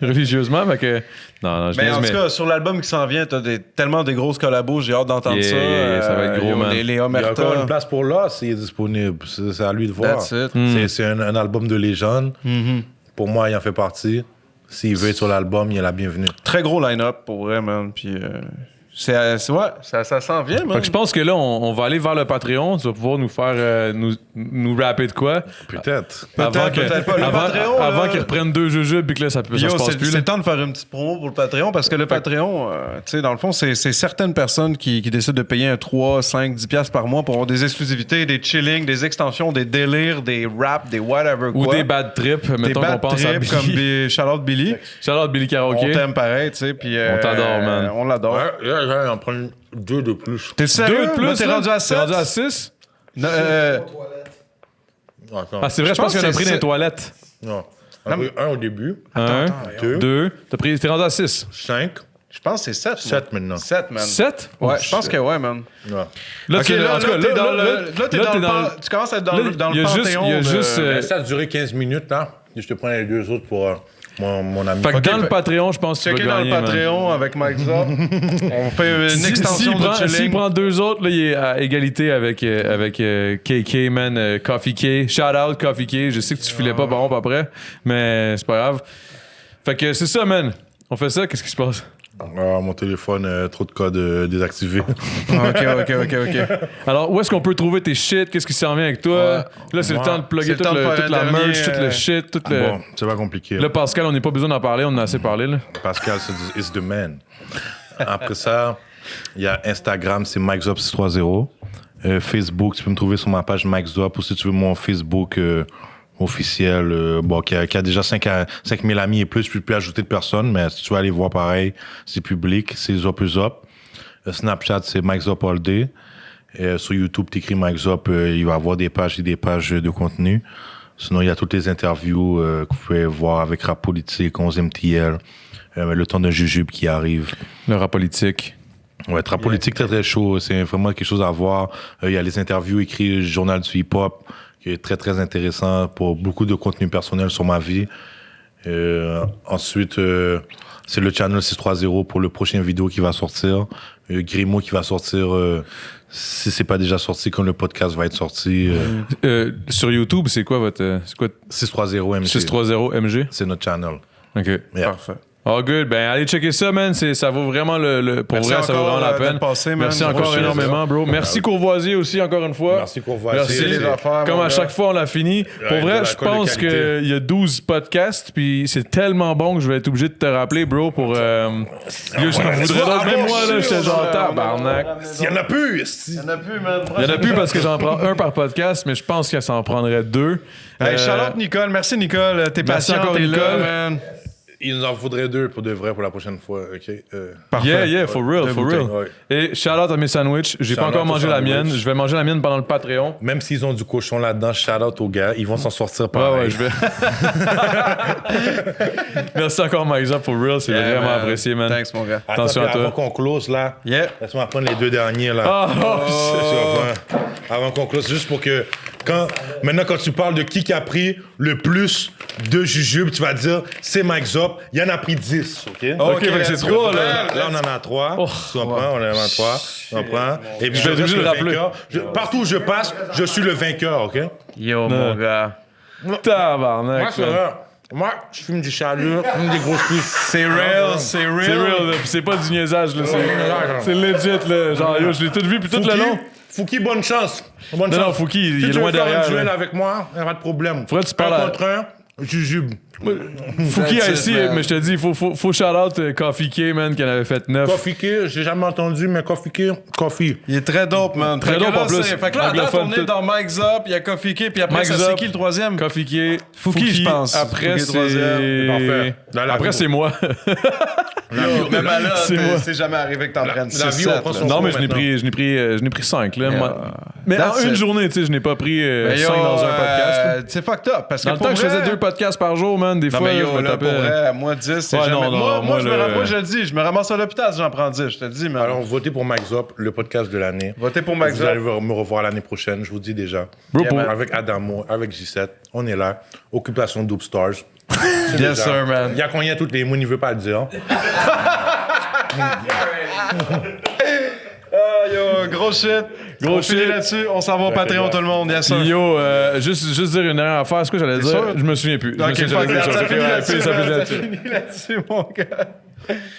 S2: religieusement, fait que. Non, non, je
S4: Mais
S2: niaise,
S4: Ben, en tout cas, sur l'album qui s'en vient, t'as des, tellement des grosses collabos, j'ai hâte d'entendre
S2: Yeah,
S4: ça. euh,
S2: yeah, ça va être gros,
S4: yo,
S2: man.
S4: Les, les
S3: Il y a encore
S4: Omerta.
S3: une place pour Lost, il est disponible. C'est c'est à lui de voir.
S4: That's it.
S2: Mm.
S3: C'est- C'est un, un album de légende.
S4: Mhm.
S3: Pour moi, il en fait partie. S'il veut être sur l'album, il est la bienvenue.
S4: Très gros line-up pour vrai, man. Puis euh, c'est, euh, c'est- ouais, ça, ça s'en vient, man.
S2: Fait que je pense que là, on, on va aller vers le Patreon. Tu vas pouvoir nous faire euh, nous, nous rapper de quoi.
S3: Peut-être.
S4: Peut-être,
S2: avant que-
S4: peut-être pas. Le
S2: avant,
S4: Patreon, là.
S2: avant qu'ils reprennent deux jujubes puis que là, ça, peut, ça
S4: Yo,
S2: se passe
S4: c'est,
S2: plus.
S4: c'est
S2: là.
S4: le temps de faire une petite promo pour le Patreon parce que le Patreon, euh, tu sais, dans le fond, c'est, c'est certaines personnes qui, qui décident de payer un 3, 5, 10 piastres par mois pour avoir des exclusivités, des chillings, des extensions, des délires, des raps, des whatever
S2: Ou
S4: quoi.
S2: des bad trips.
S4: des
S2: Mettons qu'on
S4: bad
S2: pense à
S4: trips comme
S2: Billy.
S4: des Charlotte Billy.
S2: Shout-out Billy Karaoke.
S4: On t'aime pareil, tu sais. puis, euh,
S2: t'adore, man.
S4: On l'adore.
S3: Ouais, là, j'allais en prendre deux de plus.
S4: T'es
S2: Deux
S4: sérieux?
S2: de plus.
S4: Là, T'es
S2: là.
S4: rendu à 7?
S2: Bah, rendu à six?
S4: Non, euh,
S3: Attends.
S2: Ah, c'est vrai, je pense
S4: pense
S2: qu'on a
S4: que
S2: pris
S4: c'est
S2: des
S4: ça.
S2: toilettes.
S3: non. J'en ai pris un au début,
S2: Un,
S3: deux.
S2: deux. T'as pris- T'es rendu à six.
S4: Ah,
S3: cinq,
S4: je pense que c'est 7.
S3: sept maintenant.
S4: 7, man.
S2: Sept?
S4: Ouais, je pense que ouais, man.
S3: Ouais.
S2: Là,
S4: Ok,
S2: tu-
S4: là,
S2: en tout cas,
S4: là, t'es dans le- là, t'es dans le pan-
S2: le-
S4: tu commences à être dans
S2: là,
S4: le- dans le
S2: il y a juste-
S4: panthéon
S2: Il y a
S4: de-
S2: juste. euh,
S3: Ça a duré 15 minutes, là. Je te prends les deux autres pour euh, mon, mon ami.
S2: Fait que dans
S4: fait-
S2: le Patreon, je pense que tu
S4: Checker
S2: vas
S4: dans le
S2: gagner. man.
S4: Patreon avec Mike Zop. On fait une
S2: Si-
S4: extension
S2: s'il prend-
S4: de
S2: S'il
S4: chilling.
S2: prend deux autres, là, il est à égalité avec, euh, avec euh, KK, man. euh, Coffee K. Shout out, Coffee K. Je sais que tu filais pas par contre après, mais c'est pas grave. Fait que c'est ça, man. On fait ça, qu'est-ce qui se passe?
S3: Ah, mon téléphone, euh, trop de codes euh, désactivés.
S2: Ah,
S4: ok, ok, ok, ok.
S2: Alors, où est-ce qu'on peut trouver tes shit? Qu'est-ce qui s'en vient avec toi? Là, c'est le
S3: Ouais.
S2: temps de plugger
S4: C'est le
S2: tout
S4: temps de
S2: le-
S4: faire
S2: toute
S4: un
S2: la
S4: dernier,
S2: merch, tout le
S4: euh,
S2: shit, tout le.
S3: Ah Bon, c'est pas compliqué. hein.
S2: Là, Pascal, on n'est pas besoin d'en parler, on en a assez parlé. Là.
S3: Pascal c'est- is the man. Après ça, il y a Instagram, c'est MikeZop630. Euh, Facebook, tu peux me trouver sur ma page MikeZop ou si tu veux mon Facebook euh, officiel, euh, bon, qui a, qui a déjà 5 5000 amis et plus, je peux plus ajouter de personnes, mais si tu veux aller voir pareil, c'est public, c'est Zop Zop. Euh, Snapchat, c'est MikeZop All Day. Euh, sur YouTube, t'écris MikeZop, euh, il va avoir des pages et des pages de contenu. Sinon, il y a toutes les interviews euh, que vous pouvez voir avec Rap Politique, 11 MTL, euh, le temps d'un jujube qui arrive.
S2: Le rap politique.
S3: Ouais, Rap Politique, très très chaud. C'est vraiment quelque chose à voir. Euh, il y a les interviews écrites, le journal du hip-hop, qui est très très intéressant pour beaucoup de contenu personnel sur ma vie. Euh, ensuite, euh, c'est le channel 630 pour le prochain vidéo qui va sortir. Euh, Grimaud qui va sortir, euh, si c'est pas déjà sorti, quand le podcast va être sorti. euh,
S2: Euh, sur YouTube, c'est quoi votre. euh, C'est quoi
S3: 630 MC.
S2: 630 MG?
S3: C'est notre channel.
S2: Ok.
S3: Yeah.
S4: Parfait.
S2: Oh good, ben allez checker ça, man. C'est- Ça vaut vraiment le. le- pour
S4: Merci
S2: vrai, ça vaut
S4: encore,
S2: vraiment la
S4: euh,
S2: peine.
S4: d'être passé, man.
S2: Merci
S4: Gros
S2: encore
S4: shit,
S2: énormément, bro. Merci Courvoisier aussi, encore une fois.
S3: Merci Courvoisier.
S2: Merci.
S3: Les affaires,
S2: Comme
S3: mon
S2: à
S3: gars.
S2: chaque fois, on l'a fini. pour
S3: de
S2: vrai,
S3: la
S2: je
S3: colle de
S2: pense
S3: qualité.
S2: qu'il y a 12 podcasts, puis c'est tellement bon que je vais être obligé de te rappeler, bro, pour. Euh,
S3: Ah
S2: Dieu, je t'en voudrais d'autres. Même moi, là, j'étais genre tabarnak.
S3: Il y en a plus! esti.
S2: Il y en a plus parce que j'en prends un par podcast, mais je pense que ça en prendrait deux.
S4: Hey,
S2: Euh,
S4: Charlotte Nicole, merci Nicole, t'es
S2: merci
S4: patient,
S2: encore,
S4: t'es là,
S2: Nicole.
S4: man.
S3: Il nous en faudrait deux pour de vrai pour la prochaine fois, ok? Euh,
S2: Yeah, yeah, for real,
S3: Deux
S2: for real.
S3: bouteilles,
S2: Et shout out à mes sandwichs. J'ai pas
S3: Shout-out
S2: encore
S3: aux
S2: mangé la
S3: sandwichs.
S2: mienne. Je vais manger la mienne pendant le Patreon.
S3: Même s'ils ont du cochon là-dedans, shout out aux gars, ils vont s'en sortir
S2: Ouais,
S3: pareil.
S2: ouais, je vais. Merci encore, Mike Zop, for real. C'est vraiment
S4: man.
S2: apprécié, man.
S4: Thanks, mon gars.
S3: Attends,
S2: Attention
S3: puis
S2: à toi.
S3: Avant qu'on close, là,
S4: Yeah.
S3: laisse-moi prendre les deux derniers, là.
S2: Oh,
S3: Tu vas prendre- Avant qu'on close, juste pour que. Quand, maintenant, quand tu parles de qui qui a pris le plus de jujubes, tu vas dire c'est Mike Zop, il y en a pris 10, OK?
S2: Ok, fait que c'est trois, là.
S3: Là, on en a trois.
S2: Oh,
S3: tu comprends? On en a trois. Tu comprends? Et puis,
S2: Je vais
S3: reste
S2: obligé de rappeler.
S3: vainqueur. Je- partout où je passe, je suis le vainqueur, OK?
S7: Yo, mon gars.
S3: Moi,
S2: Tabarnak,
S3: c'est
S2: man.
S3: vrai. Moi, je fume du chalut, je fume des grosses cuisses. Ah,
S4: C'est real, c'est
S2: C'est
S4: real.
S2: real, là. Puis c'est pas du niaisage, là.
S3: ouais, ouais.
S2: C'est- C'est legit, là. Genre, yo, je l'ai tout vu, puis tout le
S3: Fouki,
S2: long.
S3: Fouki, bonne chance. Bonne
S2: Non,
S3: chance.
S2: non, Fouki, il
S3: Si
S2: est
S3: tu
S2: loin
S3: veux faire
S2: derrière,
S3: un duel
S2: là.
S3: avec moi, il n'y a pas de problème.
S2: Faudrait que tu parles
S3: un
S2: à-
S3: contre un, jujube.
S2: Fouki
S4: That's it,
S2: ici,
S4: man.
S2: mais je te dis, faut, faut, faut shout out euh, Coffee K, man, qui en avait fait neuf.
S3: Coffee Kid, j'ai jamais entendu, mais Coffee Kid, Coffee.
S4: Il est très dope, man.
S2: Très
S4: Fait que
S2: dope,
S4: là,
S2: en plus.
S4: c'est- Fait que là, à date,
S2: Anglophone,
S4: on est
S2: tout.
S4: dans Mike's Up, il y a Coffee Key, puis après,
S2: Mike's
S4: ça, c'est
S2: Up.
S4: qui le troisième?
S2: Coffee Key.
S4: Fouki, je pense.
S2: Après,
S4: Fouki, troisième.
S2: c'est.
S3: Parfait. Dans la
S2: Après,
S3: vidéo.
S2: c'est moi.
S4: Même à là,
S2: C'est moi.
S4: c'est jamais arrivé que t'en prennes
S3: la vie,
S4: six,
S3: on
S4: sept,
S3: prend
S4: là.
S3: son-
S2: Non, mais je n'ai
S3: maintenant.
S2: pris, je n'ai pris, euh, je n'ai pris 5. Là. Moi- mais en
S4: that's
S2: une
S4: it.
S2: journée, tu sais, je n'ai pas pris
S4: Mais
S2: 5
S4: yo,
S2: dans un
S4: euh,
S2: podcast. là.
S4: C'est fucked up, parce que
S2: Dans le
S4: pour
S2: temps que je faisais
S4: vrai-
S2: deux podcasts par jour, man, des
S4: Non,
S2: fois,
S4: mais
S2: je
S4: yo,
S2: me
S4: là, pour
S2: tapais. euh,
S4: vrai, moi, 10, c'est
S2: Ouais,
S4: jamais...
S2: non, non,
S4: moi, moi,
S2: moi,
S4: je me
S2: le-
S4: ra- moi, je le dis, je me ramasse à l'hôpital si j'en prends 10, je te le dis, mais...
S3: Alors, votez pour Mike Zop, le podcast de l'année.
S4: Votez pour Mike
S3: Vous
S4: Zop.
S3: allez me revoir l'année prochaine, je vous dis déjà.
S2: Bro, pour-
S3: Avec Adamo, avec J7, on est là. Occupation Double Stars. C'est
S4: Yes,
S3: déjà.
S4: sir, man.
S3: Il y a combien toutes les mots, il veut pas le dire.
S4: Ah, yo, gros shit.
S2: Gros
S4: on finit
S2: shit.
S4: là-dessus, on s'en va au Patreon, tout le monde, yes, sir.
S2: Puis, Yo, euh, juste, juste dire une dernière affaire. Ce que j'allais dire,
S4: sûr?
S2: je me souviens plus. Je me
S4: Ok,
S2: souviens
S4: fuck
S2: jamais
S4: that,
S2: plus.
S4: ça
S2: Ok,
S4: finit
S2: ouais,
S4: là-dessus,
S2: ça finit
S4: man, ça
S2: là-dessus.
S4: finit là-dessus, mon gars.